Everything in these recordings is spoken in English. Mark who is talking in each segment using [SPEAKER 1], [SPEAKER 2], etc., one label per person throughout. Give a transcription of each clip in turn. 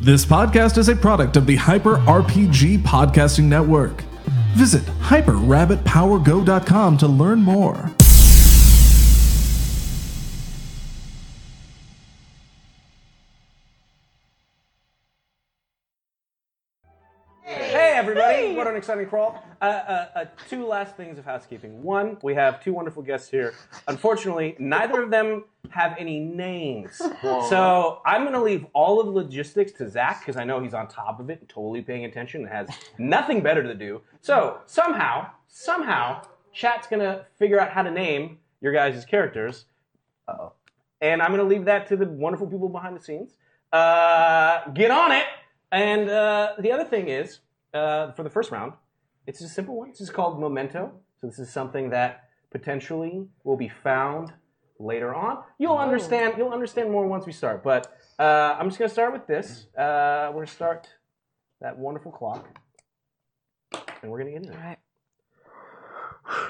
[SPEAKER 1] This podcast is a product of the Hyper RPG Podcasting Network. Visit hyperrabbitpowergo.com to learn more.
[SPEAKER 2] Hey everybody! What an exciting crawl. Uh, uh, uh, two last things of housekeeping. One, we have two wonderful guests here. Unfortunately, neither of them have any names, so I'm going to leave all of logistics to Zach because I know he's on top of it, and totally paying attention, and has nothing better to do. So somehow, somehow, chat's going to figure out how to name your guys' characters. Uh-oh. And I'm going to leave that to the wonderful people behind the scenes. Uh, get on it. And uh, the other thing is, uh, for the first round, it's a simple one. This is called Memento. So this is something that potentially will be found later on. You'll understand. You'll understand more once we start. But uh, I'm just going to start with this. Uh, we're going to start that wonderful clock, and we're going to get into it.
[SPEAKER 3] Right.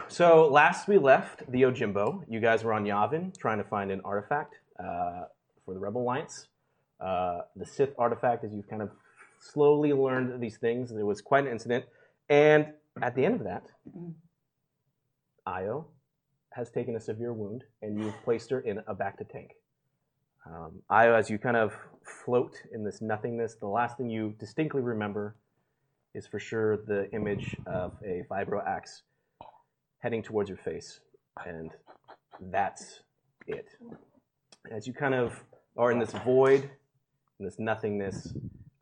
[SPEAKER 2] So last we left the Ojimbo, you guys were on Yavin trying to find an artifact uh, for the Rebel Alliance. Uh, the Sith artifact, as you've kind of slowly learned these things, there was quite an incident. And at the end of that, Io has taken a severe wound, and you've placed her in a back to tank. Um, Io, as you kind of float in this nothingness, the last thing you distinctly remember is for sure the image of a vibro axe heading towards your face, and that's it. As you kind of are in this void, in this nothingness,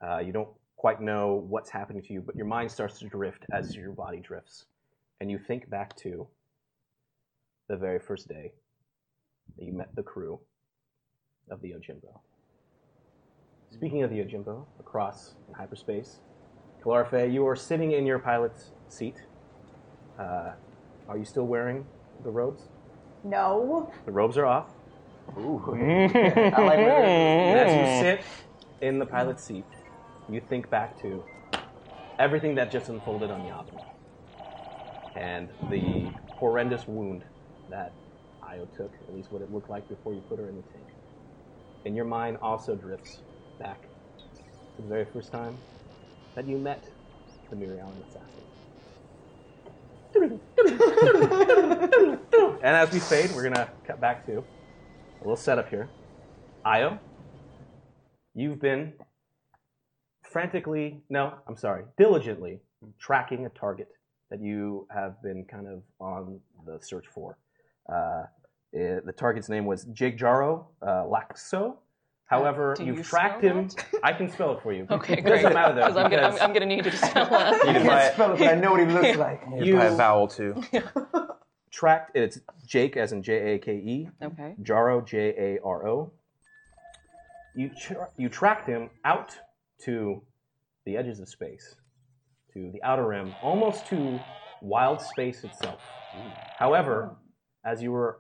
[SPEAKER 2] uh, you don't quite know what's happening to you, but your mind starts to drift as your body drifts, and you think back to the very first day that you met the crew of the Ojimbo. Speaking of the Ojimbo, across in hyperspace, Calarife, you are sitting in your pilot's seat. Uh, are you still wearing the robes?
[SPEAKER 3] No.
[SPEAKER 2] The robes are off.
[SPEAKER 4] I like where
[SPEAKER 2] And as you sit in the pilot's seat, you think back to everything that just unfolded on Yavin and the horrendous wound that Io took, at least what it looked like before you put her in the tank. And your mind also drifts back to the very first time that you met the Mirialan assassin. and as we fade, we're gonna cut back to a little setup here. Io, you've been frantically, no, I'm sorry, diligently tracking a target that you have been kind of on the search for. Uh, eh, the target's name was Jake Jaro uh, Laxo. However,
[SPEAKER 5] do you
[SPEAKER 2] you've tracked
[SPEAKER 5] spell
[SPEAKER 2] him. I can spell it for you.
[SPEAKER 5] Okay,
[SPEAKER 2] it
[SPEAKER 5] great.
[SPEAKER 2] doesn't matter though.
[SPEAKER 5] Because I'm, gonna-
[SPEAKER 2] because
[SPEAKER 5] I'm, I'm gonna need you to spell that.
[SPEAKER 2] you
[SPEAKER 4] I
[SPEAKER 2] can buy
[SPEAKER 4] can't
[SPEAKER 2] it.
[SPEAKER 4] spell it, but I know what he looks like.
[SPEAKER 2] You-
[SPEAKER 4] By a vowel too.
[SPEAKER 2] tracked. It's Jake, as in J A K E,
[SPEAKER 5] Okay.
[SPEAKER 2] Jaro, J A R O. You tra- you tracked him out to the edges of space, to the outer rim, almost to wild space itself. However, as you were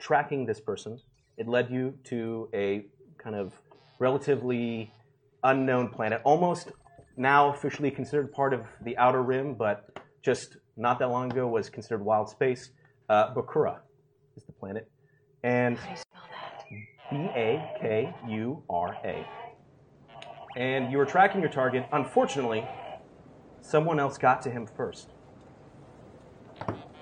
[SPEAKER 2] tracking this person, it led you to a kind of relatively unknown planet, almost now officially considered part of the outer rim, but just not that long ago was considered wild space. Uh, Bakura is the planet, and B A K U R A. And you were tracking your target. Unfortunately, someone else got to him first.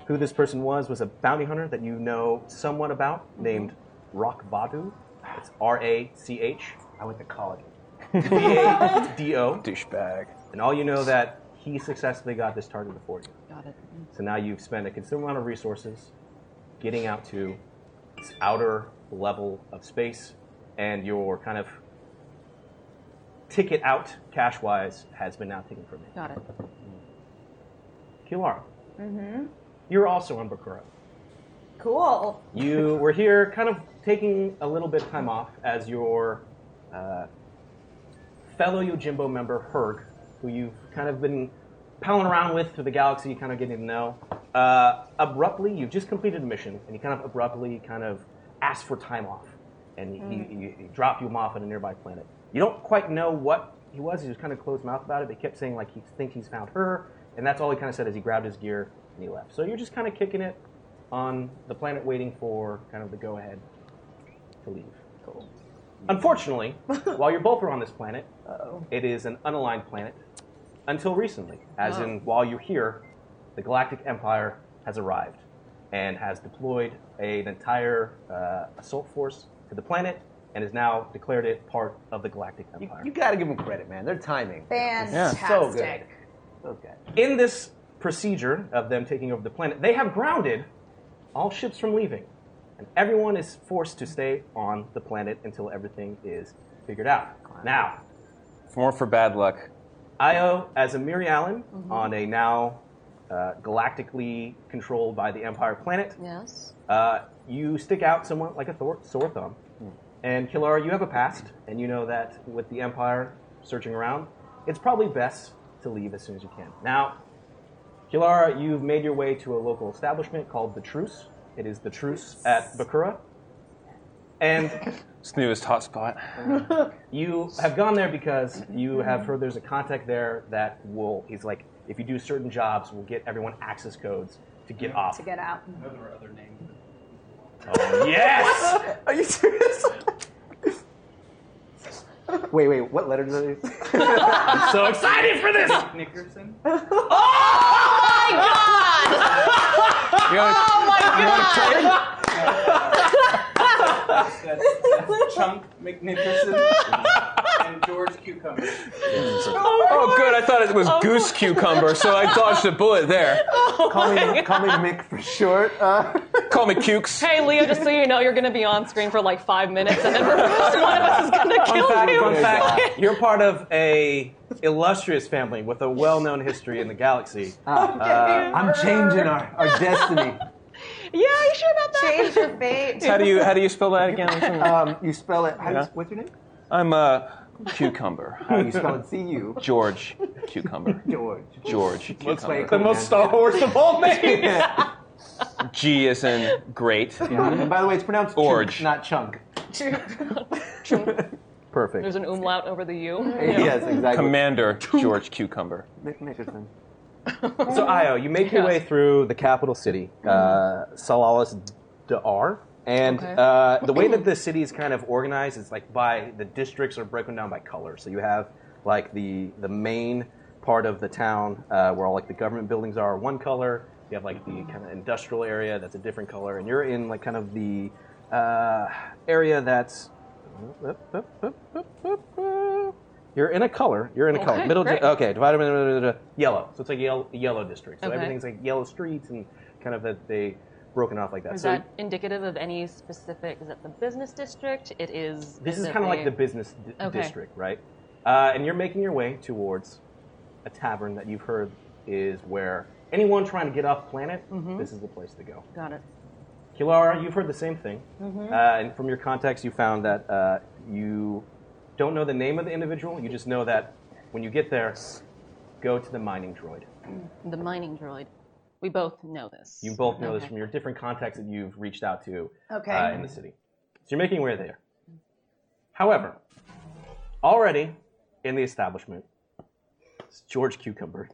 [SPEAKER 2] Who this person was was a bounty hunter that you know somewhat about, named Rock Vadu. It's R A C H
[SPEAKER 4] I went to college.
[SPEAKER 2] V A D O.
[SPEAKER 4] Douchebag.
[SPEAKER 2] And all you know that he successfully got this target before you.
[SPEAKER 5] Got it.
[SPEAKER 2] So now you've spent a considerable amount of resources getting out to this outer level of space, and your kind of ticket out cash wise has been now taken from you.
[SPEAKER 5] Got it.
[SPEAKER 2] Kilara, mm-hmm. you're also on Bakura.
[SPEAKER 3] Cool.
[SPEAKER 2] You were here kind of taking a little bit of time off as your uh, fellow Yojimbo member, Herg, who you've kind of been palling around with through the galaxy, kind of getting to know. Uh, abruptly, you've just completed a mission, and he kind of abruptly kind of asked for time off, and he, he, he dropped you off on a nearby planet. You don't quite know what he was. He was kind of closed mouth about it, but he kept saying like he thinks he's found her, and that's all he kind of said as he grabbed his gear and he left. So you're just kind of kicking it on the planet, waiting for kind of the go ahead to leave. Cool. Unfortunately, while you both are on this planet, it is an unaligned planet until recently. As in, while you're here, the Galactic Empire has arrived and has deployed an entire uh, assault force to the planet and has now declared it part of the Galactic
[SPEAKER 4] You,
[SPEAKER 2] Empire.
[SPEAKER 4] you gotta give them credit, man. Their timing.
[SPEAKER 3] Fantastic.
[SPEAKER 4] So good. Okay.
[SPEAKER 2] In this procedure of them taking over the planet, they have grounded all ships from leaving, and everyone is forced to stay on the planet until everything is figured out. Now,
[SPEAKER 5] More for bad luck.
[SPEAKER 2] Io as a Miri Allen on a now uh, galactically controlled by the Empire planet.
[SPEAKER 6] Yes.
[SPEAKER 2] Uh, you stick out somewhat like a thor- sore thumb. And Kilara, you have a past, and you know that with the Empire searching around, it's probably best to leave as soon as you can. Now, Kilara, you've made your way to a local establishment called The Truce. It is The Truce at Bakura. And
[SPEAKER 5] It's the newest hotspot.
[SPEAKER 2] you have gone there because you have heard there's a contact there that will he's like if you do certain jobs we'll get everyone access codes to get off
[SPEAKER 3] To get out.
[SPEAKER 2] yes
[SPEAKER 4] Are you serious? wait, wait. What letters are these?
[SPEAKER 2] i'm so excited for this
[SPEAKER 7] Nickerson?
[SPEAKER 6] Oh
[SPEAKER 5] You gotta-
[SPEAKER 7] That's, that's Chunk McNickerson and George Cucumber.
[SPEAKER 5] oh, good. I thought it was goose cucumber, so I dodged a bullet there.
[SPEAKER 4] call, me, call me Mick for short. Uh,
[SPEAKER 5] Call me Cukes.
[SPEAKER 6] Hey, Leo, just so you know, you're going to be on screen for like five minutes, and then we're- just one of us is going to kill
[SPEAKER 2] fact,
[SPEAKER 6] you.
[SPEAKER 2] fun fact you're part of a illustrious family with a well-known history in the galaxy
[SPEAKER 4] Uh, I'm changing our, our destiny.
[SPEAKER 6] Yeah, you sure about that?
[SPEAKER 3] Change your fate.
[SPEAKER 5] How do you how do you spell that again?
[SPEAKER 4] Um, you spell it. How do you,
[SPEAKER 5] Yeah.
[SPEAKER 4] what's your name?
[SPEAKER 5] I'm a cucumber.
[SPEAKER 4] Oh, you spell it C U
[SPEAKER 5] George cucumber.
[SPEAKER 4] George.
[SPEAKER 5] George
[SPEAKER 4] Looks
[SPEAKER 5] cucumber.
[SPEAKER 4] like- The most Star
[SPEAKER 2] wars of all names
[SPEAKER 5] G is in great.
[SPEAKER 4] And by the way, it's pronounced
[SPEAKER 5] Orge.
[SPEAKER 4] chunk, not chunk.
[SPEAKER 2] perfect
[SPEAKER 6] There's an umlaut over the U.
[SPEAKER 4] Yes, exactly.
[SPEAKER 5] Commander George Cucumber.
[SPEAKER 4] Mick Nickerson.
[SPEAKER 2] so io you make your
[SPEAKER 6] Yes.
[SPEAKER 2] way through the capital city uh, salalas dar and
[SPEAKER 6] Okay.
[SPEAKER 2] uh, the way that the city is kind of organized is like by the districts are broken down by color. So you have like the the main part of the town uh, where all like the government buildings are one color. You have like the kind of industrial area that's a different color, and you're in like kind of the uh, area that's you're in a color. You're in a color.
[SPEAKER 6] Okay,
[SPEAKER 2] Middle di-
[SPEAKER 6] great.
[SPEAKER 2] okay, divided by- blah, blah, blah, blah, yellow. So it's like yellow, yellow district. So
[SPEAKER 6] Okay.
[SPEAKER 2] everything's like yellow streets and kind of that they broken off like that.
[SPEAKER 6] Is
[SPEAKER 2] so
[SPEAKER 6] that indicative of any specific? Is it the business district? It is.
[SPEAKER 2] This is
[SPEAKER 6] it
[SPEAKER 2] kind of like the business d-
[SPEAKER 6] Okay.
[SPEAKER 2] district, right? Uh, and you're making your way towards a tavern that you've heard is where anyone trying to get off planet,
[SPEAKER 6] Mm-hmm.
[SPEAKER 2] this is the place to go.
[SPEAKER 6] Got it.
[SPEAKER 2] Kilara, you've heard the same thing.
[SPEAKER 6] Mm-hmm.
[SPEAKER 2] Uh, and from your contacts, you found that uh, you don't know the name of the individual, you just know that when you get there, go to the mining droid.
[SPEAKER 6] The mining droid. We both know this.
[SPEAKER 2] You both know this
[SPEAKER 6] Okay.
[SPEAKER 2] from your different contacts that you've reached out to
[SPEAKER 3] Okay.
[SPEAKER 2] uh, in the city. So you're making your way there. However, already in the establishment, it's George Cucumber.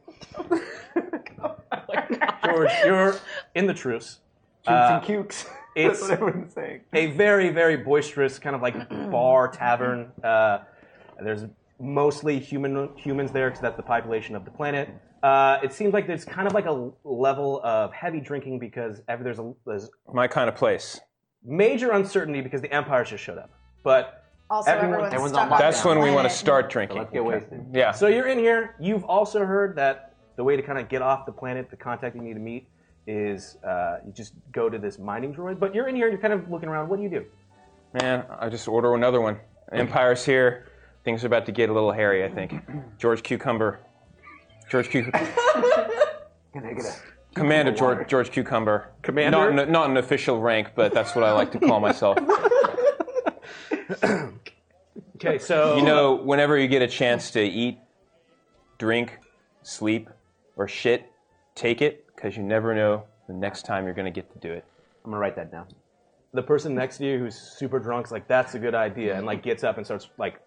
[SPEAKER 2] George, you're in the truce.
[SPEAKER 4] Chunks and cukes.
[SPEAKER 2] uh, it's-
[SPEAKER 4] That's what everyone's saying.
[SPEAKER 2] A very, very boisterous kind of like bar tavern. Uh, there's mostly human humans there because that's the population of the planet. Uh, it seems like there's kind of like a level of heavy drinking because ever there's a there's
[SPEAKER 5] My kind of place.
[SPEAKER 2] major uncertainty because the Empire's just showed up. But
[SPEAKER 3] Also,
[SPEAKER 2] Everyone-
[SPEAKER 3] everyone's,
[SPEAKER 4] everyone's
[SPEAKER 3] stuck
[SPEAKER 4] on
[SPEAKER 3] on
[SPEAKER 5] That's
[SPEAKER 3] the
[SPEAKER 5] when we want to
[SPEAKER 3] planet.
[SPEAKER 5] start drinking.
[SPEAKER 4] Let's get wasted.
[SPEAKER 5] Yeah.
[SPEAKER 2] So you're in here. You've also heard that the way to kind of get off the planet, the contact you need to meet, is uh, you just go to this mining droid. But you're in here. You're kind of looking around. What do you do?
[SPEAKER 5] Man, I just order another one. Empire's here. Things are about to get a little hairy, I think. George Cucumber. George Cucumber.
[SPEAKER 4] Can I get a
[SPEAKER 5] Commander
[SPEAKER 4] water.
[SPEAKER 5] George, George Cucumber.
[SPEAKER 2] Commander?
[SPEAKER 5] Not, an- not an official rank, but that's what I like to call myself.
[SPEAKER 2] Okay, so
[SPEAKER 5] You know, whenever you get a chance to eat, drink, sleep, or shit, take it, because you never know the next time you're going to get to do it.
[SPEAKER 4] I'm gonna write that down.
[SPEAKER 2] the person next to you who's super drunk is like, "That's a good idea," and like gets up and starts like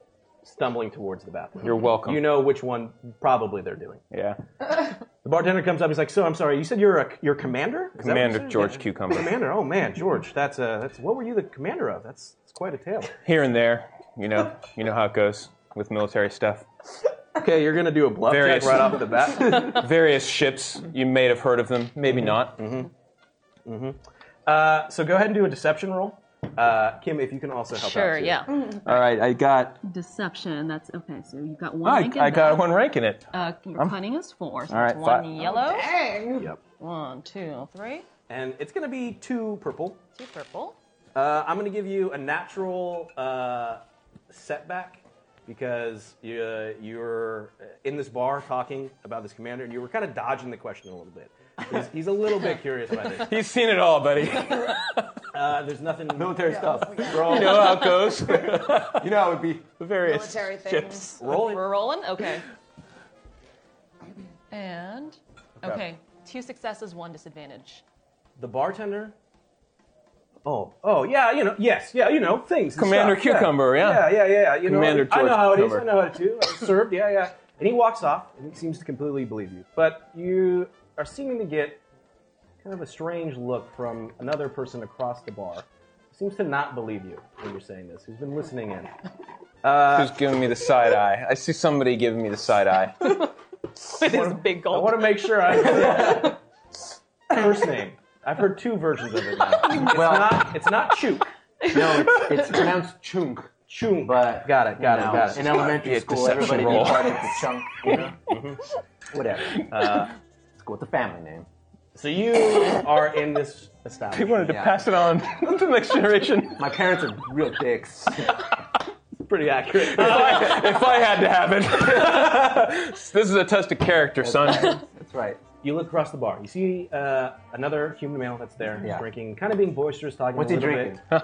[SPEAKER 2] stumbling towards the bathroom.
[SPEAKER 5] You're welcome.
[SPEAKER 2] You know which one probably they're doing.
[SPEAKER 5] Yeah.
[SPEAKER 2] The bartender comes up. He's like, "So I'm sorry. You said you're a you're commander? Is that what you
[SPEAKER 5] Commander
[SPEAKER 2] said?
[SPEAKER 5] George
[SPEAKER 2] Yeah.
[SPEAKER 5] Cucumber.
[SPEAKER 2] Commander. Oh man, George. That's a that's what were you the commander of? That's, that's quite a tale.
[SPEAKER 5] Here and there. You know, you know how it goes with military stuff.
[SPEAKER 2] Okay, you're gonna do a bluff
[SPEAKER 5] Various-
[SPEAKER 2] check right off the bat.
[SPEAKER 5] Various ships you may have heard of them, maybe not.
[SPEAKER 2] Uh, so go ahead and do a deception roll. Uh, Kim, if you can also help out.
[SPEAKER 6] Sure,
[SPEAKER 2] too.
[SPEAKER 6] yeah.
[SPEAKER 5] All right, I got
[SPEAKER 8] Deception. That's okay. So you've got one.
[SPEAKER 5] I,
[SPEAKER 8] link in
[SPEAKER 5] I got
[SPEAKER 8] that.
[SPEAKER 5] one rank in it.
[SPEAKER 8] Uh, your cunning is four. So
[SPEAKER 5] All right,
[SPEAKER 8] it's one
[SPEAKER 5] fi-
[SPEAKER 8] yellow.
[SPEAKER 3] Dang.
[SPEAKER 8] One, two, three,
[SPEAKER 2] And it's gonna be two purple.
[SPEAKER 8] two purple.
[SPEAKER 2] Uh, I'm going to give you a natural uh, setback because you, uh, you're in this bar talking about this commander, and you were kind of dodging the question a little bit. He's, he's a little bit curious about this.
[SPEAKER 5] He's seen it all, buddy. you
[SPEAKER 2] Uh, there's nothing
[SPEAKER 4] Military stuff.
[SPEAKER 5] know how it goes.
[SPEAKER 4] You know, it would be.
[SPEAKER 5] Various
[SPEAKER 3] Military
[SPEAKER 5] ships.
[SPEAKER 3] things.
[SPEAKER 2] rolling.
[SPEAKER 6] We're rolling? Okay. And, okay. Two successes, one disadvantage.
[SPEAKER 2] The bartender. Oh, oh yeah, you know, yes, yeah, you know, things. and
[SPEAKER 5] Commander
[SPEAKER 2] stuff, yeah.
[SPEAKER 5] Cucumber, yeah.
[SPEAKER 2] yeah, yeah, yeah. You know,
[SPEAKER 5] Commander
[SPEAKER 2] I know
[SPEAKER 5] George
[SPEAKER 2] how it is. I
[SPEAKER 5] Cucumber.
[SPEAKER 2] know how to do. I was served, yeah, yeah. And he walks off, and he seems to completely believe you. But you are seeming to get kind of a strange look from another person across the bar. Who seems to not believe you when you're saying this. Who's been listening in?
[SPEAKER 5] Who's giving me the side eye? I see somebody giving me the side eye.
[SPEAKER 6] With his big
[SPEAKER 2] I
[SPEAKER 6] gold.
[SPEAKER 2] want to make sure I. First name. I've heard two versions of it now. It's not. It's not Chook.
[SPEAKER 4] No, it's, it's pronounced chunk.
[SPEAKER 2] Choon.
[SPEAKER 4] But
[SPEAKER 2] Got it, got it,
[SPEAKER 4] No,
[SPEAKER 2] got it.
[SPEAKER 4] In
[SPEAKER 5] Be a
[SPEAKER 4] elementary school,
[SPEAKER 5] deception
[SPEAKER 4] everybody
[SPEAKER 5] roll.
[SPEAKER 4] knew part of the chunk. You know?
[SPEAKER 2] Mm-hmm.
[SPEAKER 4] Mm-hmm. Whatever. Uh, let's go with the family name.
[SPEAKER 2] So you are in this
[SPEAKER 5] He
[SPEAKER 2] establishment.
[SPEAKER 5] wanted to
[SPEAKER 4] Yeah.
[SPEAKER 5] pass it on to the next generation.
[SPEAKER 4] My parents are real dicks.
[SPEAKER 2] Pretty accurate.
[SPEAKER 5] if I had to have it. this is a test of character, son.
[SPEAKER 4] That's right.
[SPEAKER 2] You look across the bar. You see uh, another human male that's there
[SPEAKER 4] Yeah.
[SPEAKER 2] drinking, kind of being boisterous, talking.
[SPEAKER 4] What's
[SPEAKER 2] a
[SPEAKER 4] he
[SPEAKER 2] little
[SPEAKER 4] drinking?
[SPEAKER 2] Bit.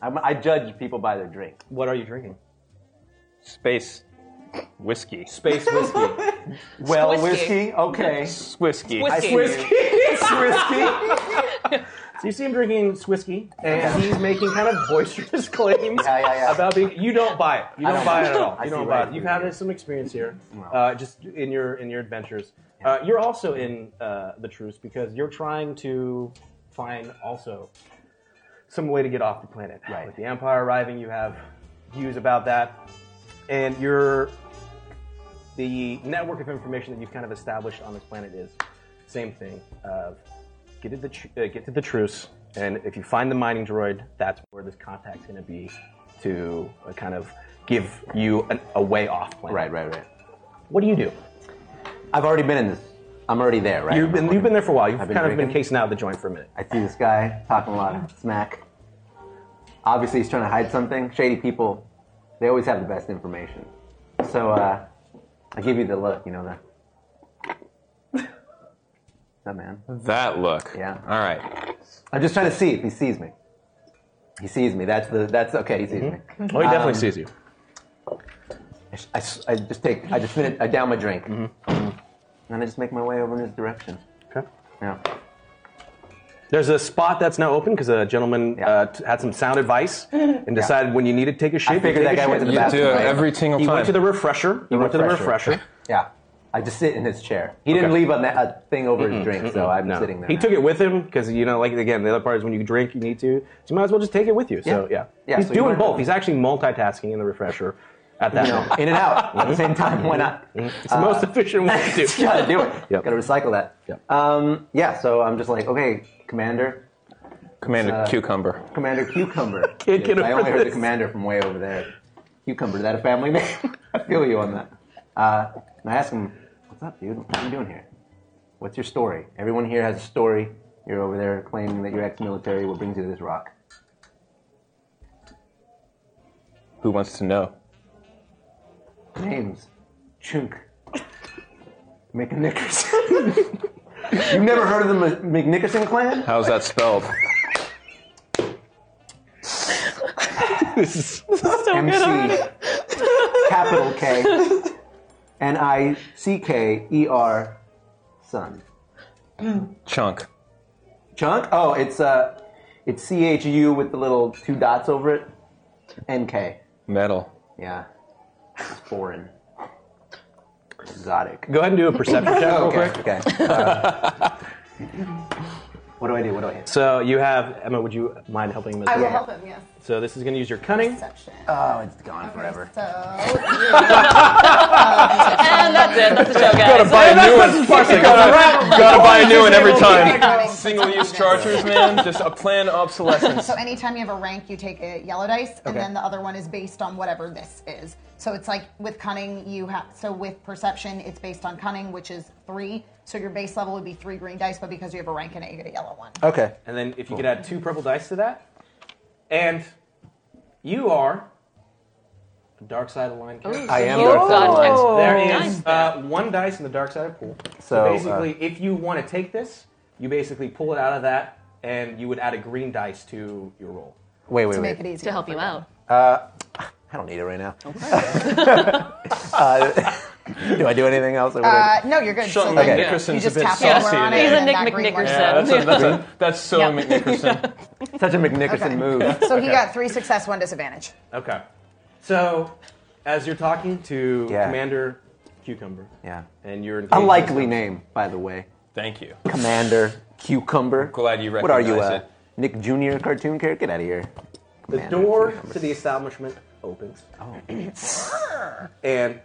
[SPEAKER 4] I'm, I judge people by their drink.
[SPEAKER 2] What are you drinking?
[SPEAKER 5] Space whiskey.
[SPEAKER 4] Space whiskey. well,
[SPEAKER 6] Whiskey.
[SPEAKER 4] whiskey. Okay.
[SPEAKER 5] Whiskey.
[SPEAKER 6] Whiskey.
[SPEAKER 4] It's whiskey.
[SPEAKER 2] So you see him drinking whiskey, and he's making kind of boisterous claims
[SPEAKER 4] Yeah, yeah, yeah.
[SPEAKER 2] about being. You don't buy it. You don't,
[SPEAKER 4] don't
[SPEAKER 2] buy
[SPEAKER 4] buy
[SPEAKER 2] it at
[SPEAKER 4] it.
[SPEAKER 2] all.
[SPEAKER 4] I
[SPEAKER 2] You
[SPEAKER 4] see
[SPEAKER 2] don't
[SPEAKER 4] right
[SPEAKER 2] buy it.
[SPEAKER 4] through
[SPEAKER 2] You've had
[SPEAKER 4] you.
[SPEAKER 2] some experience here, uh, just in your in your adventures. Uh, you're also in uh, the truce because you're trying to find also some way to get off the planet.
[SPEAKER 4] Right.
[SPEAKER 2] With the Empire arriving, you have views about that, and you're the network of information that you've kind of established on this planet is same thing. Of get to the tr- uh, get to the truce, and if you find the mining droid, that's where this contact's going to be to uh, kind of give you an, a way off plan.
[SPEAKER 4] Right, right, right.
[SPEAKER 2] What do you do?
[SPEAKER 4] I've already been in this. I'm already there, right?
[SPEAKER 2] You've been you've been there for a while. You've
[SPEAKER 4] I've
[SPEAKER 2] kind
[SPEAKER 4] been
[SPEAKER 2] of been
[SPEAKER 4] drinking.
[SPEAKER 2] casing out the joint for a minute.
[SPEAKER 4] I see this guy talking a lot of smack. Obviously, he's trying to hide something. Shady people, they always have the best information. So, uh, I give you the look, you know, the. That man.
[SPEAKER 5] That look.
[SPEAKER 4] Yeah.
[SPEAKER 5] All right.
[SPEAKER 4] I'm just trying to see if he sees me. He sees me. That's the. That's okay. He sees me.
[SPEAKER 2] Oh, he definitely
[SPEAKER 4] Um,
[SPEAKER 2] sees you.
[SPEAKER 4] I s- I, s- I just take. I just finish. I down my drink,
[SPEAKER 5] Mm-hmm.
[SPEAKER 4] and I just make my way over in his direction.
[SPEAKER 2] Okay.
[SPEAKER 4] Yeah.
[SPEAKER 2] There's a spot that's now open because a gentleman
[SPEAKER 4] Yeah.
[SPEAKER 2] uh, t- had some sound advice and decided when you need to take a shit. you
[SPEAKER 4] figured
[SPEAKER 2] take
[SPEAKER 4] that
[SPEAKER 2] a
[SPEAKER 4] guy
[SPEAKER 2] shit.
[SPEAKER 4] went to the
[SPEAKER 5] You
[SPEAKER 4] bathroom.
[SPEAKER 5] do it
[SPEAKER 4] right?
[SPEAKER 5] every single
[SPEAKER 2] He
[SPEAKER 5] time.
[SPEAKER 2] went to the refresher. He went to the
[SPEAKER 4] refresher.
[SPEAKER 2] refresher.
[SPEAKER 4] Yeah. I just sit in his chair. He didn't
[SPEAKER 5] Okay.
[SPEAKER 4] leave a, ma- a thing over his drink, so I'm
[SPEAKER 2] Mm-hmm. No.
[SPEAKER 4] sitting there.
[SPEAKER 2] He
[SPEAKER 4] now.
[SPEAKER 2] took it with him because you know, like again, the other part is when you drink, you need to. So you might as well just take it with you. So yeah,
[SPEAKER 4] Yeah. Yeah,
[SPEAKER 2] he's
[SPEAKER 4] so you
[SPEAKER 2] doing
[SPEAKER 4] might-
[SPEAKER 2] both. He's actually multitasking in the refresher at that
[SPEAKER 4] You know,
[SPEAKER 2] moment.
[SPEAKER 4] in and out at the same time. Why not?
[SPEAKER 2] It's the most efficient way to do.
[SPEAKER 4] Gotta do it.
[SPEAKER 2] Mm-hmm. Yep.
[SPEAKER 4] Gotta recycle that.
[SPEAKER 2] Yep.
[SPEAKER 4] Um, yeah. So I'm just like, okay, Commander,
[SPEAKER 5] Commander
[SPEAKER 4] Uh,
[SPEAKER 5] Cucumber.
[SPEAKER 4] Commander Cucumber.
[SPEAKER 2] Can't get
[SPEAKER 4] I
[SPEAKER 2] over
[SPEAKER 4] only heard the
[SPEAKER 2] this.
[SPEAKER 4] Commander from way over there. Cucumber, is that a family name? I feel you on that. Uh, and I ask him, what's up, dude? What are you doing here? What's your story? Everyone here has a story. You're over there claiming that you're ex-military. What brings you to this rock?
[SPEAKER 5] Who wants to know?
[SPEAKER 4] Names. Chunk. McNickerson. You've never heard of the M- McNickerson clan?
[SPEAKER 5] How's that spelled?
[SPEAKER 4] MC. Capital K. N I C K E R. Son.
[SPEAKER 5] Chunk.
[SPEAKER 4] Chunk? Oh, it's uh, it's C H U with the little two dots over it. N K.
[SPEAKER 5] Metal.
[SPEAKER 4] Yeah. It's foreign. Exotic.
[SPEAKER 2] Go ahead and do a perception check real
[SPEAKER 4] Okay.
[SPEAKER 2] quick.
[SPEAKER 4] Okay. Uh, What do I do? What do I hit?
[SPEAKER 2] So you have Emma. Would you mind helping him? As
[SPEAKER 3] I
[SPEAKER 2] well?
[SPEAKER 3] will help him. Yes.
[SPEAKER 2] So this is going to use your cunning.
[SPEAKER 3] Perception.
[SPEAKER 6] Uh,
[SPEAKER 4] Oh, it's gone forever.
[SPEAKER 3] So
[SPEAKER 6] And that's it. That's the show, guys.
[SPEAKER 5] Buy a new one.
[SPEAKER 2] Gotta-
[SPEAKER 5] Gotta buy a new one every
[SPEAKER 3] time.
[SPEAKER 5] time.
[SPEAKER 3] Cunning.
[SPEAKER 5] Single-use chargers, man. Just a plan obsolescence.
[SPEAKER 3] So anytime you have a rank, you take a yellow dice, and
[SPEAKER 2] Okay.
[SPEAKER 3] then the other one is based on whatever this is. So it's like with cunning, you have so with perception, it's based on cunning, which is three. So your base level would be three green dice, but because you have a rank in it, you get a yellow one.
[SPEAKER 4] Okay.
[SPEAKER 2] And then if you could add two purple dice to that, and you are a dark side aligned character.
[SPEAKER 4] I am
[SPEAKER 6] Oh,
[SPEAKER 4] Dark Side
[SPEAKER 6] God.
[SPEAKER 4] Alliance.
[SPEAKER 2] There is uh, one dice in the dark side of pool. So,
[SPEAKER 4] So, uh,
[SPEAKER 2] basically, if you want to take this, you basically pull it out of that, and you would add a green dice to your roll.
[SPEAKER 4] Wait, wait,
[SPEAKER 3] To make it
[SPEAKER 4] wait.
[SPEAKER 3] easier.
[SPEAKER 6] To help you out.
[SPEAKER 4] I don't need it Oh, right now. uh, do I do anything else? Or what do I
[SPEAKER 3] Uh,
[SPEAKER 4] do?
[SPEAKER 3] no, you're good.
[SPEAKER 5] Sean
[SPEAKER 3] So then
[SPEAKER 4] Okay.
[SPEAKER 5] McNickerson's
[SPEAKER 3] you just
[SPEAKER 5] a bit
[SPEAKER 3] tap
[SPEAKER 5] saucy
[SPEAKER 3] somewhere on
[SPEAKER 5] today.
[SPEAKER 3] it,
[SPEAKER 6] He's a
[SPEAKER 3] and then
[SPEAKER 6] Nick
[SPEAKER 3] that green one is-
[SPEAKER 6] McNickerson.
[SPEAKER 5] That's, a, that's, a, that's so
[SPEAKER 6] Yeah.
[SPEAKER 5] McNickerson.
[SPEAKER 4] Such a McNickerson
[SPEAKER 3] Okay.
[SPEAKER 4] move.
[SPEAKER 3] So he got three success, one disadvantage.
[SPEAKER 2] Okay. So, as you're talking to
[SPEAKER 4] Yeah.
[SPEAKER 2] Commander Cucumber,
[SPEAKER 4] Yeah.
[SPEAKER 2] and you're engaged
[SPEAKER 4] A
[SPEAKER 2] in
[SPEAKER 4] likely
[SPEAKER 2] some-
[SPEAKER 4] name, by the way.
[SPEAKER 5] Thank you.
[SPEAKER 4] Commander Cucumber.
[SPEAKER 5] Glad you
[SPEAKER 4] What are you,
[SPEAKER 5] recognize
[SPEAKER 4] uh,
[SPEAKER 5] it.
[SPEAKER 4] Nick Jr. cartoon character? Get out of here.
[SPEAKER 2] The
[SPEAKER 4] Commander
[SPEAKER 2] door
[SPEAKER 4] Cucumber.
[SPEAKER 2] to the establishment opens.
[SPEAKER 4] Oh.
[SPEAKER 2] and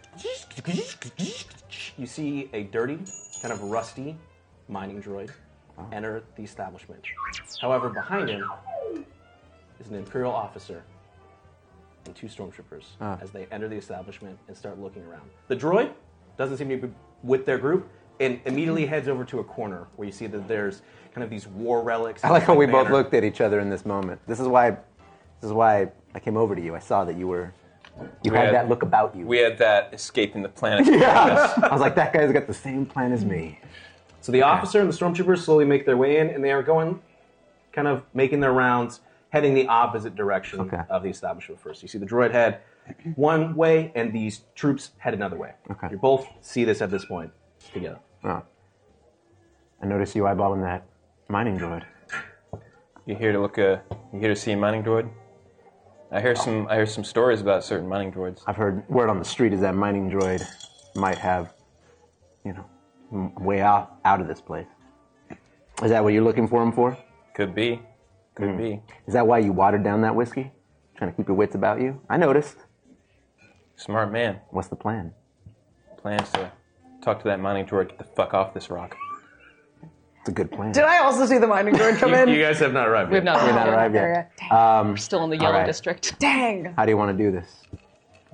[SPEAKER 2] you see a dirty, kind of rusty mining droid enter the establishment. However, behind him is an Imperial officer and two stormtroopers
[SPEAKER 4] Ah.
[SPEAKER 2] as they enter the establishment and start looking around. The droid doesn't seem to be with their group and immediately heads over to a corner where you see that there's kind of these war relics.
[SPEAKER 4] I like how we both
[SPEAKER 2] look.
[SPEAKER 4] looked at each other in this moment. This is why. This is why I came over to you. I saw that you were. You
[SPEAKER 5] We
[SPEAKER 4] had,
[SPEAKER 5] had-
[SPEAKER 4] that look about you.
[SPEAKER 5] We had that escaping the planet.
[SPEAKER 4] I was like, that guy's got the same plan as me.
[SPEAKER 2] So the officer and the stormtroopers slowly make their way in, and they are going, kind of making their rounds, heading the opposite direction
[SPEAKER 4] Okay.
[SPEAKER 2] of the establishment first. You see the droid head one way, and these troops head another way.
[SPEAKER 4] Okay.
[SPEAKER 2] You both see this at this point together.
[SPEAKER 4] Oh. I noticed you eyeballing that mining droid.
[SPEAKER 5] You here to look? Uh, you here to see a mining droid? I hear some. I hear some stories about certain mining droids.
[SPEAKER 4] I've heard word on the street is that mining droid might have, you know, m- way off out of this place. Is that what you're looking for him for?
[SPEAKER 5] Could be. Could
[SPEAKER 4] Hmm.
[SPEAKER 5] be.
[SPEAKER 4] Is that why you watered down that whiskey? Trying to keep your wits about you? I noticed.
[SPEAKER 5] Smart man.
[SPEAKER 4] What's the plan?
[SPEAKER 5] Plans to talk to that mining droid. Get the fuck off this rock.
[SPEAKER 4] It's a good plan.
[SPEAKER 9] Did I also see the mining droid come in?
[SPEAKER 2] guys have not arrived.
[SPEAKER 6] We've not
[SPEAKER 4] You're not arrived
[SPEAKER 3] uh,
[SPEAKER 4] yet. Um,
[SPEAKER 6] still in the yellow
[SPEAKER 4] right.
[SPEAKER 6] district.
[SPEAKER 9] Dang.
[SPEAKER 4] how do you want to do this?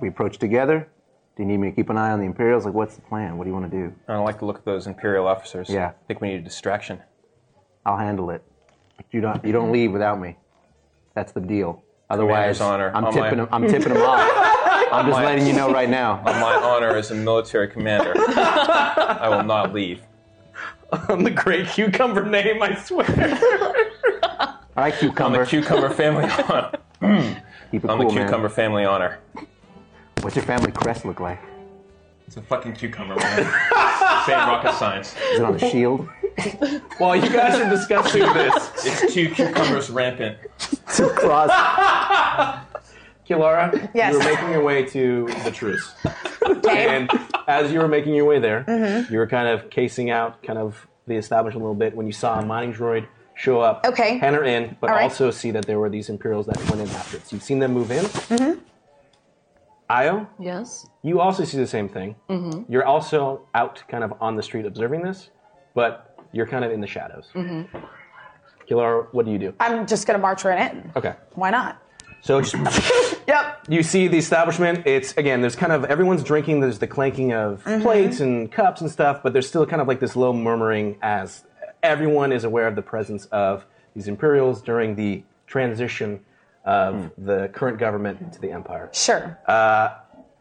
[SPEAKER 4] We approach together. Do you need me to keep an eye on the Imperials? Like, what's the plan? What do you want to do?
[SPEAKER 5] I don't like the look of those imperial officers.
[SPEAKER 4] Yeah.
[SPEAKER 5] I think we need a distraction.
[SPEAKER 4] I'll handle it. But you don't you don't leave without me. That's the deal. Otherwise,
[SPEAKER 5] Commander's honor.
[SPEAKER 4] I'm
[SPEAKER 5] On my-
[SPEAKER 4] tipping him. I'm tipping him off. I'm just
[SPEAKER 5] my-
[SPEAKER 4] letting you know right now.
[SPEAKER 5] On my honor as a military commander, I will not leave.
[SPEAKER 2] I'm the great cucumber name, I swear.
[SPEAKER 4] All right,
[SPEAKER 5] I'm the
[SPEAKER 4] cucumber.
[SPEAKER 5] cucumber family honor.
[SPEAKER 4] Keep it
[SPEAKER 5] I'm
[SPEAKER 4] cool,
[SPEAKER 5] the cucumber
[SPEAKER 4] man.
[SPEAKER 5] family honor.
[SPEAKER 4] What's your family crest look like?
[SPEAKER 5] It's a fucking cucumber, man. Same rocket science.
[SPEAKER 4] Is it on a shield?
[SPEAKER 2] While you guys are discussing this,
[SPEAKER 5] It's two cucumbers rampant.
[SPEAKER 4] Two claws.
[SPEAKER 2] Kilara,
[SPEAKER 9] Yes.
[SPEAKER 2] you were making your way to the truce. And as you were making your way there,
[SPEAKER 3] Mm-hmm.
[SPEAKER 2] you were kind of casing out kind of the establishment a little bit when you saw a mining droid show up,
[SPEAKER 3] Okay.
[SPEAKER 2] hand her in, but
[SPEAKER 3] All right.
[SPEAKER 2] also see that there were these Imperials that went in after it. So you've seen them move in.
[SPEAKER 3] Mm-hmm.
[SPEAKER 2] Io,
[SPEAKER 6] Yes.
[SPEAKER 2] you also see the same thing.
[SPEAKER 3] Mm-hmm.
[SPEAKER 2] You're also out kind of on the street observing this, but you're kind of in the shadows.
[SPEAKER 3] Mm-hmm.
[SPEAKER 2] Kilara, what do you do?
[SPEAKER 9] I'm just gonna march right in.
[SPEAKER 2] Okay.
[SPEAKER 9] Why not?
[SPEAKER 2] So just
[SPEAKER 9] Yep.
[SPEAKER 2] you see the establishment. It's again, there's kind of everyone's drinking. There's the clanking of plates and cups and stuff, but there's still kind of like this low murmuring as everyone is aware of the presence of these Imperials during the transition of
[SPEAKER 4] Hmm.
[SPEAKER 2] the current government to the Empire.
[SPEAKER 9] Sure.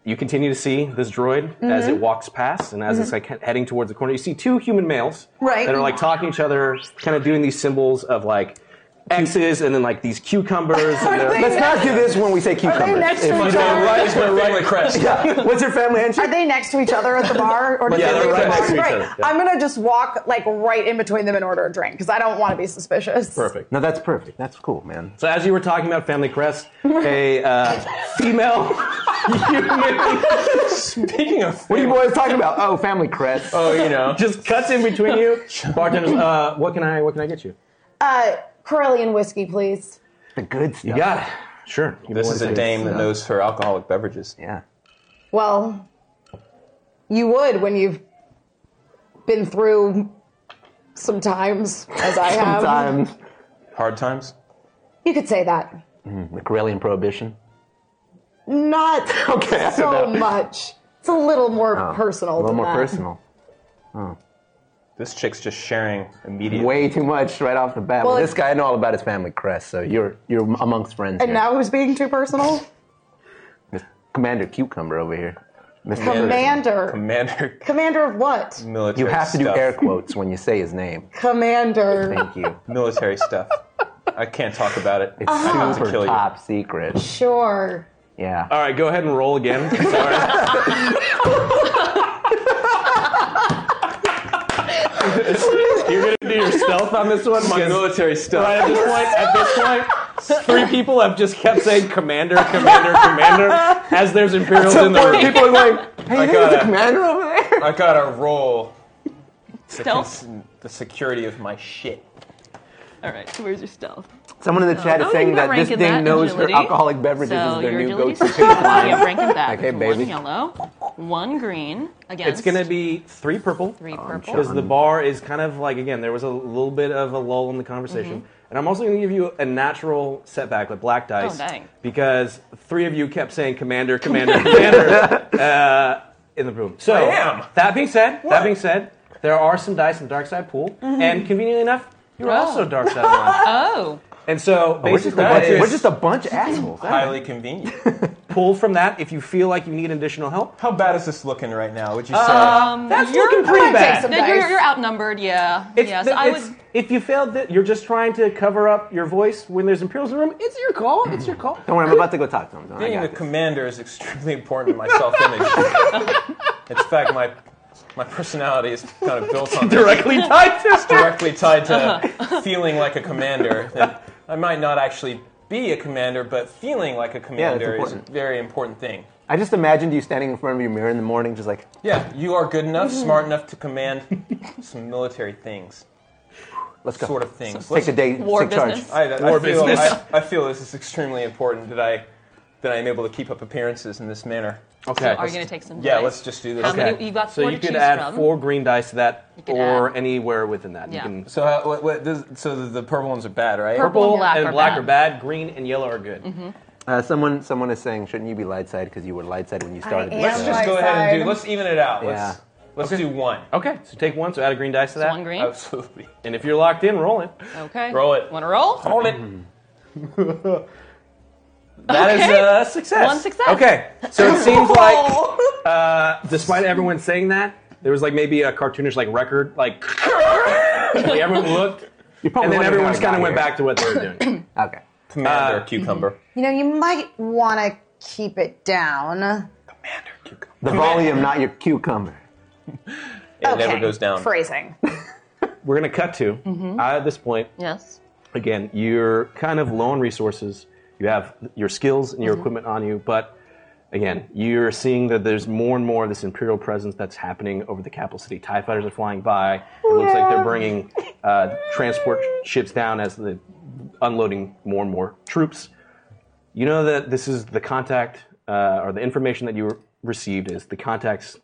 [SPEAKER 2] You continue to see this droid as it walks past, and as it's like he- heading towards the corner, you see two human males
[SPEAKER 9] Right.
[SPEAKER 2] that are like talking to each other, kind of doing these symbols of like. X's and then like these cucumbers. And they're-
[SPEAKER 9] they
[SPEAKER 4] Let's not do this when we say cucumber.
[SPEAKER 9] next to
[SPEAKER 4] If you
[SPEAKER 9] each
[SPEAKER 4] don't
[SPEAKER 9] other?
[SPEAKER 4] like,
[SPEAKER 5] It's my family crest.
[SPEAKER 4] yeah. What's your family handshake?
[SPEAKER 9] Are they next to each other at the bar? Or do
[SPEAKER 4] Yeah,
[SPEAKER 9] they
[SPEAKER 4] they're
[SPEAKER 9] leave
[SPEAKER 4] right
[SPEAKER 9] the
[SPEAKER 4] next
[SPEAKER 9] bar?
[SPEAKER 2] to each
[SPEAKER 9] Great.
[SPEAKER 2] other, yeah.
[SPEAKER 9] I'm gonna just walk like right in between them and order a drink because I don't want to be suspicious.
[SPEAKER 2] Perfect.
[SPEAKER 4] No, that's perfect. That's cool, man.
[SPEAKER 2] So as you were talking about Family Crest, a uh, female human
[SPEAKER 5] Speaking of,
[SPEAKER 4] What are you boys talking about? Oh, family crest.
[SPEAKER 5] oh, you know,
[SPEAKER 2] just cuts in between you. Bartender's, uh, what can I, what can I get you?
[SPEAKER 3] Uh, Corellian whiskey, please.
[SPEAKER 4] The good stuff.
[SPEAKER 5] You got it.
[SPEAKER 2] Sure.
[SPEAKER 5] This is a dame that knows her alcoholic beverages.
[SPEAKER 4] Yeah.
[SPEAKER 3] Well, you would when you've been through sometimes, as I have.
[SPEAKER 4] Sometimes.
[SPEAKER 5] Hard times.
[SPEAKER 3] You could say that.
[SPEAKER 4] The Corellian Prohibition.
[SPEAKER 3] Not
[SPEAKER 4] Okay, I
[SPEAKER 3] so
[SPEAKER 4] don't know.
[SPEAKER 3] much. It's a little more
[SPEAKER 4] Oh,
[SPEAKER 3] personal.
[SPEAKER 4] A little
[SPEAKER 3] than
[SPEAKER 4] more
[SPEAKER 3] that.
[SPEAKER 4] personal.
[SPEAKER 5] This chick's just sharing immediately.
[SPEAKER 4] Way too much right off the bat. Well,
[SPEAKER 3] Well,
[SPEAKER 4] this
[SPEAKER 3] it-
[SPEAKER 4] guy I know all about his family crest, so you're you're amongst friends.
[SPEAKER 3] And
[SPEAKER 4] here.
[SPEAKER 3] now who's being too personal?
[SPEAKER 4] Mis- Commander Cucumber over here. Mr.
[SPEAKER 3] Commander.
[SPEAKER 5] Commander
[SPEAKER 3] Commander of what?
[SPEAKER 5] military
[SPEAKER 4] You have to do
[SPEAKER 5] stuff.
[SPEAKER 4] air quotes when you say his name.
[SPEAKER 3] Commander.
[SPEAKER 4] Thank you.
[SPEAKER 10] Uh-huh.
[SPEAKER 5] military stuff. I can't talk about it.
[SPEAKER 4] It's
[SPEAKER 5] I have to
[SPEAKER 4] super
[SPEAKER 5] kill you.
[SPEAKER 4] top secret.
[SPEAKER 3] Sure.
[SPEAKER 4] Yeah.
[SPEAKER 2] All right, go ahead and roll again. Sorry. You're gonna do your stealth on this one,
[SPEAKER 5] My
[SPEAKER 2] because
[SPEAKER 5] military stuff.
[SPEAKER 2] right at this point, at this point, three people have just kept saying "commander, commander, commander" as there's Imperials in the
[SPEAKER 4] Four
[SPEAKER 2] room.
[SPEAKER 4] people are like, hey,
[SPEAKER 5] I
[SPEAKER 4] there's a
[SPEAKER 5] gotta-
[SPEAKER 4] commander over there.
[SPEAKER 5] I gotta roll the,
[SPEAKER 10] Stealth?
[SPEAKER 5] cons- the security of my shit.
[SPEAKER 10] All right, so where's your stealth?
[SPEAKER 4] Someone in the chat is
[SPEAKER 10] Oh,
[SPEAKER 4] saying
[SPEAKER 10] you've got
[SPEAKER 4] that this
[SPEAKER 10] rank in
[SPEAKER 4] thing
[SPEAKER 10] that,
[SPEAKER 4] knows
[SPEAKER 10] agility.
[SPEAKER 4] her alcoholic beverages
[SPEAKER 10] So
[SPEAKER 4] is their
[SPEAKER 10] your
[SPEAKER 4] new
[SPEAKER 10] agility
[SPEAKER 4] go-to
[SPEAKER 10] is
[SPEAKER 4] pick line.
[SPEAKER 10] you have rank in that.
[SPEAKER 4] Okay,
[SPEAKER 10] one
[SPEAKER 4] baby.
[SPEAKER 10] yellow, one green against.
[SPEAKER 2] It's gonna be three purple.
[SPEAKER 10] three
[SPEAKER 4] Oh,
[SPEAKER 10] purple.
[SPEAKER 2] because the bar is kind of like again there was a little bit of a lull in the conversation
[SPEAKER 10] Mm-hmm.
[SPEAKER 2] and i'm also going to give you a natural setback with black dice
[SPEAKER 10] Oh, dang.
[SPEAKER 2] because three of you kept saying commander commander commander uh, in the room so
[SPEAKER 5] Bam!
[SPEAKER 2] that being said that being said there are some dice in dark side pool
[SPEAKER 10] Mm-hmm.
[SPEAKER 2] and conveniently enough you're also dark side one
[SPEAKER 10] Oh,
[SPEAKER 2] and so
[SPEAKER 4] We're just, a
[SPEAKER 2] basically
[SPEAKER 4] bunch,
[SPEAKER 2] that
[SPEAKER 4] we're
[SPEAKER 2] is
[SPEAKER 4] just a bunch of assholes.
[SPEAKER 5] Highly convenient.
[SPEAKER 2] pull from that if you feel like you need additional help
[SPEAKER 5] How bad is this looking right now? Would you say?
[SPEAKER 4] Uh,
[SPEAKER 2] that's looking pretty
[SPEAKER 3] might take
[SPEAKER 2] bad
[SPEAKER 3] some-
[SPEAKER 10] no, you're, you're outnumbered. Yeah.
[SPEAKER 2] It's-
[SPEAKER 10] yes,
[SPEAKER 2] th-
[SPEAKER 10] I
[SPEAKER 2] it's-
[SPEAKER 10] would.
[SPEAKER 2] If you failed, that you're just trying to cover up your voice when there's Imperials in the room. It's your call. It's your call.
[SPEAKER 4] Don't worry, I'm about to go talk to him. Don't worry,
[SPEAKER 5] Being
[SPEAKER 4] I
[SPEAKER 5] the
[SPEAKER 4] got this.
[SPEAKER 5] commander is extremely important to my self-image. it's in fact my my personality is kind of built on this.
[SPEAKER 2] Directly tied to
[SPEAKER 5] directly tied
[SPEAKER 4] Uh-huh.
[SPEAKER 5] to feeling like a commander. And I might not actually be a commander, but feeling like a commander is a
[SPEAKER 4] important.
[SPEAKER 5] very important thing.
[SPEAKER 4] I just imagined you standing in front of your mirror in the morning, just like,
[SPEAKER 5] Yeah, you are good enough,
[SPEAKER 4] Mm-hmm.
[SPEAKER 5] smart enough to command some military things,
[SPEAKER 4] let's go.
[SPEAKER 5] sort of things.
[SPEAKER 4] Take the day,
[SPEAKER 10] War
[SPEAKER 4] take charge.
[SPEAKER 10] business.
[SPEAKER 5] I, I
[SPEAKER 2] War
[SPEAKER 5] feel,
[SPEAKER 2] business.
[SPEAKER 5] I, I feel this is extremely important that I that I am able to keep up appearances in this manner.
[SPEAKER 2] Okay.
[SPEAKER 10] Are you gonna take some?
[SPEAKER 5] Yeah,
[SPEAKER 10] dice?
[SPEAKER 5] let's just do this.
[SPEAKER 10] How
[SPEAKER 5] Okay.
[SPEAKER 10] many, you got
[SPEAKER 2] so
[SPEAKER 10] four
[SPEAKER 2] you
[SPEAKER 10] to
[SPEAKER 2] could
[SPEAKER 10] choose
[SPEAKER 2] add
[SPEAKER 10] from.
[SPEAKER 2] four green dice to that,
[SPEAKER 10] could
[SPEAKER 2] or
[SPEAKER 10] add-
[SPEAKER 2] anywhere within that.
[SPEAKER 10] Yeah.
[SPEAKER 2] You can
[SPEAKER 5] So, uh, what, what, this, so the, the purple ones are bad, right?
[SPEAKER 10] Purple and black Mm-hmm. are bad.
[SPEAKER 2] are bad. Green and yellow are good.
[SPEAKER 4] Uh, someone, someone is saying, shouldn't you be light side because you were light side when you started?
[SPEAKER 3] am
[SPEAKER 4] this,
[SPEAKER 5] Let's
[SPEAKER 4] so-
[SPEAKER 5] just
[SPEAKER 3] Right
[SPEAKER 5] go ahead and
[SPEAKER 3] side.
[SPEAKER 5] do. Let's even it out.
[SPEAKER 4] Yeah.
[SPEAKER 5] Let's let's do one.
[SPEAKER 2] Okay. So take one. So add a green dice to that.
[SPEAKER 10] One green.
[SPEAKER 5] Absolutely.
[SPEAKER 2] And if you're locked in, roll it.
[SPEAKER 10] Okay.
[SPEAKER 5] Roll it.
[SPEAKER 10] Want to roll?
[SPEAKER 5] Hold it.
[SPEAKER 2] That is a success.
[SPEAKER 10] One success.
[SPEAKER 2] Okay. So it seems like, uh, despite everyone saying that, there was like maybe a cartoonish like record like. like everyone looked,
[SPEAKER 4] You're
[SPEAKER 2] and
[SPEAKER 4] probably
[SPEAKER 2] then
[SPEAKER 4] wondering
[SPEAKER 2] everyone
[SPEAKER 4] how
[SPEAKER 2] just
[SPEAKER 4] I
[SPEAKER 2] kind of
[SPEAKER 4] got
[SPEAKER 2] went
[SPEAKER 4] here.
[SPEAKER 2] back to what they were doing.
[SPEAKER 4] Okay.
[SPEAKER 5] Commander cucumber.
[SPEAKER 11] You know, you might want to keep it down.
[SPEAKER 5] Commander cucumber.
[SPEAKER 4] The volume, not your cucumber.
[SPEAKER 5] It never goes down.
[SPEAKER 3] Phrasing.
[SPEAKER 2] We're gonna cut to
[SPEAKER 10] Mm-hmm.
[SPEAKER 2] uh, at this point.
[SPEAKER 10] Yes.
[SPEAKER 2] Again, you're kind of low on resources. You have your skills and your equipment on you, but again, you're seeing that there's more and more of this imperial presence that's happening over the capital city. Tie fighters are flying by. It looks like they're bringing uh, transport ships down as the unloading more and more troops. You know that this is the contact uh, or the information that you received is the contacts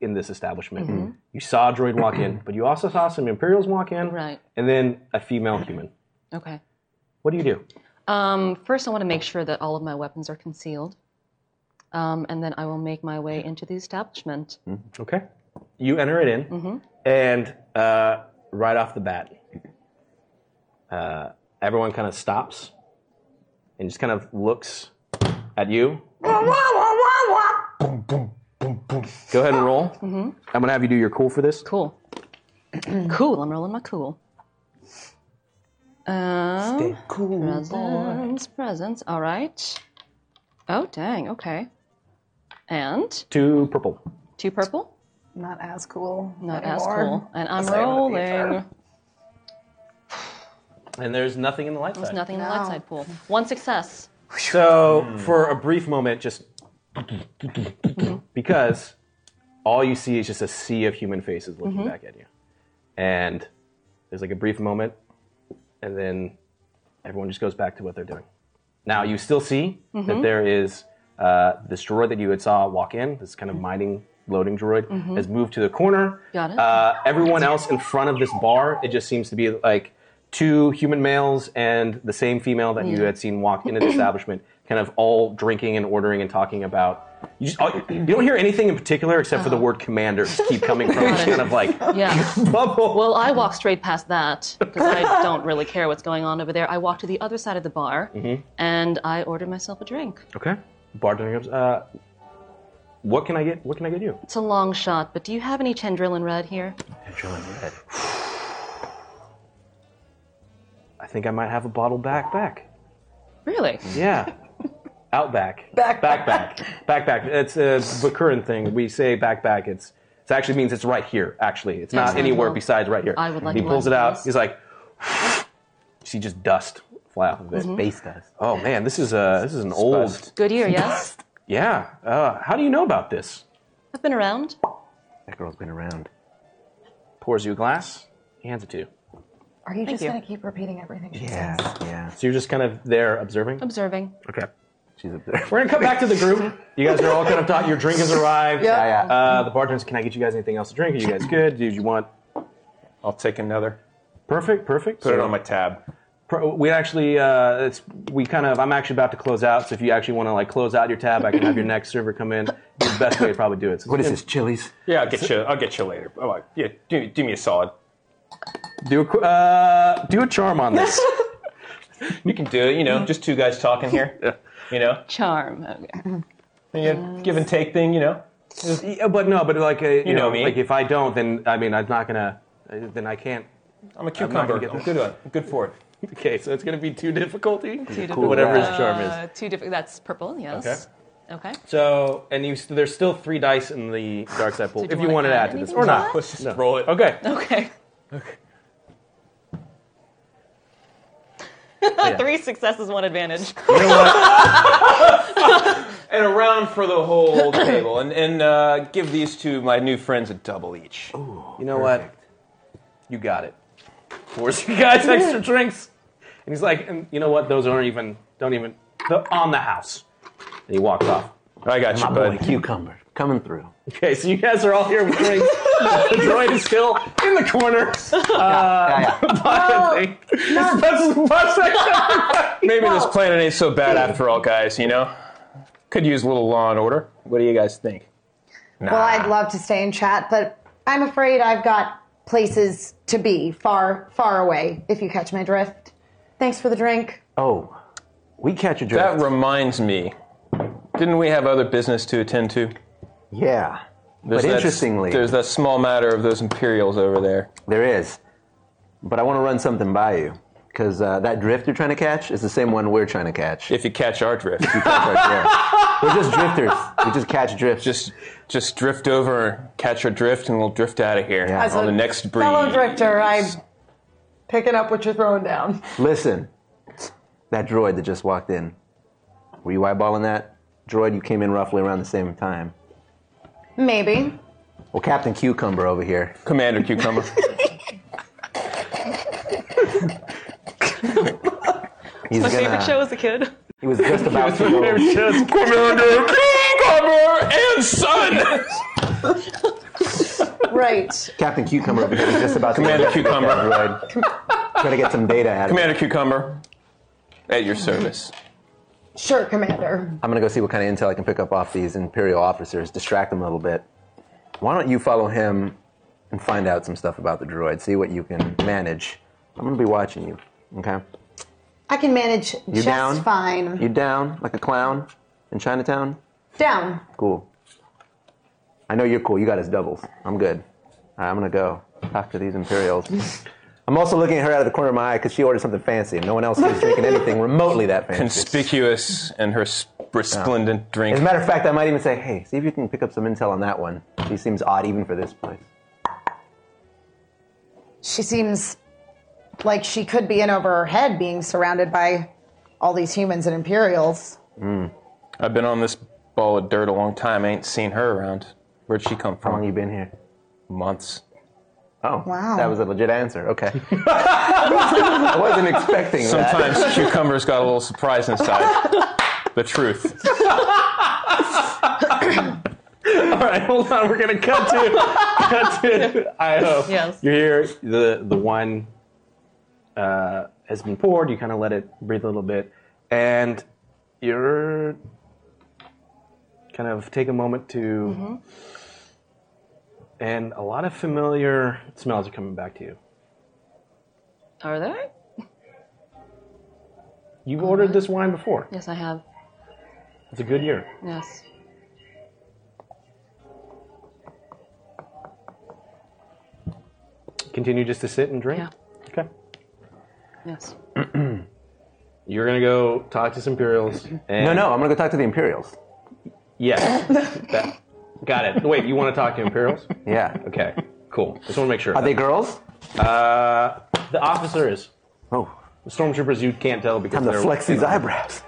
[SPEAKER 2] in this establishment. You saw a droid walk in, but you also saw some Imperials walk in,
[SPEAKER 10] Right.
[SPEAKER 2] And then a female human.
[SPEAKER 10] Okay.
[SPEAKER 2] What do you do?
[SPEAKER 10] Um, first, I want to make sure that all of my weapons are concealed. Um, and then I will make my way into the establishment.
[SPEAKER 2] Okay, you enter it in, and uh, right off the bat, uh, everyone kind of stops and just kind of looks at you. Go ahead and roll. I'm gonna have you do your cool for this.
[SPEAKER 10] Cool. cool. I'm rolling my cool. Um, Stay cool, presents, presents. All right. Oh dang. Okay. And
[SPEAKER 2] Two purple.
[SPEAKER 10] two purple.
[SPEAKER 3] Not as cool.
[SPEAKER 10] Not as
[SPEAKER 3] anymore.
[SPEAKER 10] cool. And I'm rolling.
[SPEAKER 2] And there's nothing in the light
[SPEAKER 10] There's
[SPEAKER 2] side.
[SPEAKER 10] nothing in the light side pool. One success.
[SPEAKER 2] So for a brief moment, just because all you see is just a sea of human faces looking back at you, and there's like a brief moment, and then everyone just goes back to what they're doing. Now you still see
[SPEAKER 6] Mm-hmm.
[SPEAKER 2] that there is uh, this droid that you had saw walk in, this kind of mining loading droid, has moved to the corner.
[SPEAKER 6] Mm-hmm. Got it.
[SPEAKER 2] Uh, everyone else in front of this bar, it just seems to be like two human males and the same female that
[SPEAKER 6] Mm.
[SPEAKER 2] you had seen walk into the establishment, kind of all drinking and ordering and talking about. You, just, all- you don't hear anything in particular except for the
[SPEAKER 6] Uh-huh.
[SPEAKER 2] word commanders keep coming from this kind of like
[SPEAKER 6] Yeah.
[SPEAKER 2] bubble.
[SPEAKER 6] Well, I walk straight past that because I don't really care what's going on over there. I walk to the other side of the bar and I order myself a drink.
[SPEAKER 2] Okay. Bartender goes, uh, what can I get? What can I get you?
[SPEAKER 6] It's a long shot, but do you have any Chandrillan red here?
[SPEAKER 2] I think I might have a bottle back back.
[SPEAKER 6] Really?
[SPEAKER 2] Yeah. Out back.
[SPEAKER 9] Back
[SPEAKER 2] back. Back back. back. It's a Bakuran thing. We say back back. It's it actually means it's right here, actually. It's not
[SPEAKER 6] Excellent.
[SPEAKER 2] anywhere
[SPEAKER 6] Well,
[SPEAKER 2] besides right here.
[SPEAKER 6] I would like
[SPEAKER 2] he
[SPEAKER 6] one,
[SPEAKER 2] pulls it out.
[SPEAKER 6] please.
[SPEAKER 2] He's like, you see just dust fly off of it.
[SPEAKER 4] Base dust.
[SPEAKER 2] Oh man, this is uh this is an old.
[SPEAKER 6] Good year, yes?
[SPEAKER 2] Yeah. Uh, how do you know about this?
[SPEAKER 6] I've been around.
[SPEAKER 4] That girl's been around.
[SPEAKER 2] Pours you a glass. He hands it to you.
[SPEAKER 3] Are you just
[SPEAKER 6] you.
[SPEAKER 3] going to keep repeating everything she
[SPEAKER 4] Yeah,
[SPEAKER 3] says?
[SPEAKER 4] yeah.
[SPEAKER 2] So you're just kind of there observing.
[SPEAKER 6] Observing.
[SPEAKER 2] Okay.
[SPEAKER 4] She's observing.
[SPEAKER 2] We're gonna come back to the group. You guys are all kind of thought your drink has arrived.
[SPEAKER 4] Yeah, yeah.
[SPEAKER 2] Uh, the bartender's, can I get you guys anything else to drink? Are you guys good? Do you want
[SPEAKER 5] I'll take another.
[SPEAKER 2] perfect? Perfect.
[SPEAKER 5] Put it on my tab.
[SPEAKER 2] Pro- we actually, uh, it's we kind of. I'm actually about to close out, so if you actually want to like close out your tab, I can have your next server come in. The best way to probably do it. So
[SPEAKER 4] What is this, Chili's?
[SPEAKER 5] Yeah, I'll get you. I'll get you later. Oh, I- yeah, do, do me a solid.
[SPEAKER 2] Do a qu- uh, do a charm on this.
[SPEAKER 5] You can do it. You know, just two guys talking here. You know,
[SPEAKER 8] Charm. Okay.
[SPEAKER 5] You know, give and take thing. You know,
[SPEAKER 2] Yeah, but no, but like uh, you,
[SPEAKER 5] know me.
[SPEAKER 2] like if I don't, then I mean I'm not gonna, uh, then I can't.
[SPEAKER 5] I'm a
[SPEAKER 2] I'm not
[SPEAKER 5] cucumber.
[SPEAKER 2] gonna get
[SPEAKER 5] I'm
[SPEAKER 2] this.
[SPEAKER 5] good on. I'm good for it.
[SPEAKER 2] Okay, so it's gonna be too difficulty.
[SPEAKER 4] Cool.
[SPEAKER 2] Whatever his
[SPEAKER 4] Uh,
[SPEAKER 2] charm is.
[SPEAKER 8] Uh, two different. That's purple. Yes. Okay.
[SPEAKER 2] So, and you, there's still three dice in the dark side pool.
[SPEAKER 8] Did you
[SPEAKER 2] if you
[SPEAKER 8] wanna
[SPEAKER 2] wanted to
[SPEAKER 8] add
[SPEAKER 2] add to this,
[SPEAKER 8] anything
[SPEAKER 2] or
[SPEAKER 8] to
[SPEAKER 2] not.
[SPEAKER 8] that?
[SPEAKER 5] Let's just
[SPEAKER 2] No.
[SPEAKER 5] roll it.
[SPEAKER 2] Okay.
[SPEAKER 8] Okay. Three successes, one advantage.
[SPEAKER 5] And a round for the whole table, and and uh, give these to my new friends a double each.
[SPEAKER 2] You know what? You got it. Pours you guys extra drinks. And he's like, and you know what? Those aren't even, don't even, they're on the house. And he walks off.
[SPEAKER 5] I got you,
[SPEAKER 4] My boy,
[SPEAKER 5] bud.
[SPEAKER 4] cucumber, coming through.
[SPEAKER 2] Okay, so you guys are all here with drinks. the droid is still in the corner.
[SPEAKER 4] Yeah, yeah.
[SPEAKER 5] Maybe this planet ain't so bad after all, guys. You know, could use a little law and order. What do you guys think? Nah.
[SPEAKER 3] Well, I'd love to stay and chat, but I'm afraid I've got places to be far, far away, if you catch my drift. Thanks for the drink.
[SPEAKER 4] Oh, we catch a drift.
[SPEAKER 5] That reminds me. Didn't we have other business to attend to?
[SPEAKER 4] yeah.
[SPEAKER 5] There's
[SPEAKER 4] but
[SPEAKER 5] that-
[SPEAKER 4] interestingly,
[SPEAKER 5] there's that small matter of those Imperials over there.
[SPEAKER 4] there is. But I want to run something by you because uh, that drift you're trying to catch is the same one we're trying to catch.
[SPEAKER 5] If you catch our drift,
[SPEAKER 4] You catch our drift. We're just drifters. We just catch drifts.
[SPEAKER 5] just just drift over, catch our drift, and we'll drift out of here
[SPEAKER 4] Yeah. As
[SPEAKER 5] on
[SPEAKER 9] a
[SPEAKER 5] the next breeze.
[SPEAKER 9] Fellow drifter,
[SPEAKER 3] uh,
[SPEAKER 9] I'm picking up what you're throwing down.
[SPEAKER 4] Listen, that droid that just walked in. Were you eyeballing that droid? You came in roughly around the same time.
[SPEAKER 3] Maybe.
[SPEAKER 4] Well, Captain Cucumber over here.
[SPEAKER 5] Commander Cucumber.
[SPEAKER 4] He's
[SPEAKER 8] My
[SPEAKER 4] gonna,
[SPEAKER 8] favorite show as a kid.
[SPEAKER 4] He was just about to. Go,
[SPEAKER 5] Commander Cucumber and Son.
[SPEAKER 9] Right.
[SPEAKER 4] Captain Cucumber over here was just about
[SPEAKER 5] Commander
[SPEAKER 4] to. go after
[SPEAKER 5] Cucumber.
[SPEAKER 4] that droid. Try to get some data out of it.
[SPEAKER 5] Commander Cucumber, at your service.
[SPEAKER 9] Sure, Commander.
[SPEAKER 4] I'm gonna go see what kind of intel I can pick up off these Imperial officers, distract them a little bit. Why don't you follow him and find out some stuff about the droid? See what you can manage. I'm gonna be watching you. Okay.
[SPEAKER 3] I can manage just
[SPEAKER 4] down?
[SPEAKER 3] fine.
[SPEAKER 4] You down like a clown in Chinatown?
[SPEAKER 3] down.
[SPEAKER 4] Cool. I know you're cool. You got his doubles. I'm good. All right, I'm gonna go talk to these Imperials. I'm also looking at her out of the corner of my eye because she ordered something fancy, and no one else is drinking anything remotely that fancy.
[SPEAKER 5] Conspicuous in her s- resplendent drink.
[SPEAKER 4] As a matter of fact, I might even say, hey, see if you can pick up some intel on that one. She seems odd even for this place.
[SPEAKER 3] She seems like she could be in over her head being surrounded by all these humans and Imperials.
[SPEAKER 5] I've been on this ball of dirt a long time. I ain't seen her around. Where'd she come
[SPEAKER 4] How long
[SPEAKER 5] from?
[SPEAKER 4] you been here?
[SPEAKER 5] Months.
[SPEAKER 4] Oh,
[SPEAKER 9] Wow.
[SPEAKER 4] That was a legit answer. Okay. I wasn't expecting that.
[SPEAKER 5] Sometimes cucumbers got a little surprise inside. the truth.
[SPEAKER 2] All right, hold on. We're gonna cut to cut to Idaho.
[SPEAKER 8] Yes.
[SPEAKER 2] You're here. The the wine uh, has been poured. You kind of let it breathe a little bit, and you're kind of take a moment to. And a lot of familiar smells are coming back to you.
[SPEAKER 6] Are there?
[SPEAKER 2] You've ordered this wine before.
[SPEAKER 6] Yes, I have.
[SPEAKER 2] It's a good year.
[SPEAKER 6] Yes.
[SPEAKER 2] Continue just to sit and drink.
[SPEAKER 6] Yeah.
[SPEAKER 2] Okay.
[SPEAKER 6] Yes.
[SPEAKER 2] You're gonna go talk to some Imperials. And
[SPEAKER 4] No, no, I'm gonna go talk to the Imperials.
[SPEAKER 2] Yes. That- got it. Wait, you want to talk to Imperials?
[SPEAKER 4] Yeah.
[SPEAKER 2] Okay, cool. Just want to make sure.
[SPEAKER 4] Are they girls?
[SPEAKER 2] Uh, the officer is.
[SPEAKER 4] Oh,
[SPEAKER 2] The stormtroopers, you can't tell because
[SPEAKER 4] time to
[SPEAKER 2] they're.
[SPEAKER 4] flex these eyebrows.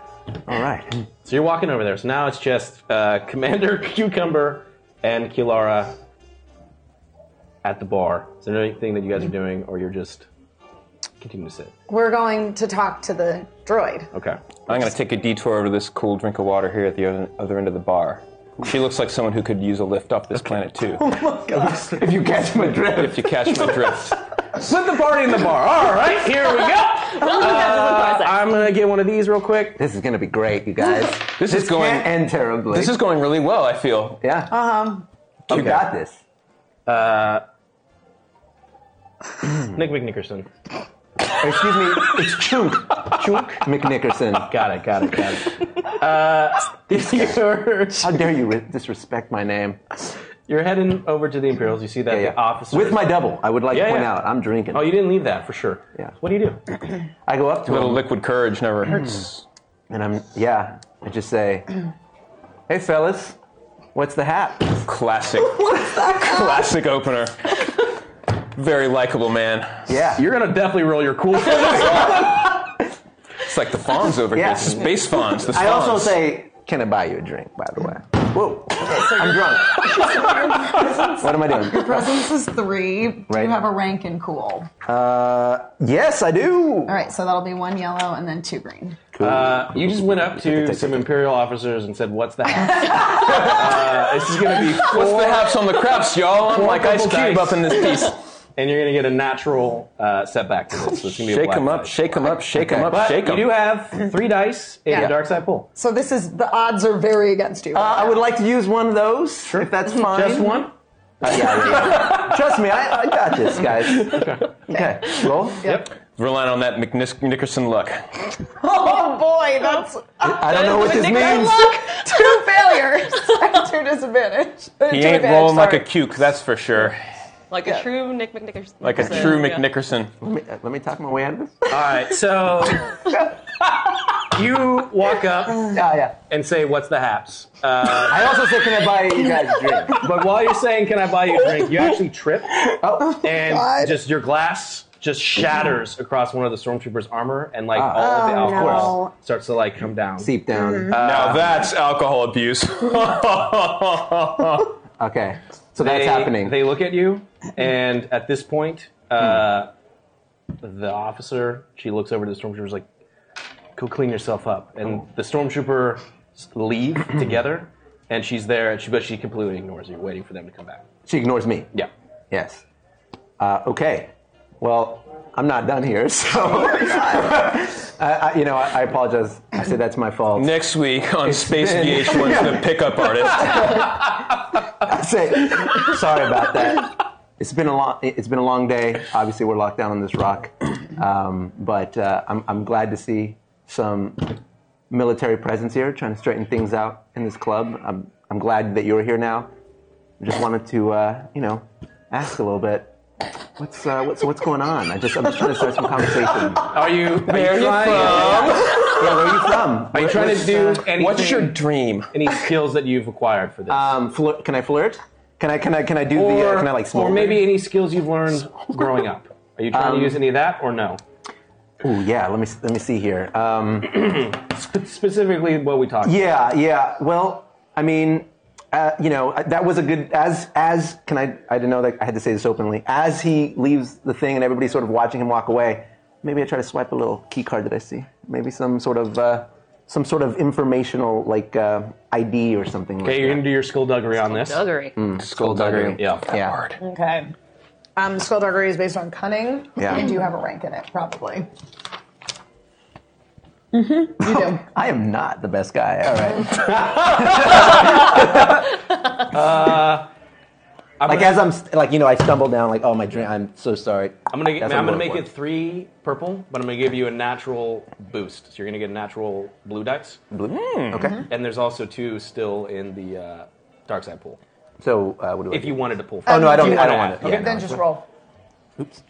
[SPEAKER 4] All right.
[SPEAKER 2] So you're walking over there. So now it's just uh, Commander Cucumber and Kilara at the bar. Is there anything that you guys are doing, or you're just continuing to sit?
[SPEAKER 9] We're going to talk to the droid.
[SPEAKER 2] Okay.
[SPEAKER 5] I'm going to take a detour over to this cool drink of water here at the other, other end of the bar. She looks like someone who could use a lift off this planet too.
[SPEAKER 2] Oh
[SPEAKER 4] if you catch my drift.
[SPEAKER 5] If you catch my drift.
[SPEAKER 2] Put the party in the bar. All right, here we
[SPEAKER 5] Oh,
[SPEAKER 2] go. Uh, I'm gonna get one of these real quick.
[SPEAKER 4] This is gonna be great, you guys.
[SPEAKER 5] This is going-
[SPEAKER 4] can't end terribly.
[SPEAKER 5] This is going really well, I feel.
[SPEAKER 4] yeah.
[SPEAKER 2] Uh-huh.
[SPEAKER 4] Uh huh. You got this.
[SPEAKER 2] Nick McNickerson.
[SPEAKER 4] Excuse me. It's Chunk. Chunk McNickerson.
[SPEAKER 2] Got it. Got it. Got it. Uh, these are
[SPEAKER 4] How dare you re- disrespect my name?
[SPEAKER 2] You're heading over to the Imperials. You see that the officer
[SPEAKER 4] With my double, I would like
[SPEAKER 2] Yeah,
[SPEAKER 4] to point
[SPEAKER 2] yeah.
[SPEAKER 4] out, I'm drinking.
[SPEAKER 2] Oh, you didn't leave that for sure.
[SPEAKER 4] Yeah.
[SPEAKER 2] What do you do?
[SPEAKER 4] I go up to
[SPEAKER 5] Little
[SPEAKER 4] him
[SPEAKER 5] liquid courage never hurts.
[SPEAKER 4] and I'm yeah. I just say, "Hey, fellas, what's the hat?"
[SPEAKER 5] Classic. Classic opener. Very likable man.
[SPEAKER 4] Yeah.
[SPEAKER 2] You're gonna definitely roll your cool.
[SPEAKER 5] It's like the fawns over
[SPEAKER 4] Yeah.
[SPEAKER 5] here. Space fawns. The
[SPEAKER 4] I also
[SPEAKER 5] fawns.
[SPEAKER 4] say, "Can I buy you a drink?" By the way. Whoa. I'm drunk. what am I doing?
[SPEAKER 3] Presence is three.
[SPEAKER 4] Right.
[SPEAKER 3] You have a rank in cool.
[SPEAKER 4] Uh, yes, I do.
[SPEAKER 3] All right, so that'll be one yellow and then two green.
[SPEAKER 2] uh, you just went up to some Imperial officers and said, "What's the half?" uh, this is gonna be four,
[SPEAKER 5] What's the haps on the craps, y'all? I'm
[SPEAKER 2] Four
[SPEAKER 5] like ice
[SPEAKER 2] double
[SPEAKER 5] cube
[SPEAKER 2] dice.
[SPEAKER 5] up in this piece.
[SPEAKER 2] and you're gonna get a natural uh, setback to this. So it's gonna be a
[SPEAKER 5] Shake
[SPEAKER 2] black
[SPEAKER 5] him up,
[SPEAKER 2] die.
[SPEAKER 5] shake him up, shake him
[SPEAKER 4] Okay.
[SPEAKER 5] up,
[SPEAKER 2] But
[SPEAKER 5] shake
[SPEAKER 2] you do
[SPEAKER 5] him.
[SPEAKER 2] have three dice in
[SPEAKER 9] Yeah.
[SPEAKER 2] the dark side pool.
[SPEAKER 9] So this is the odds are very against you.
[SPEAKER 4] Uh, I would like to use one of those,
[SPEAKER 2] Sure.
[SPEAKER 4] if that's fine.
[SPEAKER 2] Just one.
[SPEAKER 4] Uh, yeah, yeah, yeah. Trust me, I, I got this, guys. Okay. Roll.
[SPEAKER 2] Yep.
[SPEAKER 5] Relying on that McNickerson luck.
[SPEAKER 9] oh boy, that's
[SPEAKER 4] I don't know what this means.
[SPEAKER 9] Look, two failures, and two disadvantage.
[SPEAKER 5] He ain't rolling like a cuke, that's for sure.
[SPEAKER 8] Like a true Nick McNickerson.
[SPEAKER 5] Like a
[SPEAKER 8] So,
[SPEAKER 5] true
[SPEAKER 8] yeah.
[SPEAKER 5] McNickerson.
[SPEAKER 4] Let me, uh, let me talk my way out of this.
[SPEAKER 2] All right. So you walk up
[SPEAKER 4] Yeah, yeah.
[SPEAKER 2] and say, "What's the Uh, haps?"
[SPEAKER 4] I also said, can I buy you guys a drink?
[SPEAKER 2] But while you're saying, "Can I buy you a drink?" you actually trip,
[SPEAKER 4] Oh,
[SPEAKER 2] and
[SPEAKER 9] God.
[SPEAKER 2] just your glass just shatters across one of the stormtrooper's armor, and like all of the
[SPEAKER 9] Oh,
[SPEAKER 2] alcohol
[SPEAKER 9] no.
[SPEAKER 2] starts to like come down.
[SPEAKER 4] deep down.
[SPEAKER 5] Now that's alcohol abuse.
[SPEAKER 4] okay, so
[SPEAKER 2] They-
[SPEAKER 4] that's happening.
[SPEAKER 2] They look at you, and at this point, uh, the officer she looks over to the stormtrooper's like, "Go clean yourself up," and the stormtrooper leave together, and she's there, and she but she completely ignores you, waiting for them to come back.
[SPEAKER 4] she ignores me.
[SPEAKER 2] Yeah.
[SPEAKER 4] Yes. Uh, okay. Well, I'm not done here, so I, I, you know, I, I apologize. I said that's my fault.
[SPEAKER 5] Next week on Space
[SPEAKER 4] been-
[SPEAKER 5] VH1's The Pickup Artist.
[SPEAKER 4] I say, sorry about that. It's been a long. It's been a long day. Obviously, we're locked down on this rock, um, but uh, I'm, I'm glad to see some military presence here, trying to straighten things out in this club. I'm, I'm glad that you're here now. I just wanted to, uh, you know, ask a little bit. What's uh, what's what's going on? I just I'm just trying to start some conversation.
[SPEAKER 2] Are you? Where
[SPEAKER 5] you
[SPEAKER 4] Yeah, where are you from?
[SPEAKER 2] Are you
[SPEAKER 4] What-
[SPEAKER 2] trying to
[SPEAKER 4] what's,
[SPEAKER 2] do
[SPEAKER 4] uh,
[SPEAKER 2] anything?
[SPEAKER 5] What's your dream?
[SPEAKER 2] any skills that you've acquired for this?
[SPEAKER 4] um, flir- can I flirt? Can I can I can I do the uh, can I like smoke?
[SPEAKER 2] or maybe any skills you've learned growing up. Are you trying
[SPEAKER 4] Um,
[SPEAKER 2] to use any of that or no?
[SPEAKER 4] Ooh, yeah. Let me let me see here. Um,
[SPEAKER 2] Sp- specifically, what we talked.
[SPEAKER 4] Yeah, yeah. Well, I mean, uh, you know, uh, that was a good as as can I? I didn't know that I had to say this openly. As he leaves the thing and everybody's sort of watching him walk away, maybe I try to swipe a little key card that I see. Maybe some sort of uh, some sort of informational like uh, ID or something.
[SPEAKER 2] Okay,
[SPEAKER 4] like
[SPEAKER 2] you're
[SPEAKER 4] that.
[SPEAKER 2] gonna do your skullduggery on this.
[SPEAKER 8] Duggery.
[SPEAKER 5] Hmm.
[SPEAKER 4] Skullduggery.
[SPEAKER 2] Yeah.
[SPEAKER 4] yeah.
[SPEAKER 9] Okay. Um, Skullduggery is based on cunning.
[SPEAKER 4] Yeah.
[SPEAKER 9] You do have a rank in it, probably. Mm-hmm. You do.
[SPEAKER 4] I am not the best guy. All right.
[SPEAKER 2] Uh, I'm
[SPEAKER 4] like
[SPEAKER 2] gonna,
[SPEAKER 4] as I'm st- like you know I stumble down like oh my drink. I'm so sorry.
[SPEAKER 2] I'm gonna, get,
[SPEAKER 4] That's
[SPEAKER 2] man, I'm
[SPEAKER 4] what
[SPEAKER 2] gonna
[SPEAKER 4] I'm
[SPEAKER 2] make
[SPEAKER 4] going
[SPEAKER 2] it three purple, but I'm gonna give you a natural boost. So you're gonna get a natural blue dice,
[SPEAKER 4] Okay.
[SPEAKER 2] and there's also two still in the uh, dark side pool.
[SPEAKER 4] So uh, what do I?
[SPEAKER 2] If
[SPEAKER 4] do?
[SPEAKER 2] you wanted to pull.
[SPEAKER 4] oh no, I
[SPEAKER 2] If you
[SPEAKER 4] don't. I
[SPEAKER 2] wanna
[SPEAKER 4] don't want
[SPEAKER 2] add.
[SPEAKER 4] it. Yeah,
[SPEAKER 2] Okay.
[SPEAKER 4] no.
[SPEAKER 9] Then just roll.
[SPEAKER 4] Oops.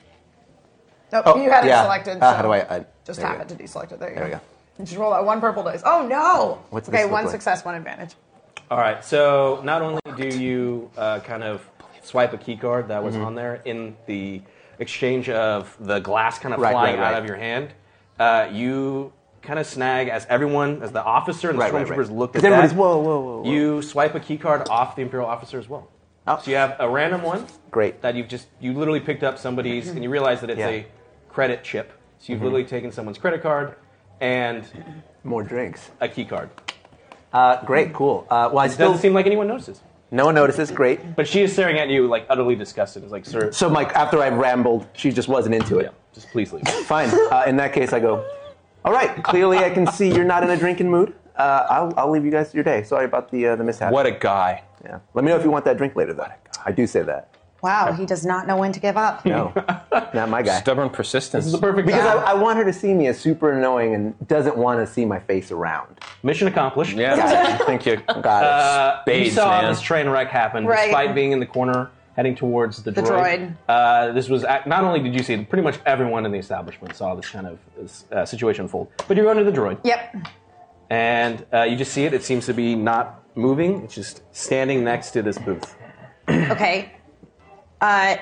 [SPEAKER 9] Nope,
[SPEAKER 4] Oh,
[SPEAKER 9] you had
[SPEAKER 4] yeah.
[SPEAKER 9] it selected.
[SPEAKER 4] Ah,
[SPEAKER 9] so
[SPEAKER 4] how do I- I-
[SPEAKER 9] just
[SPEAKER 4] there
[SPEAKER 9] tap
[SPEAKER 4] you
[SPEAKER 9] it to
[SPEAKER 4] go.
[SPEAKER 9] deselect it. There you
[SPEAKER 4] There
[SPEAKER 9] go.
[SPEAKER 4] we go.
[SPEAKER 9] You Just roll that one purple dice. Oh no!
[SPEAKER 4] What's
[SPEAKER 9] okay,
[SPEAKER 4] this look
[SPEAKER 9] one
[SPEAKER 4] like?
[SPEAKER 9] success, one advantage.
[SPEAKER 2] All right. So not only do you uh, kind of swipe a key card that
[SPEAKER 4] Mm-hmm.
[SPEAKER 2] was on there in the exchange of the glass kind of
[SPEAKER 4] Right,
[SPEAKER 2] flying
[SPEAKER 4] right, right.
[SPEAKER 2] out of your hand, uh, you kind of snag as everyone, as the officer and the
[SPEAKER 4] Right, right,
[SPEAKER 2] stormtroopers
[SPEAKER 4] right.
[SPEAKER 2] look at
[SPEAKER 4] 'Cause everybody's,
[SPEAKER 2] that.
[SPEAKER 4] whoa, whoa, whoa, whoa.
[SPEAKER 2] You swipe a key card off the imperial officer as well.
[SPEAKER 4] Oh.
[SPEAKER 2] So you have a random one.
[SPEAKER 4] Great.
[SPEAKER 2] That you've just you literally picked up somebody's and you realize that it's
[SPEAKER 4] Yeah. Mm-hmm.
[SPEAKER 2] a credit chip. So you've literally taken someone's credit card and
[SPEAKER 4] More drinks.
[SPEAKER 2] a key card.
[SPEAKER 4] Uh, great, cool. Uh, well, I still
[SPEAKER 2] Mm-hmm. Doesn't seem like anyone notices.
[SPEAKER 4] no one notices. Great.
[SPEAKER 2] But she is staring at you like utterly disgusted. It's like, sir,
[SPEAKER 4] So Mike, after I rambled, she just wasn't into it.
[SPEAKER 2] yeah, just please leave.
[SPEAKER 4] Fine. Uh, in that case, I go. All right. Clearly, I can see you're not in a drinking mood. Uh, I'll, I'll leave you guys to your day. Sorry about the uh, the mishap.
[SPEAKER 5] What a guy.
[SPEAKER 4] Yeah. Let me know if you want that drink later, though. I do say that.
[SPEAKER 9] Wow, he does not know when to give up.
[SPEAKER 4] No, not my guy.
[SPEAKER 5] Stubborn persistence.
[SPEAKER 2] This is the perfect
[SPEAKER 4] Because
[SPEAKER 2] guy.
[SPEAKER 4] I, I want her to see me as super annoying and doesn't want to see my face around.
[SPEAKER 2] mission accomplished.
[SPEAKER 5] yeah, I think you
[SPEAKER 4] Got it.
[SPEAKER 2] Uh, you
[SPEAKER 5] Spades,
[SPEAKER 2] saw
[SPEAKER 5] man.
[SPEAKER 2] this train wreck happen
[SPEAKER 9] Right.
[SPEAKER 2] despite being in the corner heading towards the,
[SPEAKER 9] The droid.
[SPEAKER 2] Uh, this was ac- not only did you see it, pretty much everyone in the establishment saw this kind of this, uh, situation unfold. But you're going to the droid,
[SPEAKER 9] Yep.
[SPEAKER 2] and uh, you just see it. It seems to be not moving. It's just standing next to this booth.
[SPEAKER 9] Okay. Uh,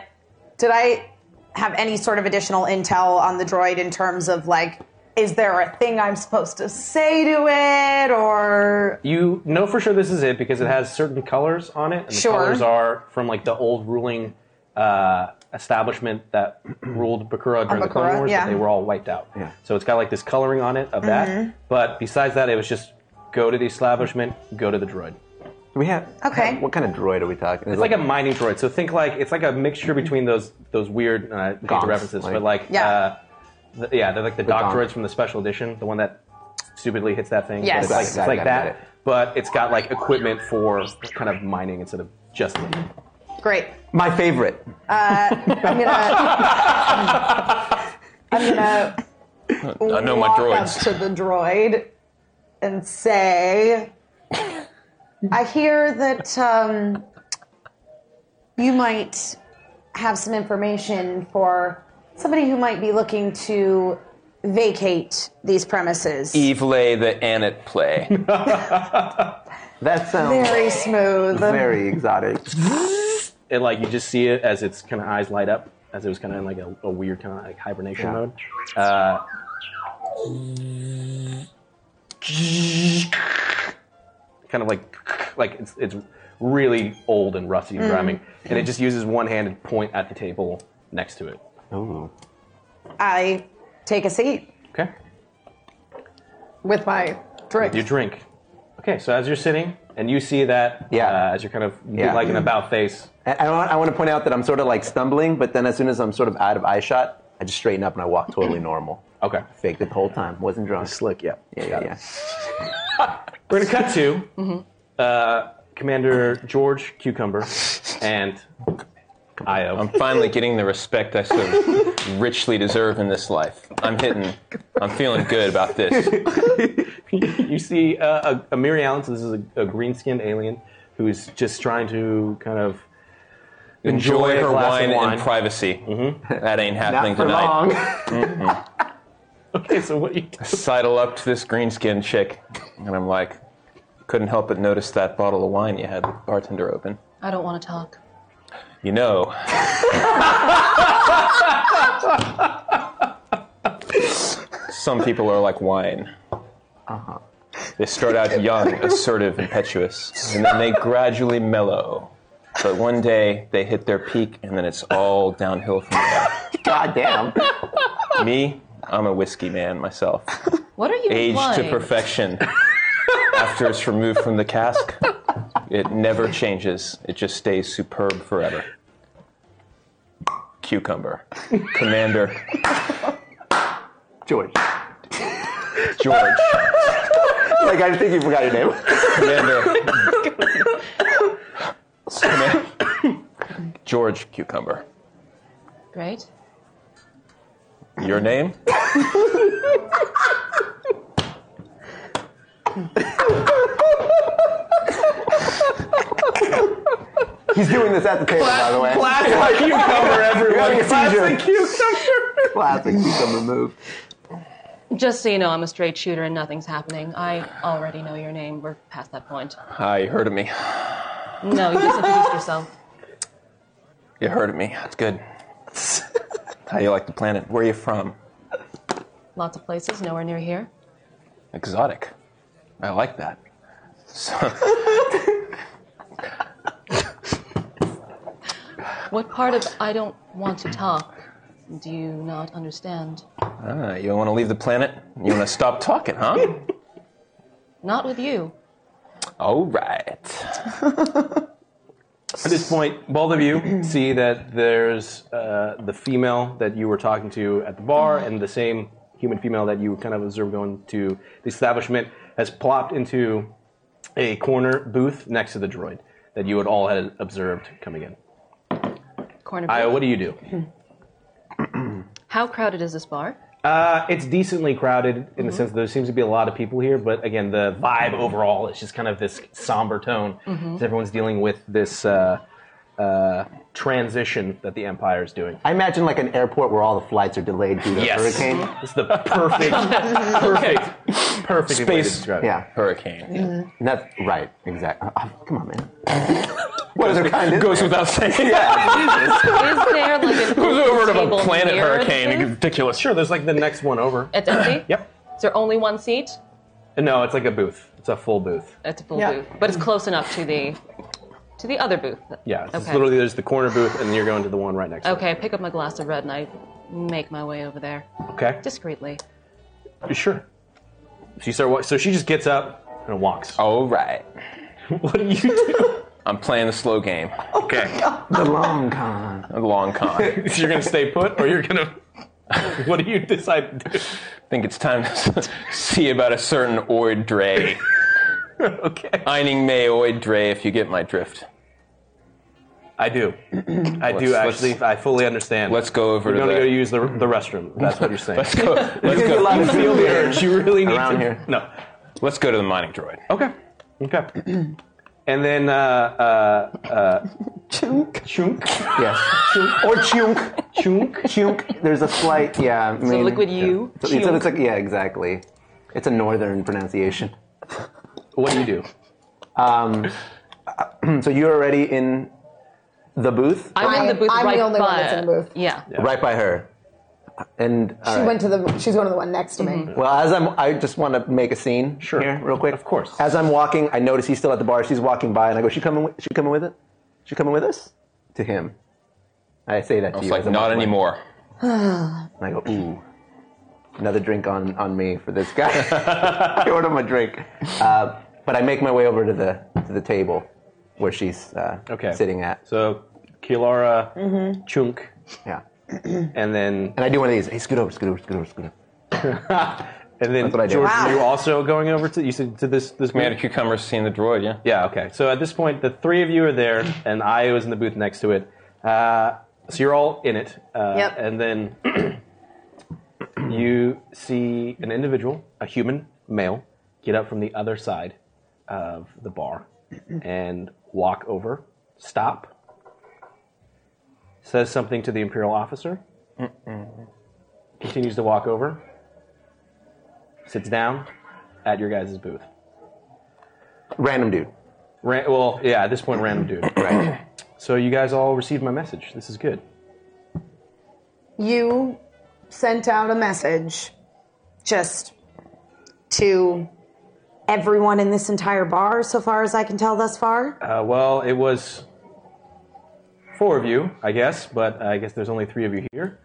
[SPEAKER 9] did I have any sort of additional intel on the droid in terms of like, is there a thing I'm supposed to say to it or?
[SPEAKER 2] You know for sure this is it because it has certain colors on it, and the
[SPEAKER 9] Sure.
[SPEAKER 2] colors are from like the old ruling uh, establishment that ruled Bakura during the Clone
[SPEAKER 9] Bakura,
[SPEAKER 2] Wars.
[SPEAKER 9] yeah.
[SPEAKER 2] But they were all wiped out.
[SPEAKER 4] Yeah.
[SPEAKER 2] So it's got like this coloring on it of
[SPEAKER 9] Mm-hmm.
[SPEAKER 2] that. But besides that, it was just go to the establishment, go to the droid.
[SPEAKER 4] Do we have
[SPEAKER 9] Okay.
[SPEAKER 4] What kind of droid are we talking?
[SPEAKER 2] It's like a mining droid. So think like it's like a mixture between those those weird uh, hate to
[SPEAKER 4] Gongs,
[SPEAKER 2] references,
[SPEAKER 4] like-
[SPEAKER 2] but like
[SPEAKER 9] Yeah.
[SPEAKER 2] uh, the, yeah, they're like the, dock
[SPEAKER 4] gongs.
[SPEAKER 2] droids from the special edition, the one that stupidly hits that thing.
[SPEAKER 9] Yes.
[SPEAKER 2] But it's like, it's
[SPEAKER 4] Got it, got it,
[SPEAKER 2] like
[SPEAKER 4] got it,
[SPEAKER 2] that,
[SPEAKER 4] got it.
[SPEAKER 2] but it's got like equipment for kind of mining instead of just.
[SPEAKER 9] Great.
[SPEAKER 4] my favorite.
[SPEAKER 9] I'm gonna. uh, I'm gonna.
[SPEAKER 5] I know my
[SPEAKER 9] uh, walk
[SPEAKER 5] droids.
[SPEAKER 9] Up to the droid and say, I hear that um, you might have some information for somebody who might be looking to vacate these premises.
[SPEAKER 5] Eve lay the Annette play.
[SPEAKER 4] That sounds
[SPEAKER 9] Very smooth.
[SPEAKER 4] very exotic.
[SPEAKER 2] And like you just see it as its kind of eyes light up as it was kind of in like a, a weird kind of like hibernation
[SPEAKER 4] Yeah.
[SPEAKER 2] mode. Uh, kind of like like it's it's really old and rusty and grimy, and it just uses one hand and point at the table next to it.
[SPEAKER 4] Ooh.
[SPEAKER 9] I take a seat
[SPEAKER 2] Okay,
[SPEAKER 9] with my drink.
[SPEAKER 2] you drink. Okay, so as you're sitting and you see that,
[SPEAKER 4] Yeah.
[SPEAKER 2] uh, as you're kind of
[SPEAKER 4] Yeah.
[SPEAKER 2] like an about face,
[SPEAKER 4] I, I want, I want to point out that I'm sort of like stumbling, but then as soon as I'm sort of out of eye shot, I just straighten up and I walk totally normal.
[SPEAKER 2] Okay.
[SPEAKER 4] Faked it the whole time. Wasn't drunk.
[SPEAKER 2] slick, yeah,
[SPEAKER 4] Yeah, yeah, yeah.
[SPEAKER 2] We're gonna cut to uh, Commander George Cucumber and Io.
[SPEAKER 5] I'm finally getting the respect I so richly deserve in this life. I'm hitting. I'm feeling good about this.
[SPEAKER 2] you see uh, a, a Miri Allen, so this is a, a green skinned alien who's just trying to kind of
[SPEAKER 5] Enjoy,
[SPEAKER 2] a
[SPEAKER 5] her
[SPEAKER 2] glass of
[SPEAKER 5] wine, in privacy. That ain't happening
[SPEAKER 4] Not for
[SPEAKER 5] tonight.
[SPEAKER 4] long.
[SPEAKER 2] Okay, so what do you do?
[SPEAKER 5] Sidle up to this green skinned chick, and I'm like, couldn't help but notice that bottle of wine you had the bartender open.
[SPEAKER 6] I don't want to talk.
[SPEAKER 5] You know, some people are like wine. They start out young, assertive, impetuous, and then they gradually mellow. But one day they hit their peak, and then it's all downhill from there.
[SPEAKER 4] God damn.
[SPEAKER 5] Me, I'm a whiskey man myself.
[SPEAKER 6] What are you
[SPEAKER 5] Aged to
[SPEAKER 6] implying?
[SPEAKER 5] perfection. After it's removed from the cask, it never changes. It just stays superb forever. Cucumber. Commander
[SPEAKER 4] George.
[SPEAKER 5] George.
[SPEAKER 4] Like, I think you forgot your name.
[SPEAKER 5] Commander. Commander- George Cucumber.
[SPEAKER 6] Great.
[SPEAKER 5] Your name?
[SPEAKER 4] He's doing this at the table, by the way.
[SPEAKER 2] Classic cucumber,
[SPEAKER 4] You're having
[SPEAKER 2] everyone.
[SPEAKER 4] a
[SPEAKER 2] Classic
[SPEAKER 4] seizure.
[SPEAKER 2] cucumber.
[SPEAKER 4] Classic cucumber move.
[SPEAKER 6] Just so you know, I'm a straight shooter and nothing's happening. I already know your name. We're past that point.
[SPEAKER 5] Hi, Ah, you heard of me.
[SPEAKER 6] No, you just introduced yourself.
[SPEAKER 5] You heard of me. That's good. How you like the planet? Where are you from?
[SPEAKER 6] Lots of places, nowhere near here.
[SPEAKER 5] Exotic. I like that. So,
[SPEAKER 6] What part of I don't want to talk do you not understand?
[SPEAKER 5] ah, you want to leave the planet? You want to stop talking, huh?
[SPEAKER 6] Not with you.
[SPEAKER 5] All right.
[SPEAKER 2] At this point, both of you see that there's uh, the female that you were talking to at the bar, and the same human female that you kind of observed going to the establishment has plopped into a corner booth next to the droid that you had all had observed coming in.
[SPEAKER 6] Corner.
[SPEAKER 2] Aya,
[SPEAKER 6] booth.
[SPEAKER 2] what do you do?
[SPEAKER 6] How crowded is this bar?
[SPEAKER 2] Uh, it's decently crowded in the sense that there seems to be a lot of people here, but again, the vibe overall is just kind of this somber tone. as Everyone's dealing with this uh, uh, transition that the Empire is doing.
[SPEAKER 4] I imagine like an airport where all the flights are delayed due to
[SPEAKER 2] Yes. Mm-hmm.
[SPEAKER 4] hurricane.
[SPEAKER 2] It's the perfect, perfect, perfect way to
[SPEAKER 5] Space.
[SPEAKER 2] describe it.
[SPEAKER 4] Yeah.
[SPEAKER 5] Hurricane.
[SPEAKER 2] Mm.
[SPEAKER 4] That's right. Exactly. Oh, come on, man. what other kind is
[SPEAKER 5] Goes
[SPEAKER 4] there?
[SPEAKER 5] without saying.
[SPEAKER 6] Is there like a
[SPEAKER 5] Who's ever heard of
[SPEAKER 6] table
[SPEAKER 5] a planet
[SPEAKER 6] near
[SPEAKER 5] hurricane?
[SPEAKER 6] this?
[SPEAKER 5] Ridiculous.
[SPEAKER 2] Sure, there's like the next one over.
[SPEAKER 6] It's empty.
[SPEAKER 2] Yep.
[SPEAKER 6] Is there only one seat?
[SPEAKER 2] No, it's like a booth. It's a full booth.
[SPEAKER 6] It's a full
[SPEAKER 4] Yeah.
[SPEAKER 6] booth, but it's close enough to the to the other booth.
[SPEAKER 2] Yeah, it's just
[SPEAKER 6] Okay.
[SPEAKER 2] literally there's the corner booth, and then you're going to the one right next to it.
[SPEAKER 6] Okay, I pick up my glass of red and I make my way over there
[SPEAKER 2] Okay.
[SPEAKER 6] discreetly.
[SPEAKER 2] sure. She start wa- so she just gets up and walks.
[SPEAKER 5] All right.
[SPEAKER 2] What do you do?
[SPEAKER 5] I'm playing the slow game. Okay.
[SPEAKER 4] The long con.
[SPEAKER 5] A long con.
[SPEAKER 2] you're gonna stay put, or you're gonna. what do you decide to do?
[SPEAKER 5] think it's time to see about a certain Oidre.
[SPEAKER 2] Okay.
[SPEAKER 5] Eining May Oidre, if you get my drift.
[SPEAKER 2] I do. I do
[SPEAKER 5] Let's-
[SPEAKER 2] actually. I fully understand.
[SPEAKER 5] Let's go over
[SPEAKER 2] You're
[SPEAKER 5] to
[SPEAKER 2] gonna
[SPEAKER 5] the-
[SPEAKER 2] go use the, the restroom. That's what you're saying.
[SPEAKER 5] Let's go. Let's
[SPEAKER 4] There's a lot
[SPEAKER 5] go.
[SPEAKER 4] of
[SPEAKER 2] Feel the urge. You really need
[SPEAKER 4] Around
[SPEAKER 2] to.
[SPEAKER 4] here.
[SPEAKER 2] No.
[SPEAKER 5] Let's go to the mining droid.
[SPEAKER 2] Okay. Okay. and then uh, uh, uh, chunk, chunk,
[SPEAKER 4] Yes. Chunk. Or chunk.
[SPEAKER 2] chunk.
[SPEAKER 4] Chunk. There's a slight, yeah. I mean,
[SPEAKER 6] liquid U,
[SPEAKER 4] So it's, it's like, yeah, exactly. It's a northern pronunciation.
[SPEAKER 2] What do you do?
[SPEAKER 4] Um, so you're already in the booth,
[SPEAKER 6] I'm in the booth
[SPEAKER 9] I'm
[SPEAKER 6] right
[SPEAKER 9] the only
[SPEAKER 6] by.
[SPEAKER 9] one that's in the booth.
[SPEAKER 6] Yeah.
[SPEAKER 4] right by her. And all
[SPEAKER 9] She
[SPEAKER 4] right.
[SPEAKER 9] went to the. She's going to the one next to me.
[SPEAKER 4] Well, Uh, as I'm, I just want to make a scene
[SPEAKER 2] Sure.
[SPEAKER 4] here, real quick.
[SPEAKER 2] Of course.
[SPEAKER 4] As I'm walking, I notice he's still at the bar. She's walking by, and I go, "She coming? With, she coming with it? She coming with us?" To him, I say that to
[SPEAKER 5] It's
[SPEAKER 4] you.
[SPEAKER 5] like
[SPEAKER 4] as I'm
[SPEAKER 5] not
[SPEAKER 4] walking by.
[SPEAKER 5] anymore.
[SPEAKER 4] And I go, "Ooh, another drink on on me for this guy. I order him a drink." Uh, but I make my way over to the to the table where she's uh,
[SPEAKER 2] Okay.
[SPEAKER 4] sitting at.
[SPEAKER 2] So, Kilara, chunk,
[SPEAKER 4] Yeah,
[SPEAKER 2] and then
[SPEAKER 4] and I do one of these. Hey, scoot over, scoot over, scoot over, scoot over.
[SPEAKER 2] and then
[SPEAKER 4] That's what I do.
[SPEAKER 2] George,
[SPEAKER 4] Wow.
[SPEAKER 2] are you also going over to you said to this this
[SPEAKER 5] Commander Cucumber's seeing the droid, yeah?
[SPEAKER 2] Yeah. Okay. So at this point, the three of you are there, and I was in the booth next to it. Uh, so you're all in it, uh,
[SPEAKER 9] Yep.
[SPEAKER 2] and then you see an individual, a human male, get up from the other side of the bar and walk over, stop, says something to the imperial officer, continues to walk over, sits down at your guys' booth.
[SPEAKER 4] Random dude.
[SPEAKER 2] Ran- well, yeah, at this point, random dude.
[SPEAKER 4] Right.
[SPEAKER 2] So you guys all received my message. This is good.
[SPEAKER 9] You sent out a message just to everyone in this entire bar, so far as I can tell thus far?
[SPEAKER 2] Uh, well, it was four of you, I guess, but I guess there's only three of you here.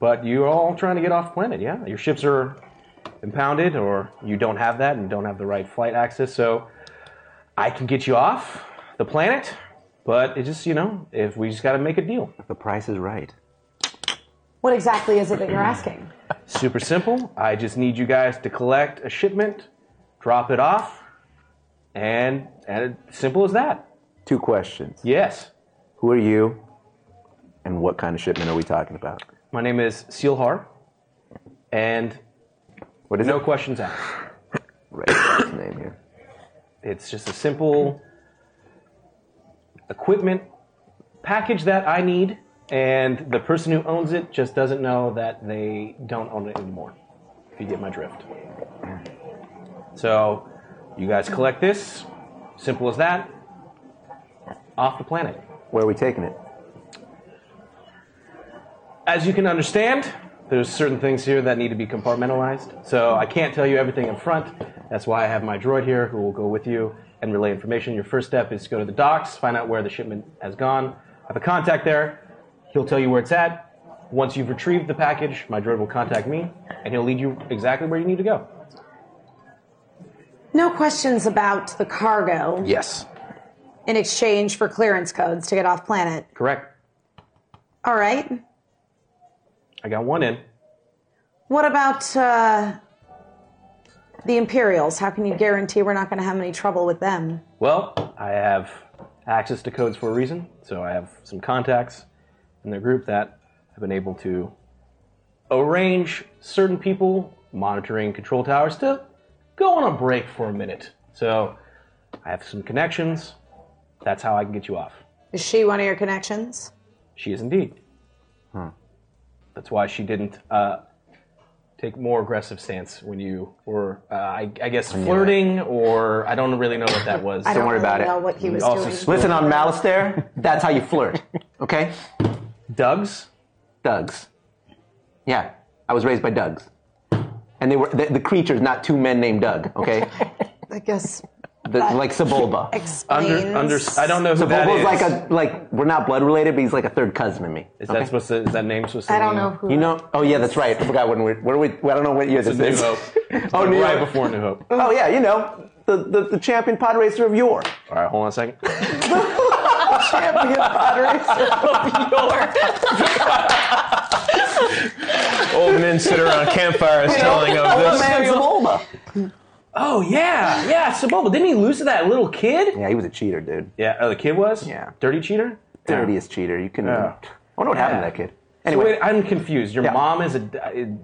[SPEAKER 2] But you're all trying to get off planet, yeah? Your ships are impounded, or you don't have that and don't have the right flight access, so I can get you off the planet, but it just, you know, if we just gotta make a deal.
[SPEAKER 4] The price is right.
[SPEAKER 9] What exactly is it that you're asking?
[SPEAKER 2] Super simple. I just need you guys to collect a shipment, drop it off, and, and simple as that.
[SPEAKER 4] Two questions.
[SPEAKER 2] Yes.
[SPEAKER 4] Who are you? And what kind of shipment are we talking about?
[SPEAKER 2] My name is Seal Har, and
[SPEAKER 4] What is
[SPEAKER 2] no
[SPEAKER 4] it?
[SPEAKER 2] questions asked.
[SPEAKER 4] Right, last name here.
[SPEAKER 2] It's just a simple equipment package that I need, and the person who owns it just doesn't know that they don't own it anymore. If you get my drift. So, you guys collect this. Simple as that. Off the planet.
[SPEAKER 4] Where are we taking it?
[SPEAKER 2] As you can understand, there's certain things here that need to be compartmentalized. So I can't tell you everything in front. That's why I have my droid here who will go with you and relay information. Your first step is to go to the docks, find out where the shipment has gone. I have a contact there. He'll tell you where it's at. Once you've retrieved the package, my droid will contact me and he'll lead you exactly where you need to go.
[SPEAKER 9] No questions about the cargo
[SPEAKER 2] Yes.
[SPEAKER 9] in exchange for clearance codes to get off planet.
[SPEAKER 2] Correct.
[SPEAKER 9] All right.
[SPEAKER 2] I got one in.
[SPEAKER 9] What about uh, the Imperials? How can you guarantee we're not going to have any trouble with them?
[SPEAKER 2] Well, I have access to codes for a reason, so I have some contacts in their group that have been able to arrange certain people monitoring control towers to go on a break for a minute. So I have some connections. That's how I can get you off.
[SPEAKER 9] Is she one of your connections?
[SPEAKER 2] She is indeed.
[SPEAKER 9] Hmm.
[SPEAKER 2] That's why she didn't uh, take more aggressive stance when you were, uh, I, I guess, flirting, or I don't really know what that was.
[SPEAKER 9] I don't,
[SPEAKER 4] worry
[SPEAKER 9] really
[SPEAKER 4] about it.
[SPEAKER 9] know what he was
[SPEAKER 2] Also
[SPEAKER 9] doing.
[SPEAKER 2] split-
[SPEAKER 4] Listen, on Malastare, that's how you flirt. Okay?
[SPEAKER 2] Doug's?
[SPEAKER 4] Dugs. Yeah, I was raised by Dugs. And they were the, the creatures, not two men named Doug, okay?
[SPEAKER 9] I guess
[SPEAKER 4] The, like Sebulba.
[SPEAKER 9] explains.
[SPEAKER 2] Under, under, I don't know who that
[SPEAKER 4] Sebulba's
[SPEAKER 2] is.
[SPEAKER 4] like a like we're not blood related, but he's like a third cousin to me.
[SPEAKER 2] Is that supposed to? Is that name supposed to?
[SPEAKER 3] I don't
[SPEAKER 2] mean-
[SPEAKER 3] know who.
[SPEAKER 4] You know? Oh yeah, that's right. I forgot when we. What are we? I don't know what year
[SPEAKER 2] It's
[SPEAKER 4] this
[SPEAKER 2] a New
[SPEAKER 4] is.
[SPEAKER 2] Hope.
[SPEAKER 4] oh, New
[SPEAKER 2] right
[SPEAKER 4] Hope.
[SPEAKER 2] before New Hope. All
[SPEAKER 4] Oh yeah, you know the the, the champion pod racer of yore.
[SPEAKER 2] right, hold on a second.
[SPEAKER 4] Champion pod racer.
[SPEAKER 5] Old men sit
[SPEAKER 2] uh,
[SPEAKER 5] around campfires telling of
[SPEAKER 4] Oh, the
[SPEAKER 5] this.
[SPEAKER 4] man Sebulba.
[SPEAKER 2] Oh yeah, yeah. Sebulba didn't he lose to that little kid?
[SPEAKER 4] Yeah, he was a cheater, dude.
[SPEAKER 2] Yeah, oh, the kid was.
[SPEAKER 4] Yeah.
[SPEAKER 2] dirty cheater.
[SPEAKER 4] Dirtiest cheater. You can.
[SPEAKER 2] Yeah.
[SPEAKER 4] I wonder what happened to that kid. Anyway,
[SPEAKER 2] Wait, I'm confused. Your
[SPEAKER 4] Yeah.
[SPEAKER 2] mom is a,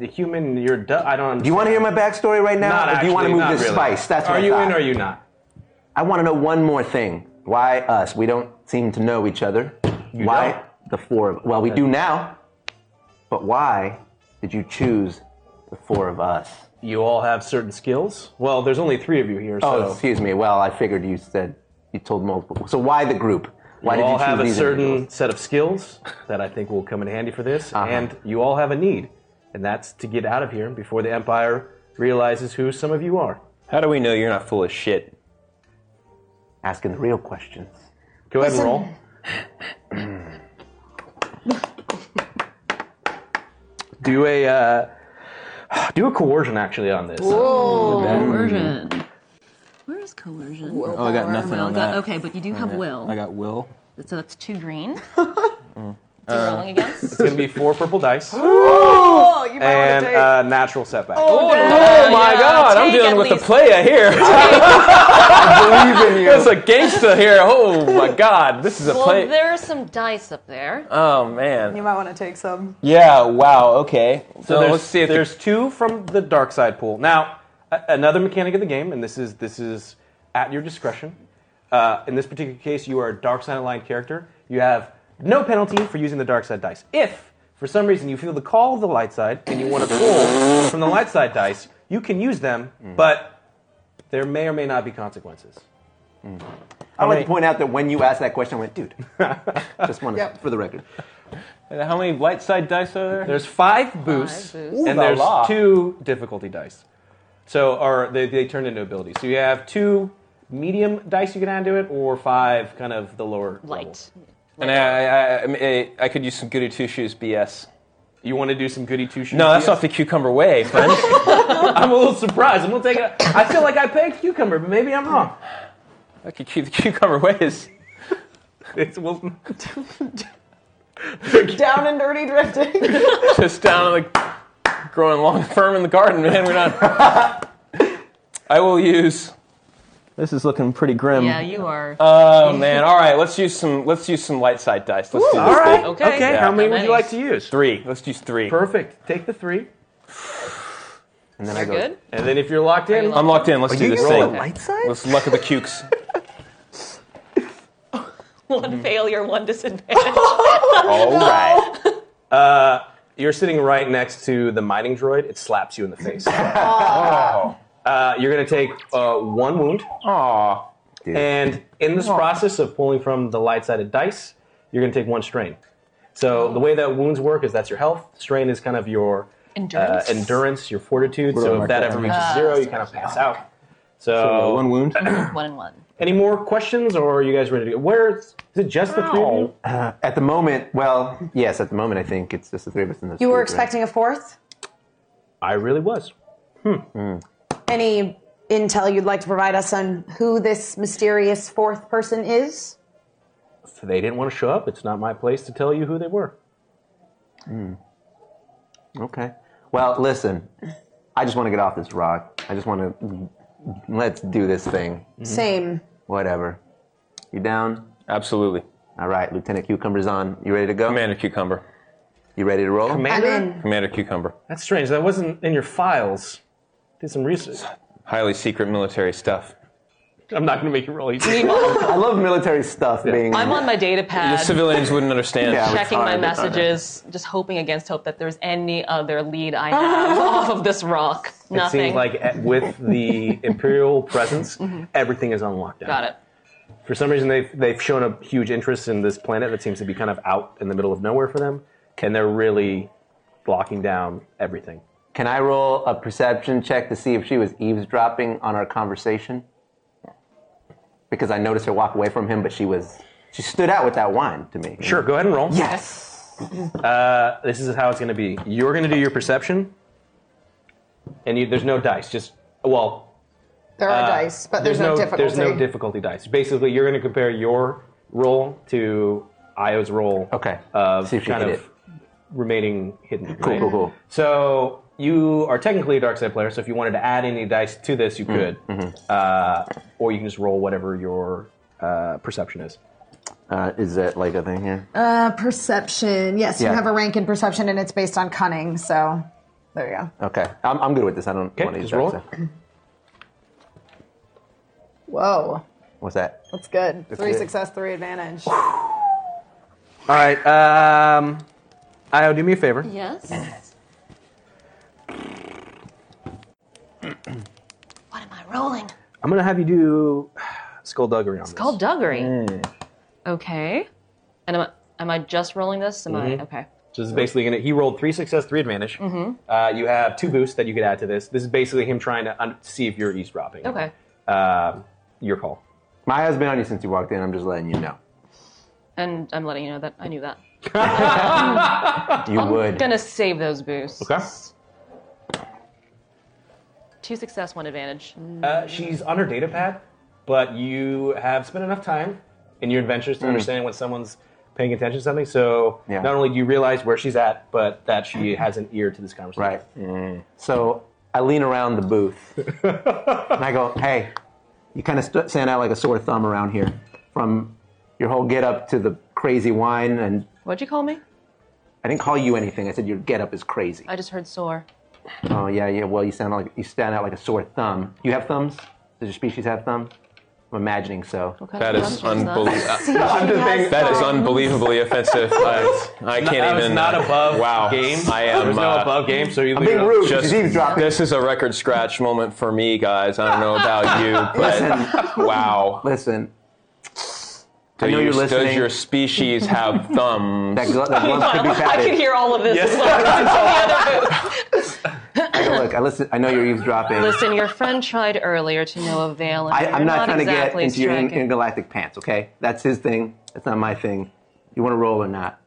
[SPEAKER 2] a human. You're. a du- I don't. Understand.
[SPEAKER 4] do you want to hear my backstory right now,
[SPEAKER 2] Not
[SPEAKER 4] or do you want to
[SPEAKER 2] actually,
[SPEAKER 4] move
[SPEAKER 2] not
[SPEAKER 4] this
[SPEAKER 2] really.
[SPEAKER 4] spice? That's
[SPEAKER 2] Are
[SPEAKER 4] what I
[SPEAKER 2] you
[SPEAKER 4] thought.
[SPEAKER 2] in? or Are you not?
[SPEAKER 4] I want to know one more thing. Why us? We don't seem to know each other. why the four of Well, we do now. But why did you choose the four of us?
[SPEAKER 2] You all have certain skills. Well, there's only three of you here, so
[SPEAKER 4] Oh, excuse me. Well, I figured you said you told multiple. So why the group? Why
[SPEAKER 2] you
[SPEAKER 4] did
[SPEAKER 2] all
[SPEAKER 4] you choose
[SPEAKER 2] have a
[SPEAKER 4] these
[SPEAKER 2] certain
[SPEAKER 4] individuals? Uh-huh.
[SPEAKER 2] set of skills that I think will come in handy for this, and you all have a need, and that's to get out of here before the Empire realizes who some of you are.
[SPEAKER 5] How do we know you're not full of shit?
[SPEAKER 4] asking the real questions?
[SPEAKER 2] Go ahead and roll. do a uh, do a coercion actually on this.
[SPEAKER 10] Coercion. Where is coercion?
[SPEAKER 5] Oh, I got nothing
[SPEAKER 10] Will. Got- okay, but you do have will.
[SPEAKER 5] got Will.
[SPEAKER 10] so that's two green. Two rolling
[SPEAKER 5] Uh,
[SPEAKER 10] against.
[SPEAKER 2] It's gonna be four purple dice
[SPEAKER 8] Oh, you might
[SPEAKER 2] and
[SPEAKER 8] want to take.
[SPEAKER 2] uh, natural setback.
[SPEAKER 5] Oh, my god, I'm
[SPEAKER 8] take
[SPEAKER 5] dealing
[SPEAKER 8] at
[SPEAKER 5] with the
[SPEAKER 8] least.
[SPEAKER 5] player here. There's a gangster here. Oh my god, this is a
[SPEAKER 8] well,
[SPEAKER 5] play.
[SPEAKER 8] there are some dice up there.
[SPEAKER 5] Oh man.
[SPEAKER 9] You might want to take some.
[SPEAKER 5] Yeah, wow, okay.
[SPEAKER 2] So
[SPEAKER 5] So
[SPEAKER 2] there's,
[SPEAKER 5] let's see if
[SPEAKER 2] there's
[SPEAKER 5] there's.
[SPEAKER 2] two from the dark side pool. Now, a- another mechanic of the game, and this is this is at your discretion. Uh, in this particular case, you are a dark side aligned character. You have no penalty for using the dark side dice. If for some reason you feel the call of the light side and you want to pull from the light side dice, you can use them,
[SPEAKER 5] Mm-hmm.
[SPEAKER 2] but there may or may not be consequences.
[SPEAKER 4] I would
[SPEAKER 2] many-
[SPEAKER 4] to point out that when you asked that question, I went, dude. just wanted for the record.
[SPEAKER 5] How many light side dice are there?
[SPEAKER 2] There's five boosts,
[SPEAKER 8] boosts.
[SPEAKER 2] and
[SPEAKER 5] Ooh la
[SPEAKER 2] there's
[SPEAKER 5] la.
[SPEAKER 2] two difficulty dice. So, or they, they turned into abilities. So you have two medium dice you can add to it, or five kind of the lower light.
[SPEAKER 5] And I, I, I, I, mean, I- I could use some goody two shoes BS.
[SPEAKER 2] You want to do some goody two shoes?
[SPEAKER 5] No, that's
[SPEAKER 2] BS?
[SPEAKER 5] not the cucumber way, friends.
[SPEAKER 2] I'm a little surprised, and we'll take it. I feel like I pegged cucumber, but maybe I'm wrong.
[SPEAKER 5] I could keep the cucumber ways.
[SPEAKER 2] It's, well,
[SPEAKER 9] Down and dirty drifting.
[SPEAKER 5] just down like growing long and firm in the garden, man. We're not. I will use. This is looking pretty grim.
[SPEAKER 8] Yeah, you are.
[SPEAKER 5] Oh man! All right, let's use some. Let's use some light side dice. Let's do
[SPEAKER 2] Ooh,
[SPEAKER 5] this
[SPEAKER 2] all right.
[SPEAKER 5] thing.
[SPEAKER 2] Okay. Okay, how many would you like to use?
[SPEAKER 5] Three. Let's use three.
[SPEAKER 2] Perfect. Take the three.
[SPEAKER 5] And
[SPEAKER 2] then I You're go- good? And then if you're locked in, um,
[SPEAKER 5] I'm locked in. Let's
[SPEAKER 2] Are
[SPEAKER 5] do
[SPEAKER 2] you
[SPEAKER 5] this
[SPEAKER 2] using
[SPEAKER 5] thing.
[SPEAKER 2] the light side?
[SPEAKER 5] Let's luck at the cukes.
[SPEAKER 10] One failure, one disadvantage.
[SPEAKER 2] All right. Uh, you're sitting right next to the mining droid. It slaps you in the face. Uh, you're going to take uh, one wound. Aww. And in this process of pulling from the light sided dice, you're going to take one strain. So the way that wounds work is that's your health. Strain is kind of your
[SPEAKER 10] Endurance?
[SPEAKER 2] uh, endurance your fortitude.
[SPEAKER 4] Where do I
[SPEAKER 2] So if
[SPEAKER 4] mark
[SPEAKER 2] that
[SPEAKER 4] that?
[SPEAKER 2] ever reaches
[SPEAKER 10] Ah,
[SPEAKER 2] zero, you kind of pass out. So, one
[SPEAKER 4] wound.
[SPEAKER 10] one and one.
[SPEAKER 2] Any more questions, or are you guys ready to go? Where is it? Just the three of you?
[SPEAKER 4] Uh, at the moment, well, yes, at the moment, I think it's just the three of us in this.
[SPEAKER 9] You were
[SPEAKER 4] group, right?
[SPEAKER 9] expecting a fourth?
[SPEAKER 2] I really was.
[SPEAKER 9] Any intel you'd like to provide us on who this mysterious fourth person is?
[SPEAKER 2] If they didn't want to show up, it's not my place to tell you who they were.
[SPEAKER 4] Okay. Well, listen, I just want to get off this rock. I just want to let's do this thing.
[SPEAKER 2] Mm-hmm.
[SPEAKER 9] Same.
[SPEAKER 4] Whatever. You down?
[SPEAKER 5] Absolutely.
[SPEAKER 4] All right, Lieutenant Cucumber's on. You ready to go?
[SPEAKER 5] Commander Cucumber.
[SPEAKER 4] You ready to roll?
[SPEAKER 2] Commander?
[SPEAKER 9] I'm in.
[SPEAKER 5] Commander Cucumber.
[SPEAKER 2] That's strange. That wasn't in your files. Did some research.
[SPEAKER 5] Highly secret military stuff.
[SPEAKER 2] I'm not going to make you roll easy.
[SPEAKER 4] I love military stuff being.
[SPEAKER 10] I'm on my data
[SPEAKER 5] The
[SPEAKER 10] pad,
[SPEAKER 5] civilians wouldn't understand.
[SPEAKER 4] Yeah.
[SPEAKER 10] checking my
[SPEAKER 4] retarded.
[SPEAKER 10] messages, just hoping against hope that there's any other lead I have off of this rock.
[SPEAKER 2] It
[SPEAKER 10] Nothing. Mm-hmm.
[SPEAKER 2] seems like at- with the Imperial presence, everything is on lockdown.
[SPEAKER 10] Got it.
[SPEAKER 2] For some reason, they've, they've shown a huge interest in this planet that seems to be kind of out in the middle of nowhere for them, and they're really locking down everything.
[SPEAKER 4] Can I roll a perception check to see if she was eavesdropping on our conversation? Because I noticed her walk away from him, but she was she stood out with that wine to me.
[SPEAKER 2] Sure, go ahead and roll.
[SPEAKER 4] Yes.
[SPEAKER 2] Uh, this is how it's going to be. You're going to do your perception, and you, there's no dice. Just well,
[SPEAKER 3] There are
[SPEAKER 2] Uh,
[SPEAKER 3] dice, but there's, no, difficulty.
[SPEAKER 2] There's no difficulty dice. Basically, you're going to compare your roll to Io's roll.
[SPEAKER 4] Okay.
[SPEAKER 2] Of
[SPEAKER 4] See if she
[SPEAKER 2] Uh, kind of
[SPEAKER 4] hit it.
[SPEAKER 2] remaining hidden.
[SPEAKER 4] Cool,
[SPEAKER 2] right?
[SPEAKER 4] cool, cool.
[SPEAKER 2] So you are technically a dark side player. So if you wanted to add any dice to this,
[SPEAKER 4] Mm,
[SPEAKER 2] you could,
[SPEAKER 4] mm-hmm.
[SPEAKER 2] uh, or you can just roll whatever your uh, perception is.
[SPEAKER 4] Uh, is that like a thing here?
[SPEAKER 3] Uh, perception. Yes,
[SPEAKER 4] Yeah.
[SPEAKER 3] you have a rank in perception, and it's based on cunning. So there you go.
[SPEAKER 4] Okay, I'm, I'm good with this. I don't
[SPEAKER 2] Okay,
[SPEAKER 4] want to use
[SPEAKER 2] just
[SPEAKER 4] that.
[SPEAKER 2] roll.
[SPEAKER 4] so-
[SPEAKER 3] Whoa,
[SPEAKER 4] What's that?
[SPEAKER 3] that's good. three
[SPEAKER 4] good.
[SPEAKER 3] success, three advantage.
[SPEAKER 2] All right, um, Io, do me a favor.
[SPEAKER 8] Yes.
[SPEAKER 10] What am I rolling?
[SPEAKER 2] I'm going to have you do skullduggery on
[SPEAKER 10] Called Duggery. Okay. And am I, am I just rolling this? Am I okay?
[SPEAKER 2] So this is basically gonna, he rolled three success, three advantage.
[SPEAKER 10] Mm-hmm.
[SPEAKER 2] Uh, you have two boosts that you could add to this. This is basically him trying to un- see if you're eavesdropping.
[SPEAKER 10] Okay.
[SPEAKER 2] Uh, your call.
[SPEAKER 4] My eyes been on you since you walked in. I'm just letting you know.
[SPEAKER 10] And I'm letting you know that I knew that.
[SPEAKER 4] You
[SPEAKER 10] I'm
[SPEAKER 4] would.
[SPEAKER 10] gonna save those boosts.
[SPEAKER 2] Okay.
[SPEAKER 10] Two success, one advantage.
[SPEAKER 2] Uh, she's on her data pad, but you have spent enough time in your adventures to understand when someone's paying attention to something. So
[SPEAKER 4] Mm. Yeah.
[SPEAKER 2] not only do you realize where she's at, but that she has an ear to this conversation.
[SPEAKER 4] Right. So I lean around the booth and I go, "Hey, you kind of st- stand out like a sore thumb around here, from your whole get up to the crazy wine." And
[SPEAKER 10] What'd you call me?
[SPEAKER 4] I didn't call you anything. I said your get up is crazy.
[SPEAKER 10] I just heard sore.
[SPEAKER 4] oh yeah, yeah. Well, you sound like you stand out like a sore thumb. You have thumbs? Does your species have thumbs? I'm imagining so.
[SPEAKER 10] What kind
[SPEAKER 5] That
[SPEAKER 10] of
[SPEAKER 5] is
[SPEAKER 10] question
[SPEAKER 5] unbelievable.
[SPEAKER 9] I'm
[SPEAKER 2] just saying-
[SPEAKER 5] That is unbelievably offensive. I, I can't
[SPEAKER 2] I was
[SPEAKER 5] even. uh,
[SPEAKER 2] not above
[SPEAKER 5] wow.
[SPEAKER 2] game.
[SPEAKER 5] I am.
[SPEAKER 2] There's no
[SPEAKER 5] uh,
[SPEAKER 2] above game, so you
[SPEAKER 4] I'm being rude.
[SPEAKER 5] Just,
[SPEAKER 4] Just eavesdropping.
[SPEAKER 5] this is a record scratch moment for me, guys. I don't know about you, but wow.
[SPEAKER 4] Listen.
[SPEAKER 5] Do
[SPEAKER 4] I know
[SPEAKER 5] you-
[SPEAKER 4] you're
[SPEAKER 5] Does
[SPEAKER 4] listening.
[SPEAKER 5] your species have thumbs?
[SPEAKER 4] That, glo- that glove could be
[SPEAKER 10] I
[SPEAKER 4] padded.
[SPEAKER 10] could hear all of this.
[SPEAKER 4] Hey, look, I listen. I know you're eavesdropping.
[SPEAKER 10] Listen, your friend tried earlier to no avail. and
[SPEAKER 4] I,
[SPEAKER 10] you're
[SPEAKER 4] I'm not, trying
[SPEAKER 10] exactly
[SPEAKER 4] to get into your in,
[SPEAKER 10] striking-
[SPEAKER 4] intergalactic pants. Okay, that's his thing. That's not my thing. You want to roll or not?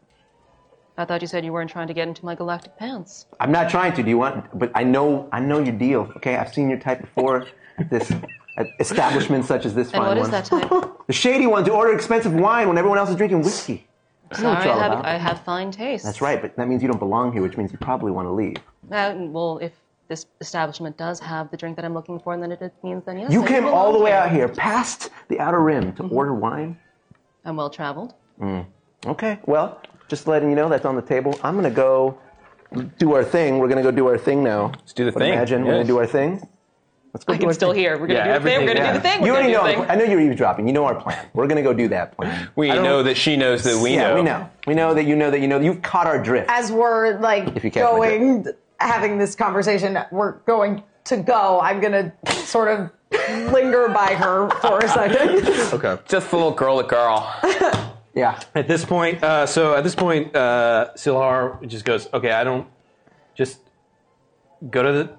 [SPEAKER 10] I thought you said you weren't trying to get into my galactic pants.
[SPEAKER 4] I'm not trying to. Do you want? But I know. I know your deal. Okay, I've seen your type before. This at establishments such as this
[SPEAKER 10] And what
[SPEAKER 4] fine one.
[SPEAKER 10] is that type?
[SPEAKER 4] The shady ones who order expensive wine when everyone else is drinking whiskey. I know what
[SPEAKER 10] Sorry,
[SPEAKER 4] you're
[SPEAKER 10] I
[SPEAKER 4] all
[SPEAKER 10] have,
[SPEAKER 4] about.
[SPEAKER 10] I have fine taste.
[SPEAKER 4] That's right, but that means you don't belong here, which means you probably want to leave.
[SPEAKER 10] Uh, well, if this establishment does have the drink that I'm looking for, then it it means then yes.
[SPEAKER 4] you
[SPEAKER 10] I
[SPEAKER 4] came
[SPEAKER 10] belong
[SPEAKER 4] all the way out here, past the outer rim,
[SPEAKER 10] Mm-hmm.
[SPEAKER 4] to order wine.
[SPEAKER 10] I'm well traveled.
[SPEAKER 4] Mm. Okay, well, just letting you know that's on the table. I'm gonna go do our thing. We're gonna go do our thing now. Let's do
[SPEAKER 5] the thing,
[SPEAKER 4] Imagine we're gonna
[SPEAKER 5] yes.
[SPEAKER 4] do our thing. Let's go.
[SPEAKER 10] I
[SPEAKER 4] do
[SPEAKER 10] am
[SPEAKER 4] our
[SPEAKER 10] still
[SPEAKER 4] thing.
[SPEAKER 10] here. We're gonna do the thing. We're gonna do the thing.
[SPEAKER 4] You
[SPEAKER 10] We're
[SPEAKER 4] already
[SPEAKER 10] gonna do
[SPEAKER 4] know.
[SPEAKER 10] the
[SPEAKER 4] I know you're eavesdropping. You know our plan. We're gonna go do that plan.
[SPEAKER 5] We
[SPEAKER 4] I don't-
[SPEAKER 5] know that she knows that we
[SPEAKER 4] yeah,
[SPEAKER 5] know.
[SPEAKER 4] we know. We know that you know that you know. You've caught our drift.
[SPEAKER 9] As we're like
[SPEAKER 4] If you can't make
[SPEAKER 9] going, having this conversation, we're going to go. I'm gonna sort of linger by her for a second.
[SPEAKER 5] okay. Just a little girl to girl.
[SPEAKER 4] yeah.
[SPEAKER 2] At this point, uh, so at this point, uh, Silhar just goes, "Okay, I don't. Just go to the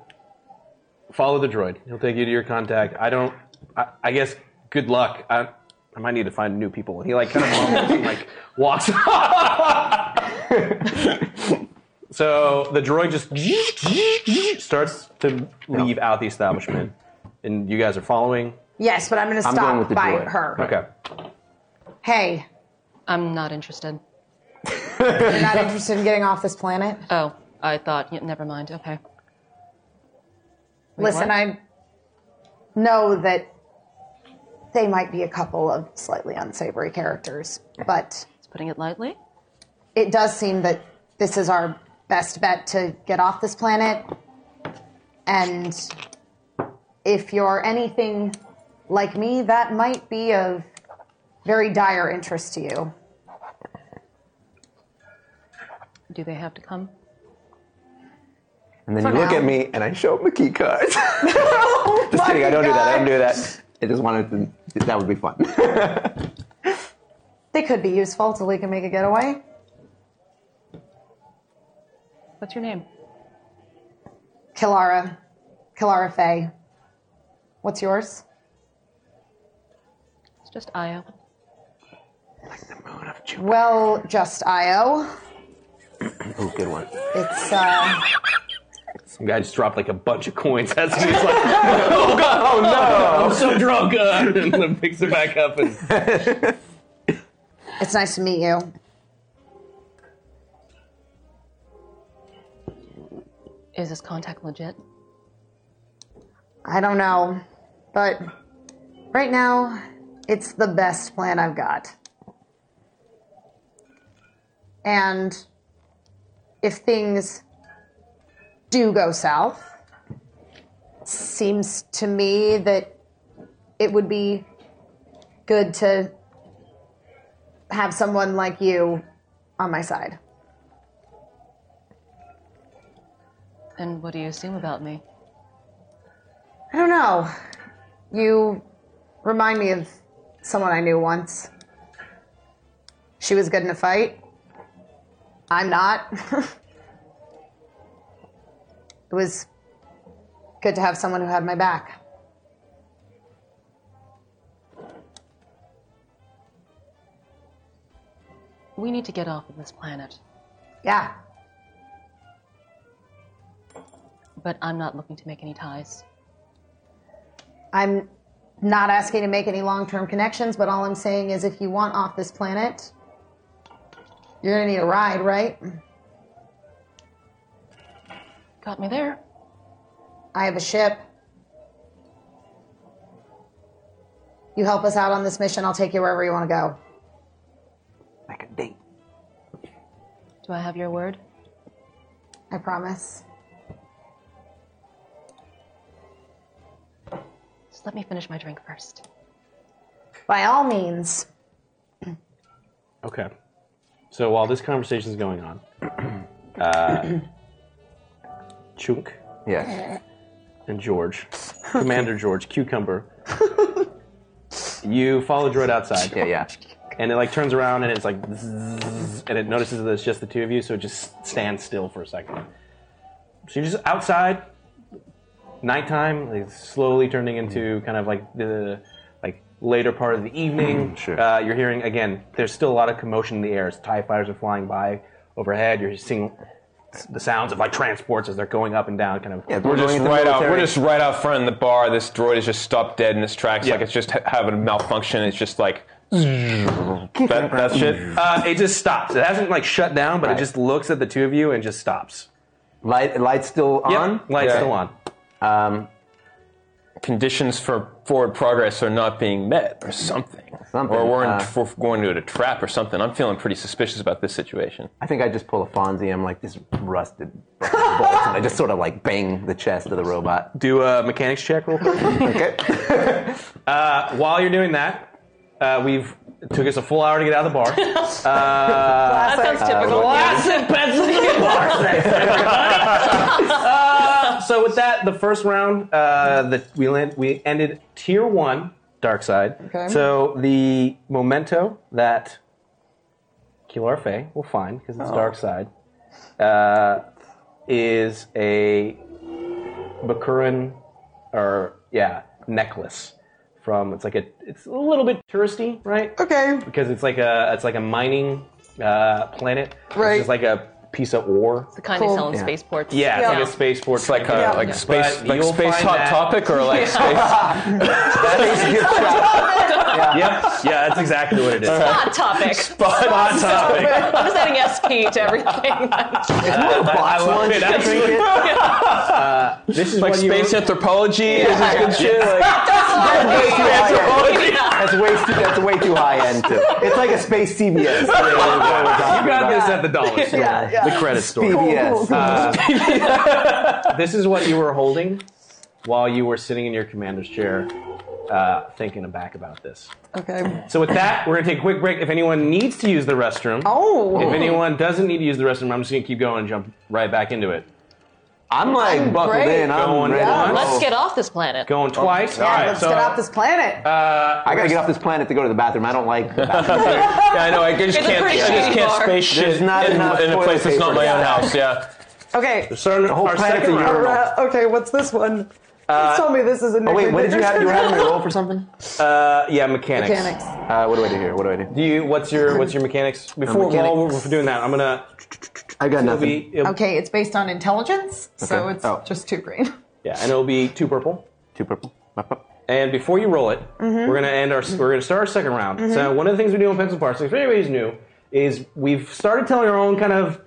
[SPEAKER 2] follow the droid. He'll take you to your contact. I don't. I, I guess good luck. I, I might need to find new people." And he like kind of mumbles and like walks. so the droid just starts to leave out the establishment, and you guys are following.
[SPEAKER 9] yes, but I'm gonna
[SPEAKER 2] I'm
[SPEAKER 9] stop
[SPEAKER 2] going with the
[SPEAKER 9] by
[SPEAKER 2] droid.
[SPEAKER 9] her.
[SPEAKER 2] Okay.
[SPEAKER 9] Hey,
[SPEAKER 10] I'm not interested.
[SPEAKER 9] you're not interested in getting off this planet?
[SPEAKER 10] Oh, I thought. Yeah, never mind. Okay.
[SPEAKER 9] Listen,
[SPEAKER 10] what?
[SPEAKER 9] I know that they might be a couple of slightly unsavory characters, but
[SPEAKER 10] putting it lightly,
[SPEAKER 9] it does seem that this is our best bet to get off this planet. And if you're anything like me, that might be of very dire interest to you.
[SPEAKER 10] Do they have to come?
[SPEAKER 4] And then
[SPEAKER 9] For
[SPEAKER 4] you look
[SPEAKER 9] now.
[SPEAKER 4] at me, and I show up the key card. just kidding. I don't do that. I don't do that. I just wanted to. That would be fun.
[SPEAKER 9] They could be useful till we can make a getaway.
[SPEAKER 10] What's your name?
[SPEAKER 9] Kilara, Kilara Faye. What's yours?
[SPEAKER 10] It's just Io.
[SPEAKER 9] Well, just Io.
[SPEAKER 4] oh, good one.
[SPEAKER 9] It's uh,
[SPEAKER 2] Some guy just dropped like a bunch of coins as he was like, "Oh god, oh no, I'm so drunk." Uh, and then picks it back up and
[SPEAKER 9] it's nice to meet you.
[SPEAKER 10] Is this contact legit?
[SPEAKER 9] I don't know, but right now, it's the best plan I've got. And if things do go south, seems to me that it would be good to have someone like you on my side.
[SPEAKER 10] And what do you assume about me?
[SPEAKER 9] I don't know. You remind me of someone I knew once. She was good in a fight. I'm not. it was good to have someone who had my back.
[SPEAKER 10] We need to get off of this planet,
[SPEAKER 9] Yeah.
[SPEAKER 10] but I'm not looking to make any ties.
[SPEAKER 9] I'm not asking to make any long term connections, but all I'm saying is if you want off this planet, you're going to need a ride, right?
[SPEAKER 10] Got me there.
[SPEAKER 9] I have a ship. You help us out on this mission, I'll take you wherever you want to go.
[SPEAKER 10] Do I have your word?
[SPEAKER 9] I promise.
[SPEAKER 10] Just let me finish my drink first.
[SPEAKER 9] By all means.
[SPEAKER 2] okay. So while this conversation is going on, uh, Chunk
[SPEAKER 4] Yes.
[SPEAKER 2] and George, Commander George, Cucumber, you follow Droid outside. Yeah,
[SPEAKER 4] yeah.
[SPEAKER 2] And it like turns around and it's like, zzzz, and it notices that it's just the two of you, so it just stands still for a second. So you're just outside, nighttime, like slowly turning into kind of like the like later part of the evening.
[SPEAKER 4] Sure.
[SPEAKER 2] Uh, you're hearing again. There's still a lot of commotion in the air. As Tie fighters are flying by overhead. You're seeing the sounds of like transports as they're going up and down. Kind of.
[SPEAKER 5] We're just right out. We're just right out front in the bar. This droid is just stopped dead in its tracks, like it's just ha- having a malfunction. It's just like that, that shit.
[SPEAKER 2] Uh, it just stops. It hasn't like shut down, but it just looks at the two of you and just stops.
[SPEAKER 4] Light, light's still on.
[SPEAKER 2] light's
[SPEAKER 5] Yeah.
[SPEAKER 2] still on.
[SPEAKER 4] Um,
[SPEAKER 5] Conditions for forward progress are not being met, or something,
[SPEAKER 4] Something,
[SPEAKER 5] or we're, in,
[SPEAKER 4] uh,
[SPEAKER 5] we're going to a trap or something. I'm feeling pretty suspicious about this situation.
[SPEAKER 4] I think I just pull a Fonzie. I'm like this rusted fucking bolt, and I just sort of like bang the chest of the robot.
[SPEAKER 2] Do a mechanics check real quick.
[SPEAKER 4] okay.
[SPEAKER 2] Uh, while you're doing that, uh, we've it took us a full hour to get out of the bar. Uh,
[SPEAKER 10] sounds typical.
[SPEAKER 2] Classic Pennsylvania bar sex, everybody. Uh, so with that, the first round, uh, the, we land, we ended tier one, dark side.
[SPEAKER 3] Okay.
[SPEAKER 2] So the memento that Kilar Fey will find because it's dark side uh, is a Bakuran or yeah necklace from it's like a it's a little bit touristy right
[SPEAKER 9] Okay.
[SPEAKER 2] because it's like a it's like a mining uh, planet
[SPEAKER 9] Right.
[SPEAKER 2] it's just like a piece of ore
[SPEAKER 10] The kind they
[SPEAKER 9] Cool.
[SPEAKER 10] sell in
[SPEAKER 4] Yeah.
[SPEAKER 10] spaceports.
[SPEAKER 2] yeah, it's
[SPEAKER 9] Yeah.
[SPEAKER 2] like a spaceport
[SPEAKER 5] It's like a,
[SPEAKER 9] Yeah.
[SPEAKER 5] like
[SPEAKER 9] Yeah.
[SPEAKER 5] space
[SPEAKER 2] But
[SPEAKER 5] like
[SPEAKER 2] you'll
[SPEAKER 5] space
[SPEAKER 2] find
[SPEAKER 5] hot
[SPEAKER 2] that-
[SPEAKER 5] topic or like
[SPEAKER 2] yep yeah that's exactly what it is
[SPEAKER 10] Hot topic.
[SPEAKER 5] space hot topic.
[SPEAKER 10] I'm just adding SP to everything.
[SPEAKER 4] Box lunch.
[SPEAKER 5] it, actually.
[SPEAKER 4] drink it.
[SPEAKER 2] this is
[SPEAKER 5] Like
[SPEAKER 2] when you-
[SPEAKER 5] space anthropology is this good shit. Like,
[SPEAKER 4] Way too high end.
[SPEAKER 5] anthropology.
[SPEAKER 4] That's way too. That's way too high end. Too. It's like a space CBS. you
[SPEAKER 2] you got this at the dollar store
[SPEAKER 4] Yeah, yeah.
[SPEAKER 2] the credit store
[SPEAKER 4] CBS.
[SPEAKER 2] this is what you were holding while you were sitting in your commander's chair uh, thinking back about this
[SPEAKER 9] Okay.
[SPEAKER 2] so with that we're going to take a quick break if anyone needs to use the restroom
[SPEAKER 9] Oh.
[SPEAKER 2] If anyone doesn't need to use the restroom, I'm just gonna keep going and jump right back into it.
[SPEAKER 4] I'm like buckled
[SPEAKER 9] great.
[SPEAKER 4] in. I'm
[SPEAKER 2] Going
[SPEAKER 4] ready. to
[SPEAKER 2] once.
[SPEAKER 4] roll.
[SPEAKER 10] Let's get off this planet.
[SPEAKER 2] Going twice.
[SPEAKER 9] Yeah,
[SPEAKER 2] All right,
[SPEAKER 9] let's
[SPEAKER 2] so
[SPEAKER 9] get off this planet.
[SPEAKER 4] I gotta get off this planet to go to the bathroom. I don't like the bathroom.
[SPEAKER 5] Yeah, I know. I just
[SPEAKER 10] It's a
[SPEAKER 5] can't. I
[SPEAKER 10] pretty
[SPEAKER 5] just
[SPEAKER 10] shitty
[SPEAKER 5] can't
[SPEAKER 10] bar.
[SPEAKER 5] space
[SPEAKER 4] There's
[SPEAKER 5] shit
[SPEAKER 4] not
[SPEAKER 5] in,
[SPEAKER 4] enough
[SPEAKER 5] in a
[SPEAKER 4] toilet
[SPEAKER 5] place that's not
[SPEAKER 4] paper.
[SPEAKER 5] my own house. Yeah.
[SPEAKER 9] okay.
[SPEAKER 2] starting the
[SPEAKER 4] whole
[SPEAKER 2] our
[SPEAKER 4] planet's
[SPEAKER 2] second
[SPEAKER 4] a
[SPEAKER 2] round.
[SPEAKER 4] urinal.
[SPEAKER 9] Uh, okay, what's this one? Please tell me this is a
[SPEAKER 4] oh wait, what did you have? You were having me roll for something?
[SPEAKER 2] Uh, yeah, mechanics.
[SPEAKER 9] mechanics?
[SPEAKER 4] Uh, what do I do here? What do I do?
[SPEAKER 2] Do you? What's your What's your mechanics? Before
[SPEAKER 4] mechanic.
[SPEAKER 2] while we're doing that, I'm gonna.
[SPEAKER 4] I got
[SPEAKER 2] It'll
[SPEAKER 4] nothing.
[SPEAKER 2] be, it'll,
[SPEAKER 3] Okay, it's based on intelligence, so
[SPEAKER 4] Okay.
[SPEAKER 3] it's
[SPEAKER 4] Oh.
[SPEAKER 3] just two green.
[SPEAKER 2] Yeah, and it'll be two purple.
[SPEAKER 4] Two purple. Up, up.
[SPEAKER 2] And before you roll it,
[SPEAKER 9] Mm-hmm.
[SPEAKER 2] we're gonna end our. We're gonna start our second round. So one of the things we do in Pencil Parts, if anybody's new, is we've started telling our own kind of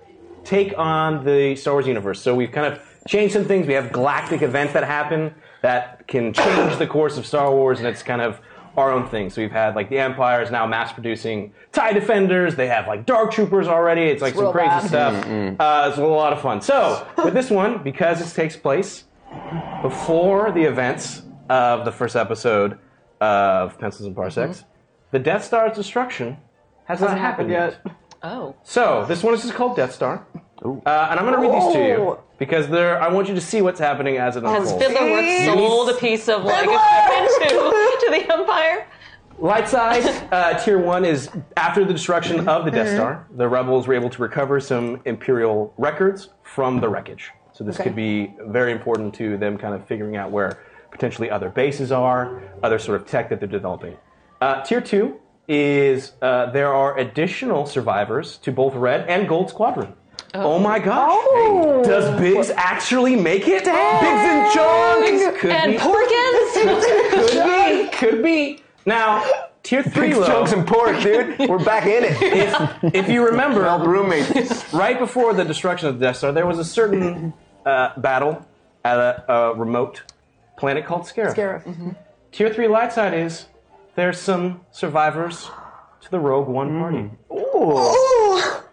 [SPEAKER 2] take on the Star Wars universe. So we've kind of changed some things. We have galactic events that happen that can change the course of Star Wars, and it's kind of our own thing. So we've had like the Empire is now mass producing Tie Defenders. They have like Dark Troopers already. It's like some
[SPEAKER 9] real
[SPEAKER 2] crazy
[SPEAKER 9] bad.
[SPEAKER 2] stuff. Uh, it's a lot of fun. So with this one, because this takes place before the events of the first episode of Pencils and Parsecs, the Death Star's destruction has not Mm-hmm. happened yet.
[SPEAKER 10] Oh.
[SPEAKER 2] So this one is just called Death Star, uh, and I'm going to read these to you
[SPEAKER 9] Ooh.
[SPEAKER 2] because they're, I want you to see what's happening as Oh. it
[SPEAKER 10] Has
[SPEAKER 2] unfolds.
[SPEAKER 10] Fiddler Worth
[SPEAKER 9] Please.
[SPEAKER 10] sold a piece of like
[SPEAKER 9] Fiddler!
[SPEAKER 10] equipment to, to the Empire?
[SPEAKER 2] Light side, uh, tier one is after the destruction of the Death Star, the rebels were able to recover some Imperial records from the wreckage. So this
[SPEAKER 9] Okay.
[SPEAKER 2] could be very important to them kind of figuring out where potentially other bases are, other sort of tech that they're developing. Uh, tier two is uh, there are additional survivors to both Red and Gold Squadron. Oh, my gosh.
[SPEAKER 9] Oh.
[SPEAKER 2] Does Biggs actually make it? Biggs and John! Could
[SPEAKER 10] And
[SPEAKER 2] be.
[SPEAKER 10] Porkins?
[SPEAKER 2] Could be. Could be. Now, tier three low.
[SPEAKER 4] Chunks and pork, dude. We're back in it.
[SPEAKER 2] if, if you remember,
[SPEAKER 4] Old roommates.
[SPEAKER 2] right before the destruction of the Death Star, there was a certain uh, battle at a, a remote planet called Scarif. Mm-hmm.
[SPEAKER 9] Gareth.
[SPEAKER 2] Tier three light side is there's some survivors to the Rogue One party.
[SPEAKER 9] Oh,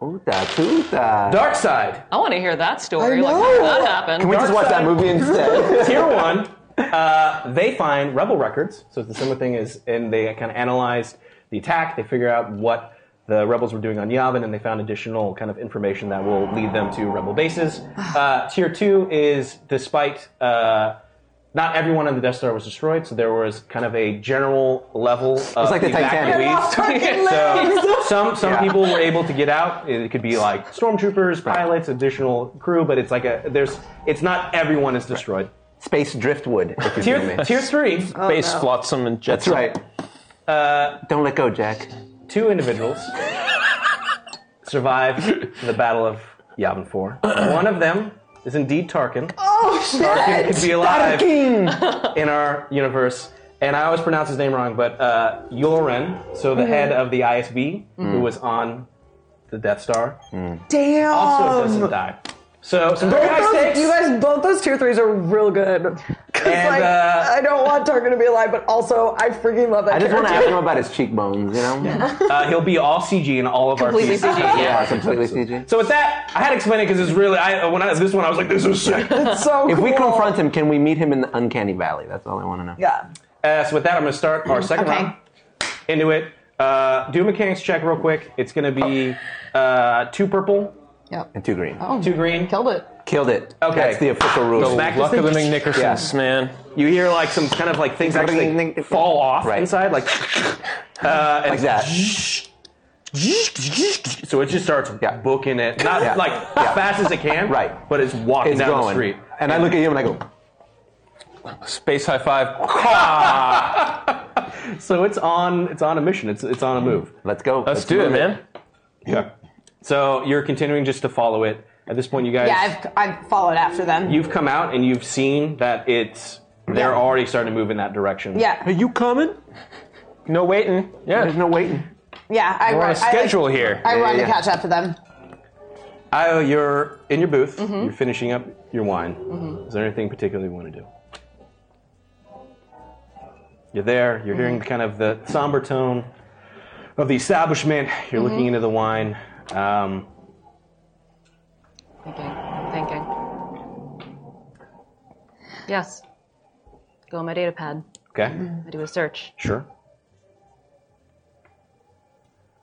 [SPEAKER 4] Oota, toota.
[SPEAKER 2] Dark side,
[SPEAKER 10] I want to hear that story.
[SPEAKER 9] I
[SPEAKER 10] Like,
[SPEAKER 9] know.
[SPEAKER 10] how did that happened.
[SPEAKER 4] Can we just watch that movie instead?
[SPEAKER 2] tier one, uh, they find rebel records. So it's the similar thing is, and they kind of analyzed the attack. They figure out what the rebels were doing on Yavin, and they found additional kind of information that will lead them to rebel bases. Uh, tier two is despite. Uh, Not everyone on the Death Star was destroyed, so there was kind of a general level of
[SPEAKER 4] like the Titanic. They
[SPEAKER 2] evacuees.
[SPEAKER 4] lost fucking
[SPEAKER 2] so
[SPEAKER 4] limbs.
[SPEAKER 2] some some
[SPEAKER 4] Yeah.
[SPEAKER 2] people were able to get out. It could be like stormtroopers, pilots, additional crew, but it's like a there's it's not everyone is destroyed.
[SPEAKER 4] Space driftwood. If you're
[SPEAKER 2] Tier,
[SPEAKER 4] me.
[SPEAKER 2] tier three.
[SPEAKER 10] Oh,
[SPEAKER 9] Oh.
[SPEAKER 5] Base flotsam and
[SPEAKER 4] That's
[SPEAKER 5] jetsam.
[SPEAKER 4] right.
[SPEAKER 2] Uh,
[SPEAKER 4] Don't let go, Jack.
[SPEAKER 2] two individuals survive the Battle of Yavin 4. One of them is indeed Tarkin.
[SPEAKER 9] Oh
[SPEAKER 2] Tarkin could be alive
[SPEAKER 9] Tarkin.
[SPEAKER 2] in our universe. And I always pronounce his name wrong, but uh, Yul Ren, so the
[SPEAKER 9] Mhm.
[SPEAKER 2] head of the ISB,
[SPEAKER 4] Mm.
[SPEAKER 2] who was on the Death Star,
[SPEAKER 9] Damn.
[SPEAKER 2] also doesn't die. So some very high
[SPEAKER 9] Both those-
[SPEAKER 2] stakes.
[SPEAKER 9] you guys, both those tier threes are real good. 'Cause,
[SPEAKER 2] And,
[SPEAKER 9] like,
[SPEAKER 2] uh,
[SPEAKER 9] I don't want Tarkin to be alive, but also I freaking love that.
[SPEAKER 4] I just want to ask
[SPEAKER 9] character.
[SPEAKER 4] him about his cheekbones. You know.
[SPEAKER 2] Uh, he'll be all CG in all of
[SPEAKER 4] Completely
[SPEAKER 2] our
[SPEAKER 4] CG,
[SPEAKER 2] pieces.
[SPEAKER 4] yeah. Yeah, completely CG.
[SPEAKER 2] So with that, I had to explain it because it's really I when I this one I was like this is sick.
[SPEAKER 4] If we confront him, can we meet him in the uncanny valley? That's all I want to know.
[SPEAKER 9] Yeah.
[SPEAKER 2] Uh, so with that, I'm going to start our second round. Into it. Uh, do a mechanics check real quick. It's going to be uh, two purple,
[SPEAKER 4] And two green.
[SPEAKER 2] two green. Killed it.
[SPEAKER 4] Killed it.
[SPEAKER 2] Oh. Okay.
[SPEAKER 4] That's the official rule.
[SPEAKER 5] The luck of the McNickersons, man.
[SPEAKER 2] You hear like some kind of like things actually fall off inside, like uh, and
[SPEAKER 4] Like that.
[SPEAKER 2] So it just starts booking it, not
[SPEAKER 4] Yeah.
[SPEAKER 2] like as fast as it can, right? But it's walking
[SPEAKER 4] It's
[SPEAKER 2] down the
[SPEAKER 4] going.
[SPEAKER 2] street.
[SPEAKER 4] And I look at you and I go,
[SPEAKER 5] Space high five.
[SPEAKER 2] So it's on. It's on a mission. It's it's on a move.
[SPEAKER 4] Let's go.
[SPEAKER 5] Let's, do it, man.
[SPEAKER 2] Yeah. So you're continuing just to follow it. At this point, you guys.
[SPEAKER 9] Yeah, I've, I've followed after them.
[SPEAKER 2] You've come out and you've seen that it's they're
[SPEAKER 9] Yeah.
[SPEAKER 2] already starting to move in that direction.
[SPEAKER 9] Yeah. Are
[SPEAKER 2] you coming?
[SPEAKER 5] No waiting. Yeah.
[SPEAKER 4] There's no waiting.
[SPEAKER 9] yeah, I
[SPEAKER 5] We're on
[SPEAKER 9] run,
[SPEAKER 5] a schedule
[SPEAKER 9] I, like,
[SPEAKER 5] here.
[SPEAKER 9] I
[SPEAKER 5] Yeah,
[SPEAKER 9] run
[SPEAKER 5] yeah,
[SPEAKER 9] to
[SPEAKER 5] yeah.
[SPEAKER 9] catch up to them.
[SPEAKER 2] I, you're in your booth.
[SPEAKER 9] Mhm.
[SPEAKER 2] You're finishing up your wine.
[SPEAKER 9] Mhm.
[SPEAKER 2] Is there anything particularly you want to do? You're there. You're hearing
[SPEAKER 9] Mm-hmm.
[SPEAKER 2] kind of the somber tone of the establishment. You're looking
[SPEAKER 10] Mhm.
[SPEAKER 9] Mm-hmm.
[SPEAKER 2] into the wine. Um,
[SPEAKER 10] Thinking. I'm thinking. Yes. Go on my data pad.
[SPEAKER 2] okay.
[SPEAKER 10] I do a search.
[SPEAKER 2] Sure.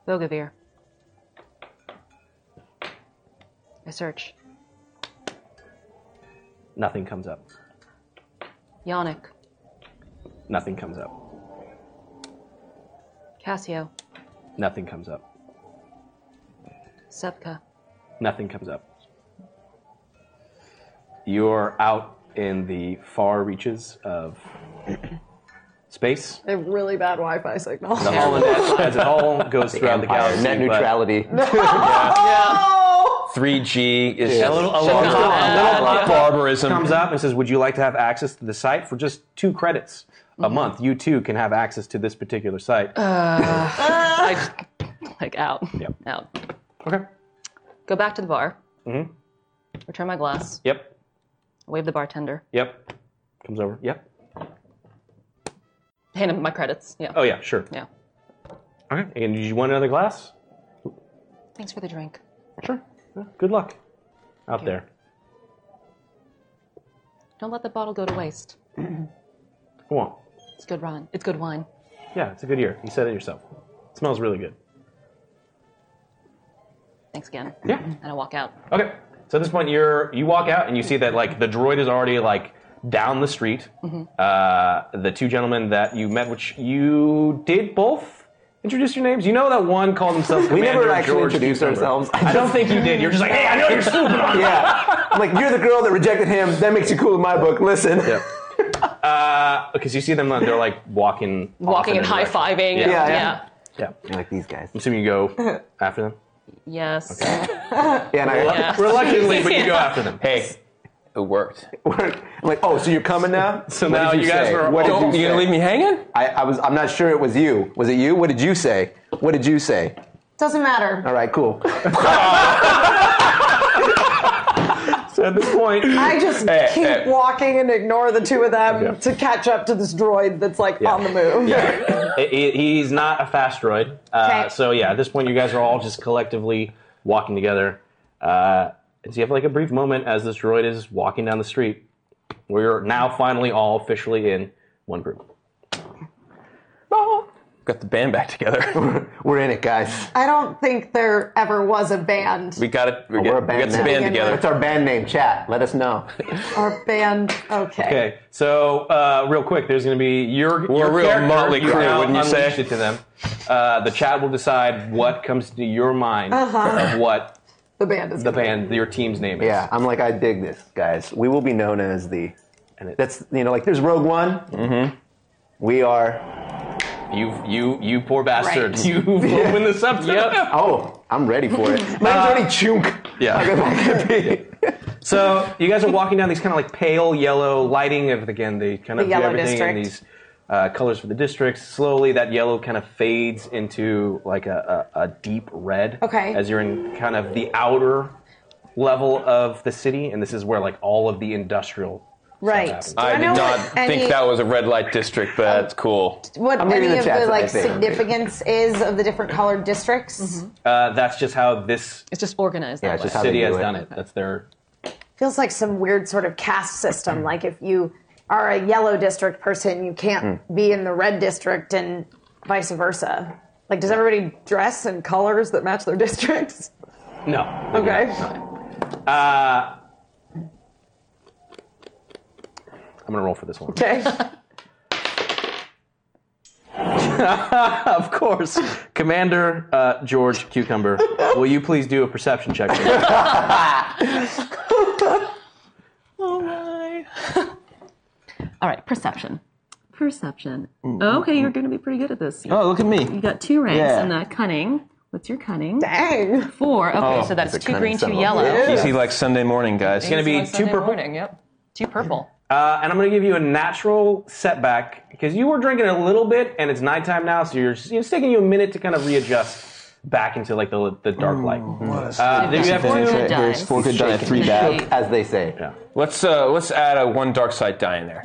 [SPEAKER 10] Bogavir. I search.
[SPEAKER 2] Nothing comes up.
[SPEAKER 10] Yannick.
[SPEAKER 2] Nothing comes up.
[SPEAKER 10] Cassio.
[SPEAKER 2] Nothing comes up.
[SPEAKER 10] Sepka.
[SPEAKER 2] Nothing comes up. You're out in the far reaches of space.
[SPEAKER 9] They have really bad Wi-Fi signal.
[SPEAKER 2] The holonet, as it all goes throughout the
[SPEAKER 4] empire,
[SPEAKER 2] galaxy.
[SPEAKER 4] net
[SPEAKER 2] but-
[SPEAKER 4] neutrality.
[SPEAKER 9] Oh!
[SPEAKER 5] 3G is
[SPEAKER 2] A little, a little,
[SPEAKER 5] just
[SPEAKER 2] a little
[SPEAKER 5] barbarism.
[SPEAKER 2] comes up and says, "Would you like to have access to the site for just two credits
[SPEAKER 4] Mm-hmm.
[SPEAKER 2] a month? You too can have access to this particular site."
[SPEAKER 10] Uh, I just, like out.
[SPEAKER 2] Yep.
[SPEAKER 10] Out.
[SPEAKER 2] Okay.
[SPEAKER 10] Go back to the bar.
[SPEAKER 2] Mm-hmm.
[SPEAKER 10] Return my glass.
[SPEAKER 2] Yep.
[SPEAKER 10] Wave the bartender.
[SPEAKER 2] Yep. Comes over. Yep.
[SPEAKER 10] Hand him my credits. Yeah.
[SPEAKER 2] Oh yeah, sure.
[SPEAKER 10] Yeah.
[SPEAKER 2] Okay. And did you want another glass?
[SPEAKER 10] Thanks for the drink.
[SPEAKER 2] Sure. Yeah, Good luck out there.
[SPEAKER 10] Don't let the bottle go to waste.
[SPEAKER 2] Come on.
[SPEAKER 10] It's good wine. It's good wine.
[SPEAKER 2] Yeah, it's a good year. You said it yourself. It smells really good.
[SPEAKER 10] Thanks again.
[SPEAKER 2] Yeah.
[SPEAKER 10] And I walk out.
[SPEAKER 2] Okay. So at this point, you're you walk out and you see that like the droid is already like down the street.
[SPEAKER 4] Mm-hmm.
[SPEAKER 10] Mhm.
[SPEAKER 2] Uh, the two gentlemen that you met, which you did both introduce your names. You know that one called himself.
[SPEAKER 4] We never
[SPEAKER 2] Commander
[SPEAKER 4] actually
[SPEAKER 2] George
[SPEAKER 4] introduced
[SPEAKER 2] Cucumber.
[SPEAKER 4] ourselves.
[SPEAKER 2] I don't think you did. You're just like, hey, I know you're stupid.
[SPEAKER 4] yeah. I'm like, you're the girl that rejected him. That makes you cool in my book. Listen.
[SPEAKER 2] Uh, because you see them, like, they're like walking, off
[SPEAKER 10] Walking
[SPEAKER 2] in
[SPEAKER 10] and
[SPEAKER 2] a direction.
[SPEAKER 10] high-fiving.
[SPEAKER 2] Yeah.
[SPEAKER 10] Yeah,
[SPEAKER 2] Yeah,
[SPEAKER 10] yeah.
[SPEAKER 4] Like these guys.
[SPEAKER 2] I'm assuming you go after them.
[SPEAKER 10] Yes.
[SPEAKER 4] Yeah, and I,
[SPEAKER 10] Yeah.
[SPEAKER 2] Reluctantly, but you go after them.
[SPEAKER 5] Hey, it worked.
[SPEAKER 4] I'm like, oh, so you're coming now?
[SPEAKER 2] So
[SPEAKER 4] What
[SPEAKER 2] now
[SPEAKER 4] did
[SPEAKER 2] you guys
[SPEAKER 4] say?
[SPEAKER 2] are
[SPEAKER 4] What
[SPEAKER 5] all-
[SPEAKER 4] did you
[SPEAKER 5] Oh, You
[SPEAKER 4] say?
[SPEAKER 5] gonna leave me hanging?
[SPEAKER 4] I, I was. I'm not sure it was you. Was it you? What did you say? What did you say?
[SPEAKER 9] Doesn't matter.
[SPEAKER 4] All right, cool.
[SPEAKER 2] So at this point,
[SPEAKER 9] I just
[SPEAKER 5] Eh,
[SPEAKER 9] keep
[SPEAKER 5] eh.
[SPEAKER 9] walking and ignore the two of them
[SPEAKER 2] Yeah.
[SPEAKER 9] to catch up to this droid that's like on the move.
[SPEAKER 2] Yeah. He- he's not a fast droid. Uh,
[SPEAKER 9] Okay.
[SPEAKER 2] So yeah, at this point, you guys are all just collectively walking together. Uh, so you have like a brief moment as this droid is walking down the street. We're now finally all officially in one group.
[SPEAKER 5] Got the band back together.
[SPEAKER 4] We're in it, guys.
[SPEAKER 9] I don't think there ever was a band.
[SPEAKER 5] We got it. We, got,
[SPEAKER 4] We're a
[SPEAKER 5] we
[SPEAKER 4] band
[SPEAKER 5] got the
[SPEAKER 4] now.
[SPEAKER 5] band together.
[SPEAKER 4] What's our band name? Chat. Let us know.
[SPEAKER 9] Our band. Okay.
[SPEAKER 2] Okay, so uh, real quick, there's going to be your
[SPEAKER 5] We're
[SPEAKER 2] your
[SPEAKER 5] real
[SPEAKER 2] character,
[SPEAKER 5] motley
[SPEAKER 2] you
[SPEAKER 5] crew,
[SPEAKER 2] now
[SPEAKER 5] wouldn't you say?
[SPEAKER 2] unleash it to them. Uh, the chat will decide what comes to your mind
[SPEAKER 9] Uh-huh.
[SPEAKER 2] of what
[SPEAKER 9] The band is
[SPEAKER 2] the band, your team's name is.
[SPEAKER 4] Yeah, I'm like, I dig this, guys. We will be known as the. And it, that's you know, like there's Rogue One. Mm-hmm. We are.
[SPEAKER 2] You you you poor bastard.
[SPEAKER 9] Right.
[SPEAKER 2] You open this up. Yep.
[SPEAKER 4] Oh, I'm ready for it.
[SPEAKER 10] Uh,
[SPEAKER 4] Mine's already chunk.
[SPEAKER 2] Yeah. so you guys are walking down these kind of like pale yellow lighting of again the kind of
[SPEAKER 9] The yellow
[SPEAKER 2] everything in
[SPEAKER 9] district.
[SPEAKER 2] these uh, colors for the districts. Slowly that yellow kind of fades into like a, a, a deep red.
[SPEAKER 9] Okay.
[SPEAKER 2] As you're in kind of the outer level of the city, and this is where like all of the industrial.
[SPEAKER 9] Right.
[SPEAKER 2] Stuff happens.
[SPEAKER 5] I
[SPEAKER 9] Do know
[SPEAKER 5] did not
[SPEAKER 9] what
[SPEAKER 5] think
[SPEAKER 9] any-
[SPEAKER 5] that was a red light district, but that's cool.
[SPEAKER 9] What
[SPEAKER 4] I'm reading
[SPEAKER 9] any
[SPEAKER 4] the
[SPEAKER 9] of
[SPEAKER 4] chat,
[SPEAKER 9] the
[SPEAKER 4] I
[SPEAKER 9] like
[SPEAKER 4] think.
[SPEAKER 9] significance is of the different colored districts?
[SPEAKER 2] Uh, that's just how this
[SPEAKER 10] It's just organized
[SPEAKER 4] Yeah,
[SPEAKER 10] that way.
[SPEAKER 4] it's just how they
[SPEAKER 2] city
[SPEAKER 4] do
[SPEAKER 2] has
[SPEAKER 4] it.
[SPEAKER 2] done it. That's their
[SPEAKER 9] Feels like some weird sort of caste system.
[SPEAKER 4] Mm-hmm.
[SPEAKER 9] Like if you are a yellow district person, you can't
[SPEAKER 4] Mm.
[SPEAKER 9] be in the red district and vice versa. Like does everybody dress in colors that match their districts?
[SPEAKER 2] no. they do
[SPEAKER 9] Okay.
[SPEAKER 2] not, no. Uh, I'm gonna roll for this one.
[SPEAKER 9] Okay.
[SPEAKER 2] of course. Commander uh, George Cucumber, will you please do a perception check for me?
[SPEAKER 10] All right, perception. Perception. okay, you're going to be pretty good at this.
[SPEAKER 2] Mm. Oh, look at me.
[SPEAKER 10] You got two ranks
[SPEAKER 4] Yeah.
[SPEAKER 10] and the cunning. What's your cunning?
[SPEAKER 9] Dang.
[SPEAKER 10] Four. Okay,
[SPEAKER 4] Oh,
[SPEAKER 10] so that's
[SPEAKER 4] it's a
[SPEAKER 10] two
[SPEAKER 4] cunning
[SPEAKER 10] green,
[SPEAKER 4] son
[SPEAKER 10] two
[SPEAKER 4] of a
[SPEAKER 10] yellow.
[SPEAKER 4] bitch.
[SPEAKER 5] Easy like Sunday morning, guys.
[SPEAKER 2] gonna be
[SPEAKER 10] It's
[SPEAKER 2] two
[SPEAKER 10] Sunday
[SPEAKER 2] purple.
[SPEAKER 10] morning, yep. Two purple.
[SPEAKER 2] Uh, and I'm going to give you a natural setback because you were drinking a little bit and it's nighttime now, so you're it's taking you a minute to kind of readjust back into like the, the dark light. Uh, then you have
[SPEAKER 10] Four
[SPEAKER 2] to.
[SPEAKER 10] good dice.
[SPEAKER 4] Here's four good die,
[SPEAKER 5] Shaking.
[SPEAKER 4] three bad,
[SPEAKER 10] Shake.
[SPEAKER 4] as they say.
[SPEAKER 2] Yeah.
[SPEAKER 5] Let's uh, let's add a one dark side die in there.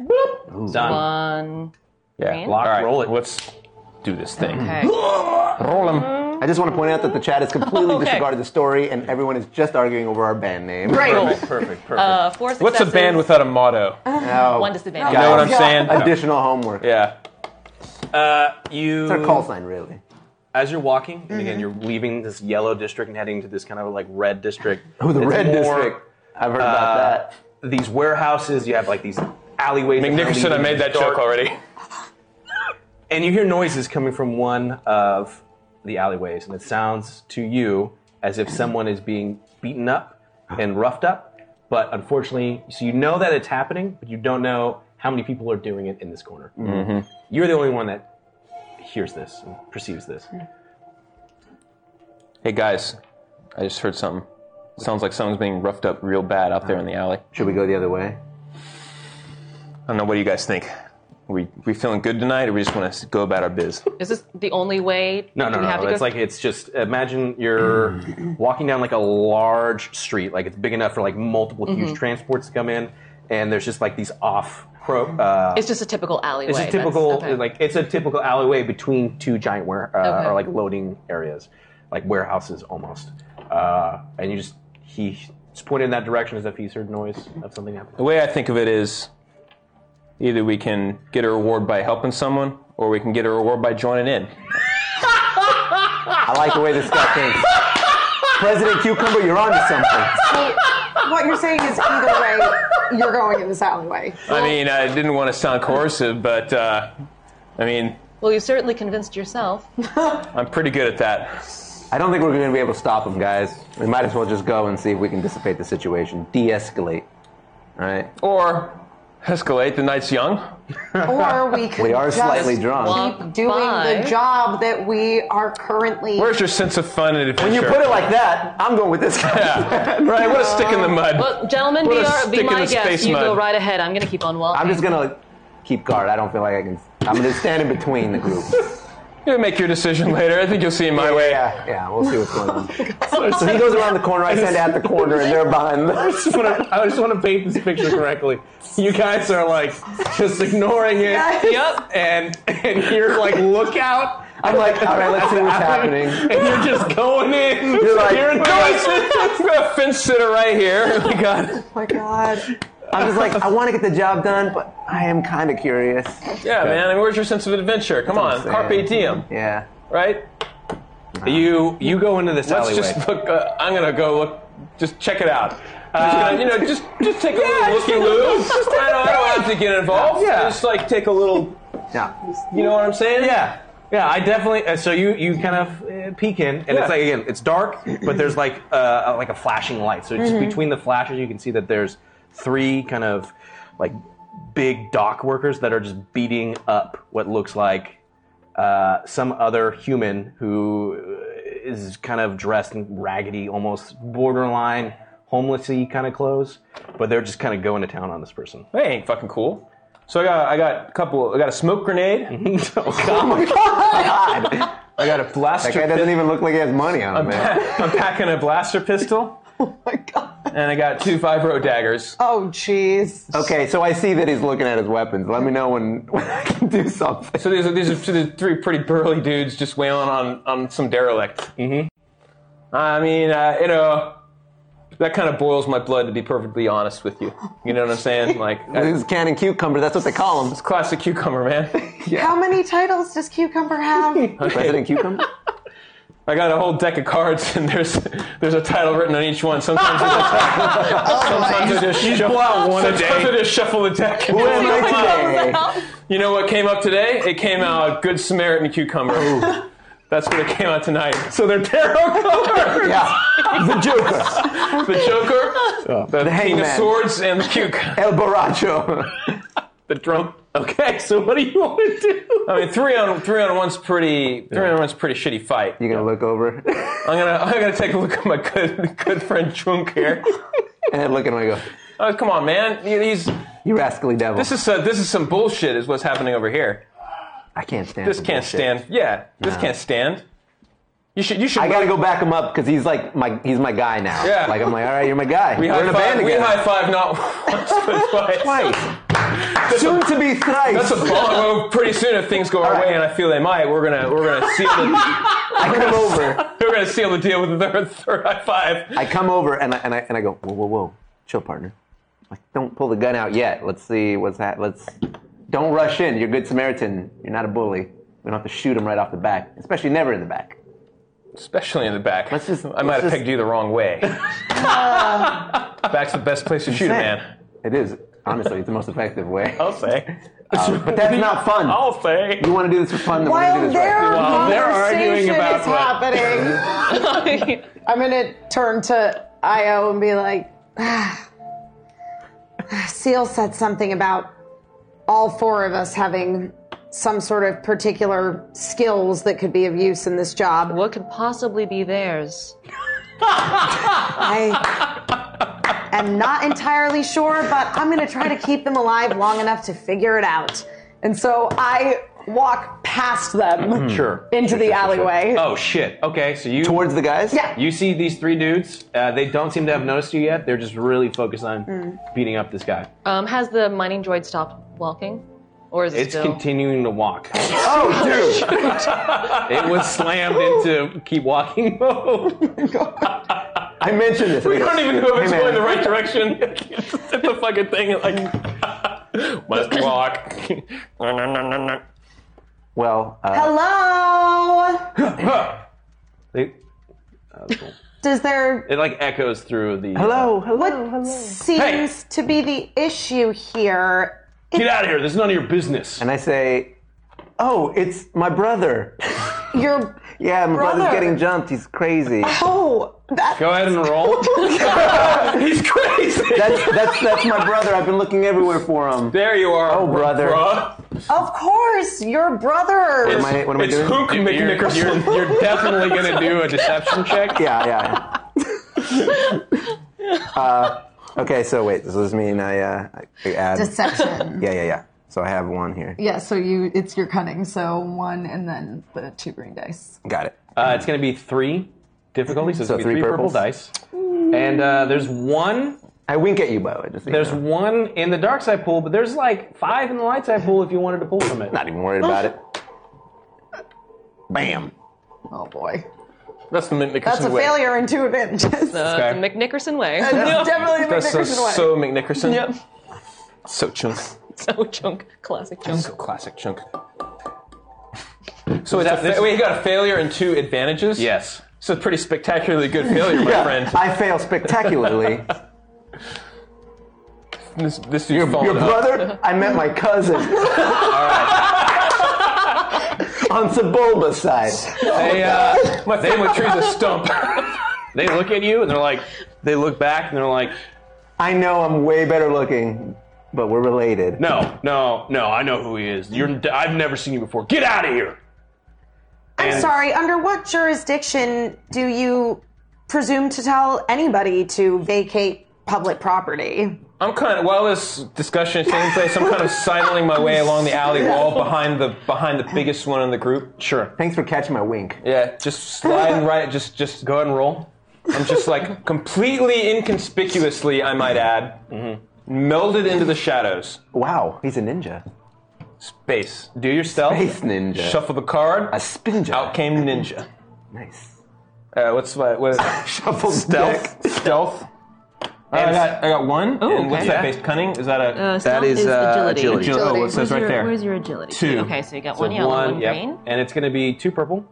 [SPEAKER 2] Done.
[SPEAKER 10] One.
[SPEAKER 5] Yeah.
[SPEAKER 10] Lock,
[SPEAKER 2] roll it.
[SPEAKER 5] Let's do this
[SPEAKER 2] Hmm.
[SPEAKER 5] thing.
[SPEAKER 10] Okay.
[SPEAKER 4] Roll 'em. I just want to point out that the chat has completely
[SPEAKER 10] Okay.
[SPEAKER 4] disregarded the story, and everyone is just arguing over our band name.
[SPEAKER 9] Great.
[SPEAKER 2] Perfect, perfect, perfect.
[SPEAKER 10] Uh, four successes.
[SPEAKER 5] What's a band without a motto? You
[SPEAKER 4] Now,
[SPEAKER 10] One disadvantage.
[SPEAKER 5] know what I'm
[SPEAKER 4] guys,
[SPEAKER 5] saying?
[SPEAKER 4] Additional homework.
[SPEAKER 5] Yeah.
[SPEAKER 2] Uh, you.
[SPEAKER 4] It's our call sign, really.
[SPEAKER 2] as you're walking, and
[SPEAKER 4] Mm-hmm.
[SPEAKER 2] again, you're leaving this yellow district and heading to this kind of like red district.
[SPEAKER 4] Oh, the
[SPEAKER 2] It's
[SPEAKER 4] red
[SPEAKER 2] more,
[SPEAKER 4] district. I've heard about
[SPEAKER 2] uh,
[SPEAKER 4] that.
[SPEAKER 2] These warehouses, you have like these alleyways. that kinda
[SPEAKER 5] McNickerson,
[SPEAKER 2] lead
[SPEAKER 5] I made
[SPEAKER 2] into
[SPEAKER 5] that
[SPEAKER 2] the
[SPEAKER 5] joke
[SPEAKER 2] dark-
[SPEAKER 5] already.
[SPEAKER 2] And you hear noises coming from one of the alleyways, and it sounds to you as if someone is being beaten up and roughed up. But unfortunately, so you know that it's happening, but you don't know how many people are doing it in this corner.
[SPEAKER 5] Mm-hmm.
[SPEAKER 2] You're the only one that hears this and perceives this.
[SPEAKER 5] Hey guys, I just heard something. Sounds like someone's being roughed up real bad out there in the alley.
[SPEAKER 4] Should we go the other way?
[SPEAKER 5] I don't know. What do you guys think? We we feeling good tonight, or we just want to go about our biz?
[SPEAKER 10] Is this the only way?
[SPEAKER 2] No,
[SPEAKER 10] do
[SPEAKER 2] no,
[SPEAKER 10] we
[SPEAKER 2] no.
[SPEAKER 10] Have to
[SPEAKER 2] It's
[SPEAKER 10] go?
[SPEAKER 2] like it's just imagine you're walking down like a large street, like it's big enough for like multiple
[SPEAKER 10] Mm-hmm.
[SPEAKER 2] huge transports to come in, and there's just like these off. Pro, uh,
[SPEAKER 10] It's just a typical alleyway.
[SPEAKER 2] it's a
[SPEAKER 10] that's-
[SPEAKER 2] typical
[SPEAKER 10] okay.
[SPEAKER 2] like it's a typical alleyway between two giant ware uh,
[SPEAKER 10] Okay.
[SPEAKER 2] or like loading areas, like warehouses almost. Uh, and you just he's pointed in that direction as if he's heard noise of something happening.
[SPEAKER 5] The way I think of it is, either we can get a reward by helping someone, or we can get a reward by joining in.
[SPEAKER 4] I like the way this guy thinks. President Cucumber, you're onto something.
[SPEAKER 9] what you're saying is either way, you're going in this alleyway.
[SPEAKER 5] I mean, I didn't want to sound coercive, but uh, I mean,
[SPEAKER 10] Well, you certainly convinced yourself.
[SPEAKER 5] I'm pretty good at that.
[SPEAKER 4] I don't think we're going to be able to stop him, guys. We might as well just go and see if we can dissipate the situation, de-escalate. All right.
[SPEAKER 5] Or escalate. The night's young.
[SPEAKER 9] Or we could
[SPEAKER 4] We are
[SPEAKER 9] just
[SPEAKER 4] slightly drunk.
[SPEAKER 9] keep doing
[SPEAKER 10] Bye.
[SPEAKER 9] the job that we are currently
[SPEAKER 5] Where's your sense of fun and adventure?
[SPEAKER 4] When you put it like that, I'm going with this guy.
[SPEAKER 5] yeah, right. What a stick in the mud.
[SPEAKER 10] Well, gentlemen,
[SPEAKER 5] What
[SPEAKER 10] be,
[SPEAKER 5] a
[SPEAKER 10] our, be
[SPEAKER 5] stick in
[SPEAKER 10] my
[SPEAKER 5] the
[SPEAKER 10] guest.
[SPEAKER 5] space
[SPEAKER 10] You go
[SPEAKER 5] mud.
[SPEAKER 10] right ahead. I'm going to keep on walking.
[SPEAKER 4] I'm just gonna keep guard. I don't feel like I can. I'm gonna stand in between the group.
[SPEAKER 5] You'll make your decision later. I think you'll see my way. uh, Oh
[SPEAKER 4] Yeah, yeah. We'll see what's going on. so he goes around the corner. I stand out the corner, and they're behind. The,
[SPEAKER 2] just wanna- I just want to paint this picture correctly. You guys are like just ignoring it.
[SPEAKER 10] Yep.
[SPEAKER 2] and and you're like, look out.
[SPEAKER 4] I'm like, all right, let's see what's happening.
[SPEAKER 2] And you're just going in.
[SPEAKER 4] You're like,
[SPEAKER 2] you're in
[SPEAKER 5] Guys, we got a fence sitter right here. Oh my god.
[SPEAKER 9] Oh my god.
[SPEAKER 4] I'm just like, I want to get the job done, but I am kind of curious.
[SPEAKER 5] Yeah,
[SPEAKER 4] Okay.
[SPEAKER 5] man. I mean, where's your sense of adventure? Come on,
[SPEAKER 4] That's what I'm
[SPEAKER 5] carpe diem,
[SPEAKER 4] Yeah.
[SPEAKER 5] right?
[SPEAKER 2] You you go into this
[SPEAKER 5] Uh-huh. Let's
[SPEAKER 2] alleyway.
[SPEAKER 5] just look. Uh, I'm gonna go look. Just check it out. Just gonna, you know, just just take a little looky loo. Just I don't, I don't have to get involved.
[SPEAKER 2] Yeah.
[SPEAKER 5] Just like take a little.
[SPEAKER 4] Yeah.
[SPEAKER 5] You know what I'm saying?
[SPEAKER 2] Yeah, yeah. I definitely. uh, So you you kind of uh, peek in, and
[SPEAKER 5] Yeah.
[SPEAKER 2] it's like again, it's dark, but there's like uh, like a flashing light. So just between the flashes, you can see that there's three kind of like big dock workers that are just beating up what looks like uh, some other human who uh, is kind of dressed in raggedy, almost borderline homelessy kind of clothes, but they're just kind of going to town on this person.
[SPEAKER 5] That ain't fucking cool. So I got I got a couple. I got a smoke grenade.
[SPEAKER 2] oh my
[SPEAKER 4] God.
[SPEAKER 5] I got a blaster.
[SPEAKER 4] That guy doesn't even look like he has money on him, man.
[SPEAKER 5] I'm packing a blaster pistol,
[SPEAKER 9] Oh my god.
[SPEAKER 5] and I got two five row daggers.
[SPEAKER 9] Oh jeez.
[SPEAKER 4] Okay, so I see that he's looking at his weapons. Let me know when, when I can do something.
[SPEAKER 5] So these are, these are these are three pretty burly dudes just wailing on, on some derelict. Mm-hmm. I mean, uh, you know, that kind of boils my blood, to be perfectly honest with you. You know what I'm saying? Like,
[SPEAKER 4] This
[SPEAKER 5] it's
[SPEAKER 4] is cannon cucumber. That's what they call him.
[SPEAKER 5] classic cucumber, man.
[SPEAKER 9] How many titles does Cucumber have?
[SPEAKER 4] President Cucumber.
[SPEAKER 5] I got a whole deck of cards, and there's there's a title written on each one. Sometimes I Oh, just, sometimes I just shuffle out one Sometimes I just shuffle the deck.
[SPEAKER 4] Who am I today?
[SPEAKER 5] You know what came up today? It came out Good Samaritan Cucumber. That's what it came out tonight. So they're tarot cards.
[SPEAKER 4] Yeah, the Joker,
[SPEAKER 5] The Joker, the,
[SPEAKER 4] the
[SPEAKER 5] King of
[SPEAKER 4] Hangman.
[SPEAKER 5] Swords, and the Cucumber.
[SPEAKER 4] El Borracho.
[SPEAKER 5] the drum. Okay, so what do you want to do? I mean, three on three on one's pretty. Three on one's pretty shitty fight.
[SPEAKER 4] You gonna look over
[SPEAKER 5] I'm gonna I'm gonna take a look at my good good friend Junk here.
[SPEAKER 4] and then look at him and go,
[SPEAKER 5] Oh come on, man. He's
[SPEAKER 4] "You rascally devil."
[SPEAKER 5] this is uh, this is some bullshit. Is what's happening over here.
[SPEAKER 4] I can't stand.
[SPEAKER 5] This
[SPEAKER 4] for
[SPEAKER 5] can't
[SPEAKER 4] bullshit.
[SPEAKER 5] stand. Yeah, this
[SPEAKER 4] No.
[SPEAKER 5] can't stand. You should you should.
[SPEAKER 4] I gotta go back him up because he's like my he's my guy now.
[SPEAKER 5] Yeah.
[SPEAKER 4] Like I'm like, all right, you're my guy.
[SPEAKER 5] We
[SPEAKER 4] We're
[SPEAKER 5] high
[SPEAKER 4] in a
[SPEAKER 5] five.
[SPEAKER 4] band
[SPEAKER 5] we
[SPEAKER 4] again.
[SPEAKER 5] high five not once but twice.
[SPEAKER 4] Twice. Soon to be thrice.
[SPEAKER 5] That's a bond. Well, pretty soon, if things go our
[SPEAKER 4] right.
[SPEAKER 5] way, and I feel they might, we're gonna we're gonna seal the
[SPEAKER 4] I come over.
[SPEAKER 5] we're gonna seal the deal with the third, third high five.
[SPEAKER 4] I come over and I, and I and I go, whoa, whoa, whoa, chill, partner. Like, don't pull the gun out yet. Let's see what's that. Let's don't rush in. You're a good Samaritan. You're not a bully. We don't have to shoot him right off the back, especially never in the back.
[SPEAKER 5] Especially in the back.
[SPEAKER 4] Let's just-
[SPEAKER 5] I might
[SPEAKER 4] let's
[SPEAKER 5] have
[SPEAKER 4] just-
[SPEAKER 5] pegged you the wrong way. Back's the best place to shoot a man.
[SPEAKER 4] It is honestly, it's the most effective way.
[SPEAKER 2] Oh,
[SPEAKER 5] I'll say.
[SPEAKER 4] Um, but that's not fun.
[SPEAKER 5] I'll say.
[SPEAKER 4] You want to do this for fun? Then we're gonna
[SPEAKER 9] While
[SPEAKER 4] do this right.
[SPEAKER 9] their
[SPEAKER 5] While they're arguing
[SPEAKER 9] conversation
[SPEAKER 5] about
[SPEAKER 9] is
[SPEAKER 5] what-
[SPEAKER 9] happening, I'm gonna turn to Io and be like, ah, Seal said something about all four of us having some sort of particular skills that could be of use in this job.
[SPEAKER 10] What could possibly be theirs?
[SPEAKER 9] I am not entirely sure, but I'm going to try to keep them alive long enough to figure it out. And so I walk past them
[SPEAKER 2] Sure.
[SPEAKER 9] into the alleyway.
[SPEAKER 2] Hmm. Oh shit. Okay, so you
[SPEAKER 4] Towards the guys.
[SPEAKER 9] Yeah.
[SPEAKER 2] You see these three dudes. Uh, they don't seem to have noticed you yet. They're just really focused on
[SPEAKER 9] Hmm.
[SPEAKER 2] beating up this guy.
[SPEAKER 10] Um, has the mining droid stopped walking, or is it
[SPEAKER 2] it's
[SPEAKER 10] still?
[SPEAKER 2] continuing to walk.
[SPEAKER 4] Oh, dude.
[SPEAKER 2] it was slammed into keep walking mode.
[SPEAKER 4] I mentioned this.
[SPEAKER 5] We don't even know if it's
[SPEAKER 4] Hey, man.
[SPEAKER 5] going the right direction. it's the fucking thing. Like, must walk.
[SPEAKER 4] Well, uh,
[SPEAKER 9] Hello?
[SPEAKER 2] they,
[SPEAKER 9] Does there.
[SPEAKER 2] it like echoes through the.
[SPEAKER 4] hello, hello.
[SPEAKER 9] What
[SPEAKER 4] hello.
[SPEAKER 9] seems to be the issue here?
[SPEAKER 2] Get out of here. This is none of your business.
[SPEAKER 4] And I say, oh, it's my brother.
[SPEAKER 9] Your.
[SPEAKER 4] Yeah, my brother's
[SPEAKER 9] Brother.
[SPEAKER 4] getting jumped. He's crazy.
[SPEAKER 9] Oh, that.
[SPEAKER 2] Go ahead and roll. He's crazy.
[SPEAKER 4] That's that's that's my brother. I've been looking everywhere for him.
[SPEAKER 5] there you are.
[SPEAKER 4] Oh, brother.
[SPEAKER 5] bruh.
[SPEAKER 9] Of course, your brother.
[SPEAKER 4] Am I- what am I
[SPEAKER 5] it's
[SPEAKER 4] doing?
[SPEAKER 5] Hook
[SPEAKER 2] You're,
[SPEAKER 5] McNickerson.
[SPEAKER 2] you're- you're definitely gonna do a deception check.
[SPEAKER 4] Yeah, yeah. uh, okay, so wait. Does this mean I, uh, I add?
[SPEAKER 3] Deception.
[SPEAKER 4] Yeah, yeah, yeah. So I have one here.
[SPEAKER 3] yeah, so you it's your cunning, so one and then the two green dice.
[SPEAKER 4] Got it.
[SPEAKER 2] Uh, it's gonna be three difficulties. So it's
[SPEAKER 4] So
[SPEAKER 2] gonna be
[SPEAKER 4] three
[SPEAKER 2] three purple
[SPEAKER 4] purples.
[SPEAKER 2] dice. And uh, there's one
[SPEAKER 4] I wink at you, by the way. Just so you
[SPEAKER 2] There's
[SPEAKER 4] know.
[SPEAKER 2] one in the dark side pool, but there's like five in the light side pool if you wanted to pull from it.
[SPEAKER 4] Not even worried about it. Bam.
[SPEAKER 3] Oh boy.
[SPEAKER 5] That's the McNickerson
[SPEAKER 9] That's a
[SPEAKER 5] way.
[SPEAKER 9] failure in two advantages.
[SPEAKER 10] Uh, The McNickerson way.
[SPEAKER 9] It's definitely the
[SPEAKER 5] That's so,
[SPEAKER 9] McNickerson way.
[SPEAKER 5] so McNickerson.
[SPEAKER 10] Yep.
[SPEAKER 5] So chunk.
[SPEAKER 10] So chunk, classic chunk.
[SPEAKER 5] So classic chunk. So that fa- wait, you got a failure and two advantages. Yes. So pretty spectacularly good failure, my
[SPEAKER 4] Yeah,
[SPEAKER 5] friend.
[SPEAKER 4] I fail spectacularly.
[SPEAKER 5] This, this your,
[SPEAKER 4] Your brother? I met my cousin. On Sebulba's side.
[SPEAKER 5] They, uh, my family tree's a stump.
[SPEAKER 12] They look at you and they're like, they look back and they're like,
[SPEAKER 4] I know I'm way better looking, but we're related.
[SPEAKER 12] no, no, no, I know who he is. You're, I've never seen you before. Get out of here.
[SPEAKER 9] I'm
[SPEAKER 12] And-
[SPEAKER 9] sorry, under what jurisdiction do you presume to tell anybody to vacate public property?
[SPEAKER 5] I'm kind of while this discussion is taking place, I'm kind of sidling my way along the alley wall behind the behind the biggest one in the group. Sure.
[SPEAKER 4] Thanks for catching my wink.
[SPEAKER 5] Yeah, just sliding right. Just just go ahead and roll. I'm just like completely inconspicuously, I might add, melded into the shadows.
[SPEAKER 4] Wow, he's a ninja.
[SPEAKER 5] Space. Do yourself.
[SPEAKER 4] Space ninja.
[SPEAKER 5] Shuffle the card.
[SPEAKER 4] A spinja.
[SPEAKER 5] Out came ninja.
[SPEAKER 4] Nice.
[SPEAKER 5] Uh, what's my what?
[SPEAKER 4] Shuffle
[SPEAKER 5] stealth. Stealth. I got I got one.
[SPEAKER 10] Oh,
[SPEAKER 5] and what's
[SPEAKER 10] okay.
[SPEAKER 5] that based cunning? Is that a
[SPEAKER 10] Uh, stealth is agility.
[SPEAKER 5] agility. Oh, it
[SPEAKER 10] Where's
[SPEAKER 5] says right
[SPEAKER 10] your-
[SPEAKER 5] there.
[SPEAKER 10] Where's your agility?
[SPEAKER 5] Two.
[SPEAKER 10] Okay, so you got
[SPEAKER 2] So
[SPEAKER 10] one yellow, one,
[SPEAKER 2] yep.
[SPEAKER 10] green.
[SPEAKER 2] And it's going to be two purple.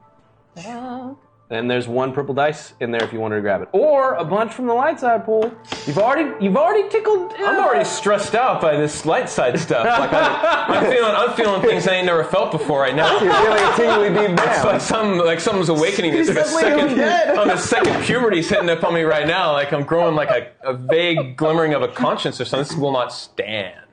[SPEAKER 10] Ta-da.
[SPEAKER 2] And there's one purple dice in there if you wanted to grab it, or a bunch from the light side pool. You've already you've already tickled. uh,
[SPEAKER 5] I'm already stressed out by this light side stuff. Like I'm, I'm feeling, I'm feeling things I ain't never felt before right now.
[SPEAKER 4] You're feeling a tingly deep
[SPEAKER 5] It's
[SPEAKER 4] down.
[SPEAKER 5] like some, like something's awakening. It's like a second, on the second puberty's hitting up on me right now. Like I'm growing like a, a vague glimmering of a conscience or something. This will not stand.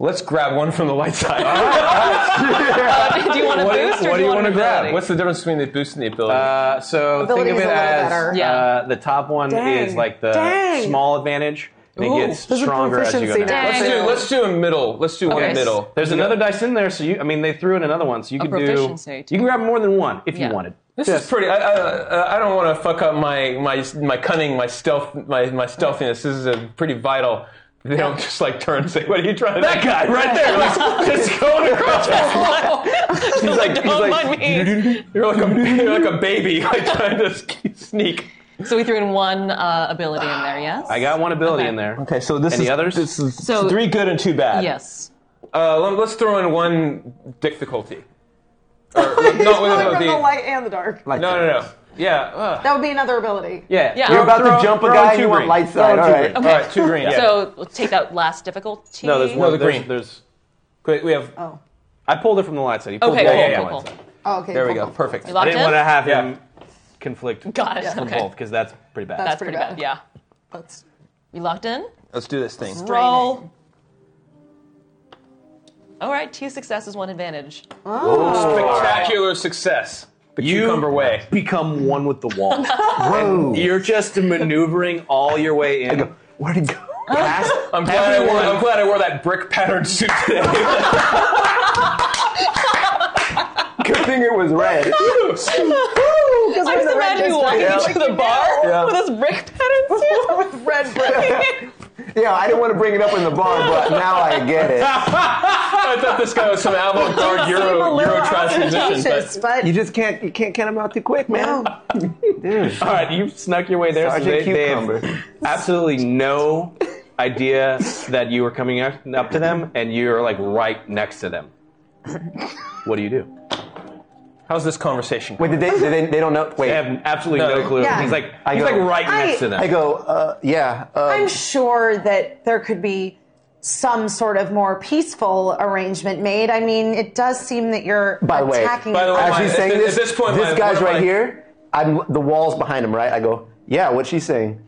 [SPEAKER 5] Let's grab one from the light side.
[SPEAKER 2] Ah,
[SPEAKER 10] do you want to
[SPEAKER 5] What do you-
[SPEAKER 10] boost or
[SPEAKER 5] what
[SPEAKER 10] do you want to
[SPEAKER 5] grab? What's the difference between the boost and the ability?
[SPEAKER 2] Uh, so
[SPEAKER 9] Ability
[SPEAKER 2] think
[SPEAKER 9] is
[SPEAKER 2] of
[SPEAKER 9] a
[SPEAKER 2] it
[SPEAKER 9] little
[SPEAKER 2] as
[SPEAKER 9] better.
[SPEAKER 2] uh, the top one
[SPEAKER 9] Dang.
[SPEAKER 2] is like the
[SPEAKER 9] Dang.
[SPEAKER 2] small advantage, and
[SPEAKER 9] Ooh,
[SPEAKER 2] it gets
[SPEAKER 9] there's a
[SPEAKER 2] stronger as you go
[SPEAKER 9] proficiency
[SPEAKER 2] down.
[SPEAKER 5] let's
[SPEAKER 9] now.
[SPEAKER 5] do, let's do a middle. Let's do
[SPEAKER 10] Okay.
[SPEAKER 5] one middle.
[SPEAKER 2] There's another dice in there, so you I mean they threw in another one, so you could do
[SPEAKER 10] proficiency,
[SPEAKER 2] you
[SPEAKER 10] too.
[SPEAKER 2] can grab more than one if
[SPEAKER 10] Yeah.
[SPEAKER 2] you wanted.
[SPEAKER 5] This is pretty. I, I, uh, I don't want to fuck up my, my my cunning, my stealth, my, my stealthiness. This is a pretty vital. They don't just like turn and say, "What are you trying?" to That guy right there, like, just going across. he's like, he's
[SPEAKER 10] Don't
[SPEAKER 5] like,
[SPEAKER 10] mind me.
[SPEAKER 5] You're like a you're like a baby, like trying to sneak.
[SPEAKER 10] So we threw in one uh, ability in there, yes?
[SPEAKER 2] I got one ability
[SPEAKER 10] Okay.
[SPEAKER 2] in there.
[SPEAKER 5] Okay, so this
[SPEAKER 2] Any
[SPEAKER 5] is
[SPEAKER 2] others?
[SPEAKER 5] This is
[SPEAKER 10] So-
[SPEAKER 5] three good and two bad.
[SPEAKER 10] Yes.
[SPEAKER 5] Uh, let, us throw in one difficulty. Or, not one of
[SPEAKER 9] From the
[SPEAKER 5] the.
[SPEAKER 9] light and the dark.
[SPEAKER 5] No, no, no. Yeah. uh,
[SPEAKER 9] That would be another ability.
[SPEAKER 2] Yeah.
[SPEAKER 10] Yeah.
[SPEAKER 2] throw-
[SPEAKER 10] You're about
[SPEAKER 4] to
[SPEAKER 2] throw-
[SPEAKER 4] jump a
[SPEAKER 2] throw
[SPEAKER 4] guy,
[SPEAKER 2] two
[SPEAKER 4] you want
[SPEAKER 2] green.
[SPEAKER 4] light
[SPEAKER 2] Throw
[SPEAKER 4] side,
[SPEAKER 2] two
[SPEAKER 4] all right.
[SPEAKER 2] green.
[SPEAKER 5] All right, two green. Yeah.
[SPEAKER 10] So we'll take that last difficulty.
[SPEAKER 2] No, there's one
[SPEAKER 5] the
[SPEAKER 2] there's-
[SPEAKER 5] green.
[SPEAKER 2] There's
[SPEAKER 5] Wait, we have.
[SPEAKER 9] Oh.
[SPEAKER 2] I pulled it from the light side. You pulled
[SPEAKER 10] Okay,
[SPEAKER 2] it
[SPEAKER 10] cool,
[SPEAKER 2] from
[SPEAKER 5] yeah,
[SPEAKER 2] the
[SPEAKER 5] yeah,
[SPEAKER 10] cool,
[SPEAKER 2] light
[SPEAKER 10] cool.
[SPEAKER 2] side.
[SPEAKER 9] Oh, okay.
[SPEAKER 5] There we
[SPEAKER 9] cool,
[SPEAKER 5] go.
[SPEAKER 9] cool.
[SPEAKER 5] Perfect.
[SPEAKER 10] You
[SPEAKER 2] I
[SPEAKER 10] locked
[SPEAKER 2] didn't
[SPEAKER 10] in?
[SPEAKER 2] want to have
[SPEAKER 5] Yeah.
[SPEAKER 2] him conflict
[SPEAKER 10] Got it.
[SPEAKER 2] from
[SPEAKER 10] Okay.
[SPEAKER 2] both because that's pretty bad.
[SPEAKER 10] That's pretty bad. Yeah.
[SPEAKER 9] That's-
[SPEAKER 10] You locked in?
[SPEAKER 5] Let's do this thing.
[SPEAKER 10] Roll. All right, two successes, one advantage.
[SPEAKER 4] Oh.
[SPEAKER 5] Spectacular success. The
[SPEAKER 2] You-
[SPEAKER 5] cucumber way.
[SPEAKER 2] Become one with the wall.
[SPEAKER 4] Whoa.
[SPEAKER 2] You're just maneuvering all your way in.
[SPEAKER 4] Where'd he go?
[SPEAKER 5] I'm glad, I wore, I'm glad I wore that brick patterned suit today.
[SPEAKER 4] Good thing it was red.
[SPEAKER 10] I just imagine you walking
[SPEAKER 4] Yeah.
[SPEAKER 10] into the bar
[SPEAKER 4] Yeah.
[SPEAKER 10] with this brick pattern suit.
[SPEAKER 9] With red brick.
[SPEAKER 4] Yeah, I didn't want to bring it up in the bar, but now I get it.
[SPEAKER 5] I thought this guy was some avant garde Euro, Euro trash musician.
[SPEAKER 9] Just,
[SPEAKER 5] But
[SPEAKER 9] but
[SPEAKER 4] You just can't you can't count him out too quick, man. Dude.
[SPEAKER 2] All right, you snuck your way there. so
[SPEAKER 4] Sergeant
[SPEAKER 2] they, they
[SPEAKER 4] Cucumber.
[SPEAKER 2] have absolutely no idea that you were coming up, up to them, and you're like right next to them. What do you do?
[SPEAKER 5] how's this conversation?
[SPEAKER 4] Wait, did they, did they they don't know wait.
[SPEAKER 2] They have absolutely no,
[SPEAKER 5] No.
[SPEAKER 2] clue.
[SPEAKER 9] Yeah.
[SPEAKER 2] He's like
[SPEAKER 4] I
[SPEAKER 2] he's
[SPEAKER 4] go-
[SPEAKER 2] like right
[SPEAKER 9] I-
[SPEAKER 2] next to them.
[SPEAKER 4] I go, uh, yeah. Uh,
[SPEAKER 9] I'm sure that there could be some sort of more peaceful arrangement made. I mean, it does seem that you're
[SPEAKER 4] By the way,
[SPEAKER 9] attacking.
[SPEAKER 5] by the way,
[SPEAKER 4] as
[SPEAKER 5] my-
[SPEAKER 4] she's
[SPEAKER 5] at
[SPEAKER 4] saying
[SPEAKER 5] thi-
[SPEAKER 4] this,
[SPEAKER 5] at this point,
[SPEAKER 4] this
[SPEAKER 5] my-
[SPEAKER 4] guy's
[SPEAKER 5] one of
[SPEAKER 4] right
[SPEAKER 5] my-
[SPEAKER 4] here. I'm the wall's behind him, right? I go, yeah. What's she saying?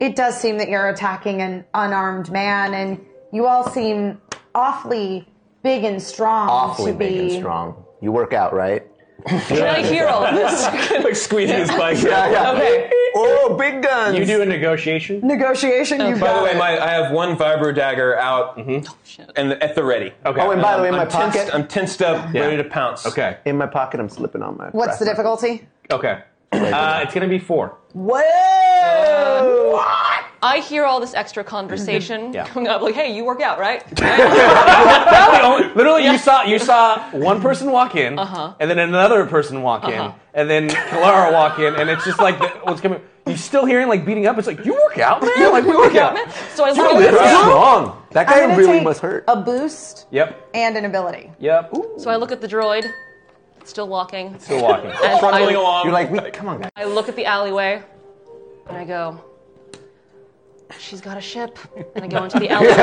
[SPEAKER 9] it does seem that you're attacking an unarmed man, and you all seem awfully big and strong.
[SPEAKER 4] Awfully
[SPEAKER 9] to Oh, be
[SPEAKER 4] big and strong. You work out, right?
[SPEAKER 10] Can I hear all of this?
[SPEAKER 5] like squeezing his bike.
[SPEAKER 4] Yeah, yeah.
[SPEAKER 10] Okay.
[SPEAKER 4] Oh, big guns.
[SPEAKER 2] you do a negotiation.
[SPEAKER 9] negotiation. You
[SPEAKER 5] By
[SPEAKER 9] got
[SPEAKER 5] the way,
[SPEAKER 9] it.
[SPEAKER 5] my, I have one vibro dagger out
[SPEAKER 10] Shit.
[SPEAKER 5] and at the ready.
[SPEAKER 2] Okay.
[SPEAKER 4] Oh, and by the way, in my
[SPEAKER 5] I'm tensed,
[SPEAKER 4] pocket,
[SPEAKER 5] I'm tensed up, ready to pounce.
[SPEAKER 2] okay.
[SPEAKER 4] in my pocket, I'm slipping on my.
[SPEAKER 9] What's the difficulty?
[SPEAKER 4] Uh,
[SPEAKER 2] Okay. Uh, it's gonna be four.
[SPEAKER 9] Whoa!
[SPEAKER 4] What?
[SPEAKER 10] I hear all this extra conversation
[SPEAKER 2] Yeah.
[SPEAKER 10] coming up, like, "Hey, you work out, right?"
[SPEAKER 2] That's the only- literally, you saw you saw one person walk in,
[SPEAKER 10] Uh-huh.
[SPEAKER 2] and then another person walk
[SPEAKER 10] Uh-huh.
[SPEAKER 2] in, and then Kalara walk in, and it's just like the, what's coming. You're still hearing like beating up. It's like you work out, man. Like we work out.
[SPEAKER 10] So I
[SPEAKER 2] Bro,
[SPEAKER 10] look
[SPEAKER 2] this
[SPEAKER 10] at
[SPEAKER 2] is
[SPEAKER 10] this.
[SPEAKER 2] wrong. That
[SPEAKER 10] I'm gonna take-
[SPEAKER 2] must hurt.
[SPEAKER 9] A boost
[SPEAKER 2] Yep.
[SPEAKER 9] and an ability.
[SPEAKER 2] Yep.
[SPEAKER 10] So I look at the droid, still walking.
[SPEAKER 2] Still walking.
[SPEAKER 10] And I,
[SPEAKER 4] You're like, we, come on, guys.
[SPEAKER 10] I look at the alleyway, and I go, "She's got a ship," and I go into the alleyway.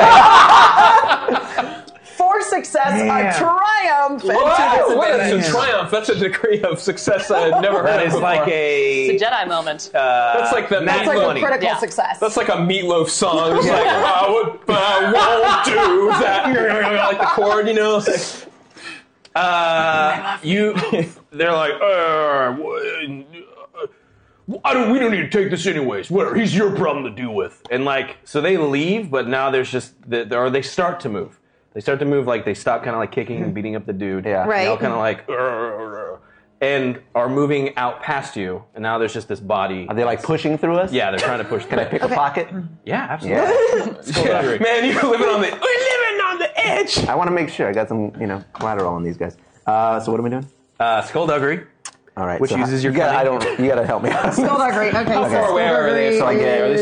[SPEAKER 9] Four success,
[SPEAKER 5] Yeah.
[SPEAKER 9] a triumph, and
[SPEAKER 5] Wow,
[SPEAKER 9] two
[SPEAKER 5] what is a
[SPEAKER 9] disadvantages.
[SPEAKER 5] triumph? That's a degree of success I had never heard
[SPEAKER 2] That
[SPEAKER 5] of
[SPEAKER 2] is like
[SPEAKER 5] before.
[SPEAKER 2] a-
[SPEAKER 10] It's a Jedi moment.
[SPEAKER 5] that's like the
[SPEAKER 2] That's like a
[SPEAKER 5] meatloaf-
[SPEAKER 9] critical Yeah. success.
[SPEAKER 5] That's like a meatloaf song. It's
[SPEAKER 9] Yeah.
[SPEAKER 5] like I, would, I won't do that. like the chord, you know. It's like,
[SPEAKER 12] Uh, you, they're like, uh, wha-
[SPEAKER 2] uh,
[SPEAKER 12] I don't, we don't need to take this anyways. Whatever, he's your problem to deal with.
[SPEAKER 2] And like, so they leave, but now there's just, the, or they start to move. They start to move, like they stop kind of like kicking and beating up the dude. Yeah.
[SPEAKER 9] Right.
[SPEAKER 2] Now kind of like, "Arr, arr, arr," and are moving out past you. And now there's just this body. Are they like pushing through us? Yeah, they're trying to push. Can I
[SPEAKER 4] pick a pocket.
[SPEAKER 2] Yeah, absolutely.
[SPEAKER 4] Yeah.
[SPEAKER 5] Man, you're living on the we're living on the edge.
[SPEAKER 4] I want to make sure I got some, you know, collateral on these guys. Uh, so what am I doing?
[SPEAKER 2] Uh, skullduggery.
[SPEAKER 4] All right.
[SPEAKER 2] Which
[SPEAKER 4] so
[SPEAKER 2] uses
[SPEAKER 4] how-
[SPEAKER 2] your
[SPEAKER 4] you gotta, I
[SPEAKER 2] cunning.
[SPEAKER 4] don't. You gotta help me. out.
[SPEAKER 9] Skullduggery, okay, so
[SPEAKER 4] So, I get.
[SPEAKER 9] skullduggery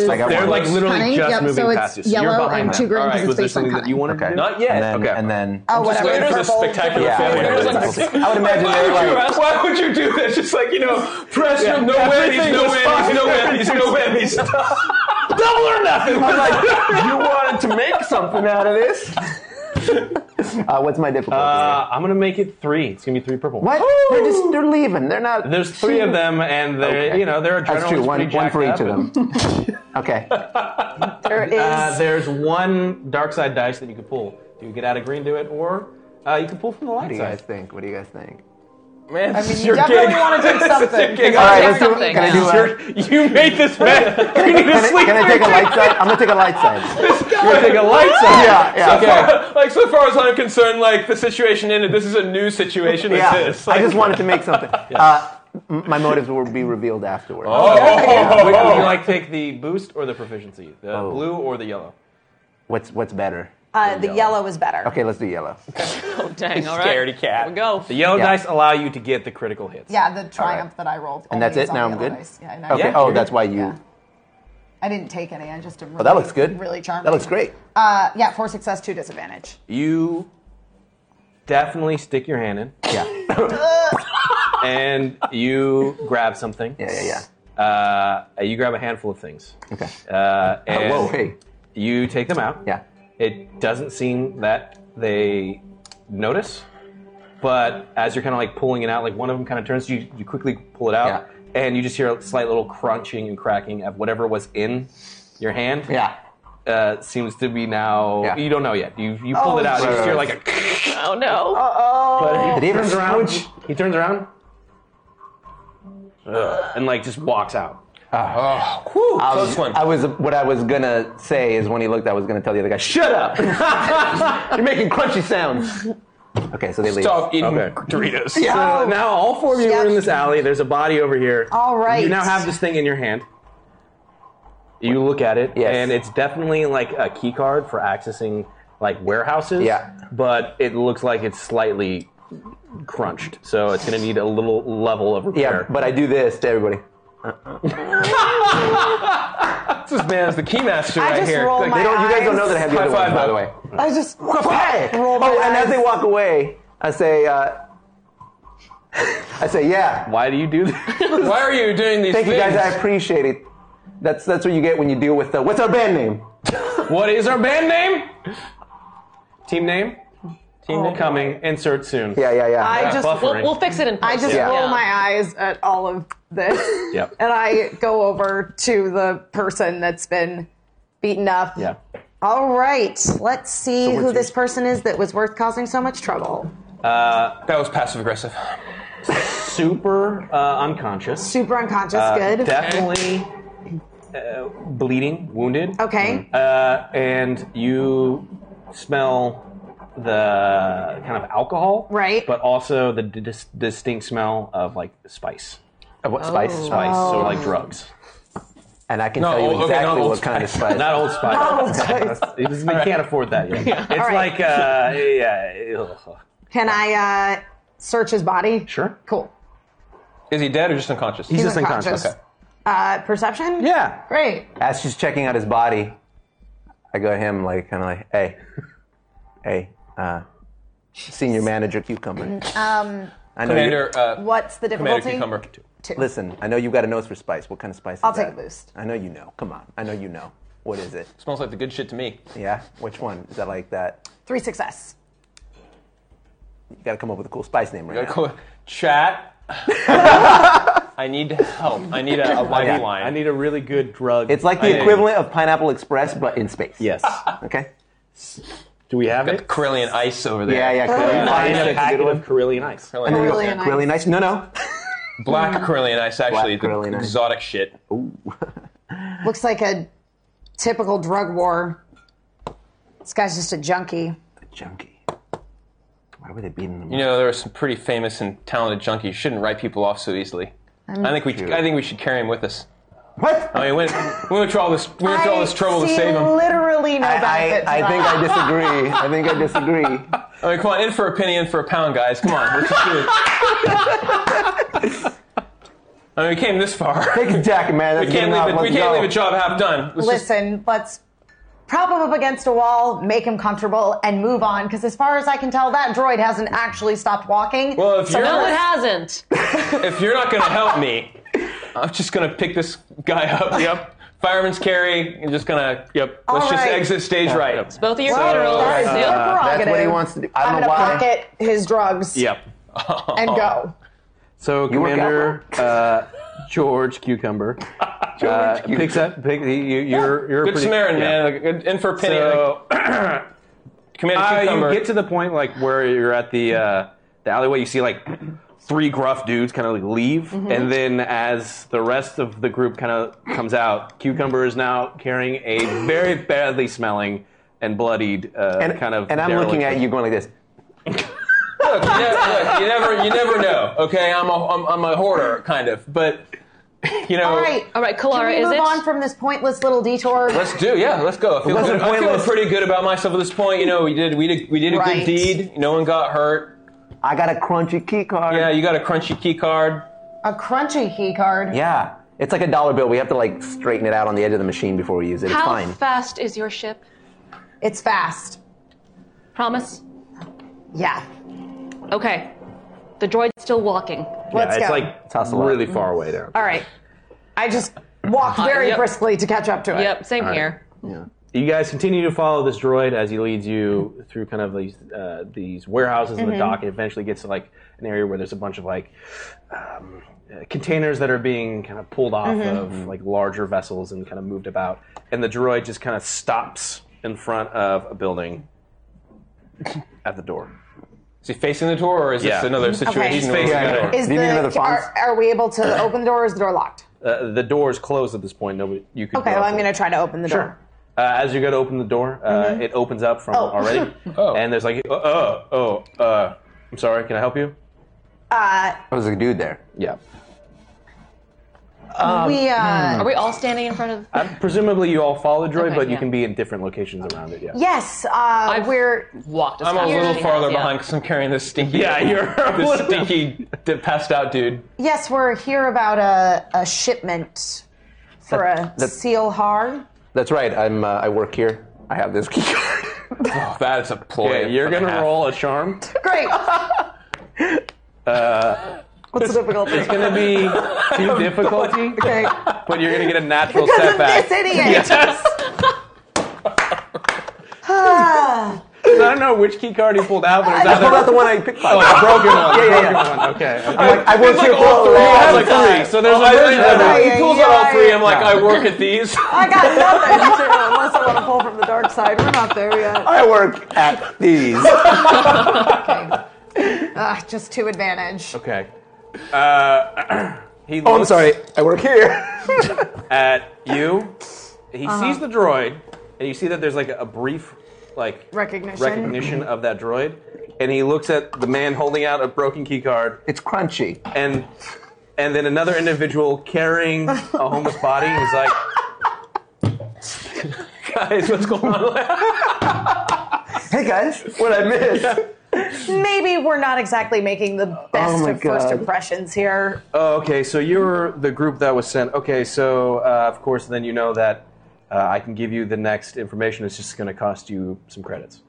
[SPEAKER 4] I got
[SPEAKER 2] They're
[SPEAKER 4] one.
[SPEAKER 2] like literally
[SPEAKER 9] Cunning,
[SPEAKER 2] just
[SPEAKER 9] yep,
[SPEAKER 2] moving
[SPEAKER 9] so it's
[SPEAKER 2] past you. So you're
[SPEAKER 9] yellow
[SPEAKER 2] behind
[SPEAKER 9] and
[SPEAKER 2] them.
[SPEAKER 9] two green
[SPEAKER 2] All right,
[SPEAKER 9] 'cause
[SPEAKER 2] was
[SPEAKER 9] it's
[SPEAKER 2] there
[SPEAKER 9] based on
[SPEAKER 2] something that
[SPEAKER 9] cunning.
[SPEAKER 2] you wanted to
[SPEAKER 4] Okay.
[SPEAKER 2] do?
[SPEAKER 4] Not
[SPEAKER 2] yet.
[SPEAKER 4] And then,
[SPEAKER 2] okay.
[SPEAKER 4] and then
[SPEAKER 9] Oh, whatever.
[SPEAKER 5] Wait, there's a
[SPEAKER 9] Purple,
[SPEAKER 5] spectacular
[SPEAKER 4] Yeah,
[SPEAKER 5] failure.
[SPEAKER 4] yeah, yeah. I would imagine
[SPEAKER 5] why,
[SPEAKER 4] they're
[SPEAKER 5] would you,
[SPEAKER 4] like-
[SPEAKER 5] why would you do that? Just like you know, pressure,
[SPEAKER 4] Yeah.
[SPEAKER 5] no whammies,
[SPEAKER 4] Everything
[SPEAKER 5] no
[SPEAKER 4] was
[SPEAKER 5] whammies,
[SPEAKER 4] fine.
[SPEAKER 5] no whammies, no whammies. Double or nothing.
[SPEAKER 4] I'm like, you wanted to make something out of this. Uh, what's my difficulty?
[SPEAKER 2] Uh, I'm gonna make it three. It's gonna be three purple.
[SPEAKER 4] what? They're just they're leaving. They're not.
[SPEAKER 2] There's three of them, and they're
[SPEAKER 4] Okay.
[SPEAKER 2] you know they're adrenaline.
[SPEAKER 4] That's true. One, one for each of them.
[SPEAKER 2] okay.
[SPEAKER 9] There is
[SPEAKER 2] Uh, there's one dark side dice that you could pull. Do you get out of green, do it, or uh, you can pull from the
[SPEAKER 4] What
[SPEAKER 2] light
[SPEAKER 4] do you
[SPEAKER 2] side.
[SPEAKER 4] guys think? What do you guys think?
[SPEAKER 5] Man,
[SPEAKER 2] I
[SPEAKER 5] this
[SPEAKER 2] mean,
[SPEAKER 5] is
[SPEAKER 2] you
[SPEAKER 5] your
[SPEAKER 2] definitely
[SPEAKER 5] gig.
[SPEAKER 2] wanna take
[SPEAKER 5] This is your
[SPEAKER 2] something.
[SPEAKER 5] gig.
[SPEAKER 2] All right,
[SPEAKER 5] Take
[SPEAKER 2] let's do-
[SPEAKER 5] something.
[SPEAKER 4] can I do a-
[SPEAKER 5] It's your- you made this man. You need to
[SPEAKER 4] Can I-
[SPEAKER 5] sleep
[SPEAKER 4] can I take a
[SPEAKER 5] through
[SPEAKER 4] light
[SPEAKER 5] it.
[SPEAKER 4] side? I'm gonna take a light side.
[SPEAKER 5] You're
[SPEAKER 4] gonna take a light side? Yeah, yeah.
[SPEAKER 5] So far, like so far as I'm concerned, like the situation ended. This is a new situation.
[SPEAKER 4] Yeah,
[SPEAKER 5] Exists. Like,
[SPEAKER 4] I just wanted to make something. Uh, m- my motives will be revealed afterwards.
[SPEAKER 5] Oh.
[SPEAKER 2] Yeah. Would, would you like to take the boost or the proficiency? The
[SPEAKER 4] Oh.
[SPEAKER 2] blue or the yellow?
[SPEAKER 4] What's what's better?
[SPEAKER 9] uh, the yellow is better.
[SPEAKER 4] Okay, let's do yellow.
[SPEAKER 10] Oh dang! All right.
[SPEAKER 2] Scaredy cat.
[SPEAKER 10] we go.
[SPEAKER 2] The yellow
[SPEAKER 4] Yeah.
[SPEAKER 2] dice allow you to get the critical hits.
[SPEAKER 3] Yeah, the triumph that I rolled.
[SPEAKER 4] And that's
[SPEAKER 3] only is
[SPEAKER 4] it?
[SPEAKER 3] on
[SPEAKER 4] Now
[SPEAKER 3] the
[SPEAKER 4] I'm
[SPEAKER 3] yellow
[SPEAKER 4] good?
[SPEAKER 3] dice. Yeah, I know.
[SPEAKER 4] Okay. oh, that's why you.
[SPEAKER 3] I didn't take any. I just am really,
[SPEAKER 4] Oh, that looks good.
[SPEAKER 3] Really charming.
[SPEAKER 4] That looks great.
[SPEAKER 3] Uh, yeah, four success, two disadvantage.
[SPEAKER 2] You definitely stick your hand in. and you grab something. Yeah,
[SPEAKER 4] yeah,
[SPEAKER 2] yeah. Uh, you grab a handful of things. Okay. Uh, and
[SPEAKER 4] Oh, Whoa, hey.
[SPEAKER 2] You take them out. Yeah. It doesn't seem that they notice, but as you're kind of like pulling it out, like one of them kind of turns, you, you quickly pull it out, and you just hear a slight little crunching and cracking of whatever was in your hand.
[SPEAKER 4] Yeah.
[SPEAKER 2] Uh, seems to be now.
[SPEAKER 4] Yeah.
[SPEAKER 2] You don't know yet. You you pulled it out. you just hear like a
[SPEAKER 10] Oh no!
[SPEAKER 2] but
[SPEAKER 4] Did he
[SPEAKER 2] he
[SPEAKER 4] ever
[SPEAKER 2] turns around.
[SPEAKER 4] smooch?
[SPEAKER 2] He turns around Ugh, and like just walks out.
[SPEAKER 4] Oh,
[SPEAKER 5] whew,
[SPEAKER 4] I
[SPEAKER 5] close
[SPEAKER 4] was,
[SPEAKER 5] one.
[SPEAKER 4] I was what I was gonna say is when he looked, I was gonna tell the other guy, "Shut up! You're making crunchy sounds." Okay, so they leave.
[SPEAKER 5] Stop eating
[SPEAKER 2] Okay.
[SPEAKER 5] Doritos.
[SPEAKER 2] So now all four of you are in this alley. There's a body over here.
[SPEAKER 9] All right.
[SPEAKER 2] You now have this thing in your hand. You look at it, and it's definitely like a key card for accessing like warehouses.
[SPEAKER 4] Yeah.
[SPEAKER 2] But it looks like it's slightly crunched, so it's gonna need a little level of
[SPEAKER 4] Yeah,
[SPEAKER 2] repair.
[SPEAKER 4] but I do this to everybody.
[SPEAKER 5] This man is the keymaster
[SPEAKER 9] I
[SPEAKER 5] right
[SPEAKER 9] just
[SPEAKER 5] here.
[SPEAKER 9] roll
[SPEAKER 5] Like,
[SPEAKER 9] my
[SPEAKER 5] they don't,
[SPEAKER 4] You guys don't know that I have the
[SPEAKER 5] High
[SPEAKER 4] other one,
[SPEAKER 5] five,
[SPEAKER 4] by
[SPEAKER 5] bud.
[SPEAKER 4] the way.
[SPEAKER 9] I just roll my
[SPEAKER 4] Oh, and as
[SPEAKER 9] eyes.
[SPEAKER 4] they walk away, I say, uh, "I say, yeah."
[SPEAKER 2] Why do you do that?
[SPEAKER 5] Why are you doing these
[SPEAKER 4] Thank you
[SPEAKER 5] things?
[SPEAKER 4] guys, I appreciate it. That's that's what you get when you deal with the. What's our band name?
[SPEAKER 2] What is our band name? Team name? Team name coming. Insert soon.
[SPEAKER 4] Yeah, yeah, yeah.
[SPEAKER 9] I
[SPEAKER 2] Yeah,
[SPEAKER 9] just-
[SPEAKER 2] buffering.
[SPEAKER 10] We'll, we'll fix it in
[SPEAKER 9] I
[SPEAKER 10] post.
[SPEAKER 9] just
[SPEAKER 2] Yeah.
[SPEAKER 9] roll
[SPEAKER 10] Yeah.
[SPEAKER 9] my eyes at all of this.
[SPEAKER 2] Yep.
[SPEAKER 9] And I go over to the person that's been beaten up.
[SPEAKER 2] yeah.
[SPEAKER 9] All right, let's see
[SPEAKER 2] So what's
[SPEAKER 9] who this
[SPEAKER 2] yours?
[SPEAKER 9] person is that was worth causing so much trouble.
[SPEAKER 2] Uh,
[SPEAKER 5] That was passive aggressive.
[SPEAKER 2] super uh, unconscious.
[SPEAKER 9] Super unconscious,
[SPEAKER 2] Uh,
[SPEAKER 9] good.
[SPEAKER 2] Definitely uh, bleeding, wounded.
[SPEAKER 9] Okay.
[SPEAKER 2] Uh, and you smell the kind of alcohol,
[SPEAKER 9] Right.
[SPEAKER 2] But also the dis- distinct smell of like spice,
[SPEAKER 9] Oh.
[SPEAKER 4] Uh, what spice?
[SPEAKER 2] spice, so like drugs.
[SPEAKER 4] and I can
[SPEAKER 2] No,
[SPEAKER 4] tell
[SPEAKER 2] oh,
[SPEAKER 4] you
[SPEAKER 2] okay,
[SPEAKER 4] exactly
[SPEAKER 2] not old
[SPEAKER 4] what kind of
[SPEAKER 2] spice.
[SPEAKER 4] spice.
[SPEAKER 2] Not old spice. Not old spice. It's- we can't afford that yet. It's like, uh, yeah. ugh.
[SPEAKER 9] Can I uh, search his body?
[SPEAKER 2] Sure.
[SPEAKER 9] Cool.
[SPEAKER 5] Is he dead or just unconscious?
[SPEAKER 9] He's just unconscious. Uh, perception?
[SPEAKER 2] Yeah.
[SPEAKER 9] Great.
[SPEAKER 4] As she's checking out his body, I go to him like kind of like, hey, hey, uh, senior manager cucumber.
[SPEAKER 9] Um,
[SPEAKER 4] I know
[SPEAKER 5] Commander, uh,
[SPEAKER 4] you're-
[SPEAKER 9] what's the difficulty? Two.
[SPEAKER 4] Listen, I know you got a nose for spice. What kind of spice?
[SPEAKER 9] I'll
[SPEAKER 4] is
[SPEAKER 9] take
[SPEAKER 4] that?
[SPEAKER 9] a boost.
[SPEAKER 4] I know you know. Come on, I know you know. What is it?
[SPEAKER 5] Smells like the good shit to me.
[SPEAKER 4] Yeah. Which one? Is that like that?
[SPEAKER 9] Three success.
[SPEAKER 4] You got to come up with a cool spice name right
[SPEAKER 5] You gotta
[SPEAKER 4] now.
[SPEAKER 5] go, Chat. I need help. I need a, a lifeline.
[SPEAKER 2] I need a really good drug.
[SPEAKER 4] It's like
[SPEAKER 5] I
[SPEAKER 4] the
[SPEAKER 5] need-
[SPEAKER 4] equivalent of Pineapple Express, but in space.
[SPEAKER 2] Yes.
[SPEAKER 4] okay.
[SPEAKER 2] Do we have
[SPEAKER 5] Got the Carillion ice over there.
[SPEAKER 4] Yeah, yeah. Carillion
[SPEAKER 2] I
[SPEAKER 4] ice.
[SPEAKER 2] need a
[SPEAKER 4] That's a
[SPEAKER 2] packet
[SPEAKER 4] good
[SPEAKER 2] of
[SPEAKER 4] one.
[SPEAKER 2] Carillion ice.
[SPEAKER 5] Carillion ice.
[SPEAKER 4] Carillion ice. Carillion ice? No, no.
[SPEAKER 5] Black Carillion ice, actually.
[SPEAKER 4] Black Carillion
[SPEAKER 5] the
[SPEAKER 4] ice.
[SPEAKER 5] exotic shit.
[SPEAKER 9] Looks like a typical drug war. This guy's just a junkie.
[SPEAKER 4] Junkie. Why were they beating them?
[SPEAKER 5] You know, there are some pretty famous and talented junkies. You shouldn't write people off so easily.
[SPEAKER 9] I'm-
[SPEAKER 5] I think we, I think we should carry him with us.
[SPEAKER 4] What?
[SPEAKER 5] I mean, we we oh, went through all this, we went through all this trouble to
[SPEAKER 9] see
[SPEAKER 5] save him.
[SPEAKER 9] Literally no
[SPEAKER 4] I,
[SPEAKER 9] benefit.
[SPEAKER 4] I, I think I disagree. I think I disagree.
[SPEAKER 5] I mean, come on, in for a penny, in for a pound, guys. Come on, let's just do it. I mean, we came this far.
[SPEAKER 4] Take the jacket, man.
[SPEAKER 5] we
[SPEAKER 4] That's
[SPEAKER 5] can't,
[SPEAKER 4] good enough.
[SPEAKER 5] leave, a, we
[SPEAKER 4] Let's
[SPEAKER 5] can't
[SPEAKER 4] go.
[SPEAKER 5] leave a job half done. Let's just-
[SPEAKER 9] Listen, let's prop him up against a wall, make him comfortable, and move on. Because as far as I can tell, that droid hasn't actually stopped walking.
[SPEAKER 5] Well, if you're-
[SPEAKER 9] no,
[SPEAKER 5] No, it
[SPEAKER 9] hasn't.
[SPEAKER 5] if you're not going to help me, I'm just going to pick this guy up. Yep. Fireman's carry. I'm just going to, yep. Let's
[SPEAKER 9] All
[SPEAKER 5] just
[SPEAKER 9] right.
[SPEAKER 5] exit stage right.
[SPEAKER 4] It's
[SPEAKER 10] both of your
[SPEAKER 5] So-
[SPEAKER 10] funerals.
[SPEAKER 9] That is your
[SPEAKER 3] Uh,
[SPEAKER 9] prerogative.
[SPEAKER 4] Uh, that's what he wants to do. I
[SPEAKER 9] I'm
[SPEAKER 4] don't know
[SPEAKER 9] gonna
[SPEAKER 4] why.
[SPEAKER 9] pocket his drugs
[SPEAKER 2] Yep.
[SPEAKER 9] and go.
[SPEAKER 2] So
[SPEAKER 4] You work out
[SPEAKER 2] Commander uh, George Cucumber uh, picks up. Pick, you, you- you're you're a
[SPEAKER 5] Good
[SPEAKER 2] pretty,
[SPEAKER 5] Samaritan,
[SPEAKER 2] yeah.
[SPEAKER 5] man. Like, good- in for a penny.
[SPEAKER 2] So
[SPEAKER 5] Commander
[SPEAKER 2] uh,
[SPEAKER 5] Cucumber.
[SPEAKER 2] you get to the point like where you're at the uh, the alleyway. You see like three gruff dudes kind of like leave,
[SPEAKER 4] Mm-hmm.
[SPEAKER 2] and then as the rest of the group kind of comes out, Cucumber is now carrying a very badly smelling and bloodied uh,
[SPEAKER 4] And,
[SPEAKER 2] kind of.
[SPEAKER 4] and I'm looking
[SPEAKER 2] derelict.
[SPEAKER 4] at you going like this.
[SPEAKER 5] look, you never, look, you never, you never know. Okay, I'm a, I'm, I'm a hoarder kind of, but you know.
[SPEAKER 9] All right,
[SPEAKER 10] All right,
[SPEAKER 9] Can
[SPEAKER 10] Kalara,
[SPEAKER 9] we
[SPEAKER 10] is
[SPEAKER 9] move
[SPEAKER 10] it?
[SPEAKER 9] on from this pointless little detour?
[SPEAKER 5] Let's do, yeah. Let's go. I feel,
[SPEAKER 4] It wasn't
[SPEAKER 5] good- I feel
[SPEAKER 4] pointless.
[SPEAKER 5] pretty good about myself at this point. You know, we did, we did, we did a
[SPEAKER 9] Right.
[SPEAKER 5] good deed. No one got hurt.
[SPEAKER 4] I got a crunchy key card.
[SPEAKER 5] Yeah, you got a crunchy key card.
[SPEAKER 9] A crunchy key card.
[SPEAKER 4] Yeah. It's like a dollar bill. We have to like straighten it out on the edge of the machine before we use it. It's
[SPEAKER 10] How
[SPEAKER 4] fine.
[SPEAKER 10] fast is your ship?
[SPEAKER 9] It's fast.
[SPEAKER 10] Promise.
[SPEAKER 9] Yeah.
[SPEAKER 10] Okay. The droid's still walking.
[SPEAKER 9] Let's
[SPEAKER 2] it's
[SPEAKER 9] go.
[SPEAKER 2] like
[SPEAKER 4] Toss a lot.
[SPEAKER 2] really far away there.
[SPEAKER 10] All right.
[SPEAKER 9] I just walked very
[SPEAKER 10] Uh, yep.
[SPEAKER 9] briskly to catch up to it.
[SPEAKER 10] Yep. Same
[SPEAKER 2] right.
[SPEAKER 10] here.
[SPEAKER 4] Yeah.
[SPEAKER 2] You guys continue to follow this droid as he leads you through kind of these uh, these warehouses
[SPEAKER 9] Mm-hmm.
[SPEAKER 2] in the dock, and eventually gets to like an area where there's a bunch of like um, uh, containers that are being kind of pulled off
[SPEAKER 9] Mm-hmm.
[SPEAKER 2] of like larger vessels and kind of moved about. And the droid just kind of stops in front of a building at the door.
[SPEAKER 5] Is he facing the door, or is this
[SPEAKER 2] Yeah.
[SPEAKER 5] another situation?
[SPEAKER 9] He's
[SPEAKER 5] where
[SPEAKER 2] facing
[SPEAKER 5] we
[SPEAKER 2] the
[SPEAKER 5] gotta-
[SPEAKER 2] door.
[SPEAKER 9] Is
[SPEAKER 4] Do you
[SPEAKER 9] the,
[SPEAKER 4] need another font?
[SPEAKER 9] are, are we able to open the door or is the door locked?
[SPEAKER 2] Uh, the door is closed at this point. Nobody, you could.
[SPEAKER 9] Okay,
[SPEAKER 2] go
[SPEAKER 9] well, I'm
[SPEAKER 2] through.
[SPEAKER 9] going to try to open the
[SPEAKER 2] Sure.
[SPEAKER 9] door.
[SPEAKER 2] Uh, as you go to open the door, uh, it opens up from
[SPEAKER 9] Oh.
[SPEAKER 2] already,
[SPEAKER 5] Oh.
[SPEAKER 2] and there's like, oh, oh, oh, uh, I'm sorry, can I help you?
[SPEAKER 9] Uh,
[SPEAKER 4] There was a dude there.
[SPEAKER 2] Yeah.
[SPEAKER 4] Um,
[SPEAKER 9] we, uh,
[SPEAKER 4] hmm.
[SPEAKER 10] Are we all standing in front of?
[SPEAKER 2] Uh, presumably, you all follow the droid,
[SPEAKER 10] Okay,
[SPEAKER 2] but you
[SPEAKER 10] yeah.
[SPEAKER 2] can be in different locations around it. Yeah.
[SPEAKER 9] yes, uh, we're,
[SPEAKER 10] Walked. as
[SPEAKER 5] I'm a
[SPEAKER 10] fast as
[SPEAKER 5] little
[SPEAKER 10] we
[SPEAKER 5] farther
[SPEAKER 10] have, yeah.
[SPEAKER 5] behind because I'm carrying this stinky.
[SPEAKER 2] Yeah, you're a
[SPEAKER 5] this
[SPEAKER 2] little-
[SPEAKER 5] stinky, d- passed out dude.
[SPEAKER 9] yes, we're here about a, a shipment for
[SPEAKER 4] That-
[SPEAKER 9] a
[SPEAKER 4] that-
[SPEAKER 9] seal har.
[SPEAKER 4] That's right. I'm. Uh, I work here. I have this key card.
[SPEAKER 5] Oh, that is a ploy.
[SPEAKER 2] Okay, you're
[SPEAKER 5] for the
[SPEAKER 2] gonna
[SPEAKER 5] half.
[SPEAKER 2] roll a charm.
[SPEAKER 9] Great. What's the difficulty?
[SPEAKER 2] It's gonna be
[SPEAKER 4] Oh,
[SPEAKER 2] too difficulty,
[SPEAKER 9] okay.
[SPEAKER 2] but you're gonna get a natural
[SPEAKER 9] Because of
[SPEAKER 2] setback.
[SPEAKER 9] this idiot.
[SPEAKER 2] I don't know which key card he pulled out, but it was
[SPEAKER 4] Ah. I pulled out
[SPEAKER 2] either
[SPEAKER 4] the one I picked.
[SPEAKER 2] oh, the broken one.
[SPEAKER 4] Yeah,
[SPEAKER 2] broken
[SPEAKER 4] yeah, yeah.
[SPEAKER 2] one. Okay. okay.
[SPEAKER 4] I'm like, I work
[SPEAKER 5] It's like
[SPEAKER 4] here for
[SPEAKER 5] all
[SPEAKER 4] a
[SPEAKER 5] three.
[SPEAKER 4] long
[SPEAKER 5] I was like,
[SPEAKER 4] time. Oh,
[SPEAKER 5] three. So there's a
[SPEAKER 4] I-
[SPEAKER 5] version of
[SPEAKER 4] I-
[SPEAKER 5] it. He pulls out all three. I'm like,
[SPEAKER 4] Yeah.
[SPEAKER 5] I work at these.
[SPEAKER 9] I got nothing unless I want to pull from the dark side. We're not there yet.
[SPEAKER 4] I work at these.
[SPEAKER 9] Uh, just two advantage.
[SPEAKER 2] Okay. Uh, he
[SPEAKER 4] oh, I'm
[SPEAKER 2] looks
[SPEAKER 4] sorry. I work here.
[SPEAKER 2] At you, he sees the droid, and you see that there's like a brief, like
[SPEAKER 9] Recognition.
[SPEAKER 2] recognition of that droid, and he looks at the man holding out a broken key card,
[SPEAKER 4] it's crunchy.
[SPEAKER 2] and and then another individual carrying a homeless body. He's like,
[SPEAKER 5] guys, what's going on?
[SPEAKER 4] hey guys, what I missed?
[SPEAKER 9] Maybe we're not exactly making the best
[SPEAKER 4] Oh,
[SPEAKER 2] my
[SPEAKER 9] of first
[SPEAKER 2] God.
[SPEAKER 9] impressions here.
[SPEAKER 2] Oh, okay, so you're the group that was sent. Okay, so uh, of course, then you know that uh, I can give you the next information. It's just going to cost you some credits.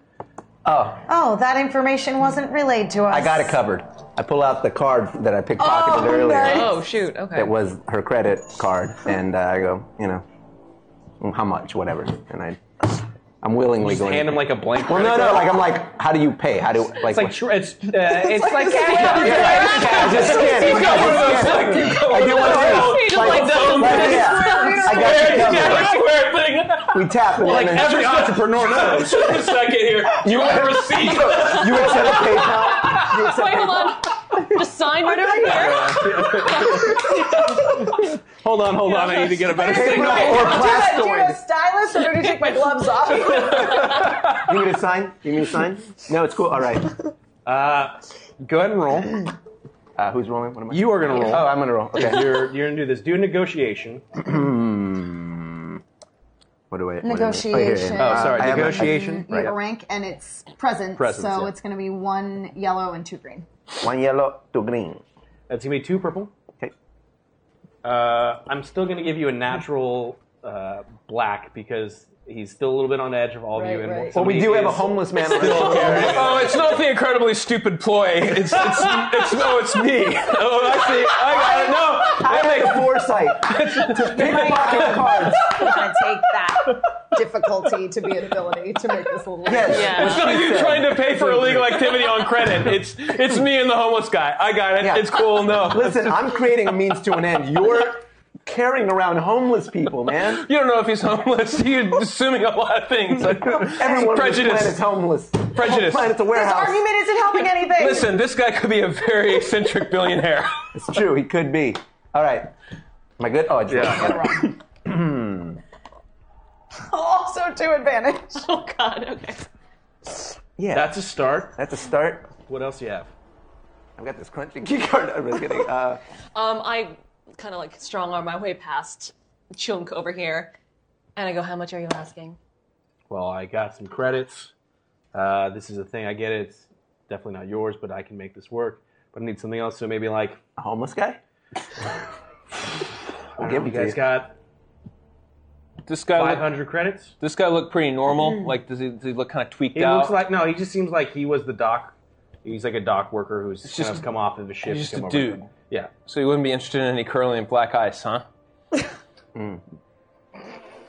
[SPEAKER 4] Oh,
[SPEAKER 9] Oh, that information wasn't relayed to us.
[SPEAKER 4] I got it covered. I pull out the card that I pickpocketed
[SPEAKER 9] Oh,
[SPEAKER 4] earlier.
[SPEAKER 9] nice.
[SPEAKER 10] Oh, shoot. Okay.
[SPEAKER 4] It was her credit card, and uh, I go, you know, "Mm, how much, whatever, and I, I'm willingly
[SPEAKER 2] Just
[SPEAKER 4] going.
[SPEAKER 2] hand him like a blank.
[SPEAKER 4] well, no,
[SPEAKER 2] credit
[SPEAKER 4] no,
[SPEAKER 2] card?
[SPEAKER 4] like I'm like, how do you pay? How do
[SPEAKER 2] it's
[SPEAKER 4] like?
[SPEAKER 2] like tr- it's uh, it's, like,
[SPEAKER 4] this is
[SPEAKER 2] cash.
[SPEAKER 4] what we're doing.
[SPEAKER 2] Yeah, it's cash.
[SPEAKER 4] He's got one of those, like, you go- I do one of those. He just, like, Like, does like, this. yeah. I got you covered. we tap and
[SPEAKER 5] Like
[SPEAKER 4] then
[SPEAKER 5] every
[SPEAKER 4] entrepreneur knows.
[SPEAKER 5] Just a second here. You want a receipt?
[SPEAKER 4] you accept a PayPal? You accept
[SPEAKER 10] Wait, hold on. Just sign right over here.
[SPEAKER 2] Hold on, hold on. I need to get a better signal.
[SPEAKER 9] Do you have a stylist, or do you take my gloves off?
[SPEAKER 4] You need a sign? You need a sign? No, it's cool. All right.
[SPEAKER 2] Uh, go ahead and roll.
[SPEAKER 4] Uh, who's rolling? What am I?
[SPEAKER 2] You are going to roll.
[SPEAKER 4] Oh, I'm gonna roll. Okay.
[SPEAKER 2] you're you're going to do this. Do a negotiation.
[SPEAKER 4] Hmm. what do I? what do I-
[SPEAKER 3] Negotiation.
[SPEAKER 4] Oh, here,
[SPEAKER 2] Oh, sorry,
[SPEAKER 4] I have my- I-
[SPEAKER 2] negotiation.
[SPEAKER 3] You have a rank and it's present,
[SPEAKER 4] Presence,
[SPEAKER 3] so
[SPEAKER 4] yeah.
[SPEAKER 3] it's going to be one yellow and two green.
[SPEAKER 4] One yellow, two green.
[SPEAKER 2] That's going to be two purple.
[SPEAKER 4] Okay.
[SPEAKER 2] Uh, I'm still going to give you a natural uh, black because he's still a little bit on edge of all of you. And
[SPEAKER 4] Well, we
[SPEAKER 2] somebody
[SPEAKER 4] do have a
[SPEAKER 2] is-
[SPEAKER 4] homeless man.
[SPEAKER 2] Still carrying-
[SPEAKER 5] Oh, it's not the incredibly stupid ploy. It's, it's, it's, no, it's me. Oh, I see. I got it. No.
[SPEAKER 4] I had the foresight to pickpocket cards.
[SPEAKER 3] I'm going to take that difficulty to be an ability to make this a little.
[SPEAKER 4] Yes.
[SPEAKER 5] It's not you trying to pay for illegal activity on credit. It's it's me and the homeless guy. I got it. It's cool. No.
[SPEAKER 4] Listen, I'm creating a means to an end. You're carrying around homeless people, man.
[SPEAKER 5] You don't know if he's homeless. You're assuming a lot of things.
[SPEAKER 4] Everyone on this
[SPEAKER 5] prejudice.
[SPEAKER 4] planet is homeless.
[SPEAKER 5] Prejudice.
[SPEAKER 4] Planet's a
[SPEAKER 9] This
[SPEAKER 4] warehouse.
[SPEAKER 9] argument isn't helping anything.
[SPEAKER 5] Listen, this guy could be a very eccentric billionaire.
[SPEAKER 4] It's true. He could be. All right. Am I good? Oh, I just Hmm.
[SPEAKER 9] Also, two advantage.
[SPEAKER 10] Oh, God. Okay.
[SPEAKER 4] Yeah.
[SPEAKER 2] That's a start.
[SPEAKER 4] That's a start.
[SPEAKER 2] What else do you have?
[SPEAKER 4] I've got this crunchy key card. I'm really kidding. Uh,
[SPEAKER 10] Um, I kind of like strong arm my way past Chunk over here, and I go, "How much are you asking?"
[SPEAKER 2] Well, I got some credits. Uh, this is a thing. I get it. It's definitely not yours, but I can make this work. But I need something else. So maybe like
[SPEAKER 4] a homeless guy.
[SPEAKER 2] I don't
[SPEAKER 4] give
[SPEAKER 2] know,
[SPEAKER 4] it
[SPEAKER 2] you
[SPEAKER 4] to
[SPEAKER 2] guys
[SPEAKER 4] you.
[SPEAKER 2] got
[SPEAKER 5] This guy,
[SPEAKER 2] five
[SPEAKER 5] look,
[SPEAKER 2] hundred credits.
[SPEAKER 5] this guy looked pretty
[SPEAKER 4] Mm.
[SPEAKER 5] normal. Like, does he, does he look kind of tweaked
[SPEAKER 2] He
[SPEAKER 5] out?
[SPEAKER 2] looks like no. He just seems like he was the dock. He's like a dock worker who's
[SPEAKER 5] It's
[SPEAKER 2] kind
[SPEAKER 5] just-
[SPEAKER 2] of come off of a ship.
[SPEAKER 5] he's just
[SPEAKER 2] to come
[SPEAKER 5] a
[SPEAKER 2] over
[SPEAKER 5] dude.
[SPEAKER 2] here. Yeah.
[SPEAKER 5] so he wouldn't be interested in any curling and black ice, huh?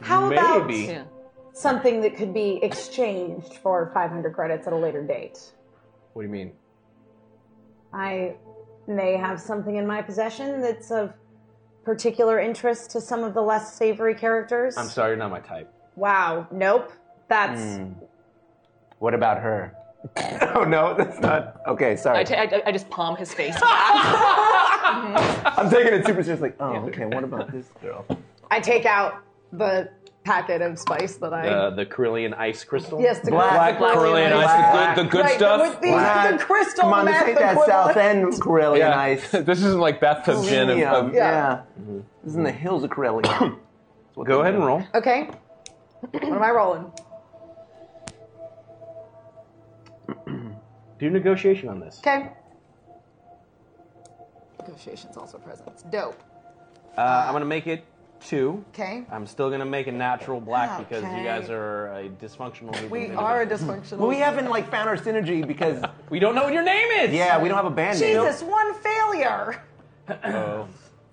[SPEAKER 9] How about
[SPEAKER 2] Maybe.
[SPEAKER 9] something that could be exchanged for 500 credits at a later date?
[SPEAKER 2] What do you mean?
[SPEAKER 9] I may have something in my possession that's of particular interest to some of the less savory characters.
[SPEAKER 2] I'm sorry, you're not my type.
[SPEAKER 9] Wow. Nope. That's
[SPEAKER 4] Hmm. What about her? oh no, that's not. Okay,
[SPEAKER 10] I,
[SPEAKER 4] sorry.
[SPEAKER 10] ta- I- I just palm his face.
[SPEAKER 4] I'm taking it super seriously. Oh, okay. What about this girl?
[SPEAKER 3] I take out the packet of spice that I.
[SPEAKER 2] Uh, the Carillion ice crystal.
[SPEAKER 3] yes, the
[SPEAKER 4] Black
[SPEAKER 3] the
[SPEAKER 5] Curling and ice, the good, the good
[SPEAKER 3] Right,
[SPEAKER 5] stuff.
[SPEAKER 3] With the, the
[SPEAKER 4] Black.
[SPEAKER 3] crystal
[SPEAKER 4] Come on, this
[SPEAKER 3] meth
[SPEAKER 4] ain't that South
[SPEAKER 3] equivalent.
[SPEAKER 4] End Corellian
[SPEAKER 5] Yeah.
[SPEAKER 4] ice.
[SPEAKER 5] this isn't like bathtub gin. Of,
[SPEAKER 4] Yeah,
[SPEAKER 5] of,
[SPEAKER 4] yeah. This is in the hills of Corellian.
[SPEAKER 2] Go ahead and roll.
[SPEAKER 3] Okay. What am I rolling?
[SPEAKER 2] Do negotiation on this.
[SPEAKER 3] Okay. Negotiations also presence. Dope.
[SPEAKER 2] Uh, I'm gonna make it two.
[SPEAKER 3] Okay.
[SPEAKER 2] I'm still gonna make a natural black because you
[SPEAKER 3] Okay.
[SPEAKER 2] guys are a dysfunctional. group
[SPEAKER 3] We
[SPEAKER 2] of
[SPEAKER 3] are a
[SPEAKER 2] individuals.
[SPEAKER 3] dysfunctional.
[SPEAKER 4] Well, we haven't like found our synergy because
[SPEAKER 2] We don't know Oh, what your name is.
[SPEAKER 4] yeah, we don't have a band name.
[SPEAKER 9] Jesus, one failure.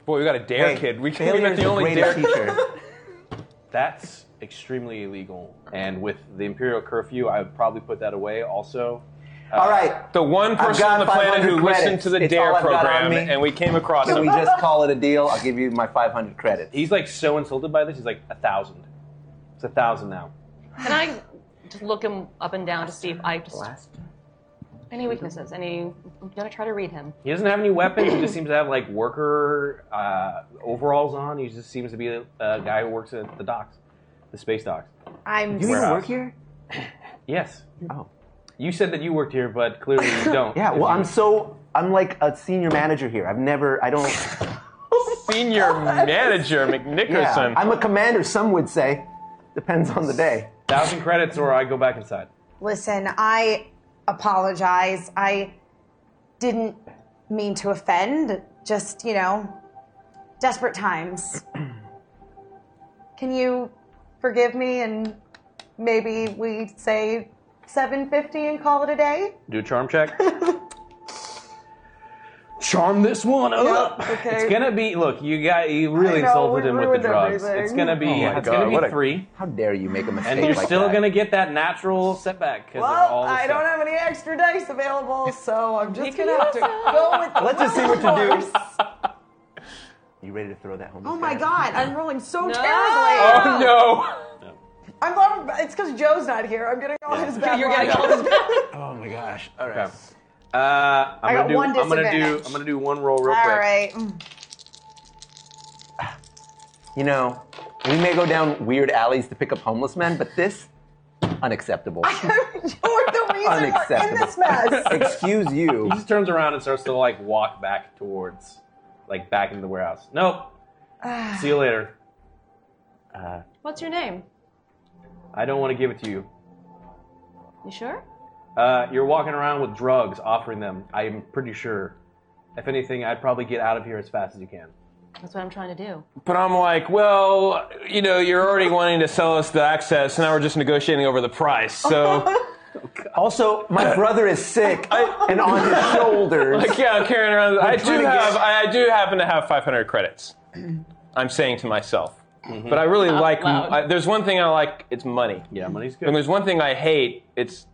[SPEAKER 5] boy, we got a dare
[SPEAKER 4] Hey,
[SPEAKER 5] kid. We can't
[SPEAKER 4] Failure
[SPEAKER 5] even
[SPEAKER 4] is
[SPEAKER 5] the only dare
[SPEAKER 4] greatest
[SPEAKER 5] kid.
[SPEAKER 4] teacher.
[SPEAKER 2] That's extremely illegal. And with the imperial curfew, I would probably put that away. Also,
[SPEAKER 4] All right.
[SPEAKER 5] The one
[SPEAKER 4] I've
[SPEAKER 5] person
[SPEAKER 4] got
[SPEAKER 5] on the planet
[SPEAKER 4] 500
[SPEAKER 5] who listened
[SPEAKER 4] credits.
[SPEAKER 5] to the
[SPEAKER 4] It's all
[SPEAKER 5] dare
[SPEAKER 4] I've got on
[SPEAKER 5] program,
[SPEAKER 4] me.
[SPEAKER 5] and we came across
[SPEAKER 4] Can
[SPEAKER 5] him.
[SPEAKER 4] we just call it a deal? I'll give you my 500 credits.
[SPEAKER 2] he's like so insulted by this. He's like a thousand. It's a thousand now.
[SPEAKER 10] Can I just look him up and down to see if I just any weaknesses? Any? I'm gonna try to read him.
[SPEAKER 2] He doesn't have any weapons. he just seems to have like worker uh, overalls on. He just seems to be a, a guy who works at the docks, the space docks.
[SPEAKER 9] I'm
[SPEAKER 4] You even
[SPEAKER 2] Warehouse.
[SPEAKER 4] work here?
[SPEAKER 2] Yes.
[SPEAKER 4] Oh.
[SPEAKER 2] You said that you worked here, but clearly you don't.
[SPEAKER 4] Yeah. Well,
[SPEAKER 2] If
[SPEAKER 4] I'm
[SPEAKER 2] you-
[SPEAKER 4] so I'm like a senior manager here. I've never. I don't.
[SPEAKER 5] Senior manager McNickerson.
[SPEAKER 4] I'm a commander, some would say. Depends on the day.
[SPEAKER 2] Thousand credits, or I go back inside.
[SPEAKER 9] Listen, I apologize. I didn't mean to offend. Just, you know, desperate times. Can you forgive me and maybe we say 750 and call it a day?
[SPEAKER 2] Do a charm check. Charm this one up.
[SPEAKER 9] okay.
[SPEAKER 2] It's gonna be. Look, you got. You
[SPEAKER 4] I
[SPEAKER 2] really
[SPEAKER 4] know,
[SPEAKER 2] insulted
[SPEAKER 4] we
[SPEAKER 2] him with the
[SPEAKER 4] ruined
[SPEAKER 2] drugs.
[SPEAKER 4] everything.
[SPEAKER 2] It's gonna be.
[SPEAKER 4] Oh my
[SPEAKER 2] it's
[SPEAKER 4] God,
[SPEAKER 2] gonna
[SPEAKER 4] what
[SPEAKER 2] be
[SPEAKER 4] a-
[SPEAKER 2] three.
[SPEAKER 4] How dare you make a mistake?
[SPEAKER 2] And you're
[SPEAKER 4] like
[SPEAKER 2] still
[SPEAKER 4] that.
[SPEAKER 2] gonna get that natural setback because
[SPEAKER 9] Well,
[SPEAKER 2] of all the
[SPEAKER 9] I
[SPEAKER 2] stuff.
[SPEAKER 9] don't have any extra dice available, so I'm just
[SPEAKER 3] can
[SPEAKER 9] gonna have to go with the
[SPEAKER 4] Let's just see what you
[SPEAKER 9] willpower.
[SPEAKER 4] do. You ready to throw that home?
[SPEAKER 9] Oh my god, I'm rolling so
[SPEAKER 4] No.
[SPEAKER 9] terribly.
[SPEAKER 4] Oh,
[SPEAKER 9] no. I'm loving it's because Joe's not here. I'm getting all his bad
[SPEAKER 2] You're
[SPEAKER 9] luck.
[SPEAKER 2] getting all his
[SPEAKER 4] Oh my gosh.
[SPEAKER 2] All right. Uh, I'm
[SPEAKER 9] I
[SPEAKER 2] gonna
[SPEAKER 9] got
[SPEAKER 2] do.
[SPEAKER 9] one
[SPEAKER 2] I'm gonna do.
[SPEAKER 9] disadvantage.
[SPEAKER 2] I'm gonna do one roll real
[SPEAKER 9] All
[SPEAKER 2] quick.
[SPEAKER 9] right.
[SPEAKER 4] You know, we may go down weird alleys to pick up homeless men, but this unacceptable. Unacceptable. Excuse you.
[SPEAKER 2] He just turns around and starts to like walk back towards, like back into the warehouse. Nope. See you later. Uh,
[SPEAKER 6] What's your name?
[SPEAKER 2] I don't want to give it to you.
[SPEAKER 6] You sure?
[SPEAKER 2] Uh, you're walking around with drugs, offering them. I'm pretty sure. If anything, I'd probably get out of here as fast as you can.
[SPEAKER 6] That's what I'm trying to do.
[SPEAKER 5] But I'm like, well, you know, you're already wanting to sell us the access, and now we're just negotiating over the price. So,
[SPEAKER 4] also, my brother is sick and on his shoulders.
[SPEAKER 5] like, yeah, I'm carrying around.
[SPEAKER 4] We're
[SPEAKER 5] I do
[SPEAKER 4] trying to get-
[SPEAKER 5] have, I I do happen to have 500 credits. I'm saying to myself.
[SPEAKER 4] Mm-hmm.
[SPEAKER 5] But I really
[SPEAKER 2] Out
[SPEAKER 5] like.
[SPEAKER 2] loud.
[SPEAKER 5] I, there's one thing I like. It's money.
[SPEAKER 2] Yeah, money's good.
[SPEAKER 5] And there's one thing I hate. It's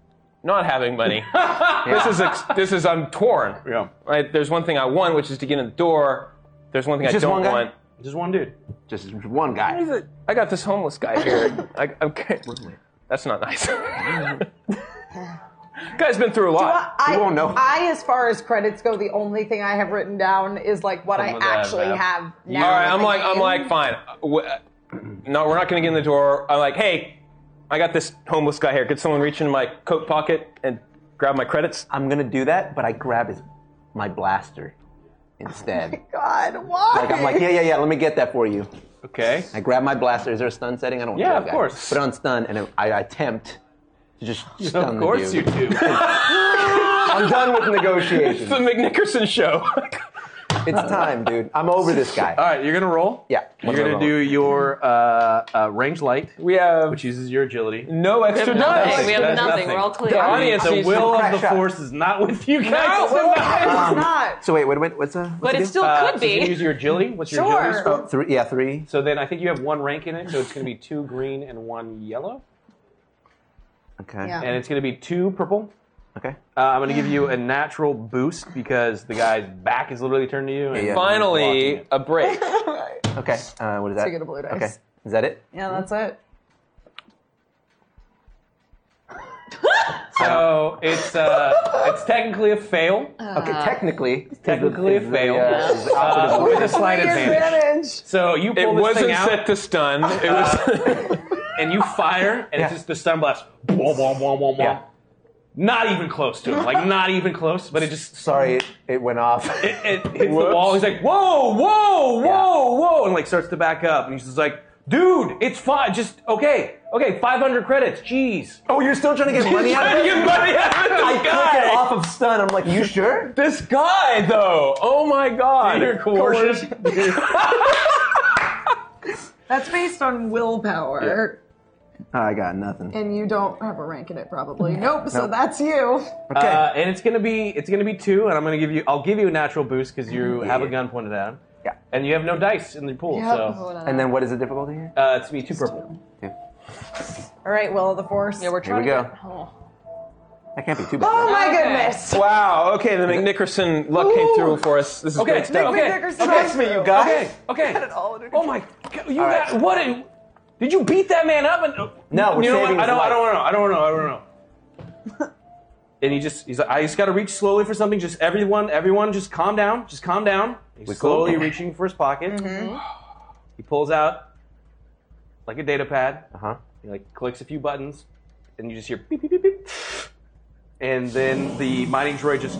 [SPEAKER 5] not having money. This is ex- this is I'm torn.
[SPEAKER 2] Yeah.
[SPEAKER 5] Right. There's one thing I want, which is to get in the door. There's one thing I
[SPEAKER 4] Just
[SPEAKER 5] don't
[SPEAKER 4] one guy?
[SPEAKER 5] want.
[SPEAKER 2] Just one dude.
[SPEAKER 4] Just one guy.
[SPEAKER 5] I got this homeless guy here. I, I'm, that's not nice. Guy's been through a lot.
[SPEAKER 9] I, I, as far as credits go, the only thing I have written down is like what
[SPEAKER 5] Some
[SPEAKER 9] I
[SPEAKER 5] of that,
[SPEAKER 9] actually
[SPEAKER 5] yeah.
[SPEAKER 9] have now.
[SPEAKER 5] All right, I'm
[SPEAKER 9] in
[SPEAKER 5] like,
[SPEAKER 9] the
[SPEAKER 5] I'm
[SPEAKER 9] game.
[SPEAKER 5] like, fine. W- No, we're not gonna get in the door. I'm like, hey, I got this homeless guy here. Could someone reach in my coat pocket and grab my credits?
[SPEAKER 4] I'm gonna do that, but I grab his my blaster instead.
[SPEAKER 9] Oh God, why?
[SPEAKER 4] Like I'm like, yeah, yeah, yeah. Let me get that for you.
[SPEAKER 2] Okay.
[SPEAKER 4] I grab my blaster. Is there a stun setting? I don't. wanna
[SPEAKER 2] Yeah,
[SPEAKER 4] kill
[SPEAKER 2] of
[SPEAKER 4] the guy.
[SPEAKER 2] course.
[SPEAKER 4] Put it on stun, and I, I attempt to just stun
[SPEAKER 2] of course
[SPEAKER 4] the
[SPEAKER 2] you
[SPEAKER 4] dude.
[SPEAKER 2] do.
[SPEAKER 4] I'm done with negotiations.
[SPEAKER 5] It's the McNickerson show.
[SPEAKER 4] it's time, dude. I'm over this guy.
[SPEAKER 2] All right, you're gonna roll.
[SPEAKER 4] Yeah.
[SPEAKER 2] You're gonna do your uh, uh, range light.
[SPEAKER 5] We have,
[SPEAKER 2] which uses your agility.
[SPEAKER 5] No extra
[SPEAKER 2] We have nothing.
[SPEAKER 5] dice.
[SPEAKER 2] We have That's nothing. nothing. We're all clear. The audience
[SPEAKER 5] the
[SPEAKER 2] needs to
[SPEAKER 5] will
[SPEAKER 2] crash
[SPEAKER 5] of the
[SPEAKER 2] out.
[SPEAKER 5] force
[SPEAKER 2] is not with you guys.
[SPEAKER 4] Um, So wait, wait, wait. What's the? What's
[SPEAKER 2] But
[SPEAKER 4] the
[SPEAKER 2] it
[SPEAKER 4] deal?
[SPEAKER 2] still Uh, could so you be. use your agility? What's your Sure. agility score?
[SPEAKER 4] Oh, three. Yeah, three.
[SPEAKER 2] So then I think you have one rank in it, so it's going to be two green and one yellow.
[SPEAKER 4] Okay.
[SPEAKER 2] And it's going to be two purple.
[SPEAKER 4] Okay.
[SPEAKER 2] Uh, I'm going to give you a natural boost because the guy's back is literally turned to you. And
[SPEAKER 4] Yeah, yeah.
[SPEAKER 5] Finally, a break.
[SPEAKER 4] Okay. Uh, what is that?
[SPEAKER 9] So you get a blue dice.
[SPEAKER 4] Okay. Is that it?
[SPEAKER 9] Yeah, that's it.
[SPEAKER 2] So it's uh, it's technically a fail.
[SPEAKER 4] Okay,
[SPEAKER 9] Uh,
[SPEAKER 4] technically.
[SPEAKER 2] Technically a
[SPEAKER 4] is the,
[SPEAKER 2] fail.
[SPEAKER 4] uh, is the
[SPEAKER 2] Uh,
[SPEAKER 4] operative
[SPEAKER 2] with a
[SPEAKER 4] word.
[SPEAKER 2] slight advantage. So you
[SPEAKER 5] It
[SPEAKER 2] pull this
[SPEAKER 5] wasn't
[SPEAKER 2] thing out.
[SPEAKER 5] set to stun. It was.
[SPEAKER 2] and you fire, and it's just the stun blast. Wah, wah, wah, wah, wah. Not even close to him. Like, not even close, but it just.
[SPEAKER 4] Sorry, it, it went off.
[SPEAKER 2] It, it hits the wall. He's like, whoa, whoa, whoa, whoa, and like starts to back up. And he's just like, dude, it's fine. Just, okay, okay, 500 credits. Jeez.
[SPEAKER 4] Oh, you're still trying to get money out of
[SPEAKER 2] You're
[SPEAKER 4] it?
[SPEAKER 2] trying to get money out of this
[SPEAKER 4] I
[SPEAKER 2] guy.
[SPEAKER 4] took it off of stun. I'm like, you sure?
[SPEAKER 5] This guy, though. Oh my god.
[SPEAKER 2] Your coercion.
[SPEAKER 9] That's based on willpower,
[SPEAKER 4] Oh, I got nothing.
[SPEAKER 9] and you don't have a rank in it, probably. Nope. So
[SPEAKER 2] Nope.
[SPEAKER 9] that's you.
[SPEAKER 2] Okay. Uh, and it's gonna be it's gonna be two, and I'm gonna give you I'll give you a natural boost because you have a gun pointed at him. Yeah. And you have no dice in the pool, so
[SPEAKER 4] And then what is the difficulty here?
[SPEAKER 2] uh, it's gonna be two purple.
[SPEAKER 9] All right, Will of the Force. Yeah, we're
[SPEAKER 4] Here we trying to go. That can't be too bad.
[SPEAKER 9] Oh my
[SPEAKER 4] right?
[SPEAKER 9] goodness.
[SPEAKER 5] Wow. Okay, the McNickerson luck came through for us. This is
[SPEAKER 2] Okay,
[SPEAKER 5] great stuff.
[SPEAKER 2] okay,
[SPEAKER 9] Nick
[SPEAKER 2] okay.
[SPEAKER 9] Trust me, you guys.
[SPEAKER 2] Okay, okay. Oh my, God, you
[SPEAKER 5] right.
[SPEAKER 2] got what? a- Did you beat that man up? And, oh.
[SPEAKER 4] No, we're
[SPEAKER 2] you know what?
[SPEAKER 4] saving
[SPEAKER 2] I
[SPEAKER 4] his
[SPEAKER 2] don't. I
[SPEAKER 4] life.
[SPEAKER 2] don't want to know. I don't want to know. I don't know. and he just, he's like, I just got to reach slowly for something. Just everyone, everyone, just calm down. Just calm down. He's
[SPEAKER 4] We cool?
[SPEAKER 2] slowly reaching for his pocket. He pulls out like a data pad.
[SPEAKER 4] Uh huh.
[SPEAKER 2] He like clicks a few buttons, and you just hear beep beep beep beep. And then the mining droid just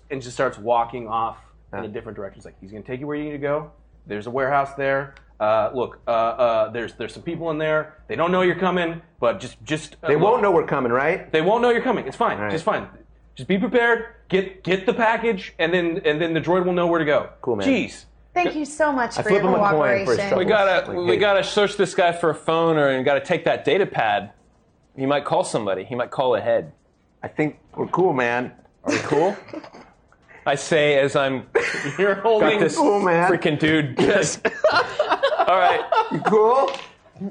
[SPEAKER 2] and just starts walking off in a different direction. It's like he's gonna take you where you need to go. There's a warehouse there. uh, look, uh, uh, there's there's some people in there. They don't know you're coming, but just just uh,
[SPEAKER 4] They
[SPEAKER 2] look,
[SPEAKER 4] won't know we're coming, right?
[SPEAKER 2] They won't know you're coming. It's fine. It's fine. Just be prepared. Get get the package, and then and then the droid will know where to go. Cool
[SPEAKER 5] man.
[SPEAKER 2] Jeez.
[SPEAKER 9] Thank you so much
[SPEAKER 5] I
[SPEAKER 9] for
[SPEAKER 5] flip
[SPEAKER 9] your
[SPEAKER 5] him a coin for
[SPEAKER 9] cooperation.
[SPEAKER 5] his trouble. We gotta we gotta search this guy for a phone or and gotta take that data pad. He might call somebody. He might call ahead.
[SPEAKER 4] I think we're cool, man.
[SPEAKER 5] Are we cool? I say as I'm
[SPEAKER 2] You're
[SPEAKER 5] got
[SPEAKER 2] holding-
[SPEAKER 5] this
[SPEAKER 2] Cool, man.
[SPEAKER 5] freaking dude. Just, all right. You cool?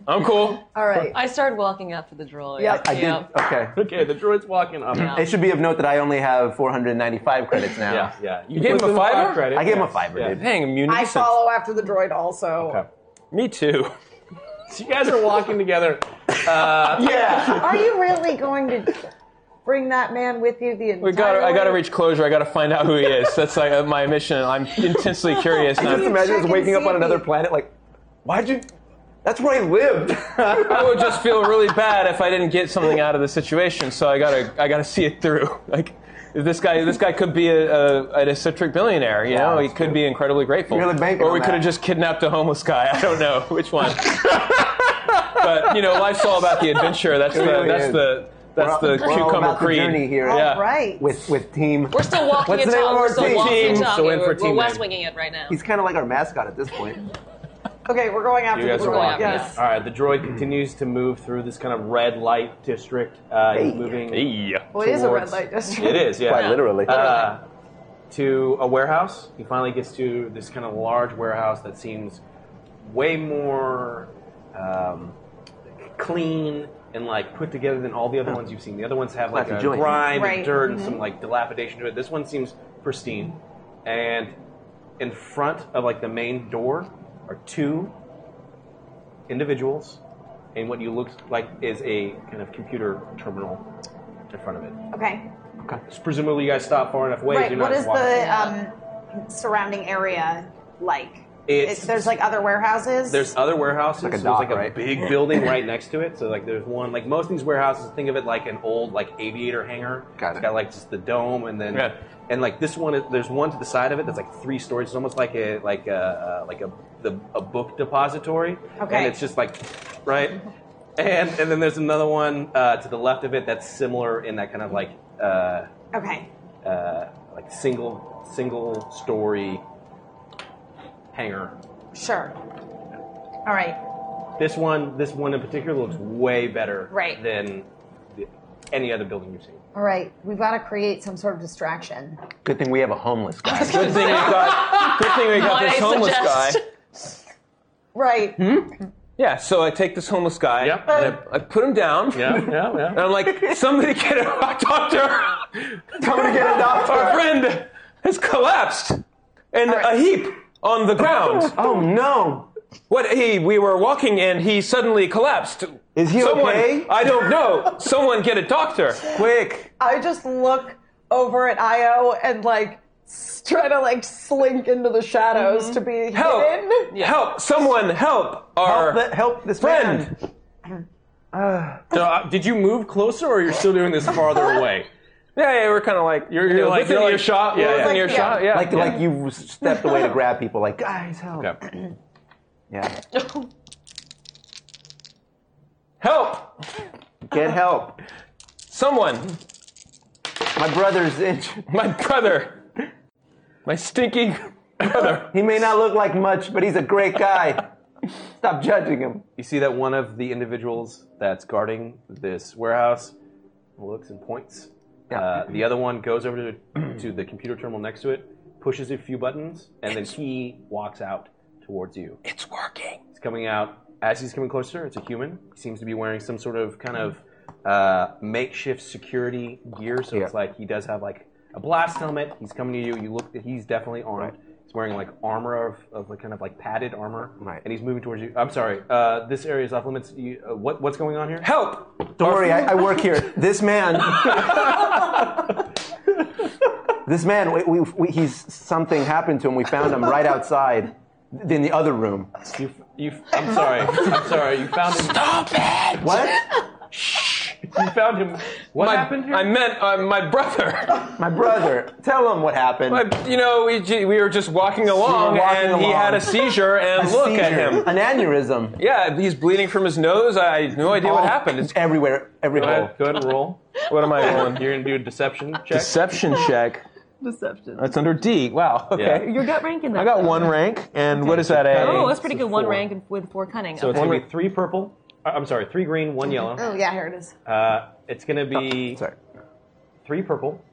[SPEAKER 5] I'm cool.
[SPEAKER 8] All
[SPEAKER 4] right.
[SPEAKER 8] I started walking up to the droid.
[SPEAKER 4] I, I did. Okay.
[SPEAKER 2] Okay, the droid's walking up.
[SPEAKER 4] It should be of note that I only have 495 credits now.
[SPEAKER 2] Yeah, yeah.
[SPEAKER 5] You gave him a fiver?
[SPEAKER 4] I gave him a fiver, dude.
[SPEAKER 5] Dang,
[SPEAKER 9] I
[SPEAKER 5] munificent.
[SPEAKER 9] follow after the droid also.
[SPEAKER 5] Me too.
[SPEAKER 2] So you guys are walking together. Uh,
[SPEAKER 9] Are you really going to bring that man with you the entire
[SPEAKER 5] We got. I got to
[SPEAKER 9] way?
[SPEAKER 5] reach closure. I got to find out who he is. That's like uh, my mission. I'm intensely curious.
[SPEAKER 4] I just imagine us waking up on another planet, like,
[SPEAKER 5] why'd you? That's where I lived. I would just feel really bad if I didn't get something out of the situation. So I gotta. I gotta see it through. Like. This guy, this guy could be a, a, an eccentric billionaire. You know, he could be incredibly grateful,
[SPEAKER 4] You're really banking
[SPEAKER 5] or
[SPEAKER 4] on
[SPEAKER 5] we could have
[SPEAKER 4] that.
[SPEAKER 5] just kidnapped a homeless guy. I don't know which one. but you know, life's all about the adventure. That's
[SPEAKER 4] It
[SPEAKER 5] the
[SPEAKER 4] really
[SPEAKER 5] that's
[SPEAKER 4] is.
[SPEAKER 5] the that's
[SPEAKER 4] We're all-
[SPEAKER 5] the
[SPEAKER 4] we're all
[SPEAKER 5] cucumber
[SPEAKER 4] about the
[SPEAKER 5] creed
[SPEAKER 4] journey here.
[SPEAKER 9] Oh,
[SPEAKER 5] Yeah.
[SPEAKER 4] All right. With with team.
[SPEAKER 8] We're still walking
[SPEAKER 4] What's
[SPEAKER 8] and
[SPEAKER 4] the name
[SPEAKER 8] talking.
[SPEAKER 4] of
[SPEAKER 8] We're
[SPEAKER 4] our
[SPEAKER 8] still
[SPEAKER 4] team?
[SPEAKER 8] walking and
[SPEAKER 4] Team, so
[SPEAKER 8] talking.
[SPEAKER 4] in for
[SPEAKER 8] We're,
[SPEAKER 4] team
[SPEAKER 8] we're West
[SPEAKER 4] name.
[SPEAKER 8] Winging it right now.
[SPEAKER 4] He's kind of like our mascot at this point.
[SPEAKER 9] Okay, we're going after
[SPEAKER 2] You guys
[SPEAKER 9] the
[SPEAKER 2] are
[SPEAKER 9] droid.
[SPEAKER 2] walking.
[SPEAKER 9] yes.
[SPEAKER 2] All right, the droid continues to move through this kind of red light district. Uh, he's
[SPEAKER 9] Hey.
[SPEAKER 2] moving.
[SPEAKER 9] Well, it is a red
[SPEAKER 2] towards-
[SPEAKER 9] light district.
[SPEAKER 2] It is, yeah.
[SPEAKER 9] Quite literally.
[SPEAKER 2] Uh, to a warehouse. He finally gets to this kind of large warehouse that seems way more um, clean and like put together than all the other ones you've seen. The other ones have like
[SPEAKER 4] Classy
[SPEAKER 2] a
[SPEAKER 4] joint.
[SPEAKER 2] grime
[SPEAKER 4] Right.
[SPEAKER 2] and dirt and
[SPEAKER 4] Mhm.
[SPEAKER 2] some like dilapidation to it. This one seems pristine. And in front of like the main door are two individuals and what you look like is a kind of computer terminal in front of it.
[SPEAKER 9] Okay.
[SPEAKER 2] Okay. presumably you guys stop far enough away.
[SPEAKER 9] right.
[SPEAKER 2] you're
[SPEAKER 9] What
[SPEAKER 2] not
[SPEAKER 9] is
[SPEAKER 2] walking.
[SPEAKER 9] the um, surrounding area like?
[SPEAKER 2] It's-
[SPEAKER 9] It- there's like other warehouses.
[SPEAKER 2] There's other warehouses.
[SPEAKER 4] Like a
[SPEAKER 2] so
[SPEAKER 4] dock,
[SPEAKER 2] there's like
[SPEAKER 4] right?
[SPEAKER 2] a big building right next to it. So like there's one like most of these warehouses. Think of it like an old like aviator hangar. Got it. has got like just the dome and then and like this one. is- There's one to the side of it that's like three stories. It's almost like a like a uh, like a the, a book depository.
[SPEAKER 9] Okay.
[SPEAKER 2] And it's just like right. And and then there's another one uh, to the left of it that's similar in that kind of like. Uh,
[SPEAKER 9] okay.
[SPEAKER 2] uh, like single single story hangar.
[SPEAKER 9] Sure. All right.
[SPEAKER 2] This one, this one in particular, looks way better
[SPEAKER 9] Right.
[SPEAKER 2] than the, any other building you've seen.
[SPEAKER 9] All right. We've got to create some sort of distraction.
[SPEAKER 4] Good thing we have a homeless guy. Good
[SPEAKER 5] thing we got. Good thing we got
[SPEAKER 9] Might
[SPEAKER 5] this
[SPEAKER 9] I
[SPEAKER 5] homeless
[SPEAKER 9] suggest?
[SPEAKER 5] guy.
[SPEAKER 9] Right.
[SPEAKER 2] Hmm?
[SPEAKER 5] Yeah, so I take this homeless guy and I, I put him down.
[SPEAKER 2] Yeah, yeah, yeah.
[SPEAKER 5] And I'm like, somebody get a doctor.
[SPEAKER 4] Somebody get a doctor.
[SPEAKER 5] Our friend has collapsed in a heap on the ground.
[SPEAKER 4] oh no.
[SPEAKER 5] What he we were walking and he suddenly collapsed.
[SPEAKER 4] Is he
[SPEAKER 5] Someone,
[SPEAKER 4] okay?
[SPEAKER 5] I don't know. Someone get a doctor.
[SPEAKER 4] Quick.
[SPEAKER 9] I just look over at Io and like s- try to like slink into the shadows to be
[SPEAKER 5] Help!
[SPEAKER 9] hidden.
[SPEAKER 5] Help! Someone help our
[SPEAKER 4] help, this
[SPEAKER 5] friend.
[SPEAKER 2] So, uh, did you move closer, or you're still doing this farther away?
[SPEAKER 5] Yeah, yeah, we're kind of like you're,
[SPEAKER 2] like-
[SPEAKER 5] within
[SPEAKER 2] you're
[SPEAKER 5] your
[SPEAKER 2] like-
[SPEAKER 5] shot.
[SPEAKER 2] yeah,
[SPEAKER 5] we're
[SPEAKER 2] yeah.
[SPEAKER 5] within your
[SPEAKER 2] Yeah.
[SPEAKER 5] shot. Yeah,
[SPEAKER 4] Like
[SPEAKER 5] yeah.
[SPEAKER 4] like you stepped away to grab people. Like guys, help. Yeah.
[SPEAKER 5] Help!
[SPEAKER 4] Get help.
[SPEAKER 5] Someone.
[SPEAKER 4] My brother's injured.
[SPEAKER 5] My brother. My stinky brother.
[SPEAKER 4] he may not look like much, but he's a great guy. Stop judging him.
[SPEAKER 2] You see that one of the individuals that's guarding this warehouse looks and points. Uh, the other one goes over to, to the computer terminal next to it, pushes a few buttons, and then he walks out towards you.
[SPEAKER 5] It's working.
[SPEAKER 2] He's coming out. As he's coming closer, it's a human. He seems to be wearing some sort of kind of uh, makeshift security gear. So it's
[SPEAKER 5] Yeah.
[SPEAKER 2] like he does have like a blast helmet. He's coming to you. You look. He's definitely armed. He's wearing like armor of, of like kind of like padded armor. Right. And he's moving towards you. I'm sorry. Uh, this area is off limits. You, uh, what what's going on here?
[SPEAKER 5] Help!
[SPEAKER 4] Don't worry, I, I work here. This man. this man, we, we, we, he's something happened to him. We found him right outside in the other room.
[SPEAKER 2] You, I'm sorry. I'm sorry. You found him.
[SPEAKER 5] Stop it!
[SPEAKER 4] What?
[SPEAKER 2] You found him. What
[SPEAKER 5] my,
[SPEAKER 2] happened here?
[SPEAKER 5] I meant uh, my brother.
[SPEAKER 4] My brother. Tell him what happened.
[SPEAKER 5] you know, we, ju- we were just walking along,
[SPEAKER 4] walking
[SPEAKER 5] and he
[SPEAKER 4] along.
[SPEAKER 5] had a seizure. And
[SPEAKER 4] A
[SPEAKER 5] look at
[SPEAKER 4] seizure.
[SPEAKER 5] him,
[SPEAKER 4] An aneurysm.
[SPEAKER 5] Yeah, he's bleeding from his nose. I had no idea what
[SPEAKER 4] All-
[SPEAKER 5] happened. It's
[SPEAKER 4] everywhere, every
[SPEAKER 5] go
[SPEAKER 4] hole.
[SPEAKER 5] Ahead, go ahead and roll. What am I rolling?
[SPEAKER 2] You're gonna do a deception check.
[SPEAKER 5] Deception check.
[SPEAKER 10] Deception.
[SPEAKER 5] That's under D. Wow. Okay.
[SPEAKER 10] You got rank in that.
[SPEAKER 5] I got
[SPEAKER 10] though.
[SPEAKER 5] one rank, and what is that? A.
[SPEAKER 10] Oh, that's pretty
[SPEAKER 2] So
[SPEAKER 10] good. One
[SPEAKER 2] four.
[SPEAKER 10] rank and with four cunning.
[SPEAKER 2] So it's
[SPEAKER 5] Oh.
[SPEAKER 10] Okay.
[SPEAKER 2] gonna be three purple. uh, I'm sorry, three green, one yellow.
[SPEAKER 9] Oh yeah, here it is.
[SPEAKER 2] Uh, it's gonna
[SPEAKER 5] Oh,
[SPEAKER 2] be three purple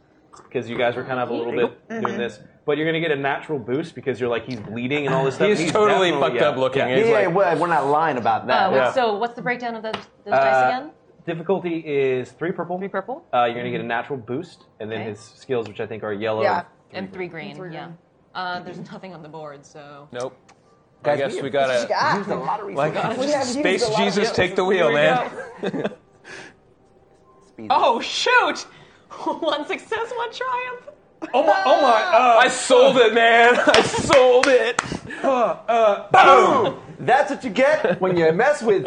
[SPEAKER 2] because you guys were kind of a little bit
[SPEAKER 9] Mhm.
[SPEAKER 2] doing this, but you're gonna get a natural boost because you're like he's bleeding and all this stuff.
[SPEAKER 5] He's totally
[SPEAKER 2] definitely-
[SPEAKER 5] fucked up looking.
[SPEAKER 4] Yeah, yeah, well, we're not lying about that.
[SPEAKER 10] Uh,
[SPEAKER 2] Yeah.
[SPEAKER 10] So what's the breakdown of those, those
[SPEAKER 2] Uh,
[SPEAKER 10] dice again?
[SPEAKER 2] Difficulty is three purple. Three
[SPEAKER 10] purple.
[SPEAKER 2] Uh, you're
[SPEAKER 9] Mm-hmm.
[SPEAKER 2] gonna get a natural boost, and then
[SPEAKER 10] Okay.
[SPEAKER 2] his skills, which I think are yellow.
[SPEAKER 10] And three green. yeah. Uh, there's nothing on the board, so.
[SPEAKER 5] Nope. I
[SPEAKER 4] Guys,
[SPEAKER 5] guess
[SPEAKER 4] we
[SPEAKER 5] we,
[SPEAKER 4] have-
[SPEAKER 5] gotta
[SPEAKER 4] we used a lot of
[SPEAKER 5] Like,
[SPEAKER 4] resources. We have used
[SPEAKER 5] space
[SPEAKER 4] a lot of
[SPEAKER 5] Jesus,
[SPEAKER 4] resources.
[SPEAKER 5] take the wheel,
[SPEAKER 4] Here we
[SPEAKER 5] man.
[SPEAKER 10] Oh shoot! one success, one triumph.
[SPEAKER 5] Oh my! Oh my! I sold it, man. I sold it.
[SPEAKER 4] Boom! That's what you get when you mess with.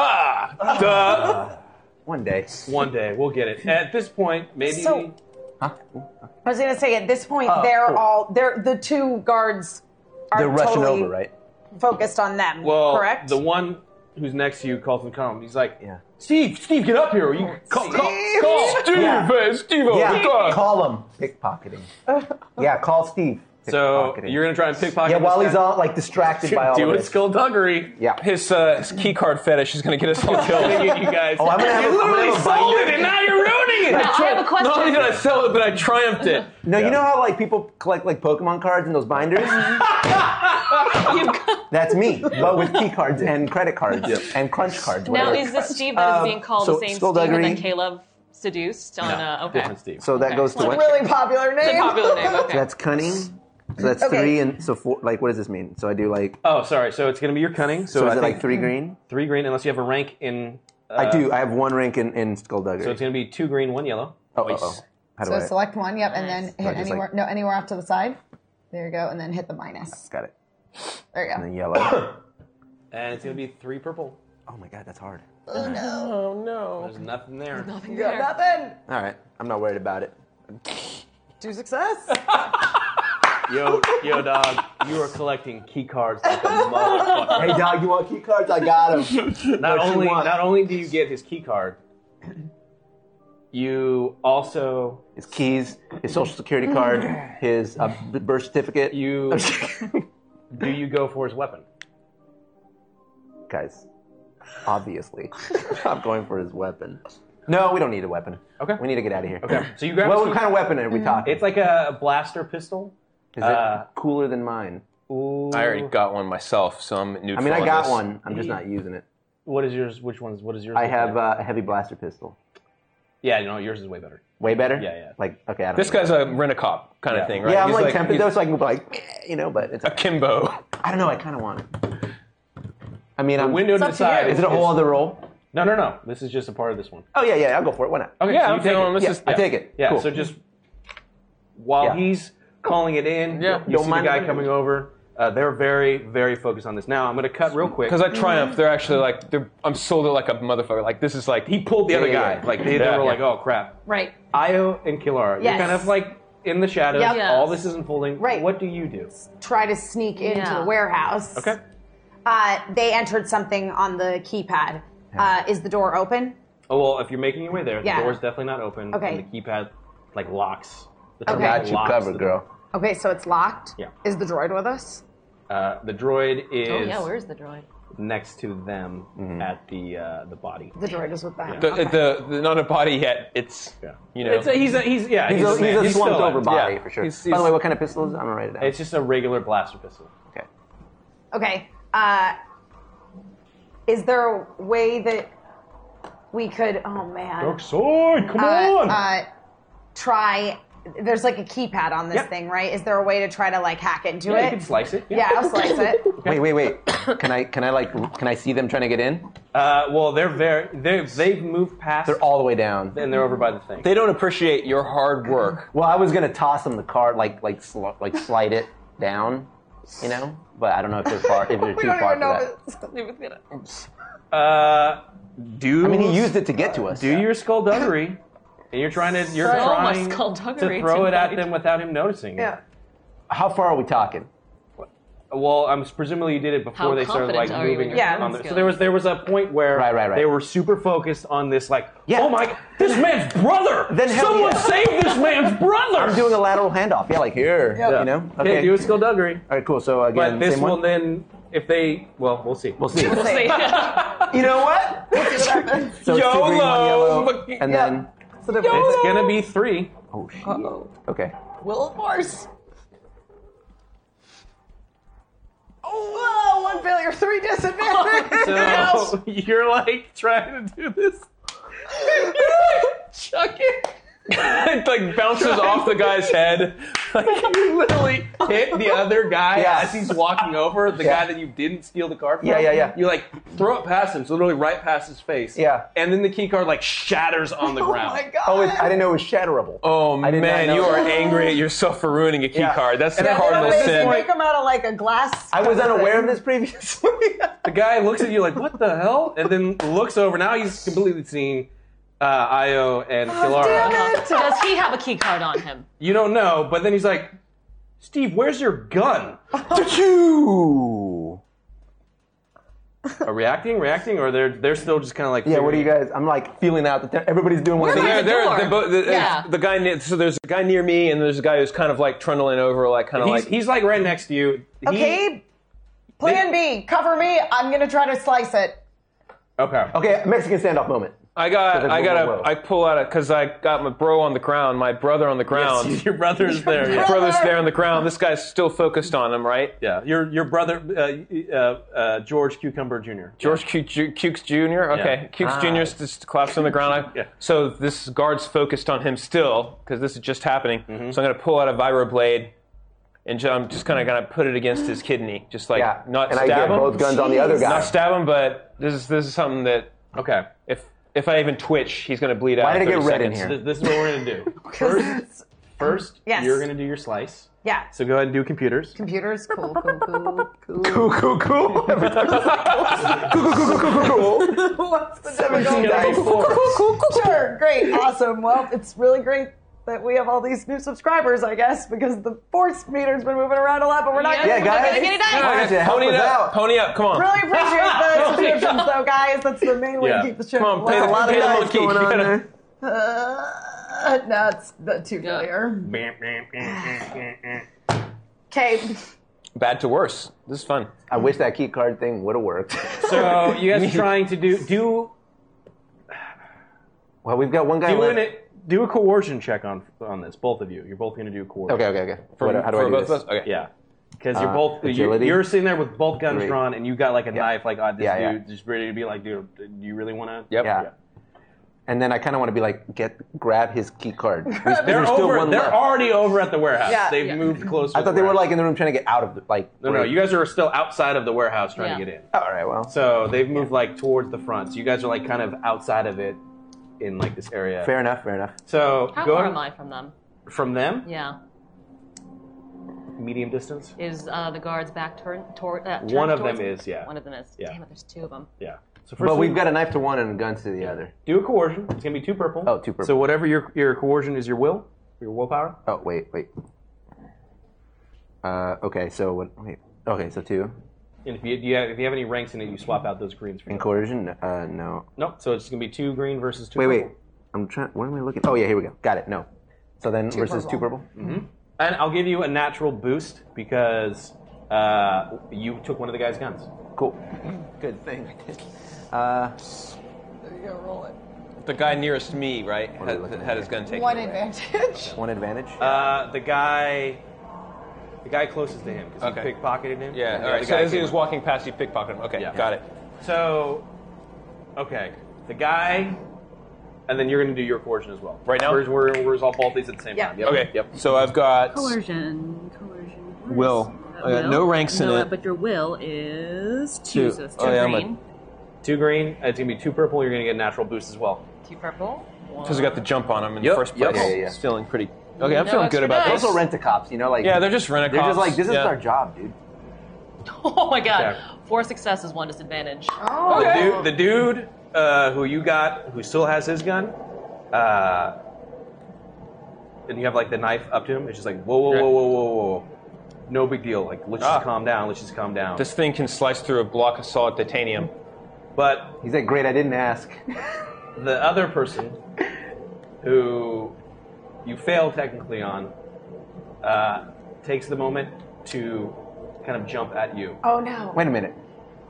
[SPEAKER 2] Ah, duh.
[SPEAKER 4] One day.
[SPEAKER 2] One day we'll get it. At this point, maybe.
[SPEAKER 9] So- I was gonna say at this point
[SPEAKER 2] Oh,
[SPEAKER 9] they're
[SPEAKER 2] cool.
[SPEAKER 9] all they're the two guards are
[SPEAKER 2] They're rushing
[SPEAKER 9] totally
[SPEAKER 2] over, right?
[SPEAKER 9] Focused on them,
[SPEAKER 2] well,
[SPEAKER 9] correct?
[SPEAKER 2] the one who's next to you calls him come. He's like, Steve, Steve, get up here. You call, call, call. uh,
[SPEAKER 4] Steve, hey,
[SPEAKER 2] Steve-o,
[SPEAKER 4] yeah.
[SPEAKER 2] come on.
[SPEAKER 4] Call him. Pickpocketing. Yeah, call Steve.
[SPEAKER 2] So you're gonna try and pickpocket.
[SPEAKER 4] Yeah, while
[SPEAKER 2] this
[SPEAKER 4] he's
[SPEAKER 2] guy?
[SPEAKER 4] all like distracted by all
[SPEAKER 5] Do
[SPEAKER 4] of
[SPEAKER 5] it,
[SPEAKER 4] this.
[SPEAKER 2] skullduggery.
[SPEAKER 4] Yeah.
[SPEAKER 5] His, uh, his key card fetish is gonna get us all killed.
[SPEAKER 2] you guys.
[SPEAKER 5] Oh, I'm gonna have
[SPEAKER 2] you
[SPEAKER 5] a- I'm
[SPEAKER 2] literally
[SPEAKER 5] gonna have a
[SPEAKER 2] sold
[SPEAKER 5] binder.
[SPEAKER 2] it, and now you're ruining it.
[SPEAKER 5] No, I have
[SPEAKER 4] a
[SPEAKER 5] question.
[SPEAKER 2] Not only did I sell it, but I triumphed it.
[SPEAKER 4] No, you know how like people collect like Pokemon cards in those binders? That's me, but with key cards and credit cards and crunch cards.
[SPEAKER 10] Now
[SPEAKER 4] whatever.
[SPEAKER 10] is this Steve that is
[SPEAKER 4] Um,
[SPEAKER 10] being called
[SPEAKER 4] so
[SPEAKER 10] the same Steve
[SPEAKER 4] skullduggery-
[SPEAKER 10] that Caleb seduced on? uh, okay.
[SPEAKER 4] So that goes to
[SPEAKER 9] It's a
[SPEAKER 4] what?
[SPEAKER 9] really popular name.
[SPEAKER 10] It's a popular name.
[SPEAKER 4] So that's cunning. So that's
[SPEAKER 9] Okay.
[SPEAKER 4] three and so four. Like, what does this mean? So I do like.
[SPEAKER 2] Oh, sorry. So it's gonna be your cunning. So,
[SPEAKER 4] So
[SPEAKER 2] I
[SPEAKER 4] is it
[SPEAKER 2] think
[SPEAKER 4] like three green?
[SPEAKER 2] Three green, unless you have a rank in. Uh,
[SPEAKER 4] I do. I have one rank in, in Skullduggery.
[SPEAKER 2] So it's gonna be two green, one yellow.
[SPEAKER 4] Oh, oh, oh. How do
[SPEAKER 3] so
[SPEAKER 4] I?
[SPEAKER 3] select one, yep, and then
[SPEAKER 4] So I
[SPEAKER 3] hit
[SPEAKER 4] just,
[SPEAKER 3] anywhere.
[SPEAKER 4] like-
[SPEAKER 3] no, anywhere off to the side. There you go, and then hit the minus.
[SPEAKER 4] Got it.
[SPEAKER 3] There you go.
[SPEAKER 4] And then yellow.
[SPEAKER 2] And it's gonna be three purple.
[SPEAKER 4] oh my god, that's hard.
[SPEAKER 3] Oh no!
[SPEAKER 2] There's nothing there.
[SPEAKER 3] You got nothing.
[SPEAKER 4] All right, I'm not worried about it.
[SPEAKER 3] Two success.
[SPEAKER 2] Yo, yo, dog, you are collecting key cards like a motherfucker.
[SPEAKER 4] Hey, dog, you want key cards? I got them.
[SPEAKER 2] Not
[SPEAKER 4] What you
[SPEAKER 2] only,
[SPEAKER 4] want?
[SPEAKER 2] not only do you get his key card, you also
[SPEAKER 4] His keys, his social security card, his uh, b- birth certificate.
[SPEAKER 2] You do you go for his weapon?
[SPEAKER 4] guys, obviously, I'm going for his weapon. No, we don't need a weapon.
[SPEAKER 2] Okay.
[SPEAKER 4] We need to get out of here.
[SPEAKER 2] Okay. So you grab.
[SPEAKER 4] Well,
[SPEAKER 2] his
[SPEAKER 4] what
[SPEAKER 2] key-
[SPEAKER 4] kind of weapon are we talking?
[SPEAKER 2] It's like a blaster pistol.
[SPEAKER 4] Is it
[SPEAKER 2] uh,
[SPEAKER 4] cooler than mine?
[SPEAKER 2] Ooh.
[SPEAKER 5] I already got one myself, so I'm neutral.
[SPEAKER 4] I mean, I
[SPEAKER 5] on
[SPEAKER 4] got
[SPEAKER 5] this.
[SPEAKER 4] one. I'm just not using it.
[SPEAKER 2] What is yours? Which one's? What is yours?
[SPEAKER 4] I
[SPEAKER 2] look
[SPEAKER 4] have
[SPEAKER 2] like?
[SPEAKER 4] uh, a heavy blaster pistol.
[SPEAKER 2] yeah, no, yours is way better.
[SPEAKER 4] Way better.
[SPEAKER 2] Yeah, yeah.
[SPEAKER 4] Like okay, I don't.
[SPEAKER 5] This
[SPEAKER 4] know.
[SPEAKER 5] guy's a rent a cop kind
[SPEAKER 2] Yeah.
[SPEAKER 5] of thing, right?
[SPEAKER 4] Yeah, I'm
[SPEAKER 5] He's
[SPEAKER 4] like, tempted
[SPEAKER 5] he's
[SPEAKER 4] though, so I can be like, eh, you know, but it's.
[SPEAKER 5] a kimbo.
[SPEAKER 4] I don't know. I kind of want it. I mean, I'm.
[SPEAKER 2] window to the side
[SPEAKER 4] Is it a whole
[SPEAKER 2] is-
[SPEAKER 4] other roll?
[SPEAKER 2] No, no, no. This is just a part of this one.
[SPEAKER 4] Oh yeah, yeah. I'll go for it. Why not?
[SPEAKER 2] Okay,
[SPEAKER 5] Yeah,
[SPEAKER 2] so
[SPEAKER 5] I'm
[SPEAKER 2] you take
[SPEAKER 5] feeling
[SPEAKER 2] it.
[SPEAKER 5] this
[SPEAKER 2] yeah.
[SPEAKER 5] is-
[SPEAKER 4] I take it.
[SPEAKER 2] Yeah,
[SPEAKER 4] Cool.
[SPEAKER 2] so just while
[SPEAKER 4] Yeah.
[SPEAKER 2] he's calling it in,
[SPEAKER 5] Yeah.
[SPEAKER 2] you
[SPEAKER 4] Don't
[SPEAKER 2] see the
[SPEAKER 4] mind
[SPEAKER 2] guy
[SPEAKER 4] me.
[SPEAKER 2] coming over. Uh, they're very, very focused on this. Now I'm going to cut real quick.
[SPEAKER 5] Because I triumph,
[SPEAKER 4] Mm-hmm.
[SPEAKER 5] they're actually like, they're, I'm sold it like a motherfucker. Like this is like
[SPEAKER 2] he pulled the
[SPEAKER 5] Yeah,
[SPEAKER 2] other
[SPEAKER 5] yeah,
[SPEAKER 2] guy.
[SPEAKER 5] yeah.
[SPEAKER 2] Like they,
[SPEAKER 5] Yeah.
[SPEAKER 2] they were like, "Oh crap!"
[SPEAKER 10] Right.
[SPEAKER 2] Io and Kilara,
[SPEAKER 9] Yes.
[SPEAKER 2] you're kind of like in the shadows.
[SPEAKER 9] Yep.
[SPEAKER 2] All this is unfolding.
[SPEAKER 9] Right.
[SPEAKER 2] What do you do?
[SPEAKER 9] Try to sneak into
[SPEAKER 10] Yeah.
[SPEAKER 9] the warehouse.
[SPEAKER 2] Okay.
[SPEAKER 9] Uh, they entered something on the keypad. Uh, is the door open?
[SPEAKER 2] Oh well, if you're making your way there, the
[SPEAKER 9] Yeah.
[SPEAKER 2] door's definitely not open.
[SPEAKER 9] Okay.
[SPEAKER 2] And the keypad like locks. The
[SPEAKER 9] Okay.
[SPEAKER 2] terminal
[SPEAKER 4] Got you
[SPEAKER 2] locks
[SPEAKER 4] covered,
[SPEAKER 2] the-
[SPEAKER 4] girl.
[SPEAKER 9] Okay, so it's locked.
[SPEAKER 2] Yeah.
[SPEAKER 9] Is the droid with us?
[SPEAKER 2] Uh, the droid is
[SPEAKER 10] Oh yeah, where's the droid?
[SPEAKER 2] next to them
[SPEAKER 4] Mm-hmm.
[SPEAKER 2] at the uh, the body.
[SPEAKER 9] The droid is with them.
[SPEAKER 5] the,
[SPEAKER 9] Okay.
[SPEAKER 5] the, the not a body yet. It's
[SPEAKER 2] Yeah.
[SPEAKER 5] you know.
[SPEAKER 2] It's a, he's a, he's yeah
[SPEAKER 4] He's,
[SPEAKER 2] man.
[SPEAKER 4] a, he's a
[SPEAKER 2] still
[SPEAKER 4] slumped over
[SPEAKER 2] alive.
[SPEAKER 4] body
[SPEAKER 2] Yeah.
[SPEAKER 4] for sure.
[SPEAKER 5] He's-
[SPEAKER 4] By the
[SPEAKER 5] he's-
[SPEAKER 4] way, what kind of pistol is it? I'm gonna write it down.
[SPEAKER 2] It's just a regular blaster pistol.
[SPEAKER 4] okay.
[SPEAKER 9] Okay. Uh, is there a way that we could? Oh man.
[SPEAKER 2] sword, come
[SPEAKER 9] uh, uh, try. There's like a keypad on this
[SPEAKER 2] Yep.
[SPEAKER 9] thing, right? Is there a way to try to like hack into
[SPEAKER 2] yeah, you
[SPEAKER 9] it?
[SPEAKER 2] can slice it.
[SPEAKER 9] yeah, I'll slice it.
[SPEAKER 4] Wait, wait, wait. can I can I like can I see them trying to get in?
[SPEAKER 2] Uh, well, they're very they they've moved past.
[SPEAKER 4] They're all the way down.
[SPEAKER 2] and they're over by the thing.
[SPEAKER 5] they don't appreciate your hard work.
[SPEAKER 4] Well, I was gonna toss them the card, like like sl- like slide it down, you know. But I don't know if they're far, if they're
[SPEAKER 9] We
[SPEAKER 4] too
[SPEAKER 9] don't
[SPEAKER 4] far
[SPEAKER 9] even
[SPEAKER 4] for
[SPEAKER 9] know
[SPEAKER 4] that.
[SPEAKER 9] if it's- if it's gonna.
[SPEAKER 2] Uh, do
[SPEAKER 4] I mean, he used it to get to us.
[SPEAKER 2] Do your skullduggery, and you're trying to you're
[SPEAKER 4] Stole my
[SPEAKER 2] trying
[SPEAKER 4] skullduggery
[SPEAKER 2] to throw it at
[SPEAKER 4] tonight.
[SPEAKER 2] them without him noticing.
[SPEAKER 4] Yeah. How far are we talking?
[SPEAKER 2] Well, I'm presumably you did it before
[SPEAKER 4] How
[SPEAKER 2] they started like
[SPEAKER 4] confident are you
[SPEAKER 2] moving.
[SPEAKER 4] in your Yeah.
[SPEAKER 2] on the- so
[SPEAKER 4] skills?
[SPEAKER 2] there was there was a point where they were super focused on this like, oh my, this man's brother.
[SPEAKER 4] Then hell
[SPEAKER 2] someone
[SPEAKER 4] yeah.
[SPEAKER 2] save this man's brother.
[SPEAKER 4] I'm doing a lateral handoff. Yeah, like here.
[SPEAKER 2] Yeah.
[SPEAKER 4] You know?
[SPEAKER 2] Okay, do a skullduggery.
[SPEAKER 4] All right, cool. So again,
[SPEAKER 2] but this
[SPEAKER 4] same
[SPEAKER 2] will
[SPEAKER 4] one.
[SPEAKER 2] then, if they, well, we'll see. We'll
[SPEAKER 4] see. We'll
[SPEAKER 2] see.
[SPEAKER 4] you know what? So it's two green, one yellow, and then
[SPEAKER 2] it's gonna be three.
[SPEAKER 4] Oh shit. Okay.
[SPEAKER 8] Will of Force.
[SPEAKER 3] Whoa,
[SPEAKER 9] Oh,
[SPEAKER 3] one failure, three disadvantage.
[SPEAKER 2] So you're like trying to do this.
[SPEAKER 8] Chuck it.
[SPEAKER 5] it like bounces off the guy's head. Like you literally hit the other guy
[SPEAKER 2] Yeah.
[SPEAKER 5] as he's walking over, the
[SPEAKER 2] Yeah.
[SPEAKER 5] guy that you didn't steal the car from.
[SPEAKER 2] Yeah, yeah, yeah.
[SPEAKER 5] You like throw it past him, so literally right past his face. Yeah. And then the key card like shatters on the ground.
[SPEAKER 4] Oh, it, I didn't know it was shatterable.
[SPEAKER 5] Oh
[SPEAKER 4] I did not
[SPEAKER 5] man,
[SPEAKER 4] know
[SPEAKER 5] you
[SPEAKER 4] that.
[SPEAKER 5] are angry at yourself for ruining a key card. That's the cardinal
[SPEAKER 9] they
[SPEAKER 5] sin.
[SPEAKER 9] make them out of like a glass.
[SPEAKER 4] I was
[SPEAKER 9] kind of
[SPEAKER 4] unaware
[SPEAKER 9] thing.
[SPEAKER 4] of this previously.
[SPEAKER 2] The guy looks at you like, what the hell? And then looks over. Now he's completely seen uh, Io and Kilara.
[SPEAKER 10] Does he have a key card on him?
[SPEAKER 2] You don't know, but then he's like, Steve, where's your gun?
[SPEAKER 4] Achoo!
[SPEAKER 2] Are reacting, reacting, or they're they're still just kind of like
[SPEAKER 4] Yeah, what do you guys? I'm like feeling out that they're- everybody's doing one
[SPEAKER 5] So
[SPEAKER 4] thing.
[SPEAKER 5] they're- they're- they're both- the-
[SPEAKER 2] Yeah.
[SPEAKER 5] the guy ne- so there's a guy near me and there's a guy who's kind of like trundling over, like kind of
[SPEAKER 2] He's-
[SPEAKER 5] like
[SPEAKER 2] he's like right next to you.
[SPEAKER 3] Okay, plan B, cover me. I'm gonna try to slice it.
[SPEAKER 2] Okay.
[SPEAKER 4] Okay, Mexican standoff moment.
[SPEAKER 5] I got,
[SPEAKER 4] So
[SPEAKER 5] I got
[SPEAKER 4] whoa, whoa,
[SPEAKER 5] a, I pull out a, cause I got my bro on the ground, my brother on the ground.
[SPEAKER 2] your brother's there.
[SPEAKER 5] My
[SPEAKER 2] yeah.
[SPEAKER 5] brother's there on the ground. This guy's still focused on him, right?
[SPEAKER 2] Yeah, your your brother uh, uh, uh, George Cucumber Jr.
[SPEAKER 5] George Cu- Ju- Cukes Jr. Okay,
[SPEAKER 2] Yeah.
[SPEAKER 5] Cukes
[SPEAKER 2] Ah.
[SPEAKER 5] Jr. is just collapsed on the ground. I, So this guard's focused on him still because this is just happening.
[SPEAKER 4] Mm-hmm.
[SPEAKER 5] So I'm gonna pull out a vibroblade and ju- I'm just kind of gonna put it against his kidney, just like
[SPEAKER 4] Yeah.
[SPEAKER 5] not
[SPEAKER 4] And I
[SPEAKER 5] stab
[SPEAKER 4] get
[SPEAKER 5] him.
[SPEAKER 4] both guns on the other Jeez. guy.
[SPEAKER 5] Not stab him, but this is this is something that
[SPEAKER 2] okay.
[SPEAKER 5] If if I even twitch, he's gonna bleed out.
[SPEAKER 4] Why did it
[SPEAKER 5] 30
[SPEAKER 4] get red in
[SPEAKER 5] seconds.
[SPEAKER 4] here?
[SPEAKER 2] This, this is what we're gonna do. First, first
[SPEAKER 3] Yes.
[SPEAKER 2] you're gonna do your slice.
[SPEAKER 3] Yeah.
[SPEAKER 2] So go ahead and do computers.
[SPEAKER 3] Computers, cool, cool, cool, cool.
[SPEAKER 4] Cool, cool, cool. cool, cool, cool, cool, cool.
[SPEAKER 9] What's the
[SPEAKER 4] Seventeen
[SPEAKER 9] difficulty?
[SPEAKER 4] dice. Cool, cool,
[SPEAKER 9] Sure, great, awesome. Well, it's really great that we have all these new subscribers, I guess, because the force meter's been moving around a lot, but we're not
[SPEAKER 5] Yeah,
[SPEAKER 9] getting we're not
[SPEAKER 5] guys.
[SPEAKER 9] getting any dice.
[SPEAKER 5] Come on, guys, help Pony us it up, out. pony up, come on.
[SPEAKER 9] Really appreciate the subscriptions, though, guys. That's the main way
[SPEAKER 5] Yeah.
[SPEAKER 9] to keep the show.
[SPEAKER 5] Come on, pay the-
[SPEAKER 9] alive.
[SPEAKER 5] pay the
[SPEAKER 9] dice
[SPEAKER 5] monkey. You gotta-
[SPEAKER 9] Uh, no, it's the two failure. Okay,
[SPEAKER 5] Bad to worse. This is fun.
[SPEAKER 4] I wish that key card thing would have worked.
[SPEAKER 2] So you guys are trying to do do
[SPEAKER 4] Well, we've got one guy
[SPEAKER 2] do
[SPEAKER 4] left.
[SPEAKER 2] an, do a coercion check on on this. Both of you. You're both gonna do a coercion.
[SPEAKER 4] Okay, okay, okay.
[SPEAKER 2] For,
[SPEAKER 4] What- how do I
[SPEAKER 2] for
[SPEAKER 4] do
[SPEAKER 2] both
[SPEAKER 4] this?
[SPEAKER 2] of us. Okay. Yeah. Because you're
[SPEAKER 4] Uh,
[SPEAKER 2] both you,
[SPEAKER 4] agility?
[SPEAKER 2] you're sitting there with both guns
[SPEAKER 4] Three.
[SPEAKER 2] drawn, and you got like a knife, like on this
[SPEAKER 4] Yeah, yeah.
[SPEAKER 2] dude, just ready to be like, dude, do you really want to?
[SPEAKER 4] Yeah. And then I kind of want to be like, get grab his key card. There's,
[SPEAKER 2] They're
[SPEAKER 4] there's still
[SPEAKER 2] over.
[SPEAKER 4] one
[SPEAKER 2] They're
[SPEAKER 4] left.
[SPEAKER 2] already over at the warehouse.
[SPEAKER 4] Yeah.
[SPEAKER 2] They've
[SPEAKER 4] Yeah.
[SPEAKER 2] moved closer.
[SPEAKER 4] I
[SPEAKER 2] to the
[SPEAKER 4] thought they were
[SPEAKER 2] warehouse.
[SPEAKER 4] like in the room trying to get out of the like.
[SPEAKER 2] No, no, you guys are still outside of the warehouse trying
[SPEAKER 4] Yeah.
[SPEAKER 2] to get in.
[SPEAKER 4] All right, well.
[SPEAKER 2] So they've moved like towards the front. So you guys are like kind of outside of it, in like this area.
[SPEAKER 4] Fair enough. Fair enough.
[SPEAKER 2] So
[SPEAKER 10] How
[SPEAKER 2] go
[SPEAKER 10] far
[SPEAKER 2] ahead-
[SPEAKER 10] am I from them?
[SPEAKER 2] from them?
[SPEAKER 10] Yeah.
[SPEAKER 2] Medium distance.
[SPEAKER 10] Is uh, the guard's back turn toward? Uh, turned
[SPEAKER 2] One of
[SPEAKER 10] towards
[SPEAKER 2] them
[SPEAKER 10] me?
[SPEAKER 2] is, yeah.
[SPEAKER 10] One of them is.
[SPEAKER 2] Yeah.
[SPEAKER 10] Damn it! There's two of them.
[SPEAKER 2] Yeah. So first
[SPEAKER 4] but
[SPEAKER 2] we-
[SPEAKER 4] we've got a knife to one and guns to the other.
[SPEAKER 2] Do a coercion. It's gonna be two purple.
[SPEAKER 4] Oh, two purple.
[SPEAKER 2] So whatever your your coercion is, your will, your willpower.
[SPEAKER 4] Oh wait, wait. Uh, okay, so what? Wait. Okay, so two.
[SPEAKER 2] And if you do you have, if you have any ranks in it, you swap out those greens for.
[SPEAKER 4] And coercion? Uh, no.
[SPEAKER 2] Nope. So it's gonna be two green versus two.
[SPEAKER 4] wait,
[SPEAKER 2] purple.
[SPEAKER 4] wait. I'm trying. What am I looking? Oh yeah, here we go. Got it. No. So then versus two purple. Mm,
[SPEAKER 2] hmm And I'll give you a natural boost because uh, you took one of the guy's guns.
[SPEAKER 4] Cool. Good thing I did. Uh,
[SPEAKER 9] roll it.
[SPEAKER 5] The guy nearest me, right, had, had his gun taken.
[SPEAKER 3] One
[SPEAKER 5] away.
[SPEAKER 3] advantage.
[SPEAKER 4] One advantage.
[SPEAKER 2] Uh, the guy, the guy closest to him because
[SPEAKER 5] Okay.
[SPEAKER 2] he pickpocketed him.
[SPEAKER 5] Yeah.
[SPEAKER 2] And
[SPEAKER 5] All
[SPEAKER 2] the
[SPEAKER 5] right. So
[SPEAKER 2] guy
[SPEAKER 5] as he
[SPEAKER 2] came
[SPEAKER 5] was
[SPEAKER 2] up.
[SPEAKER 5] walking past, you pickpocketed him. Okay.
[SPEAKER 2] Yeah.
[SPEAKER 5] Got it.
[SPEAKER 2] So, okay, the guy, and then you're gonna do your coercion as well. Right
[SPEAKER 5] now?
[SPEAKER 2] we're we're gonna resolve both these at the same
[SPEAKER 5] Yeah.
[SPEAKER 2] time. Yep.
[SPEAKER 5] Okay. Yep. So I've got
[SPEAKER 13] Coercion. Coercion.
[SPEAKER 5] will. I got
[SPEAKER 13] Will.
[SPEAKER 5] no ranks in
[SPEAKER 13] No,
[SPEAKER 5] it.
[SPEAKER 13] But your will is two. So it's two
[SPEAKER 2] Oh, yeah, I'm a-
[SPEAKER 13] green.
[SPEAKER 2] Two green. uh, It's gonna be two purple. You're gonna get a natural boost as well.
[SPEAKER 10] Two purple.
[SPEAKER 5] Because I got the jump on him in
[SPEAKER 2] Yep,
[SPEAKER 5] the first
[SPEAKER 2] yep.
[SPEAKER 5] place.
[SPEAKER 2] Yeah, yeah, yeah.
[SPEAKER 5] It's feeling pretty. Okay, I'm
[SPEAKER 2] No
[SPEAKER 5] feeling good
[SPEAKER 2] extra
[SPEAKER 5] about
[SPEAKER 2] dice.
[SPEAKER 5] this.
[SPEAKER 2] Also
[SPEAKER 4] rent a cops. You know, like
[SPEAKER 5] yeah, they're just rent a
[SPEAKER 4] They're just like this is our job, dude.
[SPEAKER 10] Oh my god.
[SPEAKER 5] Yeah.
[SPEAKER 10] Four successes, one disadvantage.
[SPEAKER 9] Oh,
[SPEAKER 2] The dude, the dude uh, who you got, who still has his gun, uh, and you have like the knife up to him. It's just like whoa, whoa, whoa, whoa, whoa, whoa. No big deal. Like let's
[SPEAKER 5] Ah.
[SPEAKER 2] just calm down. Let's just calm down.
[SPEAKER 5] This thing can slice through a block of solid titanium.
[SPEAKER 2] But
[SPEAKER 4] he's like, great, I didn't ask.
[SPEAKER 2] the other person who you fail technically on uh, takes the moment to kind of jump at you,
[SPEAKER 9] Oh no.
[SPEAKER 4] Wait a minute.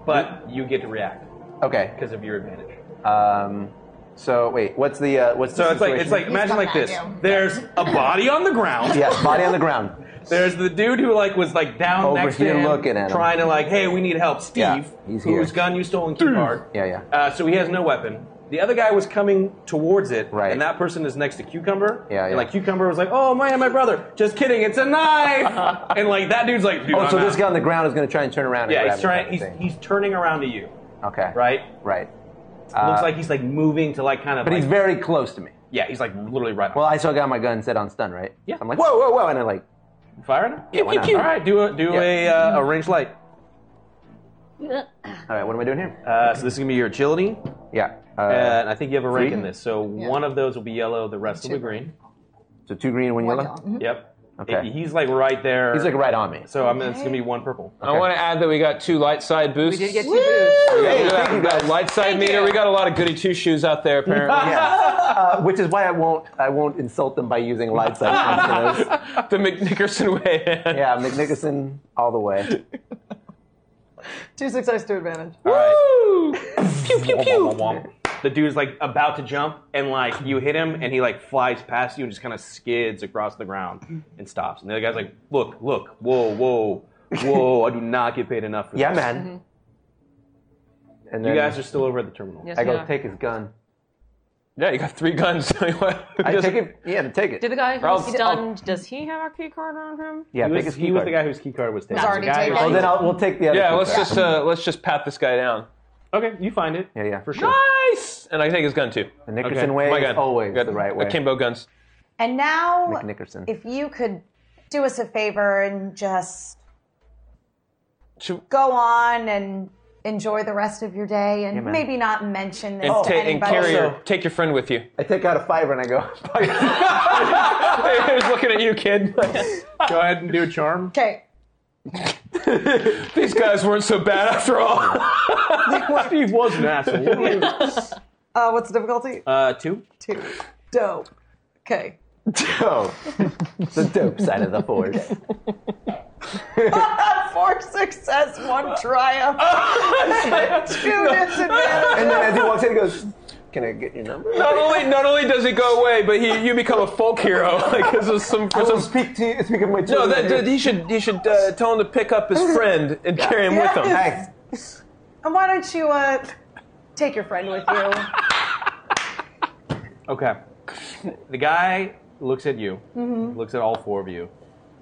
[SPEAKER 2] but you get to react
[SPEAKER 4] Okay.
[SPEAKER 2] because of your advantage.
[SPEAKER 4] Um, so wait, what's the uh, what's the
[SPEAKER 2] So it's like it's
[SPEAKER 4] situation?
[SPEAKER 2] like imagine like this. There's a body on the ground.
[SPEAKER 4] Yes, body on the ground.
[SPEAKER 2] There's the dude who like was like down
[SPEAKER 4] Over
[SPEAKER 2] next
[SPEAKER 4] here
[SPEAKER 2] to him,
[SPEAKER 4] looking at him.
[SPEAKER 2] trying to like, hey, we need help, Steve,
[SPEAKER 4] Yeah, he's here.
[SPEAKER 2] whose gun you stole in too hard.
[SPEAKER 4] Yeah, yeah.
[SPEAKER 2] Uh, so he has no weapon. The other guy was coming towards it, right. and that person is next to Cucumber.
[SPEAKER 4] Yeah, yeah.
[SPEAKER 2] And like Cucumber was like, "Oh man, my brother! Just kidding, it's a knife!" and like that dude's like, Dude,
[SPEAKER 4] oh,
[SPEAKER 2] I'm
[SPEAKER 4] so
[SPEAKER 2] out."
[SPEAKER 4] this guy on the ground is going to try and turn around. and
[SPEAKER 2] Yeah,
[SPEAKER 4] grab
[SPEAKER 2] he's
[SPEAKER 4] the
[SPEAKER 2] trying.
[SPEAKER 4] fucking
[SPEAKER 2] He's,
[SPEAKER 4] thing.
[SPEAKER 2] he's turning around to you.
[SPEAKER 4] Okay.
[SPEAKER 2] Right.
[SPEAKER 4] Right.
[SPEAKER 2] Looks
[SPEAKER 4] Uh,
[SPEAKER 2] like he's like moving to like kind of.
[SPEAKER 4] But he's
[SPEAKER 2] like-
[SPEAKER 4] very close to me.
[SPEAKER 2] Yeah, he's like literally right.
[SPEAKER 4] Well, I still got my gun set on stun, right?
[SPEAKER 2] Yeah.
[SPEAKER 4] I'm like, whoa, whoa, whoa, and I like
[SPEAKER 2] firing. him?
[SPEAKER 4] Yeah, why not?
[SPEAKER 2] All right, do a do
[SPEAKER 4] Yeah.
[SPEAKER 2] a uh, a range light.
[SPEAKER 4] All right, what am I doing here?
[SPEAKER 2] Uh, so this is gonna be your agility. uh,
[SPEAKER 4] Yeah. uh,
[SPEAKER 2] and I think you have a rank
[SPEAKER 4] three?
[SPEAKER 2] in this. So
[SPEAKER 4] Yeah.
[SPEAKER 2] one of those will be yellow, the rest will be green.
[SPEAKER 4] So two green, one yellow.
[SPEAKER 2] Yep.
[SPEAKER 4] Okay.
[SPEAKER 2] he's like right there.
[SPEAKER 4] He's like right on me.
[SPEAKER 2] So I'm, it's gonna be one purple.
[SPEAKER 5] I want to add that we got two light side boosts.
[SPEAKER 10] We did get two
[SPEAKER 5] We
[SPEAKER 10] boosts.
[SPEAKER 5] got-
[SPEAKER 4] Hey,
[SPEAKER 5] we got-
[SPEAKER 4] thank you,
[SPEAKER 5] we got
[SPEAKER 4] guys.
[SPEAKER 5] light side meter. We got a lot of goody two shoes out there apparently.
[SPEAKER 4] yeah. Uh, which is why I won't I won't insult them by using light side punch for those.
[SPEAKER 5] the McNickerson way.
[SPEAKER 4] Yeah, McNickerson all the way.
[SPEAKER 8] Two success, two advantage.
[SPEAKER 2] All right.
[SPEAKER 8] Pew pew pew.
[SPEAKER 2] The dude's like about to jump, and like you hit him, and he like flies past you and just kind of skids across the ground and stops. And the other guy's like, "Look, look, whoa, whoa, whoa! I do not get paid enough for
[SPEAKER 4] Yeah,
[SPEAKER 2] this."
[SPEAKER 4] man.
[SPEAKER 10] Mm-hmm.
[SPEAKER 4] And
[SPEAKER 2] you guys are still over at the terminal.
[SPEAKER 4] I go take his gun.
[SPEAKER 5] Yeah, you got three guns.
[SPEAKER 4] I take it. Yeah, take it.
[SPEAKER 10] Did the guy
[SPEAKER 4] I'll-
[SPEAKER 10] who's stunned, does he have a key card on him?
[SPEAKER 4] Yeah,
[SPEAKER 2] he
[SPEAKER 4] take
[SPEAKER 2] was,
[SPEAKER 4] his
[SPEAKER 2] he
[SPEAKER 4] key
[SPEAKER 2] was
[SPEAKER 4] card.
[SPEAKER 2] the guy whose key card was taken.
[SPEAKER 10] Was already
[SPEAKER 2] The guy
[SPEAKER 10] taken.
[SPEAKER 2] who-
[SPEAKER 4] Oh, then I'll, we'll take the other.
[SPEAKER 5] Yeah,
[SPEAKER 4] key
[SPEAKER 5] let's
[SPEAKER 4] card.
[SPEAKER 5] just uh, let's just pat this guy down.
[SPEAKER 2] Okay, you find it.
[SPEAKER 4] Yeah, yeah,
[SPEAKER 2] for sure.
[SPEAKER 5] Nice. And I take his gun too. The
[SPEAKER 4] Nickerson way
[SPEAKER 5] My
[SPEAKER 4] is
[SPEAKER 5] gun.
[SPEAKER 4] always
[SPEAKER 5] Got
[SPEAKER 4] the right way.
[SPEAKER 5] Akimbo guns.
[SPEAKER 9] And now,
[SPEAKER 4] McNickerson.
[SPEAKER 9] if you could do us a favor and just
[SPEAKER 5] Should-
[SPEAKER 9] go on and enjoy the rest of your day, and
[SPEAKER 5] Yeah, man.
[SPEAKER 9] maybe not mention this
[SPEAKER 5] And,
[SPEAKER 9] to
[SPEAKER 5] ta- and
[SPEAKER 9] anybody.
[SPEAKER 5] carry your, take your friend with you.
[SPEAKER 4] I take out a fiver and I go.
[SPEAKER 5] I was looking at you, kid.
[SPEAKER 2] Go ahead and do a charm.
[SPEAKER 9] Okay.
[SPEAKER 5] These guys weren't so bad after all.
[SPEAKER 2] Steve was an asshole.
[SPEAKER 8] Uh, what's the difficulty?
[SPEAKER 2] Uh, two.
[SPEAKER 8] Two. Dope. Okay.
[SPEAKER 4] Dope. the dope side of the force.
[SPEAKER 8] Four success, one triumph. Two disadvantage.
[SPEAKER 4] And then as he walks in, he goes, "Can I get your number?"
[SPEAKER 5] Not only not only does he go away, but he you become a folk hero. Like this is some for some.
[SPEAKER 4] Speak to you. Speak of my.
[SPEAKER 5] No,
[SPEAKER 4] children
[SPEAKER 5] that,
[SPEAKER 4] here.
[SPEAKER 5] dude, he should he should uh, tell him to pick up his friend and carry him with him.
[SPEAKER 4] Hey,
[SPEAKER 8] And why don't you uh, take your friend with you?
[SPEAKER 2] Okay. The guy looks at you,
[SPEAKER 9] Mm-hmm.
[SPEAKER 2] looks at all four of you,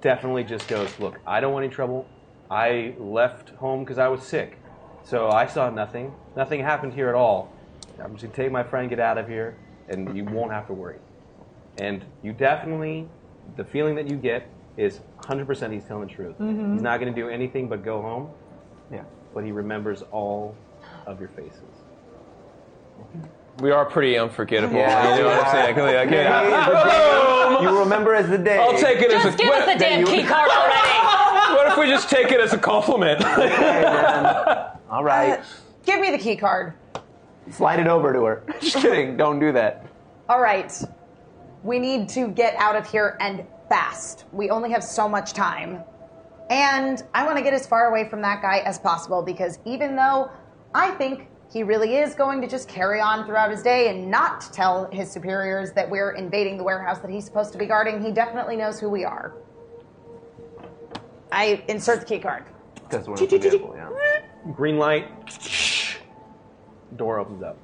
[SPEAKER 2] definitely just goes, Look, I don't want any trouble. I left home because I was sick. So I saw nothing. Nothing happened here at all. I'm just going to take my friend, get out of here, and you won't have to worry. And you definitely, the feeling that you get is 100% he's telling the truth.
[SPEAKER 4] Mhm.
[SPEAKER 2] He's not going to do anything but go home,
[SPEAKER 4] Yeah.
[SPEAKER 2] but he remembers all of your faces.
[SPEAKER 5] We are pretty unforgettable.
[SPEAKER 4] Yeah.
[SPEAKER 5] you know what I'm saying? Like,
[SPEAKER 4] Today is the day You remember as the day.
[SPEAKER 5] I'll take it as a
[SPEAKER 10] Just give us the damn key card already!
[SPEAKER 5] What if we just take it as a compliment?
[SPEAKER 4] um, All right,
[SPEAKER 9] Give me the key card.
[SPEAKER 4] slide it over to her. Just kidding. Don't do that.
[SPEAKER 9] All right. We need to get out of here and fast. We only have so much time. And I want to get as far away from that guy as possible because even though I think he really is going to just carry on throughout his day and not tell his superiors that we're invading the warehouse that he's supposed to be guarding, he definitely knows who we are. I insert the key card.
[SPEAKER 4] Because we're unforgettable. Yeah.
[SPEAKER 2] Green light. Door opens up.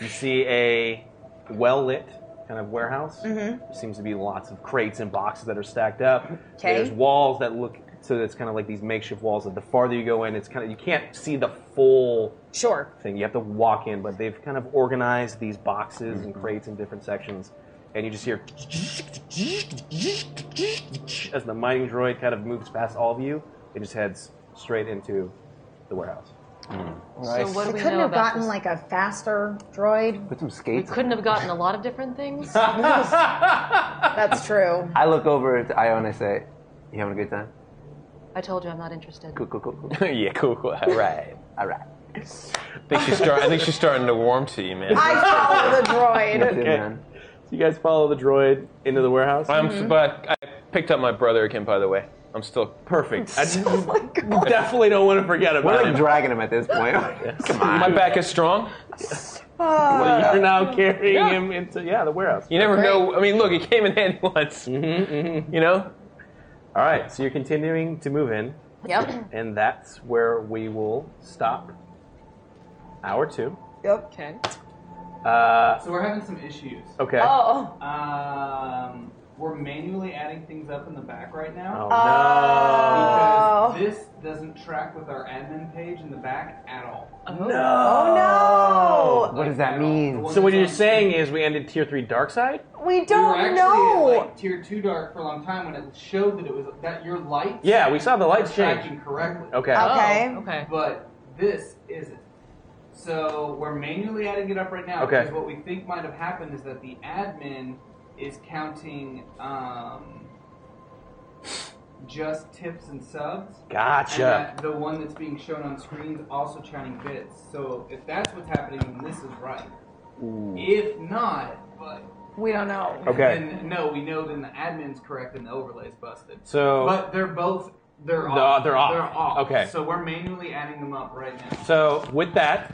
[SPEAKER 2] You see a well lit kind of warehouse.
[SPEAKER 9] Mhm.
[SPEAKER 2] There seems to be lots of crates and boxes that are stacked up.
[SPEAKER 9] 'Kay.
[SPEAKER 2] There's walls that look so it's kind of like these makeshift walls. That the farther you go in, it's kind of you can't see the full
[SPEAKER 9] Sure.
[SPEAKER 2] thing. You have to walk in, but they've kind of organized these boxes and crates in different sections, and you just hear as the mining droid kind of moves past all of you, It just heads straight into the warehouse.
[SPEAKER 10] Nice. what do we
[SPEAKER 9] couldn't
[SPEAKER 10] know
[SPEAKER 9] have
[SPEAKER 10] about
[SPEAKER 9] gotten like a faster droid.
[SPEAKER 4] Put some
[SPEAKER 10] We
[SPEAKER 4] skates.
[SPEAKER 10] couldn't have gotten a lot of different things.
[SPEAKER 9] That's true.
[SPEAKER 4] I look over to Io and I say, "You having a good time?
[SPEAKER 10] I told you I'm not interested.
[SPEAKER 4] Cool, cool, cool, cool."
[SPEAKER 5] yeah, cool, cool. All right.
[SPEAKER 4] All right.
[SPEAKER 5] I think she's start, I think she's starting to warm to you, man.
[SPEAKER 9] follow the droid.
[SPEAKER 2] okay. So you guys follow the droid into the warehouse.
[SPEAKER 5] I'm s- but I picked up my brother again, by the way. I'm still perfect. I
[SPEAKER 2] definitely don't want to forget about
[SPEAKER 5] We're
[SPEAKER 2] him.
[SPEAKER 4] dragging him at this point. Come on.
[SPEAKER 5] My back is strong.
[SPEAKER 2] You're now carrying
[SPEAKER 5] Yeah.
[SPEAKER 2] him into yeah the warehouse.
[SPEAKER 5] You never know. I mean, look, it came in handy once. You know.
[SPEAKER 2] All right, so you're continuing to move in,
[SPEAKER 10] Yep.
[SPEAKER 2] and that's where we will stop. Hour two.
[SPEAKER 9] Yep.
[SPEAKER 10] Okay.
[SPEAKER 2] Uh,
[SPEAKER 7] So we're having some issues.
[SPEAKER 2] Okay.
[SPEAKER 10] Oh.
[SPEAKER 7] Um, we're manually adding things up in the back right now.
[SPEAKER 2] Oh,
[SPEAKER 7] Because this doesn't track with our admin page in the back at all.
[SPEAKER 9] Oh
[SPEAKER 4] What does that mean?
[SPEAKER 2] So what you're saying is we ended tier three dark side.
[SPEAKER 9] no! We
[SPEAKER 7] We were
[SPEAKER 9] don't
[SPEAKER 7] actually
[SPEAKER 9] know.
[SPEAKER 7] at, like tier two dark for a long time when it showed that it was that your lights.
[SPEAKER 2] Yeah, we saw the lights
[SPEAKER 7] were
[SPEAKER 2] change.
[SPEAKER 7] Tracking correctly.
[SPEAKER 2] Okay. Okay.
[SPEAKER 10] Oh, okay.
[SPEAKER 7] But this isn't. So we're manually adding it up right now
[SPEAKER 2] Okay.
[SPEAKER 7] because what we think might have happened is that the admin is counting um, just tips and subs.
[SPEAKER 2] Gotcha.
[SPEAKER 7] And that the one that's being shown on screen is also counting bits. So if that's what's happening, then this is right. If not, but
[SPEAKER 9] we don't know.
[SPEAKER 2] Okay.
[SPEAKER 7] Then, no, we know then the admin's correct and the overlay's busted.
[SPEAKER 2] So-
[SPEAKER 7] but they're both they're
[SPEAKER 2] They're-
[SPEAKER 7] off.
[SPEAKER 2] they're off. Okay.
[SPEAKER 7] So we're manually adding them up right now.
[SPEAKER 2] So with that,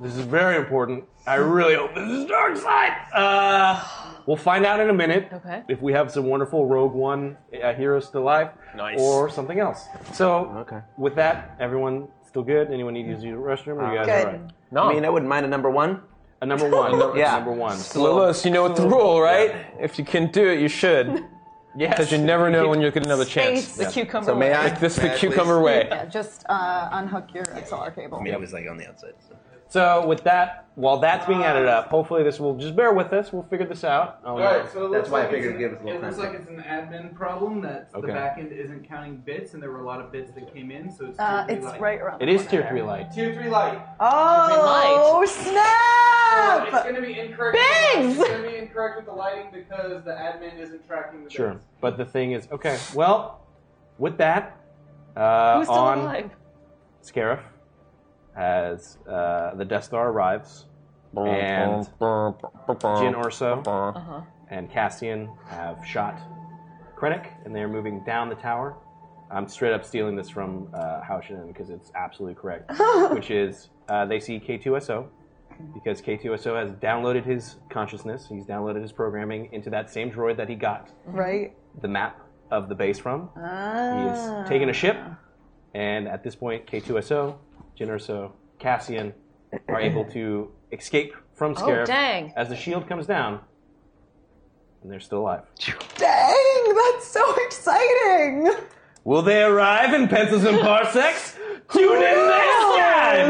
[SPEAKER 2] this is very important. I really hope this is dark side. Uh, we'll find out in a minute
[SPEAKER 10] Okay.
[SPEAKER 2] if we have some wonderful Rogue One uh, heroes still alive,
[SPEAKER 5] Nice.
[SPEAKER 2] or something else. So
[SPEAKER 4] Okay.
[SPEAKER 2] with that, everyone still good? Anyone need to use the restroom? Or you guys
[SPEAKER 4] Good.
[SPEAKER 2] all right?
[SPEAKER 5] No.
[SPEAKER 4] I mean, I wouldn't mind a number one.
[SPEAKER 2] A number one.
[SPEAKER 4] Yeah.
[SPEAKER 2] Number one.
[SPEAKER 5] Lilith, you know what the rule, right? If you can do it, you should.
[SPEAKER 2] Yes.
[SPEAKER 5] Because you never know when you'll get another chance.
[SPEAKER 3] It's the Yeah. cucumber
[SPEAKER 5] so may
[SPEAKER 3] way.
[SPEAKER 5] I? This is
[SPEAKER 4] May
[SPEAKER 5] the
[SPEAKER 4] I please?
[SPEAKER 5] cucumber way.
[SPEAKER 3] Yeah, just uh, unhook your XLR cable.
[SPEAKER 4] like on the outside.
[SPEAKER 2] So with that, while that's being added up, hopefully this will just bear with us. We'll figure this out. Oh,
[SPEAKER 7] All
[SPEAKER 2] no.
[SPEAKER 7] right, so it looks like it's an-
[SPEAKER 4] give us a little
[SPEAKER 7] It looks
[SPEAKER 4] time.
[SPEAKER 7] like it's an admin problem that
[SPEAKER 2] Okay.
[SPEAKER 7] the back end isn't counting bits, and there were a lot of bits that came in, so it's.
[SPEAKER 9] Uh,
[SPEAKER 7] tier three
[SPEAKER 9] it's
[SPEAKER 7] light.
[SPEAKER 9] right around
[SPEAKER 2] It is tier three light.
[SPEAKER 7] Tier three light.
[SPEAKER 9] Oh
[SPEAKER 7] So
[SPEAKER 9] snap!
[SPEAKER 7] it's going to be incorrect.
[SPEAKER 9] Bigs!
[SPEAKER 7] It's going to be incorrect with the lighting because the admin isn't tracking the
[SPEAKER 2] Sure.
[SPEAKER 7] bits.
[SPEAKER 2] But the thing is, okay. Well, with that, uh,
[SPEAKER 10] Who's still
[SPEAKER 2] on
[SPEAKER 10] alive?
[SPEAKER 2] Scarif, as uh, the Death Star arrives, and Jin
[SPEAKER 5] Oh,
[SPEAKER 2] Orso
[SPEAKER 10] Uh-huh.
[SPEAKER 2] and Cassian have shot Krennic, and they are moving down the tower. I'm straight up stealing this from uh, Haushin because it's absolutely correct, which is uh, they see K2SO because K2SO has downloaded his consciousness. He's downloaded his programming into that same droid that he got
[SPEAKER 9] Right.
[SPEAKER 2] the map of the base from. He
[SPEAKER 9] Ah.
[SPEAKER 2] is taking a ship, and at this point, K2SO, Jyn Erso, Cassian are able to escape from
[SPEAKER 10] Oh,
[SPEAKER 2] Scarab
[SPEAKER 10] dang.
[SPEAKER 2] as the shield comes down, and they're still alive.
[SPEAKER 9] Dang! That's so exciting.
[SPEAKER 2] Will they arrive in pencils and parsecs? Tune in next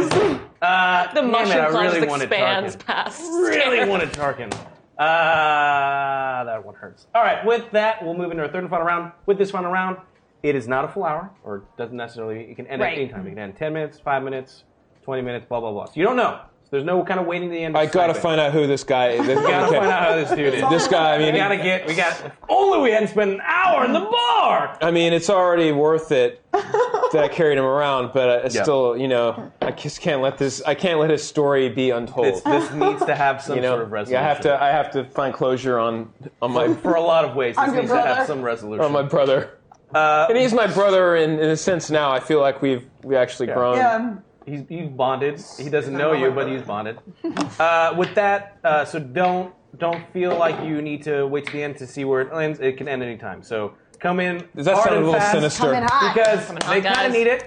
[SPEAKER 2] time. Uh, damn
[SPEAKER 10] The
[SPEAKER 2] it,
[SPEAKER 10] mushroom
[SPEAKER 2] I
[SPEAKER 10] cloud
[SPEAKER 2] really
[SPEAKER 10] just
[SPEAKER 2] wanted
[SPEAKER 10] expands
[SPEAKER 2] Tarkin.
[SPEAKER 10] past.
[SPEAKER 2] Really
[SPEAKER 10] stairs.
[SPEAKER 2] wanted Tarkin. Ah, that one hurts. All right, with that, we'll move into our third and final round. With this final round, it is not a full hour, or doesn't necessarily. It can end
[SPEAKER 10] Right.
[SPEAKER 2] at any time. It can end ten minutes, five minutes, twenty minutes, blah blah blah. So you don't know. So there's no kind of waiting to the end.
[SPEAKER 5] I gotta
[SPEAKER 2] Snipe it.
[SPEAKER 5] find out who this guy is.
[SPEAKER 2] We gotta
[SPEAKER 5] Okay.
[SPEAKER 2] find out how this dude is.
[SPEAKER 5] This guy, I mean,
[SPEAKER 2] we gotta get. We got. if Only we hadn't spent an hour in the bar.
[SPEAKER 5] I mean, it's already worth it that I carried him around, but I
[SPEAKER 2] Yeah.
[SPEAKER 5] still, you know, I just can't let this. I can't let his story be untold.
[SPEAKER 2] This, this needs to have some
[SPEAKER 5] you know,
[SPEAKER 2] sort of resolution.
[SPEAKER 5] I have to. I have to find closure on on my
[SPEAKER 2] for a lot of ways, this
[SPEAKER 5] On your
[SPEAKER 2] needs to have
[SPEAKER 5] brother.
[SPEAKER 2] some resolution.
[SPEAKER 5] on Oh, my brother.
[SPEAKER 2] Uh,
[SPEAKER 5] and he's my brother in, in a sense now. I feel like we've we actually grown.
[SPEAKER 9] um,
[SPEAKER 2] He's, he's bonded. He doesn't know you, but he's bonded. Uh, with that, uh, so don't don't feel like you need to wait to the end to see where it ends. It can end any time. So come in.
[SPEAKER 5] Does that
[SPEAKER 2] hard
[SPEAKER 5] sound a
[SPEAKER 2] and
[SPEAKER 5] little
[SPEAKER 2] fast
[SPEAKER 5] sinister? Come in
[SPEAKER 3] hot.
[SPEAKER 2] Because
[SPEAKER 3] Come in hot,
[SPEAKER 2] they kind
[SPEAKER 3] guys.
[SPEAKER 2] of need it.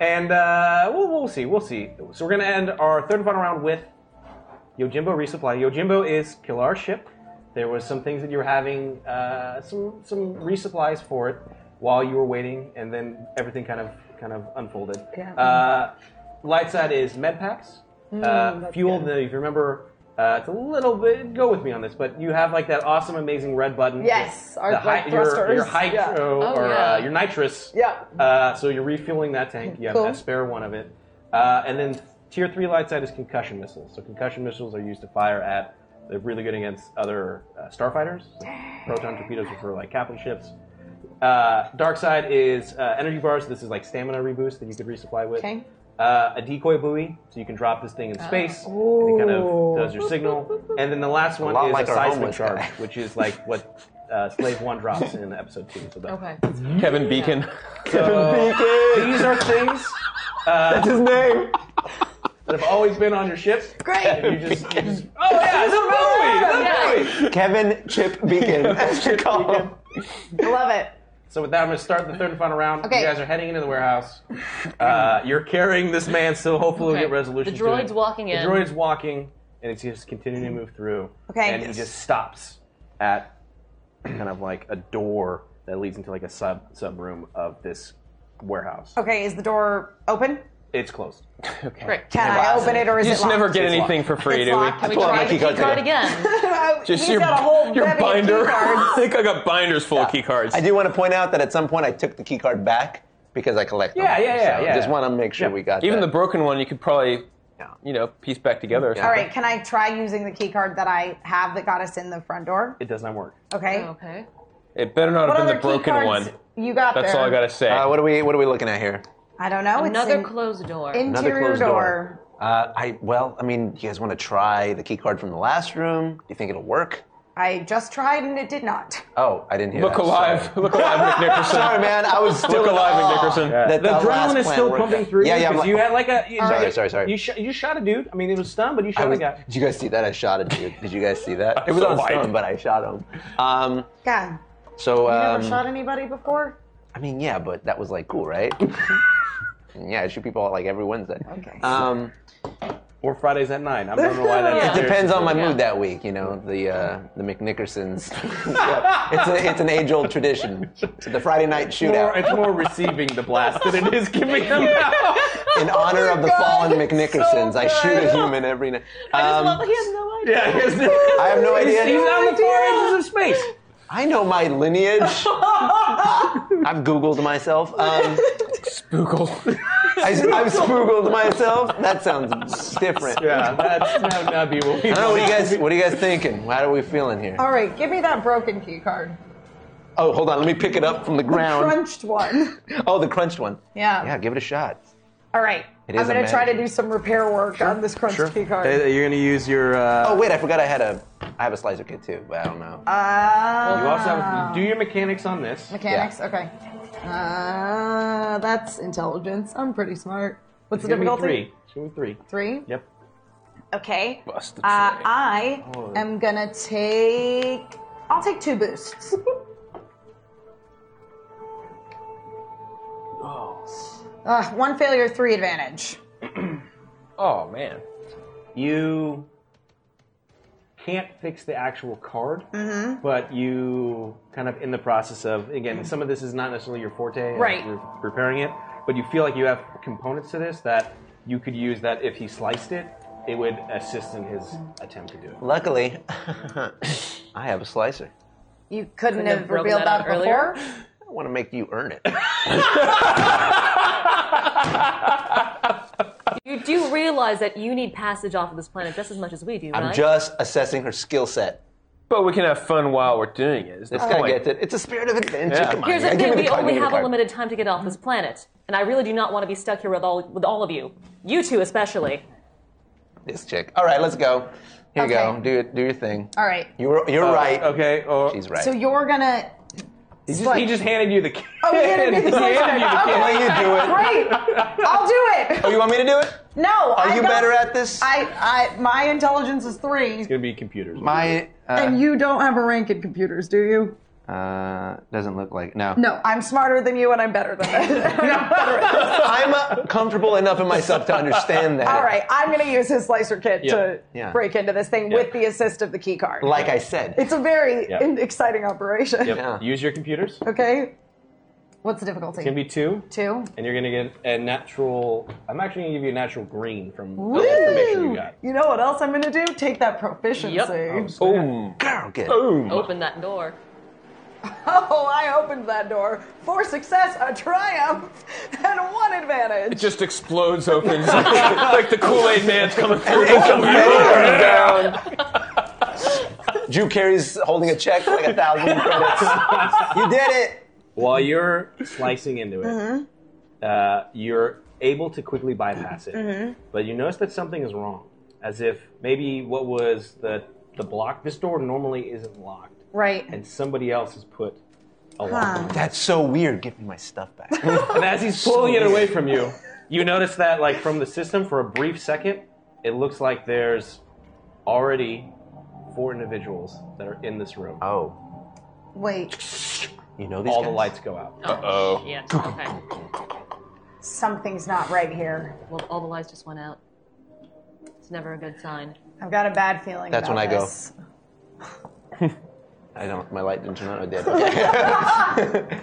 [SPEAKER 2] And uh, we'll, we'll see. We'll see. So we're gonna end our third and final round with Yojimbo resupply. Yojimbo is kill our ship. There was some things that you were having uh, some some resupplies for it while you were waiting, and then everything kind of kind of unfolded.
[SPEAKER 14] Yeah.
[SPEAKER 2] Uh, light side is med packs.
[SPEAKER 14] Mm,
[SPEAKER 2] uh,
[SPEAKER 14] that's
[SPEAKER 2] fuel. The, if you remember, Uh, it's a little bit. Go with me on this, but you have like that awesome, amazing red button.
[SPEAKER 14] Yes,
[SPEAKER 2] The
[SPEAKER 14] our
[SPEAKER 2] hy-
[SPEAKER 14] blood
[SPEAKER 2] your,
[SPEAKER 14] thrusters,
[SPEAKER 2] your hydro
[SPEAKER 14] yeah. Oh,
[SPEAKER 2] or
[SPEAKER 14] yeah.
[SPEAKER 2] uh, your nitrous.
[SPEAKER 14] Yeah.
[SPEAKER 2] Uh, so you're refueling that tank. You have
[SPEAKER 14] Cool.
[SPEAKER 2] that spare one of it, uh, and then tier three light side is concussion missiles. So concussion missiles are used to fire at. They're really good against other uh, starfighters. Proton torpedoes are for like captain ships. Uh, dark side is uh, energy bars. This is like stamina reboost that you could resupply with.
[SPEAKER 3] Okay.
[SPEAKER 2] Uh, a decoy buoy, so you can drop this thing in
[SPEAKER 14] Uh,
[SPEAKER 3] Oh.
[SPEAKER 2] space, and it kind of does your signal. And then the last
[SPEAKER 4] A
[SPEAKER 2] one
[SPEAKER 4] lot
[SPEAKER 2] is
[SPEAKER 4] like
[SPEAKER 2] a
[SPEAKER 4] our
[SPEAKER 2] seismic
[SPEAKER 4] homeless
[SPEAKER 2] charge,
[SPEAKER 4] guy.
[SPEAKER 2] which is like what uh, Slave One drops in episode two. So that-
[SPEAKER 10] Okay.
[SPEAKER 5] Kevin Beacon.
[SPEAKER 2] So, these are things. Uh,
[SPEAKER 5] That's his name.
[SPEAKER 2] That have always been on your ship.
[SPEAKER 4] Great.
[SPEAKER 2] And you just, you just- oh yeah, it's a movie. It's a movie.
[SPEAKER 4] Kevin Chip Beacon. That's your call.
[SPEAKER 2] Love it. So with that, I'm going to start the third and final round.
[SPEAKER 10] Okay.
[SPEAKER 2] You guys are heading into the warehouse. Uh, you're carrying this man, so hopefully we'll
[SPEAKER 10] Okay.
[SPEAKER 2] get resolution.
[SPEAKER 10] The
[SPEAKER 2] to it.
[SPEAKER 10] droid's walking in.
[SPEAKER 2] The droid's walking, and it's just continuing to move through.
[SPEAKER 10] Okay.
[SPEAKER 2] And
[SPEAKER 10] Yes.
[SPEAKER 2] he just stops at kind of like a door that leads into like a sub sub room of this warehouse.
[SPEAKER 9] Okay, is the door open?
[SPEAKER 2] It's closed.
[SPEAKER 5] okay.
[SPEAKER 9] Great. Can I open it or is
[SPEAKER 5] you
[SPEAKER 9] it
[SPEAKER 5] just never
[SPEAKER 9] locked?
[SPEAKER 5] get
[SPEAKER 9] It's
[SPEAKER 5] anything
[SPEAKER 9] locked.
[SPEAKER 5] for free,
[SPEAKER 9] It's
[SPEAKER 5] do we?
[SPEAKER 9] locked. Can we Pull out try my to key card keep
[SPEAKER 10] again?
[SPEAKER 5] Just
[SPEAKER 9] He's
[SPEAKER 5] your,
[SPEAKER 9] got a whole
[SPEAKER 5] your
[SPEAKER 9] bevy of key
[SPEAKER 5] binder.
[SPEAKER 9] cards.
[SPEAKER 5] I think I got binders full of key cards.
[SPEAKER 4] I do want to point out that at some point I took the key card back because I collect them.
[SPEAKER 5] Yeah, yeah, yeah,
[SPEAKER 4] So
[SPEAKER 5] yeah.
[SPEAKER 4] Just want to make sure we got
[SPEAKER 5] Even
[SPEAKER 4] that.
[SPEAKER 5] the broken one, you could probably, you know, piece back together. Or something.
[SPEAKER 9] All right, can I try using the key card that I have that got us in the front door?
[SPEAKER 2] It does not work.
[SPEAKER 9] Okay.
[SPEAKER 10] Oh.
[SPEAKER 9] Okay.
[SPEAKER 5] It better not
[SPEAKER 9] What
[SPEAKER 5] have been
[SPEAKER 9] other
[SPEAKER 5] the
[SPEAKER 9] key
[SPEAKER 5] broken
[SPEAKER 9] cards
[SPEAKER 5] one.
[SPEAKER 9] you got
[SPEAKER 5] That's
[SPEAKER 9] there?
[SPEAKER 5] all I gotta say.
[SPEAKER 4] Uh, what are we What are we looking at here?
[SPEAKER 9] I don't know.
[SPEAKER 10] Another
[SPEAKER 9] it's in-
[SPEAKER 10] closed door.
[SPEAKER 9] Interior door.
[SPEAKER 4] Uh, I well, I mean, you guys want to try the key card from the last room? Do you think it'll work?
[SPEAKER 9] I just tried and it did not.
[SPEAKER 4] Oh, I didn't hear
[SPEAKER 5] Look
[SPEAKER 4] that.
[SPEAKER 5] alive.
[SPEAKER 4] Sorry.
[SPEAKER 5] Look alive, Nick Nickerson.
[SPEAKER 4] Sorry, man. I was still
[SPEAKER 5] Look
[SPEAKER 4] in
[SPEAKER 5] alive,
[SPEAKER 4] awe
[SPEAKER 5] Nick Nickerson.
[SPEAKER 4] that
[SPEAKER 2] Uh, The
[SPEAKER 4] that last
[SPEAKER 2] adrenaline is
[SPEAKER 4] plan
[SPEAKER 2] still
[SPEAKER 4] worked
[SPEAKER 2] pumping
[SPEAKER 4] out.
[SPEAKER 2] through
[SPEAKER 4] Yeah, yeah. I'm
[SPEAKER 2] because you had like a you-
[SPEAKER 4] sorry, sorry, sorry.
[SPEAKER 2] You, sh- you shot a dude. I mean, it was stunned, but you
[SPEAKER 4] I
[SPEAKER 2] shot
[SPEAKER 4] was-
[SPEAKER 2] a guy.
[SPEAKER 4] did you guys see that? I shot a dude. Did you guys see that? It was
[SPEAKER 2] So
[SPEAKER 4] on
[SPEAKER 2] white.
[SPEAKER 4] stone, but I shot him. Um,
[SPEAKER 9] God,
[SPEAKER 4] so
[SPEAKER 9] you
[SPEAKER 4] um,
[SPEAKER 9] never shot anybody before?
[SPEAKER 4] I mean, yeah, but that was like cool, right? yeah, I shoot people like every Wednesday.
[SPEAKER 9] Okay.
[SPEAKER 4] Um,
[SPEAKER 2] or Fridays at nine. I don't know why that.
[SPEAKER 4] It depends on my
[SPEAKER 2] Yeah.
[SPEAKER 4] mood that week, you know. The uh, the McNickersons. Yeah, It's a, it's an age old tradition. It's the Friday night shootout.
[SPEAKER 2] More, it's more receiving the blast than it is giving them out.
[SPEAKER 4] In honor of the
[SPEAKER 9] Oh
[SPEAKER 4] fallen McNickersons, I shoot a human every night. Um,
[SPEAKER 10] he has no idea.
[SPEAKER 2] Yeah, he has no-
[SPEAKER 4] I have no
[SPEAKER 2] He's-
[SPEAKER 4] idea.
[SPEAKER 2] he's on the far edges of space.
[SPEAKER 4] I know my lineage. I've Googled myself. Um,
[SPEAKER 5] Spoogled.
[SPEAKER 4] I, I've spoogled myself. That sounds different.
[SPEAKER 2] Yeah, that's that would not be what we.
[SPEAKER 4] I don't know. What do you guys? What are you guys thinking? How are we feeling here?
[SPEAKER 9] All right, give me that broken key card.
[SPEAKER 4] Oh, hold on. Let me pick it up from the ground.
[SPEAKER 9] Crunched one.
[SPEAKER 4] Oh, the crunched one.
[SPEAKER 9] Yeah.
[SPEAKER 4] Yeah, give it a shot.
[SPEAKER 9] All right.
[SPEAKER 4] It
[SPEAKER 9] I'm
[SPEAKER 4] is a
[SPEAKER 9] going to try to
[SPEAKER 4] magic.
[SPEAKER 9] do some repair work on this crunched key card.
[SPEAKER 4] you're gonna use your. Uh... Oh wait, I forgot I had a. I have a slicer kit too, but I don't know.
[SPEAKER 9] Uh,
[SPEAKER 2] You also have do your mechanics on this.
[SPEAKER 9] mechanics. Okay. Uh, that's intelligence. I'm pretty smart. What's
[SPEAKER 2] It's
[SPEAKER 9] the
[SPEAKER 2] gonna be
[SPEAKER 9] difficulty?
[SPEAKER 2] three. It's gonna be three.
[SPEAKER 9] Three?
[SPEAKER 2] Yep.
[SPEAKER 9] Okay. Uh,
[SPEAKER 2] Busted
[SPEAKER 9] I
[SPEAKER 2] Oh.
[SPEAKER 9] am gonna take. I'll take two boosts. Uh, one failure, three advantage.
[SPEAKER 5] Oh man.
[SPEAKER 2] You can't fix the actual card, but you kind of in the process of again, some of this is not necessarily your forte, and
[SPEAKER 9] Right.
[SPEAKER 2] You're repairing it, but you feel like you have components to this that you could use. That if he sliced it, it would assist in his attempt to do it.
[SPEAKER 4] Luckily, I have a slicer.
[SPEAKER 9] You couldn't,
[SPEAKER 10] Couldn't
[SPEAKER 9] have,
[SPEAKER 10] have broken
[SPEAKER 9] revealed
[SPEAKER 10] that
[SPEAKER 9] that,
[SPEAKER 10] out earlier?
[SPEAKER 9] before.
[SPEAKER 4] I want to make you earn it.
[SPEAKER 10] You do realize that you need passage off of this planet just as much as we do, right?
[SPEAKER 4] I'm just assessing her skill set.
[SPEAKER 5] But we can have fun while we're doing it. Is the
[SPEAKER 4] This guy
[SPEAKER 5] point.
[SPEAKER 4] gets it. It's a spirit of adventure.
[SPEAKER 5] Yeah.
[SPEAKER 4] Come on,
[SPEAKER 10] Here's the
[SPEAKER 4] man. Give
[SPEAKER 10] thing: we
[SPEAKER 4] me the card,
[SPEAKER 10] only
[SPEAKER 4] give me
[SPEAKER 10] have
[SPEAKER 4] the
[SPEAKER 10] a
[SPEAKER 4] card.
[SPEAKER 10] limited time to get off this planet, and I really do not want to be stuck here with all with all of you, you two especially.
[SPEAKER 4] This chick. All right, let's go. Here you go.
[SPEAKER 9] Okay.
[SPEAKER 4] Do do your thing.
[SPEAKER 9] All right.
[SPEAKER 4] You're you're
[SPEAKER 2] Oh,
[SPEAKER 4] right.
[SPEAKER 2] Okay. Or
[SPEAKER 4] She's right.
[SPEAKER 9] So you're gonna.
[SPEAKER 2] he just, he
[SPEAKER 9] like-
[SPEAKER 2] just handed you the. key.
[SPEAKER 9] Oh, you handed me the
[SPEAKER 2] He handed
[SPEAKER 9] slicer.
[SPEAKER 2] you the key.
[SPEAKER 9] Okay. Great. I'll do it.
[SPEAKER 4] Oh, you want me to do it?
[SPEAKER 9] No.
[SPEAKER 4] Are
[SPEAKER 9] I
[SPEAKER 4] you
[SPEAKER 9] got-
[SPEAKER 4] better at this?
[SPEAKER 9] I, I, my intelligence is three,
[SPEAKER 2] It's gonna be computers.
[SPEAKER 4] My.
[SPEAKER 9] and you don't have a rank in computers, do you?
[SPEAKER 4] Uh, doesn't look like no.
[SPEAKER 9] No, I'm smarter than you, and I'm better than you.
[SPEAKER 4] I'm uh, comfortable enough in myself to understand that.
[SPEAKER 9] All right, I'm going to use his slicer kit to
[SPEAKER 4] Yeah.
[SPEAKER 9] break into this thing with the assist of the key card.
[SPEAKER 4] Like I said.
[SPEAKER 9] It's a very
[SPEAKER 2] Yeah.
[SPEAKER 9] in- exciting operation.
[SPEAKER 2] Yep. Use your computers.
[SPEAKER 9] Okay. What's the difficulty?
[SPEAKER 2] It's gonna be two.
[SPEAKER 9] Two.
[SPEAKER 2] And you're gonna get a natural. I'm actually gonna give you a natural green from the
[SPEAKER 3] Woo!
[SPEAKER 2] information you got.
[SPEAKER 3] You know what else I'm going to do? Take that proficiency.
[SPEAKER 5] Oh,
[SPEAKER 4] oh,
[SPEAKER 2] Boom.
[SPEAKER 9] Oh,
[SPEAKER 2] Boom.
[SPEAKER 10] Open that door.
[SPEAKER 3] Oh, I opened that door. For success, a triumph, and one advantage.
[SPEAKER 5] It just explodes open. It's like, like the Kool Aid man's coming through.
[SPEAKER 4] Drew Carey's holding a check for like a thousand credits. you did it.
[SPEAKER 2] While you're slicing into it,
[SPEAKER 4] Mhm.
[SPEAKER 2] uh, you're able to quickly bypass it.
[SPEAKER 3] Mhm.
[SPEAKER 2] But you notice that something is wrong, as if maybe what was the the block. This door normally isn't locked,
[SPEAKER 3] Right.
[SPEAKER 2] and somebody else has put a lock.
[SPEAKER 3] Huh.
[SPEAKER 2] on it.
[SPEAKER 4] That's so weird. Give me my stuff back.
[SPEAKER 2] and as he's pulling it away from you, you notice that, like, from the system for a brief second, it looks like there's already four individuals that are in this
[SPEAKER 5] Uh,
[SPEAKER 2] room.
[SPEAKER 4] Oh.
[SPEAKER 9] Wait.
[SPEAKER 4] You know
[SPEAKER 2] these All the lights go out.
[SPEAKER 5] Uh-oh.
[SPEAKER 10] Yeah. Okay.
[SPEAKER 9] Something's not right here.
[SPEAKER 10] Well, all the lights just went out. It's never a good sign.
[SPEAKER 9] I've got a bad feeling.
[SPEAKER 4] That's when I go. I don't. My light didn't turn on. I did. Okay.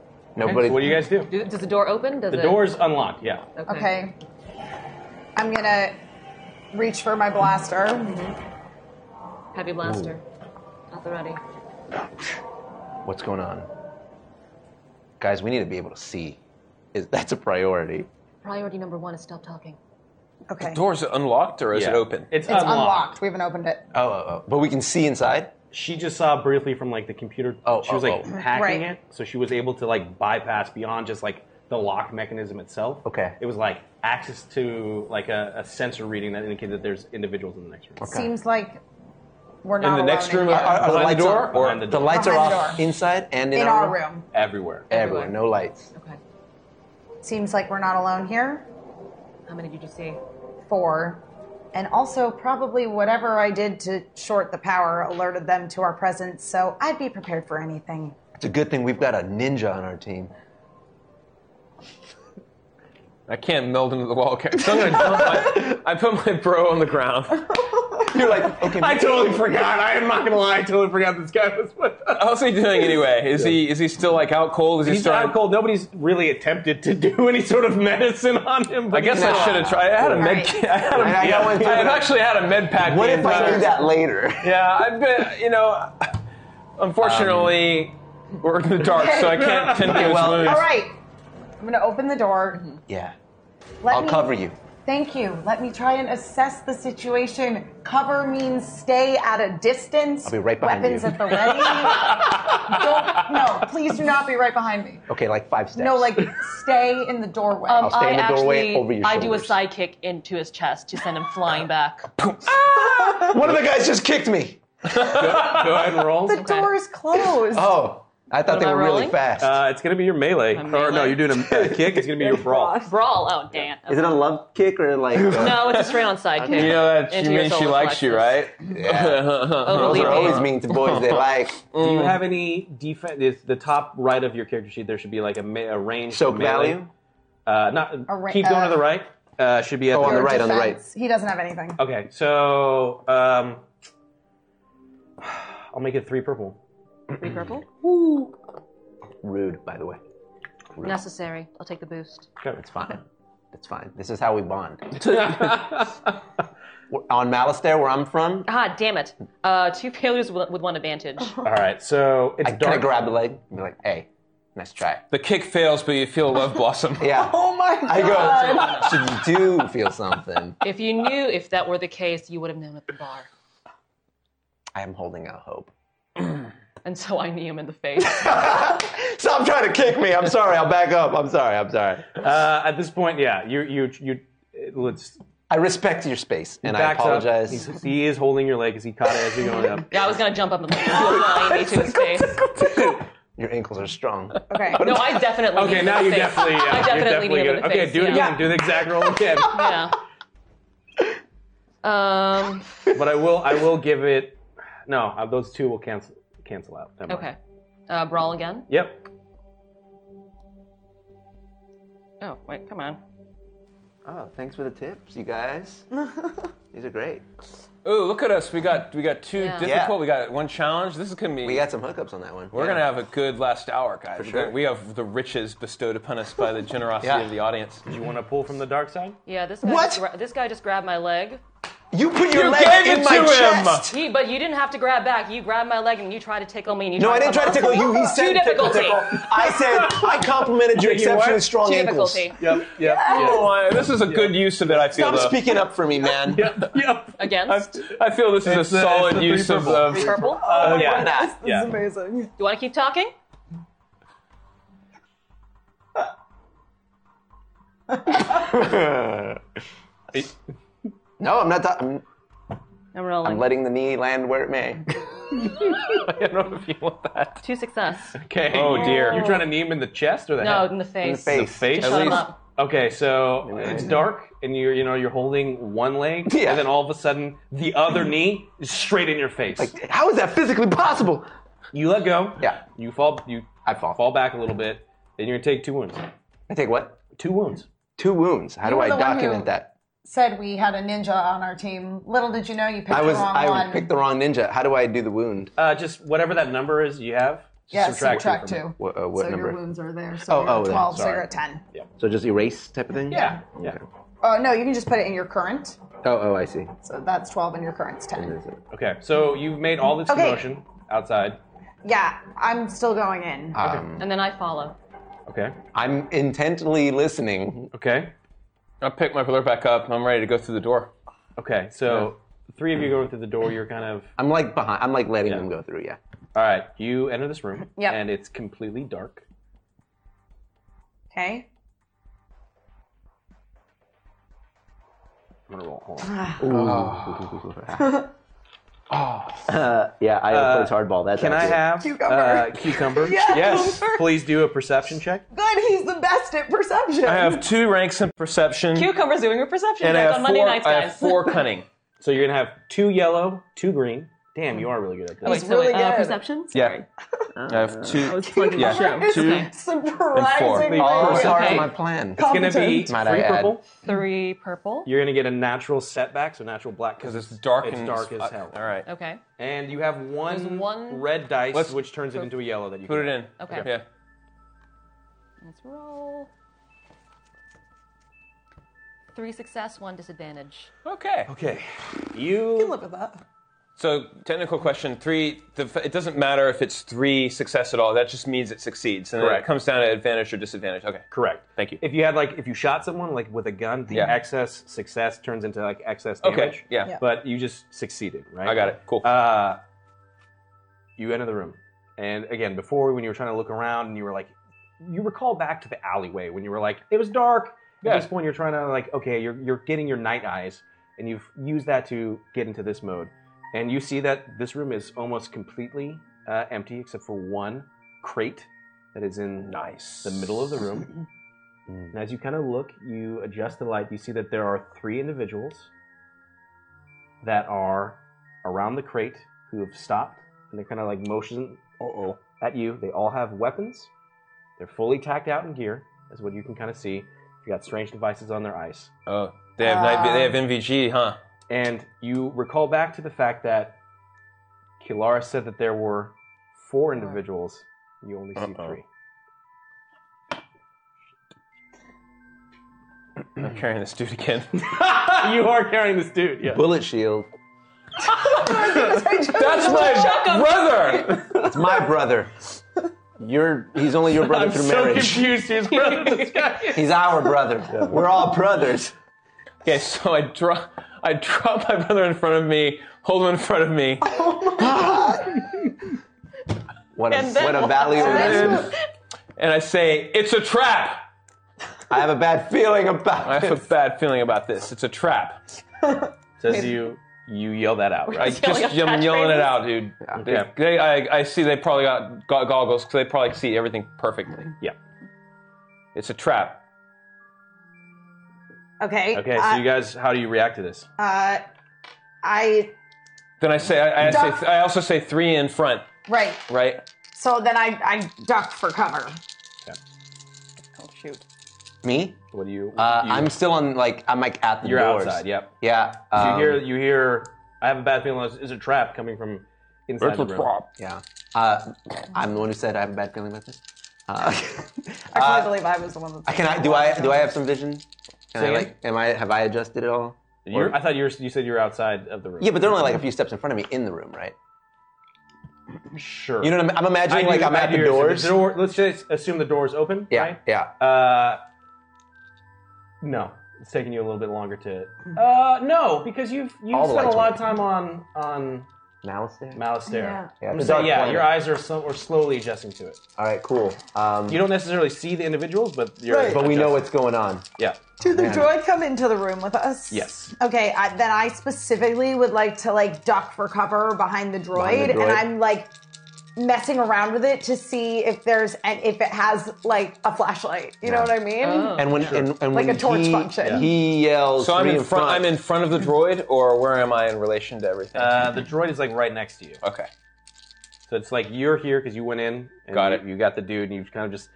[SPEAKER 4] Nobody.
[SPEAKER 2] What do you guys do?
[SPEAKER 10] Do, does the door open? Does
[SPEAKER 2] The
[SPEAKER 10] it?
[SPEAKER 2] door's unlocked, yeah.
[SPEAKER 10] Okay.
[SPEAKER 9] Okay. I'm gonna reach for my blaster.
[SPEAKER 10] Heavy blaster. At the ready.
[SPEAKER 4] What's going on, guys? We need to be able to see. Is that's a priority?
[SPEAKER 10] Priority number one is stop talking.
[SPEAKER 9] Okay.
[SPEAKER 5] Doors unlocked or is it
[SPEAKER 4] Yeah.
[SPEAKER 5] open?
[SPEAKER 2] It's,
[SPEAKER 9] We haven't opened it.
[SPEAKER 4] Oh, oh, oh, but we can see inside.
[SPEAKER 2] She just saw briefly from, like, the computer.
[SPEAKER 4] Oh,
[SPEAKER 2] she was,
[SPEAKER 4] oh,
[SPEAKER 2] like,
[SPEAKER 4] oh.
[SPEAKER 2] hacking it,
[SPEAKER 9] Right.
[SPEAKER 2] so she was able to, like, bypass beyond just, like, the lock mechanism itself.
[SPEAKER 4] Okay.
[SPEAKER 2] It was, like, access to, like, a, a sensor reading that indicated that there's individuals in the next room.
[SPEAKER 9] Seems like we're not
[SPEAKER 2] the
[SPEAKER 9] alone
[SPEAKER 2] next room,
[SPEAKER 9] in
[SPEAKER 4] Are,
[SPEAKER 9] here.
[SPEAKER 4] are the
[SPEAKER 2] Uh, Behind the
[SPEAKER 4] lights
[SPEAKER 2] door?
[SPEAKER 4] on? Or
[SPEAKER 2] Behind the
[SPEAKER 4] the
[SPEAKER 2] door.
[SPEAKER 4] lights are
[SPEAKER 9] Behind the
[SPEAKER 4] off
[SPEAKER 9] door.
[SPEAKER 4] inside and in,
[SPEAKER 9] in our room.
[SPEAKER 2] Everywhere.
[SPEAKER 4] Everywhere. No lights.
[SPEAKER 9] Seems like we're not alone here.
[SPEAKER 10] How many did you see?
[SPEAKER 9] Four. And also, probably whatever I did to short the power alerted them to our presence, so I'd be prepared for anything.
[SPEAKER 4] It's a good thing we've got a ninja on our team.
[SPEAKER 5] I can't meld into the wall. Okay, so I'm gonna dump my, I put my bro on the ground.
[SPEAKER 4] You're like, okay.
[SPEAKER 5] I totally forgot. I am not gonna lie. I totally forgot this guy was with us. How's he doing anyway? Is he is he still like out cold? Is he
[SPEAKER 2] He's
[SPEAKER 5] still
[SPEAKER 2] out cold. Nobody's really attempted to do any sort of medicine on him.
[SPEAKER 5] I guess I should have tried. I had a med. I, had a,
[SPEAKER 4] I got one too,
[SPEAKER 5] I had
[SPEAKER 4] but I-
[SPEAKER 5] actually had a med pack.
[SPEAKER 4] What
[SPEAKER 5] being
[SPEAKER 4] if I do
[SPEAKER 5] done.
[SPEAKER 4] that later?
[SPEAKER 5] Yeah, I've been. You know, unfortunately, we're in the dark, so I can't tend to
[SPEAKER 4] Okay,
[SPEAKER 5] his
[SPEAKER 4] well-
[SPEAKER 5] wounds.
[SPEAKER 9] All right. I'm going to open the door.
[SPEAKER 4] Yeah.
[SPEAKER 9] Let
[SPEAKER 4] Mm-hmm. I'll
[SPEAKER 9] me-
[SPEAKER 4] cover you.
[SPEAKER 9] Thank you. Let me try and assess the situation. Cover means stay at a distance.
[SPEAKER 4] I'll be right behind
[SPEAKER 9] Weapons
[SPEAKER 4] you.
[SPEAKER 9] at the ready. Don't, no, please do not be right behind me.
[SPEAKER 4] Okay, like five steps.
[SPEAKER 9] No, like stay in the doorway.
[SPEAKER 4] I'll stay in the doorway over your
[SPEAKER 10] I do a
[SPEAKER 4] shoulders.
[SPEAKER 10] side kick into his chest to send him flying back.
[SPEAKER 4] One of the guys just kicked me.
[SPEAKER 2] Go ahead and roll.
[SPEAKER 9] The door is closed.
[SPEAKER 4] Oh, I thought
[SPEAKER 10] What
[SPEAKER 4] they
[SPEAKER 10] am I
[SPEAKER 4] were really
[SPEAKER 10] rolling?
[SPEAKER 4] fast.
[SPEAKER 2] Uh, it's gonna be your melee, or no, you're doing a uh, kick. It's gonna be your brawl.
[SPEAKER 10] Brawl. Oh, damn.
[SPEAKER 4] Is it a love kick or like? uh,
[SPEAKER 10] No, it's a straight on side kick.
[SPEAKER 5] You know that she
[SPEAKER 10] Into your
[SPEAKER 5] means she
[SPEAKER 10] solar
[SPEAKER 5] likes you,
[SPEAKER 10] plexus.
[SPEAKER 5] right? uh,
[SPEAKER 10] Oh,
[SPEAKER 4] Girls
[SPEAKER 10] believe
[SPEAKER 4] are
[SPEAKER 10] me.
[SPEAKER 4] always mean to boys they like.
[SPEAKER 2] Do you have any defense? Is the top right of your character sheet? There should be like a, ma- a range.
[SPEAKER 4] Soak
[SPEAKER 2] melee.
[SPEAKER 4] value?
[SPEAKER 2] Uh, not
[SPEAKER 9] A ra-
[SPEAKER 2] keep going to
[SPEAKER 9] uh,
[SPEAKER 2] the right. Uh, should be at
[SPEAKER 4] Oh, on the right, on the right.
[SPEAKER 9] Defense. He doesn't have anything.
[SPEAKER 2] Okay, so um, I'll make it three purple.
[SPEAKER 10] Three purple.
[SPEAKER 4] Rude, by the way. Rude.
[SPEAKER 10] Necessary. I'll take the boost.
[SPEAKER 4] It's fine. It's fine. This is how we bond. We're- on Malastair, where I'm from,
[SPEAKER 10] Ah, damn it. Uh, two failures with, with one advantage.
[SPEAKER 2] All right, so it's
[SPEAKER 4] I kind
[SPEAKER 2] dark.
[SPEAKER 4] of grab the leg and be like, "Hey, nice try."
[SPEAKER 5] The kick fails, but you feel love blossom.
[SPEAKER 4] Yeah.
[SPEAKER 3] Oh my god.
[SPEAKER 4] I go. Should you do feel something?
[SPEAKER 10] If you knew if that were the case, you would have known at the bar.
[SPEAKER 4] I am holding out hope.
[SPEAKER 10] And so I knee him in the face.
[SPEAKER 4] Stop trying to kick me. I'm sorry. I'll back up. I'm sorry. I'm sorry.
[SPEAKER 2] Uh, at this point, yeah, you you you. it- Let's.
[SPEAKER 4] I respect your space, and I
[SPEAKER 2] backs up.
[SPEAKER 4] apologize.
[SPEAKER 2] He's- he is holding your leg because he caught it as you're going up.
[SPEAKER 10] yeah, I was gonna jump up and like, do a flying knee to his face.
[SPEAKER 4] Your ankles are strong.
[SPEAKER 9] Okay.
[SPEAKER 10] No, I definitely. knee
[SPEAKER 2] Okay,
[SPEAKER 10] him
[SPEAKER 2] now
[SPEAKER 10] in
[SPEAKER 2] you
[SPEAKER 10] the face.
[SPEAKER 2] definitely. Yeah,
[SPEAKER 10] I
[SPEAKER 2] you're
[SPEAKER 10] definitely
[SPEAKER 2] definitely
[SPEAKER 10] knee him
[SPEAKER 2] gonna,
[SPEAKER 10] in the
[SPEAKER 2] Okay,
[SPEAKER 10] face.
[SPEAKER 2] do it
[SPEAKER 10] yeah.
[SPEAKER 2] again. Do the exact roll again.
[SPEAKER 10] Yeah. Um.
[SPEAKER 2] but I will. I will give it. No, uh, those two will cancel cancel out. Never mind.
[SPEAKER 10] Okay. Uh, brawl again.
[SPEAKER 2] Yep.
[SPEAKER 10] Oh wait, come on.
[SPEAKER 4] Oh, thanks for the tips, you guys. These are great.
[SPEAKER 5] Ooh, look at us. We got we got two
[SPEAKER 4] Yeah.
[SPEAKER 5] difficult.
[SPEAKER 4] Yeah.
[SPEAKER 5] We got one challenge. This is gonna be. We got
[SPEAKER 4] some hookups on that one.
[SPEAKER 5] We're
[SPEAKER 4] Yeah.
[SPEAKER 5] gonna have a good last hour, guys.
[SPEAKER 4] For
[SPEAKER 5] We're
[SPEAKER 4] sure.
[SPEAKER 5] gonna- We have the riches bestowed upon us by the generosity
[SPEAKER 4] Yeah.
[SPEAKER 5] of the audience. Did
[SPEAKER 2] you want to pull from the dark side?
[SPEAKER 10] Yeah, this guy.
[SPEAKER 5] What?
[SPEAKER 10] Just gra- this guy just grabbed my leg.
[SPEAKER 4] You put
[SPEAKER 5] your You leg gave in it my to him! chest!
[SPEAKER 10] He, but you didn't have to grab back. You grabbed my leg and you tried to tickle me. And you
[SPEAKER 4] No, I didn't try to tickle you. He said
[SPEAKER 10] Too
[SPEAKER 4] tickle,
[SPEAKER 10] difficulty.
[SPEAKER 4] tickle. I said I complimented your
[SPEAKER 5] You what?
[SPEAKER 4] exceptionally strong
[SPEAKER 10] Two
[SPEAKER 4] ankles.
[SPEAKER 10] difficulty.
[SPEAKER 2] Yep, yep.
[SPEAKER 5] Oh, I- this is a good use of it. I feel.
[SPEAKER 4] Stop
[SPEAKER 5] though.
[SPEAKER 4] speaking up for me, man.
[SPEAKER 10] Against.
[SPEAKER 5] I feel this is
[SPEAKER 4] It's
[SPEAKER 5] a
[SPEAKER 4] the-
[SPEAKER 5] solid
[SPEAKER 4] it's the
[SPEAKER 5] use
[SPEAKER 4] three
[SPEAKER 5] of,
[SPEAKER 4] purple.
[SPEAKER 5] of
[SPEAKER 10] Three purple?
[SPEAKER 5] Oh,
[SPEAKER 4] Uh,
[SPEAKER 10] Oh,
[SPEAKER 5] yeah.
[SPEAKER 10] my goodness, this
[SPEAKER 5] yeah.
[SPEAKER 10] is
[SPEAKER 8] amazing. You
[SPEAKER 10] want to keep talking?
[SPEAKER 4] no, I'm not. ta- I'm,
[SPEAKER 10] I'm
[SPEAKER 4] I'm
[SPEAKER 10] rolling.
[SPEAKER 4] letting the knee land where it may.
[SPEAKER 5] I don't know if you want that.
[SPEAKER 10] Two success.
[SPEAKER 2] Okay.
[SPEAKER 5] Oh, dear.
[SPEAKER 2] You're trying to knee him in the chest or the
[SPEAKER 10] No,
[SPEAKER 2] head?
[SPEAKER 10] in the face. In the
[SPEAKER 2] The
[SPEAKER 10] face.
[SPEAKER 2] face.
[SPEAKER 10] Shut At him least. up.
[SPEAKER 2] Okay, so it's dark, and you're you know you're holding one leg, and then all of a sudden the other knee is straight in your face. Like,
[SPEAKER 4] how is that physically possible?
[SPEAKER 2] You let go.
[SPEAKER 4] Yeah.
[SPEAKER 2] You fall. You.
[SPEAKER 4] I fall.
[SPEAKER 2] Fall back a little bit. Then you're gonna take two wounds.
[SPEAKER 4] I take what?
[SPEAKER 2] Two wounds.
[SPEAKER 4] Two wounds. How
[SPEAKER 3] You
[SPEAKER 4] do
[SPEAKER 3] were
[SPEAKER 4] I
[SPEAKER 3] the one who-
[SPEAKER 4] document that?
[SPEAKER 3] Said we had a ninja on our team. Little did you know you picked
[SPEAKER 4] I was
[SPEAKER 3] the wrong
[SPEAKER 4] I
[SPEAKER 3] one.
[SPEAKER 4] picked the wrong ninja. How do I do the wound?
[SPEAKER 2] Uh, just whatever that number is you have.
[SPEAKER 3] yeah, subtract, two.
[SPEAKER 4] What, uh, what
[SPEAKER 3] so
[SPEAKER 4] number?
[SPEAKER 3] your wounds are there.
[SPEAKER 4] Oh,
[SPEAKER 3] So you're
[SPEAKER 4] oh,
[SPEAKER 3] at
[SPEAKER 4] yeah,
[SPEAKER 3] 12, so
[SPEAKER 4] sorry.
[SPEAKER 3] you're at 10.
[SPEAKER 4] So just erase type of thing?
[SPEAKER 3] Yeah,
[SPEAKER 4] Okay.
[SPEAKER 3] Oh, no, you can just put it in your current.
[SPEAKER 4] Oh, oh, I see.
[SPEAKER 3] So that's 12 and your current's 10.
[SPEAKER 2] Okay, so you've made all this
[SPEAKER 3] Okay.
[SPEAKER 2] commotion outside.
[SPEAKER 3] Yeah, I'm still going in.
[SPEAKER 4] Um,
[SPEAKER 10] And then I follow.
[SPEAKER 2] Okay.
[SPEAKER 4] I'm intently listening.
[SPEAKER 2] Okay.
[SPEAKER 5] I pick my blur back up. I'm ready to go through the door.
[SPEAKER 2] Okay, so three of you going through the door. You're kind of.
[SPEAKER 4] I'm like behind. I'm like letting them go through. Yeah.
[SPEAKER 2] All right, you enter this room,
[SPEAKER 3] Yep.
[SPEAKER 2] and it's completely dark.
[SPEAKER 3] Okay.
[SPEAKER 2] I'm gonna roll. Hold
[SPEAKER 3] Ah.
[SPEAKER 4] Ooh. Uh, yeah, I
[SPEAKER 2] Uh,
[SPEAKER 4] plays hardball. That's
[SPEAKER 2] Can I
[SPEAKER 4] accurate.
[SPEAKER 2] have
[SPEAKER 3] Cucumber.
[SPEAKER 2] Uh, cucumber?
[SPEAKER 3] Yes. Yes.
[SPEAKER 2] Please do a perception check.
[SPEAKER 3] Good, he's the best at perception.
[SPEAKER 5] I have two ranks in perception.
[SPEAKER 10] Cucumber's doing a perception
[SPEAKER 5] And I
[SPEAKER 10] check
[SPEAKER 5] have
[SPEAKER 10] on Monday
[SPEAKER 5] four-
[SPEAKER 10] nights,
[SPEAKER 5] I
[SPEAKER 10] guys.
[SPEAKER 5] have four cunning.
[SPEAKER 2] So you're gonna have two yellow, two green. Damn, you are really good at
[SPEAKER 10] Oh,
[SPEAKER 2] this.
[SPEAKER 13] He's Wait, so really uh, good. perception?
[SPEAKER 5] Yeah. Mm-hmm. I
[SPEAKER 2] Uh,
[SPEAKER 5] have two.
[SPEAKER 13] plugging
[SPEAKER 5] yeah,
[SPEAKER 13] the show.
[SPEAKER 5] two
[SPEAKER 13] Okay.
[SPEAKER 5] and
[SPEAKER 2] Surprisingly
[SPEAKER 5] four.
[SPEAKER 2] All good. part of
[SPEAKER 5] my
[SPEAKER 4] plan.
[SPEAKER 2] It's gonna be
[SPEAKER 5] Might
[SPEAKER 2] three
[SPEAKER 5] I add.
[SPEAKER 2] purple.
[SPEAKER 10] Three purple.
[SPEAKER 2] You're gonna get a natural setback, so natural black because it's dark. It's
[SPEAKER 5] and-
[SPEAKER 2] dark as hell.
[SPEAKER 5] All right.
[SPEAKER 10] Okay.
[SPEAKER 2] And you have one,
[SPEAKER 10] There's one-
[SPEAKER 2] red dice, which turns it into a yellow that you
[SPEAKER 5] Put
[SPEAKER 2] can
[SPEAKER 5] it in.
[SPEAKER 10] Okay.
[SPEAKER 5] Yeah.
[SPEAKER 10] Let's roll. Three success, one disadvantage.
[SPEAKER 5] Okay.
[SPEAKER 2] Okay. You
[SPEAKER 10] can live with that.
[SPEAKER 5] So technical question three. The, f- it doesn't matter if it's three success at all. That just means it succeeds, and then it
[SPEAKER 2] Correct.
[SPEAKER 5] comes down to advantage or disadvantage. Okay.
[SPEAKER 2] Correct.
[SPEAKER 5] Thank you.
[SPEAKER 2] If you had like, if you shot someone like with a gun, the
[SPEAKER 5] Yeah.
[SPEAKER 2] excess success turns into like excess
[SPEAKER 5] Okay,
[SPEAKER 2] damage.
[SPEAKER 5] yeah. Yeah.
[SPEAKER 2] But you just succeeded, right?
[SPEAKER 5] I got it. Cool.
[SPEAKER 2] Uh, you enter the room, and again, before when you were trying to look around and you were like, you recall back to the alleyway when you were like, it was dark. At this point, you're trying to like, okay, you're you're getting your night eyes, and you've used that to get into this mode, and you see that this room is almost completely uh, empty except for one crate that is in nice the middle of the room. And as you kind of look, you adjust the light, you see that there are three individuals that are around the crate who have stopped and they're kind of like motioning uh-oh, at you. They all have weapons. They're fully tacked out in gear, is what you can kind of see. You got strange devices on their eyes.
[SPEAKER 5] Oh, they have night,
[SPEAKER 10] Uh,
[SPEAKER 5] they have NVG, huh?
[SPEAKER 2] And you recall back to the fact that Kilara said that there were four individuals. You only see three.
[SPEAKER 5] I'm carrying this dude again.
[SPEAKER 2] you are carrying this dude. Yeah.
[SPEAKER 4] Bullet shield.
[SPEAKER 5] That's my brother.
[SPEAKER 4] It's my brother. You're. He's only your brother
[SPEAKER 2] I'm
[SPEAKER 4] through
[SPEAKER 2] so
[SPEAKER 4] marriage.
[SPEAKER 2] confused. His brother. this guy.
[SPEAKER 4] He's our brother. We're all brothers.
[SPEAKER 5] Okay, so I drop I drop my brother in front of me, hold him in front of me.
[SPEAKER 4] What a, what a valley we're in.
[SPEAKER 5] And I say, It's a trap.
[SPEAKER 4] I have a bad feeling about
[SPEAKER 5] I have a bad feeling about this. It's a trap.
[SPEAKER 2] Says you you yell that out,
[SPEAKER 5] I
[SPEAKER 2] right?
[SPEAKER 5] just I'm yelling it out, dude. They,
[SPEAKER 2] Okay.
[SPEAKER 5] they- I, I see they probably got go- goggles because they probably see everything perfectly.
[SPEAKER 2] Yeah.
[SPEAKER 5] It's a trap.
[SPEAKER 9] Okay.
[SPEAKER 2] Okay, so
[SPEAKER 9] uh,
[SPEAKER 2] you guys, how do you react to this?
[SPEAKER 9] uh, I
[SPEAKER 5] Then I say I, I, say
[SPEAKER 9] Doc-
[SPEAKER 5] I also say three in front,
[SPEAKER 9] right.
[SPEAKER 5] right?
[SPEAKER 9] So then I I ducked for cover.
[SPEAKER 2] Yeah.
[SPEAKER 9] Oh shoot.
[SPEAKER 4] Me?
[SPEAKER 5] What do you?
[SPEAKER 4] Uh,
[SPEAKER 5] you-
[SPEAKER 4] I'm still on like I'm like at the
[SPEAKER 2] You're
[SPEAKER 4] doors.
[SPEAKER 2] outside, yep.
[SPEAKER 4] Yeah.
[SPEAKER 2] you
[SPEAKER 4] um,
[SPEAKER 2] hear, you hear. I have a bad feeling. Is a trap coming from inside
[SPEAKER 4] It's
[SPEAKER 2] the
[SPEAKER 4] a
[SPEAKER 2] room.
[SPEAKER 4] trap. Yeah. Uh, I'm the one who said I have a bad feeling about this. Uh,
[SPEAKER 8] I can't believe I was the one that.
[SPEAKER 4] I can I do I do I have some vision? Can I
[SPEAKER 2] Say
[SPEAKER 4] like am I have I adjusted at all?
[SPEAKER 2] You're,
[SPEAKER 4] Or-
[SPEAKER 2] I thought you, were, you said you were outside of the room.
[SPEAKER 4] yeah, but they're only like a few steps in front of me in the room, right?
[SPEAKER 2] Sure.
[SPEAKER 4] You know what I'm, I'm imagining?
[SPEAKER 2] I
[SPEAKER 4] like
[SPEAKER 2] do-
[SPEAKER 4] I'm
[SPEAKER 2] I
[SPEAKER 4] at
[SPEAKER 2] do
[SPEAKER 4] the
[SPEAKER 2] hear- so
[SPEAKER 4] doors.
[SPEAKER 2] door- let's just assume the door's open.
[SPEAKER 4] Yeah,
[SPEAKER 2] right?
[SPEAKER 4] yeah.
[SPEAKER 2] Uh, no, it's taking you a little bit longer to. Uh, no, because you've you
[SPEAKER 4] All
[SPEAKER 2] have
[SPEAKER 4] the
[SPEAKER 2] spent a
[SPEAKER 4] lights
[SPEAKER 2] lot of time on on
[SPEAKER 4] Malastare.
[SPEAKER 2] Malastare.
[SPEAKER 4] Yeah. Yeah, the
[SPEAKER 2] so
[SPEAKER 4] dark
[SPEAKER 2] yeah,
[SPEAKER 4] planet.
[SPEAKER 2] your eyes are some, are slowly adjusting to it.
[SPEAKER 4] All right, cool. Um,
[SPEAKER 2] You don't necessarily see the individuals, but you're
[SPEAKER 4] but we know what's going on.
[SPEAKER 2] Yeah.
[SPEAKER 9] Do the
[SPEAKER 4] Man.
[SPEAKER 9] droid come into the room with us?
[SPEAKER 2] Yes.
[SPEAKER 9] Okay, I, then I specifically would like to like duck for cover behind the droid,
[SPEAKER 4] Behind the
[SPEAKER 9] and
[SPEAKER 4] droid.
[SPEAKER 9] I'm like messing around with it to see if there's and if it has like a flashlight. You know
[SPEAKER 4] Yeah.
[SPEAKER 9] what I mean?
[SPEAKER 8] Oh.
[SPEAKER 4] And when and, and
[SPEAKER 9] Like
[SPEAKER 4] when
[SPEAKER 9] a torch
[SPEAKER 4] he,
[SPEAKER 9] function.
[SPEAKER 4] he yells.
[SPEAKER 5] Oh, So I'm
[SPEAKER 4] three
[SPEAKER 5] in front. I'm in front of the droid, or where am I in relation to everything?
[SPEAKER 2] Uh, the droid is like right next to you.
[SPEAKER 5] Okay.
[SPEAKER 2] So it's like you're here because you went in. And got it. You, got the dude, and you're kind of just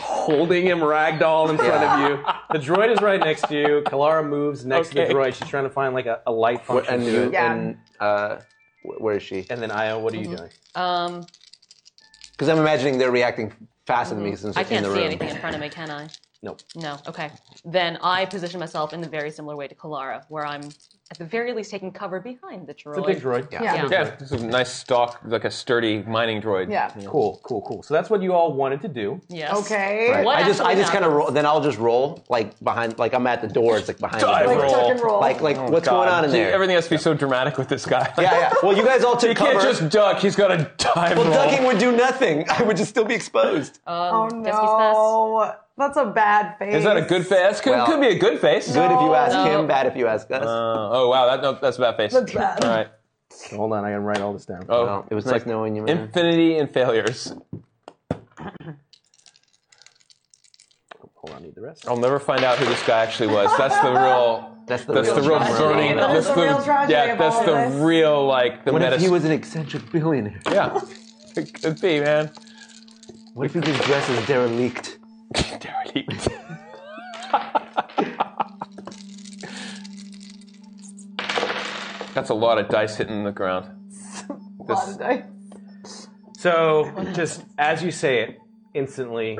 [SPEAKER 2] holding him ragdoll in front of you. The droid is right next to you. Kalara moves next to
[SPEAKER 4] Okay.
[SPEAKER 2] the droid. She's trying to find like a, a light
[SPEAKER 4] Wh-
[SPEAKER 2] function.
[SPEAKER 4] and
[SPEAKER 2] to
[SPEAKER 4] you-
[SPEAKER 2] it.
[SPEAKER 4] and, uh, wh- where is she?
[SPEAKER 2] And then Io, what are you
[SPEAKER 4] Mhm.
[SPEAKER 2] doing?
[SPEAKER 10] Um,
[SPEAKER 4] Because I'm imagining they're reacting faster
[SPEAKER 9] Mm-hmm.
[SPEAKER 4] than me since
[SPEAKER 10] I
[SPEAKER 4] it's
[SPEAKER 10] can't
[SPEAKER 4] in
[SPEAKER 10] see
[SPEAKER 4] the room.
[SPEAKER 10] anything in front of me, can I?
[SPEAKER 2] Nope.
[SPEAKER 10] No. Okay. Then I position myself in the very similar way to Kalara, where I'm at the very least taking cover behind the droid.
[SPEAKER 5] Yeah.
[SPEAKER 10] Yeah.
[SPEAKER 5] It's a nice stock, like a sturdy mining droid.
[SPEAKER 10] Yeah.
[SPEAKER 2] Cool, cool, cool. So that's what you all wanted to do.
[SPEAKER 10] Yes.
[SPEAKER 9] Okay.
[SPEAKER 4] Right. I just I just kind of roll. Then I'll just roll like behind like I'm at the door. It's like behind.
[SPEAKER 5] Dive
[SPEAKER 4] the door.
[SPEAKER 5] Like tuck and roll.
[SPEAKER 4] Like like
[SPEAKER 5] Oh,
[SPEAKER 4] what's
[SPEAKER 5] God.
[SPEAKER 4] going on in
[SPEAKER 5] See,
[SPEAKER 4] there?
[SPEAKER 5] Everything has to be so dramatic with this guy.
[SPEAKER 4] Yeah, yeah. Well, you guys all took
[SPEAKER 5] He can't
[SPEAKER 4] cover.
[SPEAKER 5] just duck. He's got to dive.
[SPEAKER 4] well,
[SPEAKER 5] roll.
[SPEAKER 4] ducking would do nothing. I would just still be exposed.
[SPEAKER 9] oh no, that's a bad face.
[SPEAKER 5] Is that a good face? Could,
[SPEAKER 4] Well,
[SPEAKER 5] could be a good face.
[SPEAKER 4] Good
[SPEAKER 10] Oh,
[SPEAKER 4] if you ask
[SPEAKER 9] No.
[SPEAKER 4] him. Bad if you ask us.
[SPEAKER 5] Uh, oh wow, that, no, that's a bad face.
[SPEAKER 9] That's bad.
[SPEAKER 5] All right.
[SPEAKER 2] Hold on, I gotta write all this down.
[SPEAKER 5] Oh,
[SPEAKER 4] Well, it was
[SPEAKER 5] it's
[SPEAKER 4] nice knowing you, man.
[SPEAKER 5] Infinity and failures.
[SPEAKER 2] Hold on, I need the rest.
[SPEAKER 5] I'll never find out who this guy actually was. That's the real.
[SPEAKER 4] That's
[SPEAKER 5] the that's
[SPEAKER 4] real
[SPEAKER 5] the real
[SPEAKER 4] tragedy.
[SPEAKER 5] burning.
[SPEAKER 4] That is
[SPEAKER 5] that's
[SPEAKER 4] the real tragedy
[SPEAKER 5] Yeah,
[SPEAKER 4] of
[SPEAKER 5] that's
[SPEAKER 4] all
[SPEAKER 5] the
[SPEAKER 4] of this.
[SPEAKER 5] real like the
[SPEAKER 4] what
[SPEAKER 5] meta.
[SPEAKER 4] if he was an eccentric billionaire?
[SPEAKER 5] yeah, it could be, man.
[SPEAKER 4] What if he just dresses derelict?
[SPEAKER 5] derelict. That's a lot of dice hitting the ground.
[SPEAKER 2] This- So just as you say it, instantly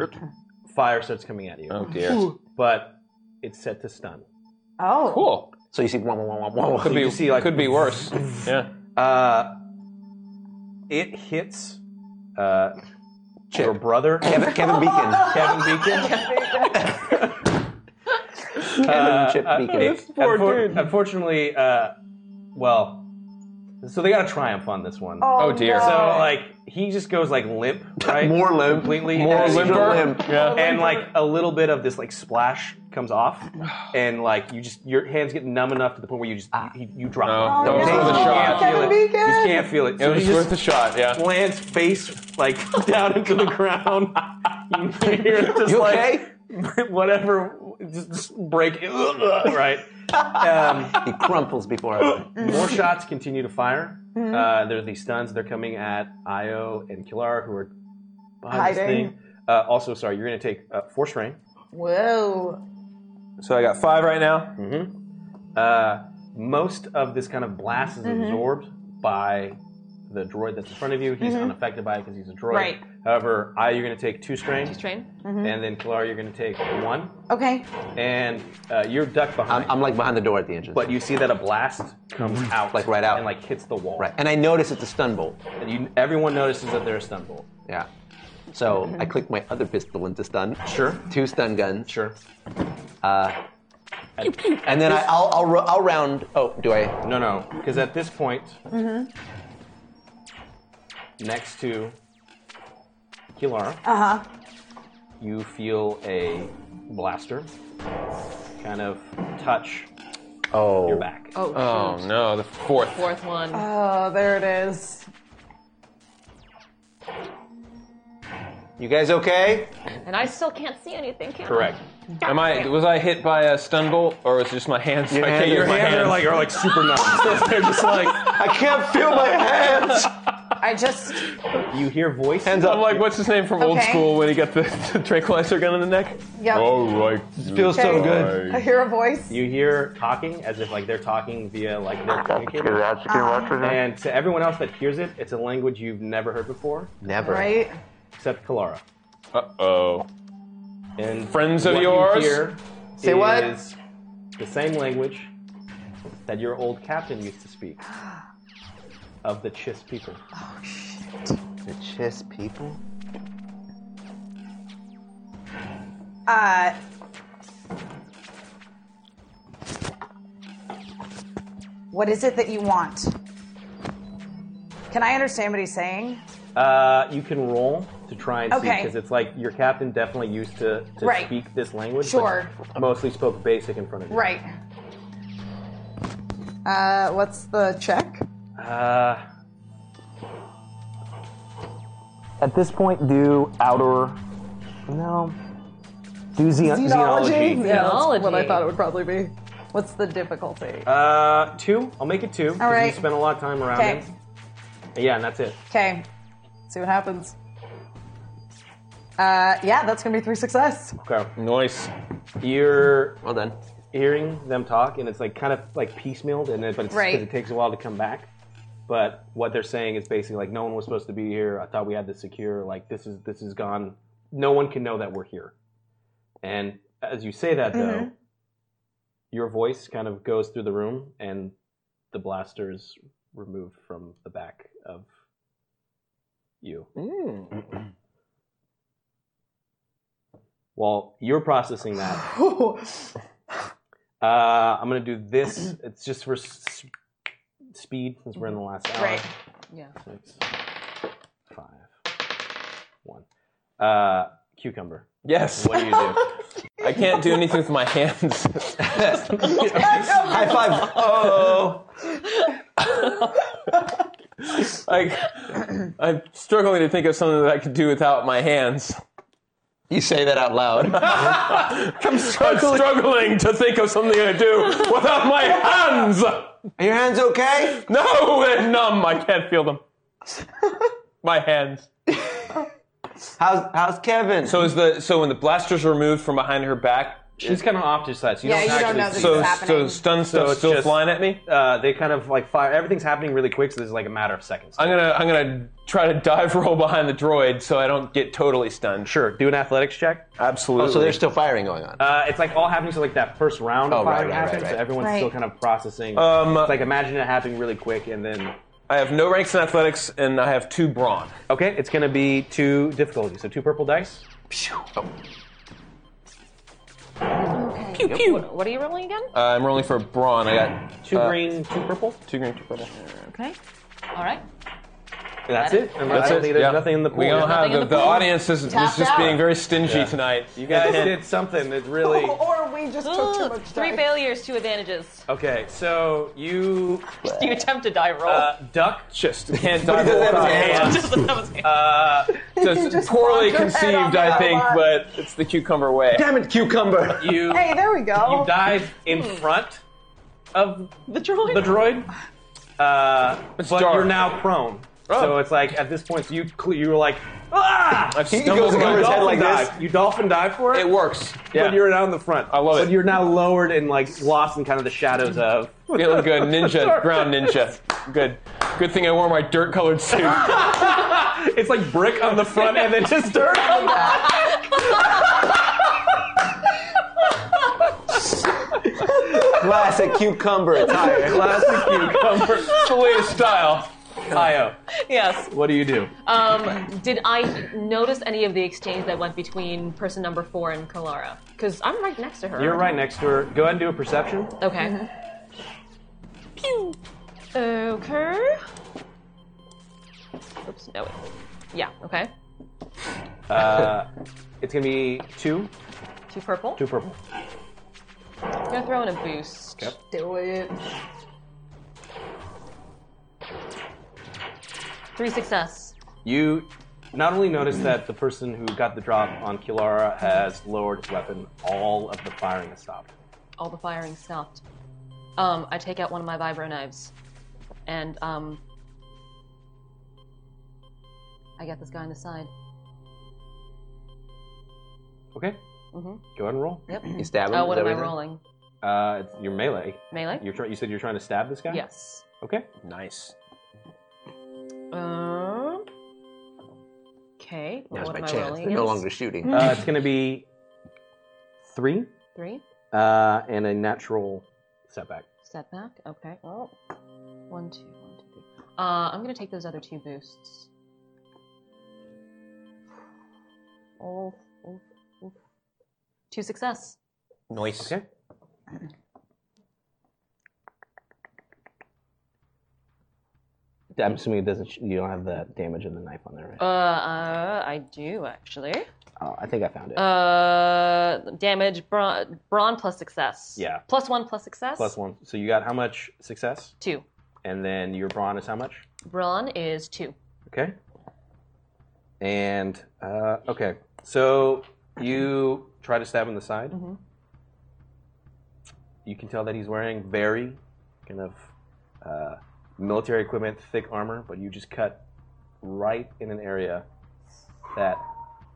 [SPEAKER 2] fire starts coming at you.
[SPEAKER 5] Oh dear.
[SPEAKER 9] Ooh.
[SPEAKER 2] But it's set to stun.
[SPEAKER 9] Oh,
[SPEAKER 5] Cool.
[SPEAKER 4] So you see, wah, wah, wah, wah, wah.
[SPEAKER 5] Could be-
[SPEAKER 4] You see, like,
[SPEAKER 5] could be worse. yeah.
[SPEAKER 2] Uh, it hits uh, your brother,
[SPEAKER 4] Kevin, Kevin Beacon.
[SPEAKER 2] Kevin Beacon.
[SPEAKER 4] Kevin Chip
[SPEAKER 2] Uh,
[SPEAKER 4] Beacon.
[SPEAKER 2] it- unfor- Unfortunately, uh, well, so they got a triumph on this one.
[SPEAKER 5] Oh, Oh, dear. no.
[SPEAKER 2] So
[SPEAKER 8] uh,
[SPEAKER 2] like he just goes like limp, right?
[SPEAKER 4] More limp.
[SPEAKER 2] completely.
[SPEAKER 5] More
[SPEAKER 2] and-
[SPEAKER 5] limber. Limp. Yeah.
[SPEAKER 2] And like
[SPEAKER 5] uh,
[SPEAKER 2] a little bit of this like splash comes off, and like you just your hands get numb enough to the point where you just you, you drop.
[SPEAKER 5] No, that was worth the
[SPEAKER 2] You can't feel it. You
[SPEAKER 5] shot.
[SPEAKER 2] just can't feel it.
[SPEAKER 5] It
[SPEAKER 2] So
[SPEAKER 5] was
[SPEAKER 2] he just
[SPEAKER 5] worth the shot. Yeah.
[SPEAKER 2] slants face like down into the ground. you hear it just
[SPEAKER 5] You
[SPEAKER 2] like
[SPEAKER 5] okay?
[SPEAKER 2] whatever, just, just break it, right? Um,
[SPEAKER 4] he crumples before I.
[SPEAKER 2] more shots continue to fire.
[SPEAKER 5] Mm-hmm.
[SPEAKER 2] Uh, there are these stuns. They're coming at Io and Kilar, who are behind this
[SPEAKER 9] Hiding.
[SPEAKER 2] thing. Uh, also, sorry, you're going to take uh, force rain.
[SPEAKER 9] Whoa.
[SPEAKER 5] So I got five right now.
[SPEAKER 2] Uh, most of this kind of blast is
[SPEAKER 10] Mm-hmm.
[SPEAKER 9] Mhm.
[SPEAKER 2] absorbed by the droid that's in front of you. He's
[SPEAKER 10] Mm-hmm.
[SPEAKER 9] Mhm.
[SPEAKER 2] unaffected by it because he's a droid.
[SPEAKER 9] Right.
[SPEAKER 2] However, Io, you're going to take two strain.
[SPEAKER 10] Two strain. Mm-hmm.
[SPEAKER 2] And then Kilar, you're going to take one.
[SPEAKER 9] Okay.
[SPEAKER 2] And uh, you're ducked behind.
[SPEAKER 4] I'm, I'm like behind the door at the entrance.
[SPEAKER 2] but you see that a blast comes out, like right out, and like hits the wall.
[SPEAKER 4] Right. And I notice it's a stun bolt.
[SPEAKER 2] And you, everyone notices that they're a stun bolt.
[SPEAKER 4] Yeah. So I click my other pistol into stun.
[SPEAKER 2] Sure.
[SPEAKER 4] Two stun guns.
[SPEAKER 2] Sure.
[SPEAKER 4] Uh, and then I, I'll, I'll, ro- I'll round. Oh, do I?
[SPEAKER 2] No, no, because at this point, next to Kilara,
[SPEAKER 9] Uh huh.
[SPEAKER 2] you feel a blaster kind of touch
[SPEAKER 4] Oh.
[SPEAKER 2] your back.
[SPEAKER 10] Oh,
[SPEAKER 5] Oh
[SPEAKER 10] shoot.
[SPEAKER 5] no, the fourth.
[SPEAKER 10] Fourth one.
[SPEAKER 9] Oh, there it is.
[SPEAKER 4] You guys okay?
[SPEAKER 10] and I still can't see anything, can
[SPEAKER 2] Correct.
[SPEAKER 5] Am I? Was I hit by a stun bolt, or was it just my hands?
[SPEAKER 4] Your
[SPEAKER 5] I can't
[SPEAKER 4] hands-
[SPEAKER 5] use
[SPEAKER 4] your
[SPEAKER 5] my
[SPEAKER 4] hands are
[SPEAKER 5] hands.
[SPEAKER 2] like are like super numb. They're just like
[SPEAKER 4] I can't feel my hands.
[SPEAKER 9] I I just.
[SPEAKER 2] You hear voices.
[SPEAKER 5] Hands up. I'm like, what's his name from old
[SPEAKER 9] Okay.
[SPEAKER 5] school when he got the, the tranquilizer gun in the neck?
[SPEAKER 9] Yep.
[SPEAKER 2] Oh,
[SPEAKER 5] right. feels so
[SPEAKER 9] Okay.
[SPEAKER 5] good.
[SPEAKER 9] I hear a voice.
[SPEAKER 2] You hear talking as if like they're talking via like their communicator.
[SPEAKER 9] Uh-huh.
[SPEAKER 2] And to everyone else that hears it, it's a language you've never heard before.
[SPEAKER 4] Never.
[SPEAKER 9] Right?
[SPEAKER 2] Except Kalara.
[SPEAKER 5] Uh oh.
[SPEAKER 2] And
[SPEAKER 5] Friends of
[SPEAKER 2] what you
[SPEAKER 5] yours?
[SPEAKER 2] hear
[SPEAKER 5] Say what?
[SPEAKER 2] is The same language that your old captain used to speak. Of the Chiss people.
[SPEAKER 4] The Chiss people?
[SPEAKER 9] Uh. What is it that you want? Can I understand what he's saying?
[SPEAKER 2] Uh, you can roll to try and see
[SPEAKER 9] Okay.
[SPEAKER 2] because it's like your captain definitely used to, to
[SPEAKER 9] Right.
[SPEAKER 2] speak this language. but
[SPEAKER 9] Sure.
[SPEAKER 2] Mostly spoke basic in front of you.
[SPEAKER 9] Right. Uh, what's the check?
[SPEAKER 2] Uh,
[SPEAKER 4] At this point, do outer. No. Do ze-
[SPEAKER 9] Xenology?
[SPEAKER 4] xenology.
[SPEAKER 9] Yeah, that's what I
[SPEAKER 2] Xenology.
[SPEAKER 9] thought it would probably be. What's the difficulty?
[SPEAKER 2] uh, two. I'll make it two. 'cause You
[SPEAKER 9] right.
[SPEAKER 2] spent a lot of time around
[SPEAKER 9] Okay.
[SPEAKER 2] it. Yeah, and that's it.
[SPEAKER 9] Okay. See what happens. Uh, yeah, that's gonna be three success.
[SPEAKER 2] Okay. Nice. You're well done. Hearing them talk, and it's like kind of like piecemealed, and it, but it's, 'cause
[SPEAKER 9] Right.
[SPEAKER 2] it takes a while to come back. But what they're saying is basically like, no one was supposed to be here. I thought we had this secure. Like this is this is gone. No one can know that we're here. And as you say that,
[SPEAKER 9] Mm-hmm.
[SPEAKER 2] though, your voice kind of goes through the room, and the blaster's removed from the back of you. While you're processing that, Uh, I'm gonna do this. It's just for s- speed since we're in the last hour.
[SPEAKER 10] Right. Yeah.
[SPEAKER 2] Six, five, one. Uh, cucumber.
[SPEAKER 5] Yes.
[SPEAKER 2] What do you do?
[SPEAKER 5] I can't do anything with my hands.
[SPEAKER 2] High
[SPEAKER 5] five. Oh. like, I'm struggling to think of something that I could do without my hands. You say that out loud. I'm, struggling. to think of something to do without my hands. Are your hands okay? No, they're numb. I can't feel them. My hands.
[SPEAKER 4] How's how's Kevin?
[SPEAKER 5] So is the so when the blaster's removed from behind her back,
[SPEAKER 2] she's kind of off to the side. So
[SPEAKER 5] you Yeah, don't you don't actually know that see it's it. happening. So- so stun stuff's still flying
[SPEAKER 2] at me. Uh, they kind of like fire. Everything's happening really quick, so this is like a matter of seconds.
[SPEAKER 5] I'm gonna I'm gonna try to dive roll behind the droid so I don't get totally stunned.
[SPEAKER 2] Sure. Do an athletics check.
[SPEAKER 5] Absolutely.
[SPEAKER 4] Oh, so there's still firing going on.
[SPEAKER 2] Uh, it's like all happening so like that first round
[SPEAKER 4] Oh,
[SPEAKER 2] of
[SPEAKER 4] right,
[SPEAKER 2] firing
[SPEAKER 4] right, right,
[SPEAKER 2] happens,
[SPEAKER 4] right.
[SPEAKER 2] so everyone's
[SPEAKER 4] Right.
[SPEAKER 2] still kind of processing.
[SPEAKER 5] Um,
[SPEAKER 2] it's like imagine it happening really quick, and then
[SPEAKER 5] I have no ranks in athletics and I have two brawn. Uh,
[SPEAKER 2] Okay, it's gonna be two difficulties. So two purple dice.
[SPEAKER 10] Pew pew. What, what are you rolling again?
[SPEAKER 5] Uh, I'm rolling for brawn. I got
[SPEAKER 2] two green, two purple.
[SPEAKER 5] Two green, two purple.
[SPEAKER 10] Okay. All right.
[SPEAKER 2] That's it. And
[SPEAKER 5] That's
[SPEAKER 2] I don't
[SPEAKER 5] it.
[SPEAKER 2] think there's
[SPEAKER 5] Yeah.
[SPEAKER 2] nothing in the pool.
[SPEAKER 5] We don't have
[SPEAKER 2] Nothing
[SPEAKER 5] the,
[SPEAKER 2] in
[SPEAKER 5] the,
[SPEAKER 2] the pool?
[SPEAKER 5] audience is, is
[SPEAKER 2] Tapped
[SPEAKER 5] just
[SPEAKER 2] out.
[SPEAKER 5] being very stingy
[SPEAKER 2] Yeah.
[SPEAKER 5] tonight.
[SPEAKER 2] You guys did something that really.
[SPEAKER 10] Or we just
[SPEAKER 8] took too much
[SPEAKER 10] Three
[SPEAKER 8] dice.
[SPEAKER 10] failures, two advantages.
[SPEAKER 2] Okay, so you
[SPEAKER 10] You attempt to die roll.
[SPEAKER 2] uh, duck
[SPEAKER 5] just hand
[SPEAKER 2] dive
[SPEAKER 5] He doesn't have
[SPEAKER 2] roll
[SPEAKER 5] his hands.
[SPEAKER 2] with the hand. Uh,
[SPEAKER 5] Just, poorly conceived, I think, but it's the cucumber way.
[SPEAKER 2] Damn
[SPEAKER 5] it, cucumber!
[SPEAKER 2] You
[SPEAKER 9] Hey, there we go.
[SPEAKER 2] you dive in front of
[SPEAKER 10] the droid.
[SPEAKER 2] The droid. Uh, but
[SPEAKER 5] dark. Oh.
[SPEAKER 2] you're now prone. So it's like at this point you cl- you were like ah.
[SPEAKER 5] I've stumbled
[SPEAKER 2] You
[SPEAKER 5] over his head
[SPEAKER 2] dolphin
[SPEAKER 5] like this.
[SPEAKER 2] dive. You dolphin dive for it.
[SPEAKER 5] It works. Yeah.
[SPEAKER 2] But you're now in the front. I
[SPEAKER 5] love
[SPEAKER 2] it. But you're now lowered and like lost in kind of the shadows of.
[SPEAKER 5] Feeling good, ninja, ground ninja. Good. Good thing I wore my dirt colored suit.
[SPEAKER 2] it's like brick on the front and then just dirt on the
[SPEAKER 4] Classic cucumber attire.
[SPEAKER 2] Classic cucumber. It's
[SPEAKER 5] the latest style.
[SPEAKER 2] Io,
[SPEAKER 10] yes.
[SPEAKER 2] what do you do?
[SPEAKER 10] Um, did I notice any of the exchange that went between person number four and Kalara? Because I'm right next to her.
[SPEAKER 2] You're right next to her. Go ahead and do a perception.
[SPEAKER 10] Okay. Pew. Okay. Oops. No. Wait. Yeah. Okay.
[SPEAKER 2] Uh, it's gonna be two,
[SPEAKER 10] Two purple.
[SPEAKER 2] two purple.
[SPEAKER 10] I'm gonna throw in a boost.
[SPEAKER 2] Yep.
[SPEAKER 10] Do it. Three success.
[SPEAKER 2] You not only notice that the person who got the drop on Kilara has lowered his weapon, all of the firing has stopped.
[SPEAKER 10] All the firing stopped. Um, I take out one of my vibro knives, and um, I got this guy on the side.
[SPEAKER 2] Okay.
[SPEAKER 10] Mm-hmm.
[SPEAKER 2] Go ahead and roll.
[SPEAKER 10] Yep.
[SPEAKER 2] You stab him,
[SPEAKER 10] Oh,
[SPEAKER 2] is
[SPEAKER 10] what
[SPEAKER 2] that what it
[SPEAKER 10] am I
[SPEAKER 2] is?
[SPEAKER 10] rolling?
[SPEAKER 2] Uh, it's your melee.
[SPEAKER 10] Melee?
[SPEAKER 2] You're try- You said you're trying to stab this guy.
[SPEAKER 10] Yes.
[SPEAKER 2] Okay.
[SPEAKER 5] Nice.
[SPEAKER 10] Um. Okay.
[SPEAKER 2] Now's
[SPEAKER 10] what
[SPEAKER 2] my
[SPEAKER 10] am I
[SPEAKER 2] chance.
[SPEAKER 10] rolling?
[SPEAKER 2] They're no
[SPEAKER 10] against?
[SPEAKER 2] longer shooting.
[SPEAKER 4] Mm.
[SPEAKER 2] Uh, it's gonna be three
[SPEAKER 10] three
[SPEAKER 2] uh, and a natural setback.
[SPEAKER 10] setback. Okay. Oh. One, two, one, two, three. Uh, I'm gonna take those other two boosts. Oh, oh, oh. Two success.
[SPEAKER 5] Nice.
[SPEAKER 2] Okay. I'm assuming it doesn't. Sh- you don't have the damage of the knife on there, right?
[SPEAKER 10] Uh, uh I do actually.
[SPEAKER 2] Oh, I think I found it.
[SPEAKER 10] Uh, damage brawn, brawn plus success.
[SPEAKER 2] Yeah.
[SPEAKER 10] Plus one plus success.
[SPEAKER 2] Plus one. So you got how much success?
[SPEAKER 10] Two.
[SPEAKER 2] And then your brawn is how much?
[SPEAKER 10] Brawn is two.
[SPEAKER 2] Okay. And uh, okay, so you try to stab him in the side.
[SPEAKER 10] Mhm.
[SPEAKER 2] You can tell that he's wearing very kind of uh, military equipment, thick armor, but you just cut right in an area that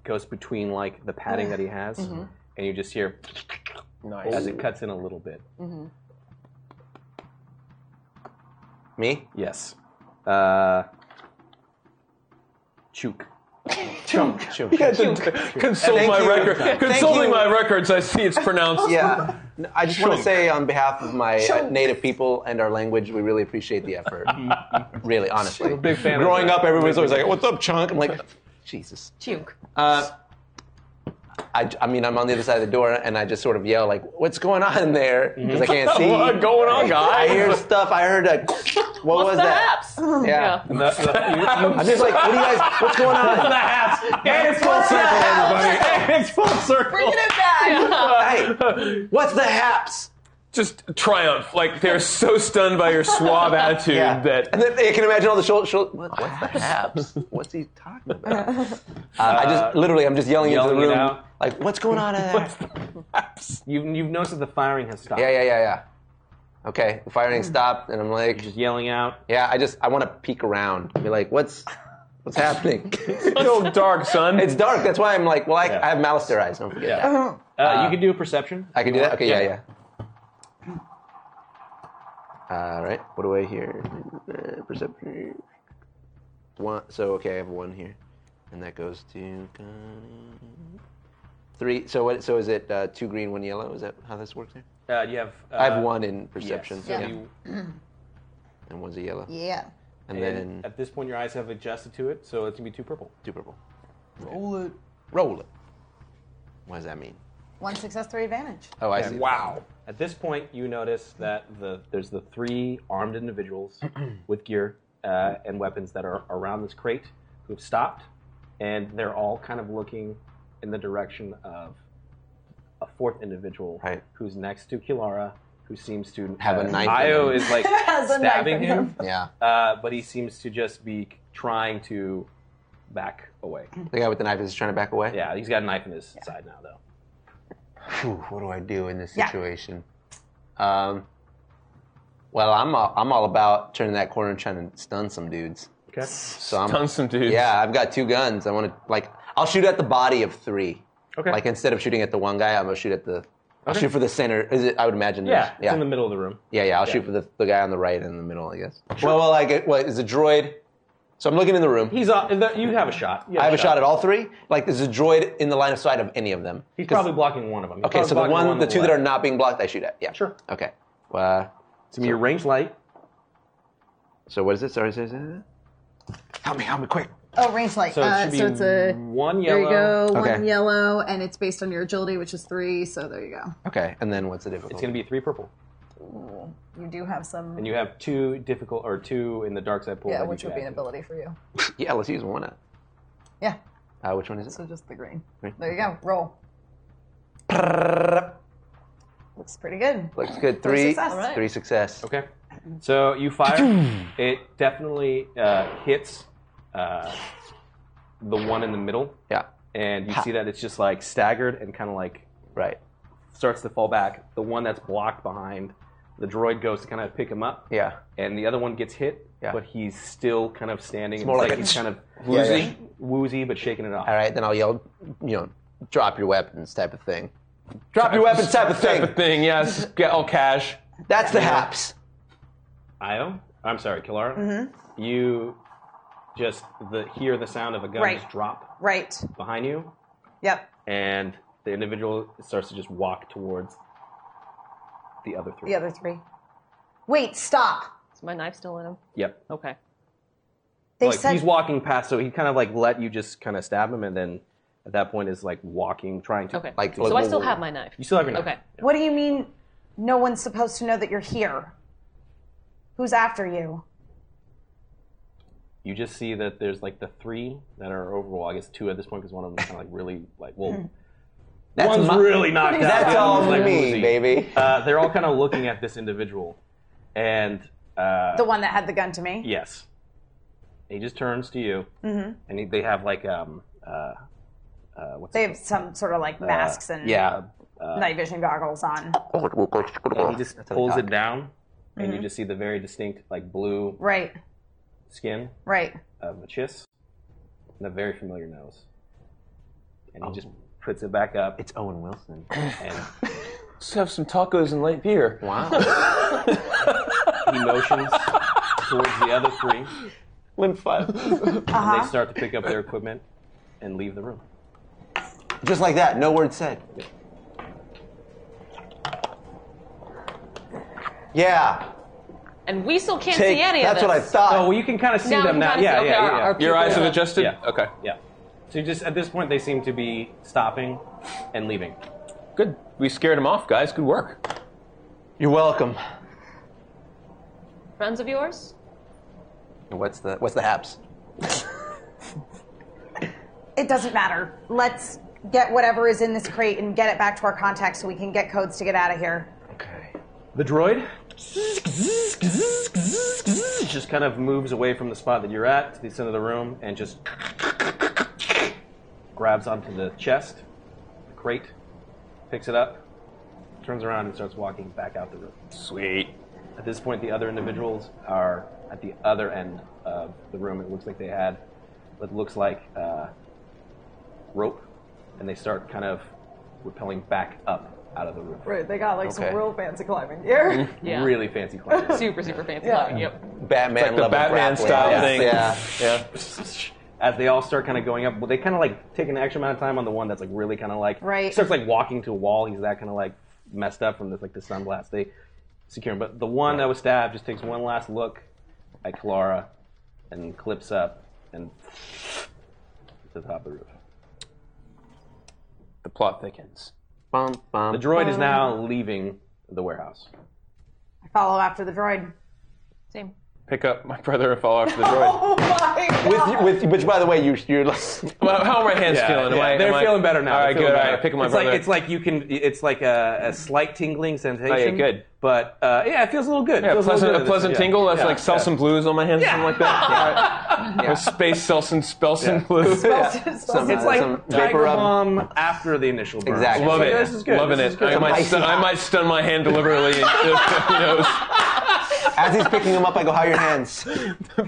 [SPEAKER 2] goes between like the padding that he has,
[SPEAKER 10] Mhm.
[SPEAKER 2] and you just hear
[SPEAKER 5] Nice.
[SPEAKER 2] as it cuts in a little bit.
[SPEAKER 10] Mm-hmm.
[SPEAKER 2] Me? Yes. Uh, Chook. Chunk. Chunk.
[SPEAKER 5] Consult my record. Consulting my records, I see it's pronounced.
[SPEAKER 4] Yeah. I just want to
[SPEAKER 5] Chunk.
[SPEAKER 4] say, on behalf of my uh,
[SPEAKER 5] Chunk.
[SPEAKER 4] native people and our language, we really appreciate the effort. really, honestly.
[SPEAKER 5] We're big fan of
[SPEAKER 4] Growing
[SPEAKER 5] that.
[SPEAKER 4] up, everyone's
[SPEAKER 5] Big
[SPEAKER 4] always like,
[SPEAKER 5] fan.
[SPEAKER 4] "What's up, Chunk?" I'm like, "Jesus."
[SPEAKER 10] Puke.
[SPEAKER 4] Uh, I, I mean, I'm on the other side of the door, and I just sort of yell like, "What's going on there?" Because I can't see.
[SPEAKER 5] What going on,
[SPEAKER 4] I
[SPEAKER 5] guys?
[SPEAKER 4] hear stuff. I heard a. What was that? Yeah. I'm just like, what do you guys? What's going on?
[SPEAKER 5] The
[SPEAKER 4] haps.
[SPEAKER 5] And it's full circle, everybody.
[SPEAKER 4] it's full circle.
[SPEAKER 5] Bringing it back.
[SPEAKER 4] hey, what's the haps?
[SPEAKER 5] Just triumph. Like, they're so stunned by your suave attitude that.
[SPEAKER 4] And then you can imagine all the shoulders. Should, what, what's the haps? What's he talking about? Uh, I just literally, I'm just yelling,
[SPEAKER 2] yelling
[SPEAKER 4] into
[SPEAKER 2] it
[SPEAKER 4] the room,
[SPEAKER 2] out.
[SPEAKER 4] like, what's going on? in there?
[SPEAKER 2] You've, you've noticed that the firing has stopped.
[SPEAKER 4] Yeah, yeah, yeah, yeah. Okay, the firing stopped, and I'm like, just
[SPEAKER 2] yelling out.
[SPEAKER 4] Yeah, I just I want to peek around, and be like, what's what's happening? it's
[SPEAKER 5] still dark, son.
[SPEAKER 4] It's dark. That's why I'm like, well, I, I have Malister eyes. Don't forget
[SPEAKER 2] Yeah.
[SPEAKER 4] that.
[SPEAKER 2] Uh, you can do a perception.
[SPEAKER 4] I can do that. Okay, yeah, yeah. All right, what do I hear? Uh, perception. One. So okay, I have one here, and that goes to three. So what? So is it uh, two green, one yellow? Is that how this works here?
[SPEAKER 2] Uh, you have. Uh,
[SPEAKER 4] I have one in perception.
[SPEAKER 2] yes, so
[SPEAKER 4] yeah.
[SPEAKER 2] you-
[SPEAKER 4] and one's a yellow.
[SPEAKER 3] Yeah.
[SPEAKER 4] And,
[SPEAKER 2] and
[SPEAKER 4] then
[SPEAKER 2] at this point, your eyes have adjusted to it, so it's gonna be two purple.
[SPEAKER 4] Two purple. roll it. Roll it. What does that mean?
[SPEAKER 3] One success, three advantage.
[SPEAKER 4] Oh, I see.
[SPEAKER 2] Wow. At this point, you notice that the there's the three armed individuals with gear uh, and weapons that are around this crate who've stopped, and they're all kind of looking in the direction of a fourth individual who's next to Kilara, who seems to
[SPEAKER 4] Have a knife in
[SPEAKER 2] Io
[SPEAKER 4] him.
[SPEAKER 2] is like
[SPEAKER 4] Has a knife
[SPEAKER 2] stabbing
[SPEAKER 4] in
[SPEAKER 2] him,
[SPEAKER 4] him. Yeah.
[SPEAKER 2] uh, but he seems to just be trying to back away.
[SPEAKER 3] Mm-hmm.
[SPEAKER 4] The guy with the knife is trying to back away.
[SPEAKER 2] Yeah, he's got a knife in his side now, though.
[SPEAKER 4] Phew, what do I do in this
[SPEAKER 2] Yeah.
[SPEAKER 4] situation? Um, well, I'm all, I'm all about turning that corner and trying to stun some dudes.
[SPEAKER 2] Okay.
[SPEAKER 4] So I'm,
[SPEAKER 5] Stun some dudes.
[SPEAKER 4] Yeah, I've got two guns. I want to like I'll shoot at the body of three.
[SPEAKER 2] Okay.
[SPEAKER 4] Like instead of shooting at the one guy, I'm gonna shoot at the. I'll
[SPEAKER 2] Okay.
[SPEAKER 4] shoot for the center. Is it? I would imagine.
[SPEAKER 2] Yeah,
[SPEAKER 4] the,
[SPEAKER 2] it's in the middle of the room.
[SPEAKER 4] Yeah, yeah. I'll
[SPEAKER 2] Yeah.
[SPEAKER 4] shoot for the, the guy on the right and in the middle, I guess. Well, well, I get what is a droid. So I'm looking in the room.
[SPEAKER 2] He's on. You have a shot. You
[SPEAKER 4] I have a shot at all three. Like there's a droid in the line of sight of any of them.
[SPEAKER 2] He's probably blocking one of them. He's
[SPEAKER 4] Okay,
[SPEAKER 2] probably
[SPEAKER 4] so the
[SPEAKER 2] blocking
[SPEAKER 4] one,
[SPEAKER 2] on
[SPEAKER 4] the two that
[SPEAKER 2] left.
[SPEAKER 4] are not being blocked, I shoot at. Yeah. Sure. Okay. Uh,
[SPEAKER 2] so your range light.
[SPEAKER 4] So what is it? Sorry, sorry, sorry. Help me, help me, quick.
[SPEAKER 3] Oh, range light.
[SPEAKER 4] So it
[SPEAKER 3] uh,
[SPEAKER 4] should be
[SPEAKER 3] so it's a
[SPEAKER 4] one
[SPEAKER 3] There you go.
[SPEAKER 4] yellow.
[SPEAKER 3] One
[SPEAKER 4] Okay.
[SPEAKER 3] yellow, and it's based on your agility, which is three. So there you go.
[SPEAKER 4] Okay, and then what's the difficulty?
[SPEAKER 2] It's going to be three purple,
[SPEAKER 3] You do have some.
[SPEAKER 2] and you have two difficult or two in the dark side pool.
[SPEAKER 3] yeah,
[SPEAKER 2] that you
[SPEAKER 3] which
[SPEAKER 2] could
[SPEAKER 3] would be an
[SPEAKER 2] add.
[SPEAKER 3] ability for you.
[SPEAKER 4] yeah, let's use one. Up.
[SPEAKER 3] Yeah.
[SPEAKER 4] Uh, which one is it?
[SPEAKER 3] So just the green.
[SPEAKER 4] Green.
[SPEAKER 3] There you go. Roll. Looks pretty good.
[SPEAKER 4] Looks good.
[SPEAKER 3] Three
[SPEAKER 4] Three,
[SPEAKER 3] success. Alright.
[SPEAKER 4] three success.
[SPEAKER 2] Okay. So you fire. it definitely uh, hits uh, the one in the middle.
[SPEAKER 4] Yeah.
[SPEAKER 2] And you
[SPEAKER 4] Ha.
[SPEAKER 2] see that it's just like staggered and kind of like
[SPEAKER 4] right
[SPEAKER 2] starts to fall back. The one that's blocked behind the droid goes to kind of pick him up.
[SPEAKER 4] Yeah.
[SPEAKER 2] And the other one gets hit but he's still kind of standing.
[SPEAKER 4] It's
[SPEAKER 2] It's
[SPEAKER 4] more
[SPEAKER 2] more
[SPEAKER 4] like
[SPEAKER 2] like,
[SPEAKER 4] a-
[SPEAKER 2] he's kind of
[SPEAKER 4] Yeah, yeah.
[SPEAKER 2] woozy, but shaking it off.
[SPEAKER 4] All right, then I'll yell, you know, drop your weapons type of thing. Drop your weapons type of thing.
[SPEAKER 5] Type of thing, yes. Get all cash.
[SPEAKER 4] That's the
[SPEAKER 2] Yeah.
[SPEAKER 4] haps.
[SPEAKER 2] Io, I'm sorry, Kilara. You just the, hear the sound of a gun
[SPEAKER 8] Right.
[SPEAKER 2] just drop
[SPEAKER 8] Right.
[SPEAKER 2] behind you,
[SPEAKER 8] Yep.
[SPEAKER 2] and the individual starts to just walk towards the other three.
[SPEAKER 9] The other three. Wait, stop.
[SPEAKER 10] Is my knife still in him?
[SPEAKER 2] Yep.
[SPEAKER 10] Okay.
[SPEAKER 9] They
[SPEAKER 2] like
[SPEAKER 9] said-
[SPEAKER 2] he's walking past, so he kind of like let you just kind of stab him, and then at that point is like walking, trying to
[SPEAKER 10] Okay.
[SPEAKER 2] like.
[SPEAKER 10] so I still have my knife.
[SPEAKER 2] You still have your knife.
[SPEAKER 10] Okay.
[SPEAKER 9] What do you mean no one's supposed to know that you're here? Who's after you?
[SPEAKER 2] You just see that there's like the three that are over. Well, I guess two at this point because one of them's kind of like really like well.
[SPEAKER 4] That's
[SPEAKER 2] one's
[SPEAKER 4] my-
[SPEAKER 2] really knocked out.
[SPEAKER 4] That's
[SPEAKER 2] the other
[SPEAKER 4] all
[SPEAKER 2] one's, like,
[SPEAKER 4] me,
[SPEAKER 2] woozy.
[SPEAKER 4] baby.
[SPEAKER 2] Uh, they're all kind of looking at this individual, and uh,
[SPEAKER 9] the one that had the gun to me?
[SPEAKER 2] Yes. He just turns to you,
[SPEAKER 9] Mhm.
[SPEAKER 2] and he, they have like um uh, uh what's
[SPEAKER 9] They
[SPEAKER 2] it
[SPEAKER 9] have some sort of like
[SPEAKER 2] Uh,
[SPEAKER 9] masks and
[SPEAKER 2] yeah, uh,
[SPEAKER 9] night vision goggles on.
[SPEAKER 2] called? And he just
[SPEAKER 4] That's how they
[SPEAKER 2] pulls
[SPEAKER 4] talk.
[SPEAKER 2] it down, and you
[SPEAKER 4] Mm-hmm.
[SPEAKER 9] Mhm.
[SPEAKER 2] just see the very distinct like blue
[SPEAKER 9] Right,
[SPEAKER 2] skin
[SPEAKER 9] right.
[SPEAKER 2] of a chiss, and a very familiar nose. And he just puts it back up.
[SPEAKER 4] Oh. It's Owen Wilson.
[SPEAKER 2] And
[SPEAKER 5] Let's have some tacos and light beer.
[SPEAKER 4] Wow.
[SPEAKER 2] he motions towards the other three,
[SPEAKER 5] Limp five.
[SPEAKER 10] Uh-huh.
[SPEAKER 2] and they start to pick up their equipment and leave the room.
[SPEAKER 4] Just like that, no word said. Yeah.
[SPEAKER 10] And we still can't
[SPEAKER 4] Take-
[SPEAKER 10] see any
[SPEAKER 4] that's
[SPEAKER 10] of
[SPEAKER 4] what I
[SPEAKER 10] this.
[SPEAKER 4] thought.
[SPEAKER 2] Oh, well, you can kind of see
[SPEAKER 10] Uh, Now
[SPEAKER 2] them
[SPEAKER 10] you
[SPEAKER 2] now.
[SPEAKER 10] kinda
[SPEAKER 2] Yeah,
[SPEAKER 10] see-
[SPEAKER 2] yeah,
[SPEAKER 10] okay,
[SPEAKER 2] yeah,
[SPEAKER 10] our- our
[SPEAKER 5] Your eyes
[SPEAKER 10] people-
[SPEAKER 5] have adjusted?
[SPEAKER 2] Yeah.
[SPEAKER 5] Okay.
[SPEAKER 2] Yeah. So you just at this point they seem to be stopping and leaving.
[SPEAKER 5] Good. We scared him off, guys. Good work.
[SPEAKER 4] You're welcome.
[SPEAKER 10] Friends of yours?
[SPEAKER 4] What's the what's the haps?
[SPEAKER 9] It doesn't matter. Let's get whatever is in this crate and get it back to our contacts so we can get codes to get out of here.
[SPEAKER 2] The droid just kind of moves away from the spot that you're at to the center of the room and just grabs onto the chest, the crate, picks it up, turns around and starts walking back out the room.
[SPEAKER 5] Sweet.
[SPEAKER 2] At this point, the other individuals are at the other end of the room. It looks like they had what looks like uh, rope, and they start kind of rappelling back up out of the room.
[SPEAKER 8] Right. They got like
[SPEAKER 2] Okay.
[SPEAKER 8] some real fancy climbing gear.
[SPEAKER 10] Yeah.
[SPEAKER 2] Really fancy climbing.
[SPEAKER 10] Super, super fancy.
[SPEAKER 8] Yeah.
[SPEAKER 10] climbing, Yep.
[SPEAKER 4] Batman
[SPEAKER 5] It's like the
[SPEAKER 4] level
[SPEAKER 5] Batman
[SPEAKER 4] grappling.
[SPEAKER 5] style
[SPEAKER 4] yeah.
[SPEAKER 5] thing.
[SPEAKER 4] Yeah.
[SPEAKER 5] Yeah.
[SPEAKER 2] As they all start kind of going up, well, they kind of like take an extra amount of time on the one that's like really kind of like
[SPEAKER 9] Right.
[SPEAKER 2] starts like walking to a wall. He's that kind of like messed up from the, like the sunblast. They secure him, but the one that was stabbed just takes one last look at Clara and clips up and to the top of the roof.
[SPEAKER 5] The plot thickens.
[SPEAKER 4] Bum, bum.
[SPEAKER 2] The droid is now leaving the warehouse.
[SPEAKER 9] I follow after the droid.
[SPEAKER 10] Same.
[SPEAKER 5] Pick up my brother and follow after the droid.
[SPEAKER 9] Oh my god!
[SPEAKER 4] with, with which by the way you you're like
[SPEAKER 5] Well, How are my hands feeling? Am I-
[SPEAKER 2] they're
[SPEAKER 5] am I-
[SPEAKER 2] feeling better now.
[SPEAKER 5] All
[SPEAKER 2] They're
[SPEAKER 5] right,
[SPEAKER 2] feeling
[SPEAKER 5] good.
[SPEAKER 2] better.
[SPEAKER 5] All right, pick up my
[SPEAKER 2] it's
[SPEAKER 5] brother.
[SPEAKER 2] Like, it's like you can. It's like a, a slight tingling sensation.
[SPEAKER 5] Oh, yeah, good.
[SPEAKER 2] But uh, yeah, it feels a little good. It
[SPEAKER 5] yeah,
[SPEAKER 2] feels
[SPEAKER 5] pleasant,
[SPEAKER 2] a, little
[SPEAKER 5] a
[SPEAKER 2] good.
[SPEAKER 5] pleasant
[SPEAKER 2] Yeah.
[SPEAKER 5] tingle. That's
[SPEAKER 2] Yeah,
[SPEAKER 5] like Selsun
[SPEAKER 2] yeah.
[SPEAKER 5] blues on my hands, something like that.
[SPEAKER 4] Yeah.
[SPEAKER 5] Or space Selsun Spelsun blue.
[SPEAKER 4] some,
[SPEAKER 2] It's like
[SPEAKER 4] some
[SPEAKER 2] Tiger
[SPEAKER 4] vapor rub.
[SPEAKER 2] Balm after the initial burn.
[SPEAKER 4] Exactly.
[SPEAKER 5] Love
[SPEAKER 2] So
[SPEAKER 5] it.
[SPEAKER 2] This is good.
[SPEAKER 5] Loving
[SPEAKER 2] This is
[SPEAKER 5] it.
[SPEAKER 2] good.
[SPEAKER 5] I might,
[SPEAKER 4] Icy
[SPEAKER 5] stun, I
[SPEAKER 4] hot.
[SPEAKER 5] might stun my hand deliberately. and who knows?
[SPEAKER 4] As he's picking them up, I go, "How are your hands?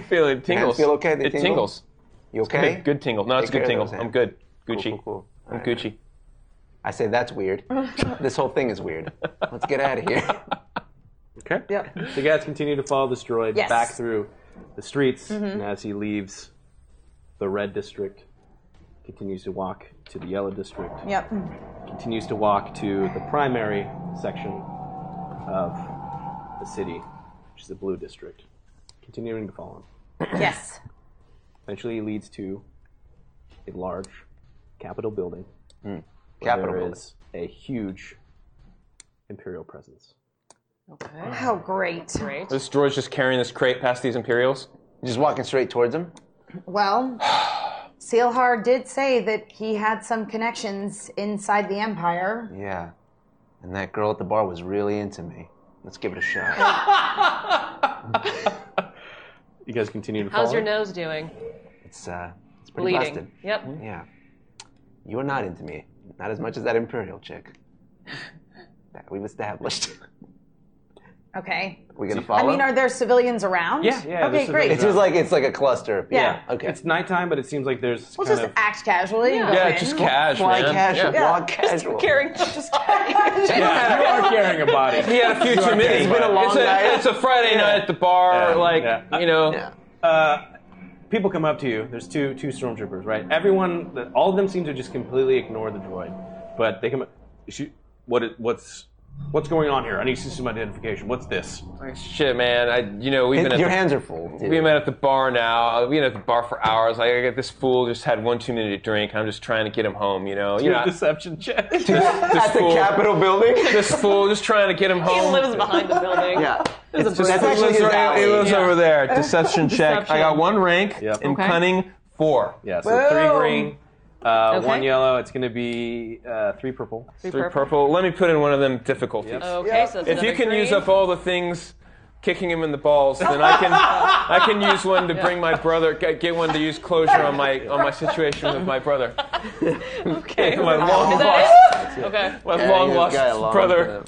[SPEAKER 5] Feeling it tingles.
[SPEAKER 4] feel okay? They
[SPEAKER 5] it
[SPEAKER 4] tingle?
[SPEAKER 5] tingles.
[SPEAKER 4] You okay?"
[SPEAKER 5] Good, good tingle. No, it's
[SPEAKER 4] Take
[SPEAKER 5] good
[SPEAKER 4] care
[SPEAKER 5] tingle.
[SPEAKER 4] of those hands.
[SPEAKER 5] I'm good.
[SPEAKER 4] Cool,
[SPEAKER 5] Gucci.
[SPEAKER 4] cool, cool.
[SPEAKER 5] I'm Gucci.
[SPEAKER 4] I say that's weird. this whole thing is weird. Let's get out of here.
[SPEAKER 2] Okay.
[SPEAKER 8] Yep.
[SPEAKER 2] So you guys continue to follow this droid
[SPEAKER 9] Yes.
[SPEAKER 2] back through the streets, and as he leaves the red district, continues to walk to the yellow district.
[SPEAKER 8] Yep.
[SPEAKER 2] continues to walk to the primary section of the city, which is the blue district, continuing to follow him.
[SPEAKER 9] Yes.
[SPEAKER 2] Eventually, he leads to a large Capitol building. where
[SPEAKER 4] Capitol
[SPEAKER 2] there
[SPEAKER 4] building.
[SPEAKER 2] is a huge imperial presence.
[SPEAKER 10] Okay.
[SPEAKER 9] Oh, great.
[SPEAKER 10] Great.
[SPEAKER 5] This droid's just carrying this crate past these Imperials.
[SPEAKER 4] Just walking straight towards him.
[SPEAKER 9] Well, Sealhar did say that he had some connections inside the Empire.
[SPEAKER 4] Yeah. And that girl at the bar was really into me. Let's give it a shot.
[SPEAKER 2] You guys continue to follow.
[SPEAKER 10] How's your
[SPEAKER 2] him?
[SPEAKER 10] nose doing?
[SPEAKER 4] It's uh, it's pretty
[SPEAKER 10] Bleeding.
[SPEAKER 4] busted.
[SPEAKER 10] Yep.
[SPEAKER 4] Yeah. You are not into me. Not as much as that imperial chick. That we've established.
[SPEAKER 9] Okay.
[SPEAKER 4] We gonna
[SPEAKER 9] I
[SPEAKER 4] follow?
[SPEAKER 9] mean, are there civilians around? Okay, great.
[SPEAKER 4] It's just like it's like a cluster. of people.
[SPEAKER 9] Yeah.
[SPEAKER 4] Okay.
[SPEAKER 2] It's nighttime, but it seems like there's
[SPEAKER 9] we'll
[SPEAKER 2] kind
[SPEAKER 9] just
[SPEAKER 2] of.
[SPEAKER 9] act casually. and
[SPEAKER 2] Yeah,
[SPEAKER 9] go in.
[SPEAKER 2] just cash, Fly man. casual, Yeah. walk casual.
[SPEAKER 9] Carrying, just carrying.
[SPEAKER 5] Yeah.
[SPEAKER 2] You are carrying a body.
[SPEAKER 5] He had a few
[SPEAKER 2] You are
[SPEAKER 5] too many.
[SPEAKER 2] carrying
[SPEAKER 5] It's been a long
[SPEAKER 2] body.
[SPEAKER 5] night. It's a Friday night at the bar, like,
[SPEAKER 2] you
[SPEAKER 5] know.
[SPEAKER 2] Uh, people come up to you. There's two two stormtroopers, right? Everyone, the- all of them seem to just completely ignore the droid, but they come. up- She, what it- what's what's going on here? I need system identification. What's this?
[SPEAKER 5] Shit, man. I, you know, we've
[SPEAKER 2] It-
[SPEAKER 5] been at
[SPEAKER 2] your
[SPEAKER 5] the,
[SPEAKER 2] hands are full, dude.
[SPEAKER 5] We've been at the bar now. We've been at the bar for hours. Like, I got this fool just had one too many to drink. I'm just trying to get him home. You know,
[SPEAKER 2] Do
[SPEAKER 5] you
[SPEAKER 2] a
[SPEAKER 5] know.
[SPEAKER 2] deception check.
[SPEAKER 5] At
[SPEAKER 4] the Capitol building?
[SPEAKER 5] This fool just trying to get him home.
[SPEAKER 10] lives behind the building.
[SPEAKER 5] Yeah.
[SPEAKER 10] There's a
[SPEAKER 5] It's just-
[SPEAKER 10] brick-
[SPEAKER 5] he
[SPEAKER 10] That's
[SPEAKER 5] lives, right-
[SPEAKER 10] actually
[SPEAKER 5] he
[SPEAKER 10] his
[SPEAKER 5] lives
[SPEAKER 10] alley.
[SPEAKER 5] over
[SPEAKER 10] Yeah.
[SPEAKER 5] there. Deception check. I got
[SPEAKER 10] Deception.
[SPEAKER 5] one rank
[SPEAKER 2] Yep.
[SPEAKER 5] and
[SPEAKER 2] Okay.
[SPEAKER 5] cunning four.
[SPEAKER 2] Yeah, so three green, uh,
[SPEAKER 5] Okay.
[SPEAKER 2] one yellow. It's going to be uh, three purple.
[SPEAKER 5] Three purple. Let me put in one of them difficulties.
[SPEAKER 10] Okay, so it's
[SPEAKER 5] if you
[SPEAKER 10] another
[SPEAKER 5] can use
[SPEAKER 10] green.
[SPEAKER 5] up all the things kicking him in the balls, then I can I can use one to bring my brother get get one to use closure on my on my situation with my brother. okay. my long
[SPEAKER 10] Is
[SPEAKER 5] lost
[SPEAKER 10] that it? Okay.
[SPEAKER 5] my long lost brother.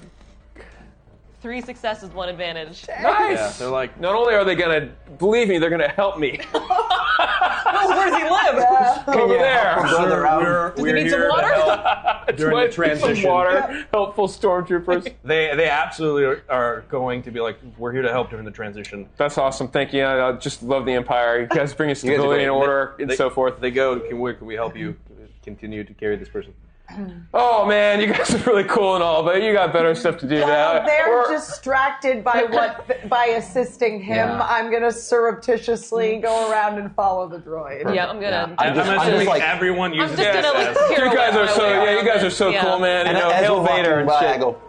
[SPEAKER 10] Three successes, one advantage.
[SPEAKER 5] Nice.
[SPEAKER 2] Yeah, they're like
[SPEAKER 5] not only are they gonna believe me, they're gonna help me.
[SPEAKER 10] Oh, where does he live?
[SPEAKER 5] Over there.
[SPEAKER 2] We're,
[SPEAKER 10] Does he need some water?
[SPEAKER 2] during the transition.
[SPEAKER 5] Water, helpful stormtroopers.
[SPEAKER 2] They they absolutely are, are going to be like, we're here to help during the transition.
[SPEAKER 5] That's awesome. Thank you. I, I just love the Empire. You guys bring us
[SPEAKER 2] You guys are great.
[SPEAKER 5] stability and order
[SPEAKER 2] They-
[SPEAKER 5] and
[SPEAKER 2] they-
[SPEAKER 5] so forth.
[SPEAKER 2] They go. Can we can we help you continue to carry this person?
[SPEAKER 5] Oh man, you guys are really cool and all, but you got better stuff to do
[SPEAKER 9] While
[SPEAKER 5] now.
[SPEAKER 9] they're
[SPEAKER 5] We're-
[SPEAKER 9] distracted by what by assisting him,
[SPEAKER 5] Yeah.
[SPEAKER 9] I'm gonna surreptitiously go around and follow the droid.
[SPEAKER 10] Yeah, I'm gonna.
[SPEAKER 2] I'm, just, I'm assuming everyone uses
[SPEAKER 10] just
[SPEAKER 2] this
[SPEAKER 10] gonna,
[SPEAKER 2] as-
[SPEAKER 10] like,
[SPEAKER 5] you guys are so yeah, you guys are so
[SPEAKER 10] Yeah.
[SPEAKER 5] cool, man.
[SPEAKER 4] And
[SPEAKER 5] you know,
[SPEAKER 4] as
[SPEAKER 5] Hail
[SPEAKER 4] we're walking
[SPEAKER 5] Vader and
[SPEAKER 4] by,
[SPEAKER 5] shit.
[SPEAKER 4] I go,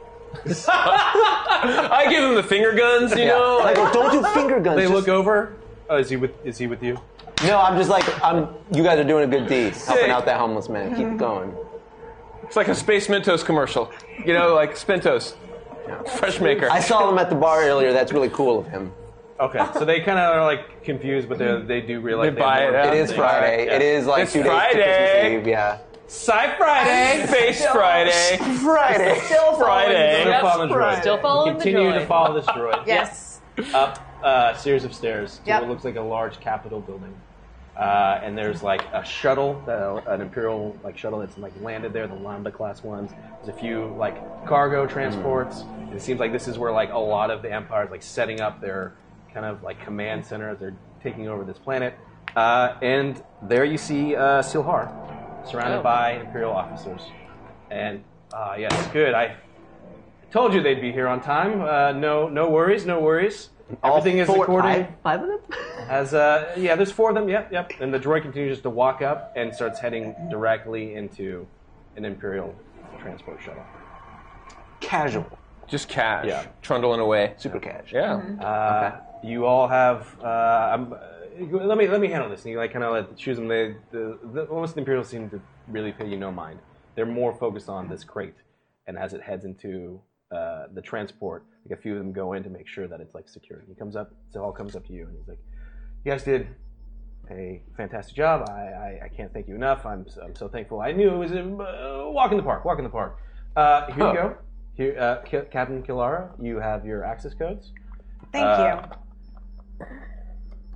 [SPEAKER 5] I give them the finger guns, you
[SPEAKER 4] Yeah.
[SPEAKER 5] know.
[SPEAKER 4] I go, don't do finger guns.
[SPEAKER 2] They
[SPEAKER 4] just-
[SPEAKER 2] look over. Oh, is he with is he with you?
[SPEAKER 4] No, I'm just like I'm. You guys are doing a good deed, helping out that homeless man.
[SPEAKER 9] Mm-hmm.
[SPEAKER 4] Keep going.
[SPEAKER 5] It's like a Space Mentos commercial, you know, like Spentos, Fresh Maker.
[SPEAKER 4] I saw him at the bar earlier. That's really cool of him.
[SPEAKER 2] Okay, so they kind of are like confused, but they they do realize
[SPEAKER 4] They buy
[SPEAKER 2] have
[SPEAKER 4] it,
[SPEAKER 2] more
[SPEAKER 4] yeah. It is
[SPEAKER 2] things.
[SPEAKER 4] Friday.
[SPEAKER 2] Yeah.
[SPEAKER 4] It is, like, It's two days to Christmas Friday. Eve, yeah.
[SPEAKER 2] Sci Friday.
[SPEAKER 5] Space Friday.
[SPEAKER 4] Friday.
[SPEAKER 9] Still
[SPEAKER 2] Friday.
[SPEAKER 5] Still following the droid.
[SPEAKER 2] Friday.
[SPEAKER 5] Still following the
[SPEAKER 2] Continue
[SPEAKER 5] droid.
[SPEAKER 2] to follow this droid.
[SPEAKER 9] Yes.
[SPEAKER 2] Up uh, a series of stairs to
[SPEAKER 9] Yep.
[SPEAKER 2] what looks like a large Capitol building. Uh, and there's like a shuttle, uh, an Imperial like shuttle that's like landed there, the Lambda class ones. There's a few like cargo transports. It seems like this is where like a lot of the Empire is like setting up their kind of like command center as they're taking over this planet. Uh, and there you see uh, Silhar, surrounded
[SPEAKER 12] Oh.
[SPEAKER 2] by Imperial officers. And uh, yes, good. I told you they'd be here on time. Uh, no, no worries, no worries. Everything is
[SPEAKER 12] four-
[SPEAKER 2] according.
[SPEAKER 12] five-
[SPEAKER 2] of them. As uh, yeah, there's four of them. Yep, yep. And the droid continues to walk up and starts heading directly into an Imperial transport shuttle.
[SPEAKER 4] Casual.
[SPEAKER 5] Just cash.
[SPEAKER 2] Yeah.
[SPEAKER 5] Trundling away. Mm-hmm.
[SPEAKER 4] Super cash.
[SPEAKER 5] Yeah.
[SPEAKER 2] Uh, You all have. Uh, I'm, uh, let me let me handle this. And you like kind of like choose them. They, the, the almost the Imperials seem to really pay you no mind. They're more focused on this crate, and as it heads into uh, the transport, like a few of them go in to make sure that it's like secure. He comes up. So all comes up to you, and he's like, "You guys did a fantastic job. I, I, I can't thank you enough. I'm, so- I'm so thankful. I knew it was a uh, walk in the park. Walk in the park. Uh, here
[SPEAKER 12] Huh.
[SPEAKER 2] you go. Here, uh, Ca- Captain Kilara, you have your access codes.
[SPEAKER 9] Thank
[SPEAKER 5] Uh,
[SPEAKER 2] you.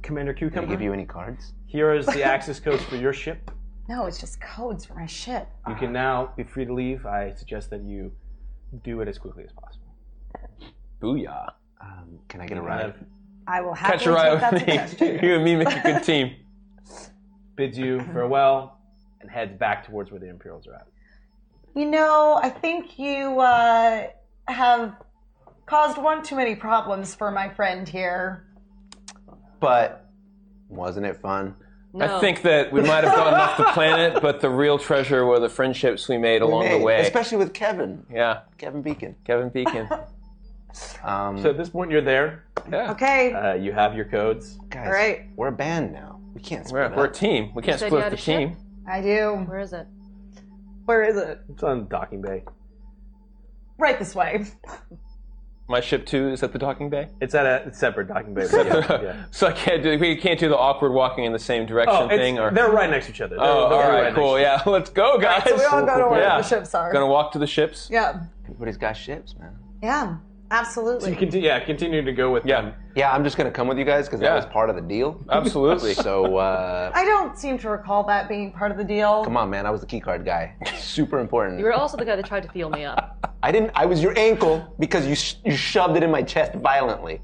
[SPEAKER 2] Commander Cucumber.
[SPEAKER 4] give you any cards?
[SPEAKER 2] Here is the access codes for your ship.
[SPEAKER 9] No, it's just codes for my ship.
[SPEAKER 2] You can now be free to leave. I suggest that you do it as quickly as possible.
[SPEAKER 5] Booyah.
[SPEAKER 4] Um, can I get a
[SPEAKER 2] ride?
[SPEAKER 9] I will happily
[SPEAKER 5] Catch a ride
[SPEAKER 9] take that
[SPEAKER 5] with me.
[SPEAKER 9] suggestion.
[SPEAKER 5] you and me make a good team.
[SPEAKER 2] Bids you farewell and heads back towards where the Imperials are at.
[SPEAKER 9] You know, I think you uh, have caused one too many problems for my friend here.
[SPEAKER 4] But wasn't it fun?
[SPEAKER 5] I think that we might have gotten off the planet, but the real treasure were the friendships we made along the way.
[SPEAKER 4] especially with Kevin.
[SPEAKER 5] yeah.
[SPEAKER 4] Kevin Beacon.
[SPEAKER 5] Kevin Beacon.
[SPEAKER 4] Um,
[SPEAKER 2] So at this point, you're there.
[SPEAKER 5] Yeah.
[SPEAKER 9] Okay.
[SPEAKER 2] Uh, you have your codes.
[SPEAKER 4] Guys,
[SPEAKER 9] All right.
[SPEAKER 4] We're a band now. We can't
[SPEAKER 5] We're,
[SPEAKER 4] split
[SPEAKER 5] we're a
[SPEAKER 4] up.
[SPEAKER 5] team. We can't
[SPEAKER 9] You said
[SPEAKER 5] split
[SPEAKER 9] you
[SPEAKER 5] up
[SPEAKER 9] had
[SPEAKER 5] the
[SPEAKER 9] a ship?
[SPEAKER 5] team.
[SPEAKER 9] I do.
[SPEAKER 10] Where is it?
[SPEAKER 9] Where is it?
[SPEAKER 2] It's on docking bay.
[SPEAKER 9] Right this way.
[SPEAKER 5] My ship too is at the docking bay.
[SPEAKER 2] It's at a separate docking bay.
[SPEAKER 5] So, so I can't do. We can't do the awkward walking in the same direction
[SPEAKER 2] Oh, it's-
[SPEAKER 5] thing. Or
[SPEAKER 2] they're right next to each other. They're-
[SPEAKER 5] oh,
[SPEAKER 2] they're
[SPEAKER 5] all
[SPEAKER 2] right
[SPEAKER 5] right,
[SPEAKER 2] next
[SPEAKER 5] cool.
[SPEAKER 2] to
[SPEAKER 5] Yeah, let's go, guys.
[SPEAKER 9] so we all go to where
[SPEAKER 5] Yeah.
[SPEAKER 9] the ships are.
[SPEAKER 5] Gonna walk to the ships.
[SPEAKER 9] Yeah.
[SPEAKER 4] Everybody's got ships, man.
[SPEAKER 9] Yeah. Absolutely.
[SPEAKER 2] continue, yeah, continue to go with
[SPEAKER 5] yeah.
[SPEAKER 4] Yeah, I'm just going to come with you guys because that was part of the deal.
[SPEAKER 5] Absolutely.
[SPEAKER 4] so, uh,
[SPEAKER 9] I don't seem to recall that being part of the deal.
[SPEAKER 4] come on, man. I was the key card guy. Super important.
[SPEAKER 10] You were also the guy that tried to feel me up.
[SPEAKER 4] I didn't. I was your ankle because you sh- you shoved it in my chest violently,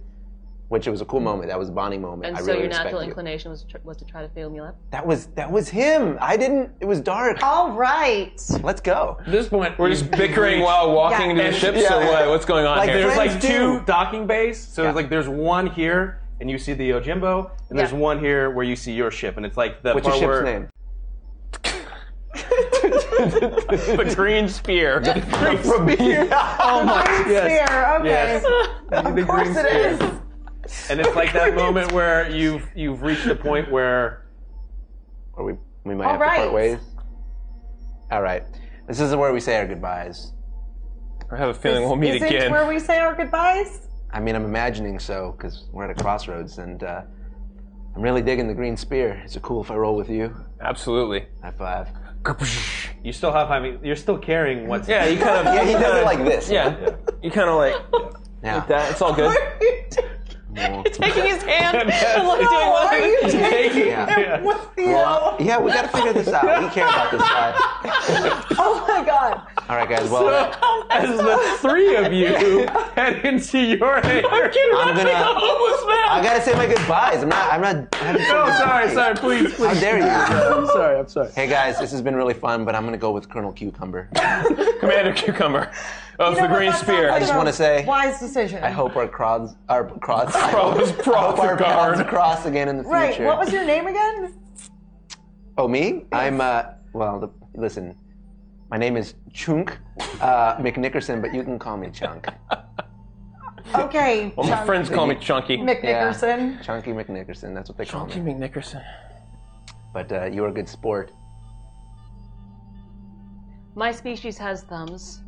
[SPEAKER 4] which it was a cool moment. That was a bonding moment.
[SPEAKER 10] And
[SPEAKER 4] I
[SPEAKER 10] so
[SPEAKER 4] really
[SPEAKER 10] your
[SPEAKER 4] respect
[SPEAKER 10] natural
[SPEAKER 4] you.
[SPEAKER 10] inclination was, tr- was to try to feel me up.
[SPEAKER 4] That was that was him. I didn't. It was dark.
[SPEAKER 9] All right.
[SPEAKER 4] Let's go.
[SPEAKER 2] At this point,
[SPEAKER 5] We're just bickering while walking
[SPEAKER 9] Yeah.
[SPEAKER 5] into the
[SPEAKER 2] And-
[SPEAKER 5] ships,
[SPEAKER 2] yeah,
[SPEAKER 5] or
[SPEAKER 2] yeah.
[SPEAKER 5] what? What's going on
[SPEAKER 2] like
[SPEAKER 5] here?
[SPEAKER 2] there's like two docking bays, so it's like there's one here, and you see the Yojimbo, and there's one here where you see your ship, and it's like the
[SPEAKER 4] What's your
[SPEAKER 2] part where
[SPEAKER 4] ship's name?
[SPEAKER 5] the green spear.
[SPEAKER 2] oh my
[SPEAKER 9] Green sphere,
[SPEAKER 5] uh,
[SPEAKER 9] okay.
[SPEAKER 2] Of
[SPEAKER 9] course it is.
[SPEAKER 2] And it's like that moment where you've you've reached a point where
[SPEAKER 4] Or we we might
[SPEAKER 9] All
[SPEAKER 4] have to
[SPEAKER 9] right.
[SPEAKER 4] part ways. All right. This is where we say our goodbyes.
[SPEAKER 5] I have a feeling we'll meet
[SPEAKER 9] Is it
[SPEAKER 5] again.
[SPEAKER 9] where we say our goodbyes?
[SPEAKER 4] I mean, I'm imagining so because we're at a crossroads, and uh, I'm really digging the green spear. Is it cool if I roll with you?
[SPEAKER 5] Absolutely.
[SPEAKER 4] High five.
[SPEAKER 2] you still have I mean, you're still carrying what's
[SPEAKER 5] Yeah, you kind of.
[SPEAKER 4] Yeah, he
[SPEAKER 5] you
[SPEAKER 4] does
[SPEAKER 5] kinda-
[SPEAKER 4] it like this.
[SPEAKER 5] Yeah, you kind of like,
[SPEAKER 4] Yeah.
[SPEAKER 5] like that. It's all good.
[SPEAKER 10] Taking his hand.
[SPEAKER 9] What are you taking?
[SPEAKER 4] Yeah.
[SPEAKER 9] And What the
[SPEAKER 4] Well,
[SPEAKER 9] hell?
[SPEAKER 4] yeah, we gotta figure this out. We care about this guy.
[SPEAKER 9] Oh my god.
[SPEAKER 4] All right, guys. Well,
[SPEAKER 2] as the three of you head into your hangar.
[SPEAKER 4] I'm gonna. I gotta say my goodbyes. I'm not. I'm not. I haven't said
[SPEAKER 2] No, sorry,
[SPEAKER 4] goodbye.
[SPEAKER 2] sorry, please, please.
[SPEAKER 4] How dare you?
[SPEAKER 2] I'm sorry, I'm sorry.
[SPEAKER 4] Hey guys, this has been really fun, but I'm gonna go with Colonel Cucumber.
[SPEAKER 5] Commander Cucumber of
[SPEAKER 9] You know
[SPEAKER 5] the
[SPEAKER 9] what,
[SPEAKER 5] Green
[SPEAKER 9] that
[SPEAKER 5] Spear.
[SPEAKER 9] sounds
[SPEAKER 4] I just
[SPEAKER 9] like
[SPEAKER 4] wanna
[SPEAKER 9] a
[SPEAKER 4] say-
[SPEAKER 9] Wise decision.
[SPEAKER 4] I hope our cross, our cross,
[SPEAKER 5] Cross- cross
[SPEAKER 4] our
[SPEAKER 5] are
[SPEAKER 4] paths
[SPEAKER 5] guard.
[SPEAKER 4] cross again in the
[SPEAKER 9] Right,
[SPEAKER 4] future.
[SPEAKER 9] what was your name again?
[SPEAKER 4] Oh me? I'm uh. Well, the, listen. My name is Chunk uh, McNickerson, but you can call me Chunk.
[SPEAKER 9] Okay.
[SPEAKER 4] Oh,
[SPEAKER 5] Well, my
[SPEAKER 9] Chunk-
[SPEAKER 5] friends call me Chunky.
[SPEAKER 9] McNickerson.
[SPEAKER 4] Chunky McNickerson. That's what they call
[SPEAKER 5] Chunky
[SPEAKER 4] me.
[SPEAKER 5] McNickerson.
[SPEAKER 4] But uh, you were a good sport.
[SPEAKER 10] My species has thumbs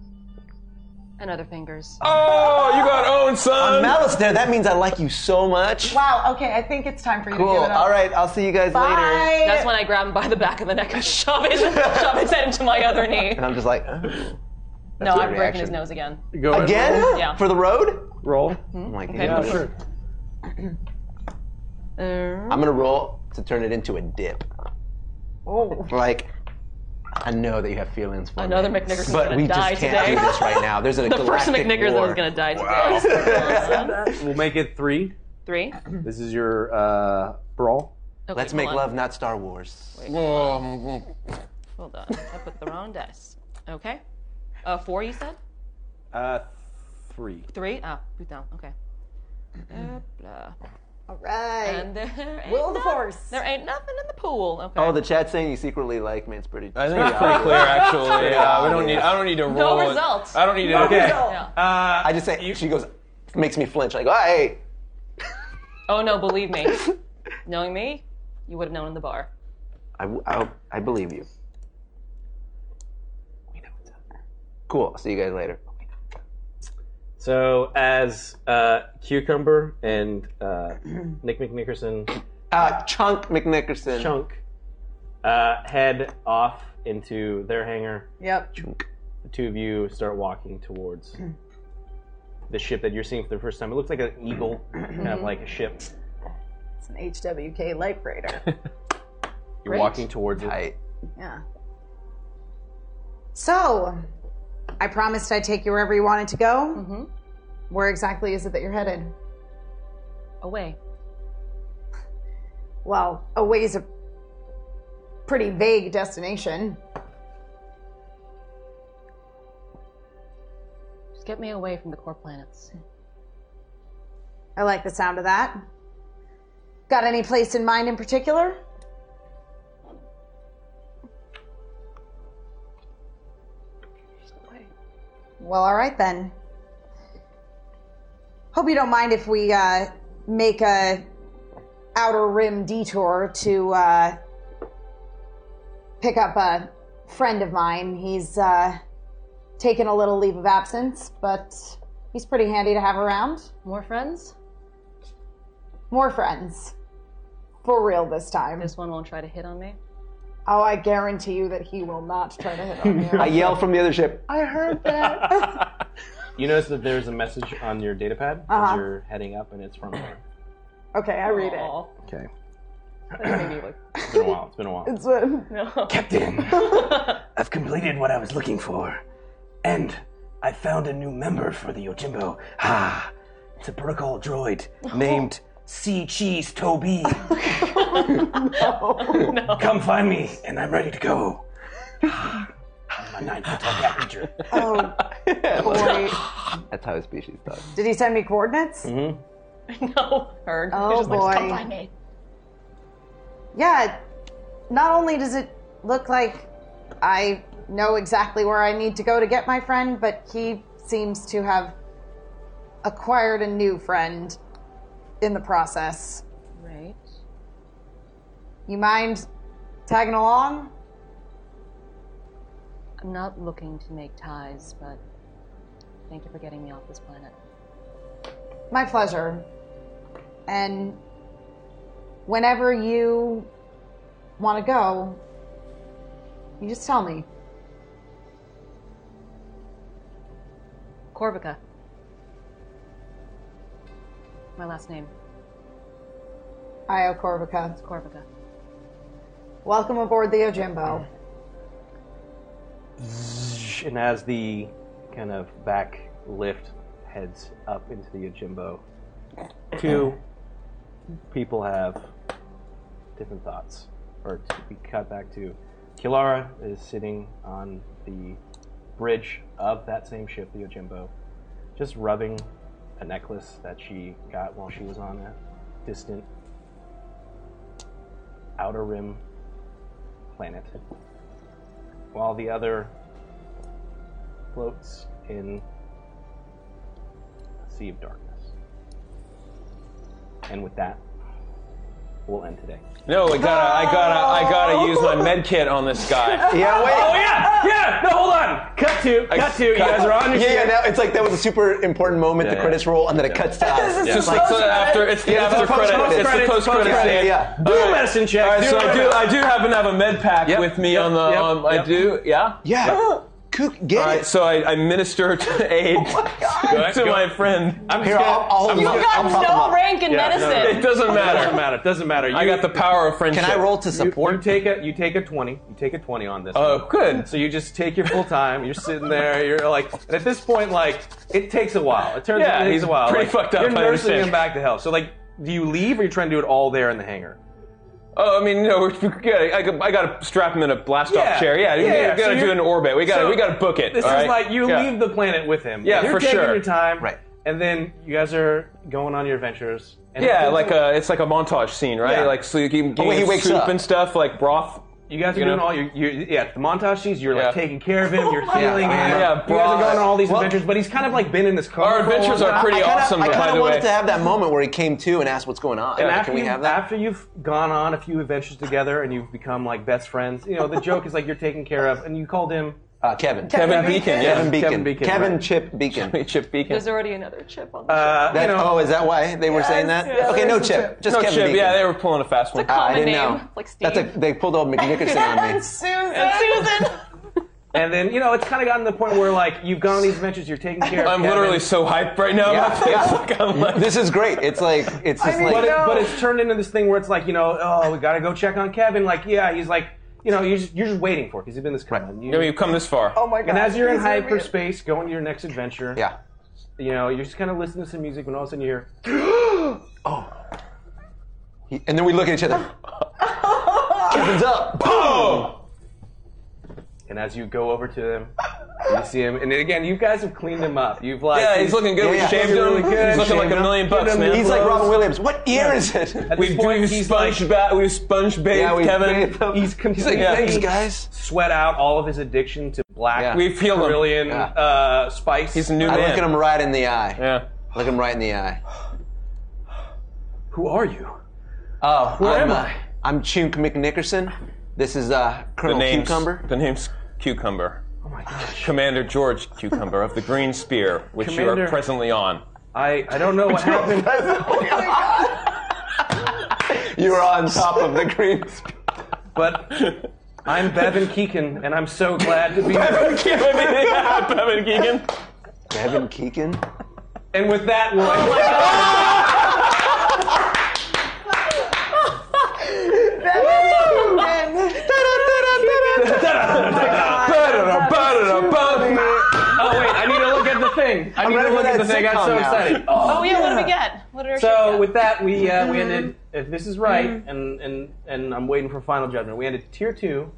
[SPEAKER 10] and other fingers.
[SPEAKER 5] Oh, you got owned,
[SPEAKER 4] On
[SPEAKER 9] Um,
[SPEAKER 5] son.
[SPEAKER 4] Malice there, that means I like you so much.
[SPEAKER 9] Wow, okay, I think it's time for you
[SPEAKER 4] Cool.
[SPEAKER 9] to give it up.
[SPEAKER 4] All right, I'll see you guys later.
[SPEAKER 9] Bye.
[SPEAKER 10] That's when I grab him by the back of the neck and shove his, shove his head into my other knee.
[SPEAKER 4] And I'm just like, oh.
[SPEAKER 10] No,
[SPEAKER 4] your
[SPEAKER 10] I'm breaking his
[SPEAKER 4] reaction.
[SPEAKER 10] nose again.
[SPEAKER 2] Go ahead,
[SPEAKER 4] again
[SPEAKER 10] Yeah.
[SPEAKER 4] for the road? Oh
[SPEAKER 2] Roll.
[SPEAKER 4] I'm like,
[SPEAKER 10] Okay.
[SPEAKER 4] "Dude,
[SPEAKER 10] Yeah,
[SPEAKER 2] sure.
[SPEAKER 10] Uh,
[SPEAKER 4] I'm gonna roll to turn it into a dip.
[SPEAKER 9] Oh.
[SPEAKER 4] Like, I know that you have feelings for
[SPEAKER 10] Another
[SPEAKER 4] me,
[SPEAKER 10] McNickerson's
[SPEAKER 4] but
[SPEAKER 10] gonna
[SPEAKER 4] we just
[SPEAKER 10] die
[SPEAKER 4] can't
[SPEAKER 10] today.
[SPEAKER 4] do this right now. There's a
[SPEAKER 10] the first
[SPEAKER 4] galactic
[SPEAKER 10] McNickerson
[SPEAKER 4] war.
[SPEAKER 10] is going to die today.
[SPEAKER 2] We'll make it three.
[SPEAKER 10] Three.
[SPEAKER 2] This is your uh, brawl.
[SPEAKER 10] Okay,
[SPEAKER 4] Let's
[SPEAKER 10] hold
[SPEAKER 4] make
[SPEAKER 10] on.
[SPEAKER 4] love, not Star Wars.
[SPEAKER 10] Hold on. I put the wrong dice. Okay. Uh, four, you said?
[SPEAKER 2] Uh, three.
[SPEAKER 10] Three? Ah, put down. Okay. Uh, blah.
[SPEAKER 9] All right.
[SPEAKER 10] And there ain't
[SPEAKER 9] Will the
[SPEAKER 10] no-
[SPEAKER 9] force.
[SPEAKER 10] There ain't nothing in the pool. Okay.
[SPEAKER 4] Oh, the chat's saying you secretly like me. It's pretty.
[SPEAKER 5] I think it's pretty clear, actually. Yeah, we don't need. I don't need to roll. it.
[SPEAKER 10] results.
[SPEAKER 5] I don't need to.
[SPEAKER 9] No
[SPEAKER 5] okay.
[SPEAKER 9] result.
[SPEAKER 10] Yeah.
[SPEAKER 4] I just say she goes, makes me flinch. Like, oh, hey,
[SPEAKER 10] Oh no, believe me. Knowing me, you would have known in the bar.
[SPEAKER 4] I, I, I believe you. We know what's up. Cool. See you guys later.
[SPEAKER 2] So as uh, Cucumber and uh, Nick McNickerson
[SPEAKER 4] Uh, Chunk McNickerson.
[SPEAKER 2] Chunk uh, head off into their hangar,
[SPEAKER 9] Yep.
[SPEAKER 2] the two of you start walking towards the ship that you're seeing for the first time. It looks like an eagle, kind of like a ship.
[SPEAKER 9] It's an HWK Light Raider.
[SPEAKER 2] You're walking towards it.
[SPEAKER 4] Tight.
[SPEAKER 9] yeah. So, I promised I'd take you wherever you wanted to go. Mm-hmm. Where exactly is it that you're headed?
[SPEAKER 10] Away.
[SPEAKER 9] Well, away is a pretty vague destination.
[SPEAKER 10] Just get me away from the core planets.
[SPEAKER 9] I like the sound of that. Got any place in mind in particular? Well, all right then. Hope you don't mind if we uh, make a outer rim detour to uh, pick up a friend of mine. He's uh, taken a little leave of absence, but he's pretty handy to have around.
[SPEAKER 10] More friends?
[SPEAKER 9] More friends. For real this time.
[SPEAKER 10] This one won't try to hit on me.
[SPEAKER 9] Oh, I guarantee you that he will not try to hit on you.
[SPEAKER 4] I yell from the other ship.
[SPEAKER 9] I heard that.
[SPEAKER 2] You notice that there's a message on your data pad as
[SPEAKER 8] Uh-huh.
[SPEAKER 2] you're heading up, and it's from her.
[SPEAKER 8] Okay, I read it.
[SPEAKER 2] Okay.
[SPEAKER 8] Maybe like-
[SPEAKER 2] It's been a while. It's been a while.
[SPEAKER 8] It's what? No.
[SPEAKER 14] Captain, I've completed what I was looking for, and I found a new member for the Yojimbo. Ha! It's a Burkal droid named Sea Cheese Toby. Come find me, and I'm ready to go. I'm a nine-foot tall cat creature.
[SPEAKER 9] Oh, boy.
[SPEAKER 4] That's how his species does.
[SPEAKER 9] Did he send me coordinates?
[SPEAKER 4] Mm-hmm.
[SPEAKER 9] No, heard. Oh,
[SPEAKER 10] They're just
[SPEAKER 9] boy.
[SPEAKER 10] like, "Come find me."
[SPEAKER 9] Yeah, not only does it look like I know exactly where I need to go to get my friend, but he seems to have acquired a new friend in the process.
[SPEAKER 10] Right.
[SPEAKER 9] You mind tagging along?
[SPEAKER 10] I'm not looking to make ties, but thank you for getting me off this planet.
[SPEAKER 9] My pleasure. And whenever you want to go, you just tell me.
[SPEAKER 10] Corvica. My last name.
[SPEAKER 9] Io Corvica.
[SPEAKER 10] Corvica.
[SPEAKER 9] Welcome aboard the Ojimbo.
[SPEAKER 2] And as the kind of back lift heads up into the Yojimbo, two people have different thoughts. Or to be cut back to Kilara is sitting on the bridge of that same ship, the Yojimbo, just rubbing a necklace that she got while she was on a distant outer rim planet. While the other floats in a sea of darkness. And with that, we'll end today.
[SPEAKER 5] No, I gotta, I gotta, I gotta use my med kit on this guy.
[SPEAKER 2] Yeah, wait. Oh, yeah, yeah. No, hold on. Cut to,
[SPEAKER 5] I-
[SPEAKER 2] cut to. You guys are on your
[SPEAKER 4] Yeah, yeah.
[SPEAKER 2] ship.
[SPEAKER 4] Now it's like that was a super important moment.
[SPEAKER 5] Yeah,
[SPEAKER 4] the
[SPEAKER 5] yeah.
[SPEAKER 4] credits roll, and then it cuts to us.
[SPEAKER 5] It's just like the after, it's the
[SPEAKER 4] Yeah,
[SPEAKER 5] after
[SPEAKER 4] post-
[SPEAKER 5] credit, it's the
[SPEAKER 4] post-credit,
[SPEAKER 5] post credit
[SPEAKER 4] post-credit,
[SPEAKER 5] scene.
[SPEAKER 4] Yeah.
[SPEAKER 5] All right.
[SPEAKER 2] medicine check,
[SPEAKER 5] All right,
[SPEAKER 2] do
[SPEAKER 5] so I do,
[SPEAKER 2] medicine.
[SPEAKER 5] I do happen to have a med pack with me on the, on, I do, yeah,
[SPEAKER 4] yeah. Cook, get
[SPEAKER 5] All right, so I, I minister to aid to
[SPEAKER 2] Go.
[SPEAKER 5] my friend.
[SPEAKER 2] Oh I'm just Here, gonna- I'll- I'll- I'm
[SPEAKER 10] You
[SPEAKER 2] just
[SPEAKER 10] got no rank in medicine.
[SPEAKER 5] It doesn't matter.
[SPEAKER 2] It doesn't matter. It doesn't matter.
[SPEAKER 5] I got the power of friendship. Can I roll to
[SPEAKER 2] support? You, take a you take a twenty. You take a twenty on this.
[SPEAKER 5] Oh,
[SPEAKER 2] one.
[SPEAKER 5] good.
[SPEAKER 2] So you just take your full time. You're sitting there. You're like, and at this point, like, it takes a while. It turns
[SPEAKER 5] Yeah,
[SPEAKER 2] out it takes
[SPEAKER 5] he's
[SPEAKER 2] a while.
[SPEAKER 5] pretty
[SPEAKER 2] Like,
[SPEAKER 5] fucked up,
[SPEAKER 2] You're
[SPEAKER 5] I
[SPEAKER 2] nursing
[SPEAKER 5] understand.
[SPEAKER 2] him back to health. So like, do you leave or you trying to do it all there in the hangar?
[SPEAKER 5] Oh, I mean, no, we're, we gotta- I, got- I gotta strap him in a blast off
[SPEAKER 2] Yeah.
[SPEAKER 5] chair. Yeah, we
[SPEAKER 2] Yeah, yeah.
[SPEAKER 5] gotta- we
[SPEAKER 2] So
[SPEAKER 5] gotta do
[SPEAKER 2] you're-
[SPEAKER 5] an orbit. We gotta,
[SPEAKER 2] so
[SPEAKER 5] we gotta book it.
[SPEAKER 2] This
[SPEAKER 5] all
[SPEAKER 2] is
[SPEAKER 5] right?
[SPEAKER 2] like you
[SPEAKER 5] Yeah.
[SPEAKER 2] leave the planet with him.
[SPEAKER 5] Yeah,
[SPEAKER 2] you're
[SPEAKER 5] for
[SPEAKER 2] taking
[SPEAKER 5] sure.
[SPEAKER 2] Your time, right? And then you guys are going on your adventures. And
[SPEAKER 5] yeah,
[SPEAKER 2] it's-
[SPEAKER 5] like a, it's like a montage scene, right?
[SPEAKER 2] Yeah.
[SPEAKER 5] Like so you can
[SPEAKER 2] Oh, wait, he
[SPEAKER 5] gain
[SPEAKER 2] wakes
[SPEAKER 5] soup
[SPEAKER 2] up.
[SPEAKER 5] and stuff, like broth.
[SPEAKER 2] You guys are
[SPEAKER 5] You
[SPEAKER 2] doing
[SPEAKER 5] know?
[SPEAKER 2] all your, your yeah the montage scenes. You're like
[SPEAKER 5] Yeah. Oh
[SPEAKER 2] taking care of him. You're
[SPEAKER 5] my
[SPEAKER 2] healing him.
[SPEAKER 5] God. Yeah,
[SPEAKER 2] you guys are
[SPEAKER 5] bro.
[SPEAKER 2] going on all these
[SPEAKER 5] Well-
[SPEAKER 2] adventures, but he's kind of like been in this car.
[SPEAKER 5] Our
[SPEAKER 2] for a
[SPEAKER 5] adventures
[SPEAKER 2] long
[SPEAKER 5] are
[SPEAKER 2] time.
[SPEAKER 5] pretty
[SPEAKER 4] I kinda,
[SPEAKER 5] awesome,
[SPEAKER 4] I
[SPEAKER 5] by
[SPEAKER 4] kinda
[SPEAKER 5] the
[SPEAKER 4] wanted
[SPEAKER 5] way.
[SPEAKER 4] to have that moment where he came to and asked what's going on.
[SPEAKER 2] And after
[SPEAKER 4] Can we
[SPEAKER 2] you
[SPEAKER 4] have that?
[SPEAKER 2] after you've gone on a few adventures together and you've become like best friends, you know the joke is like you're taken care of, and you called him
[SPEAKER 4] uh, Kevin.
[SPEAKER 5] Kevin Kevin Beacon, Beacon. yeah.
[SPEAKER 4] Kevin Beacon.
[SPEAKER 5] Kevin Beacon,
[SPEAKER 4] Kevin
[SPEAKER 5] right.
[SPEAKER 4] Chip Beacon.
[SPEAKER 5] Chip Beacon.
[SPEAKER 10] There's already another chip on the
[SPEAKER 2] Uh,
[SPEAKER 4] That- oh, is that why they were saying that? okay, no chip, just
[SPEAKER 5] no
[SPEAKER 4] Kevin
[SPEAKER 5] chip.
[SPEAKER 4] Beacon.
[SPEAKER 5] Oh, Yeah, they were pulling a fast one.
[SPEAKER 4] Ah, I didn't know.
[SPEAKER 10] Like
[SPEAKER 4] That's a, they pulled old McNickerson on me.
[SPEAKER 9] Susan.
[SPEAKER 2] and then you know it's kind of gotten to the point where like you've gone on these adventures, you're taking care. of
[SPEAKER 5] I'm
[SPEAKER 2] Ah, Kevin.
[SPEAKER 5] literally so hyped right now.
[SPEAKER 2] Yeah.
[SPEAKER 5] It's like I'm like-
[SPEAKER 4] This is great. It's like it's just like
[SPEAKER 2] but, it- but it's turned into this thing where it's like you know oh we gotta go check on Kevin like yeah he's like you know you're just, you're just waiting for it because you've been this kind
[SPEAKER 5] You know, you've come this far.
[SPEAKER 2] And as you're in hyperspace, going to your next adventure. Yeah. You know, you're just kind of listening to some music when all of a sudden you hear.
[SPEAKER 4] He- and then we look at each other. Kevin's up. Boom.
[SPEAKER 2] And as you go over to them, you see him. And again, you guys have cleaned him up. You've like.
[SPEAKER 5] Yeah, he's looking good. We shaved him. He's looking like a million bucks, man. He's like Robin
[SPEAKER 4] Williams. What year is it?
[SPEAKER 5] We we sponge ba- we sponge bathed
[SPEAKER 2] Yeah, we
[SPEAKER 5] Kevin.
[SPEAKER 2] bathed him. He's completely
[SPEAKER 5] like, "Thanks,
[SPEAKER 4] guys.
[SPEAKER 2] Sweat out all of his addiction to black.
[SPEAKER 4] Yeah. We've healed him.
[SPEAKER 2] Carillion,
[SPEAKER 4] Yeah.
[SPEAKER 2] uh, spice. He's a
[SPEAKER 4] I look at him right in the eye.
[SPEAKER 5] Yeah.
[SPEAKER 4] Look him right in the eye.
[SPEAKER 2] Who are you?
[SPEAKER 4] Oh,
[SPEAKER 2] Who
[SPEAKER 4] I'm,
[SPEAKER 2] am
[SPEAKER 4] uh,
[SPEAKER 2] I?
[SPEAKER 4] I'm Chunk McNickerson. This is uh,
[SPEAKER 5] The
[SPEAKER 4] Colonel
[SPEAKER 5] name's,
[SPEAKER 4] Cucumber.
[SPEAKER 5] The name's Cucumber. Oh my gosh. Commander George Cucumber of the Green Spear, which you
[SPEAKER 2] Commander-
[SPEAKER 5] are presently on.
[SPEAKER 2] I, I don't know what happened.
[SPEAKER 4] You're on top of the green.
[SPEAKER 2] But I'm Bevan Keegan, and I'm so glad to be
[SPEAKER 5] Bevan Keegan. Bevan Keegan.
[SPEAKER 4] Kevin Keegan?
[SPEAKER 2] And with that one. Oh wait, I need to look at the thing. I
[SPEAKER 14] I'm
[SPEAKER 2] need
[SPEAKER 14] ready
[SPEAKER 2] to
[SPEAKER 14] for
[SPEAKER 2] look at the
[SPEAKER 14] that
[SPEAKER 2] thing. I got
[SPEAKER 14] sitcom
[SPEAKER 2] so
[SPEAKER 14] now.
[SPEAKER 2] excited.
[SPEAKER 10] Oh, yeah, what did we get? What did our
[SPEAKER 2] So
[SPEAKER 10] ship
[SPEAKER 2] with that, we uh,
[SPEAKER 8] Mm-hmm.
[SPEAKER 2] we
[SPEAKER 10] Mhm.
[SPEAKER 2] ended. If this is right, and and and I'm waiting for final judgment. We ended tier two,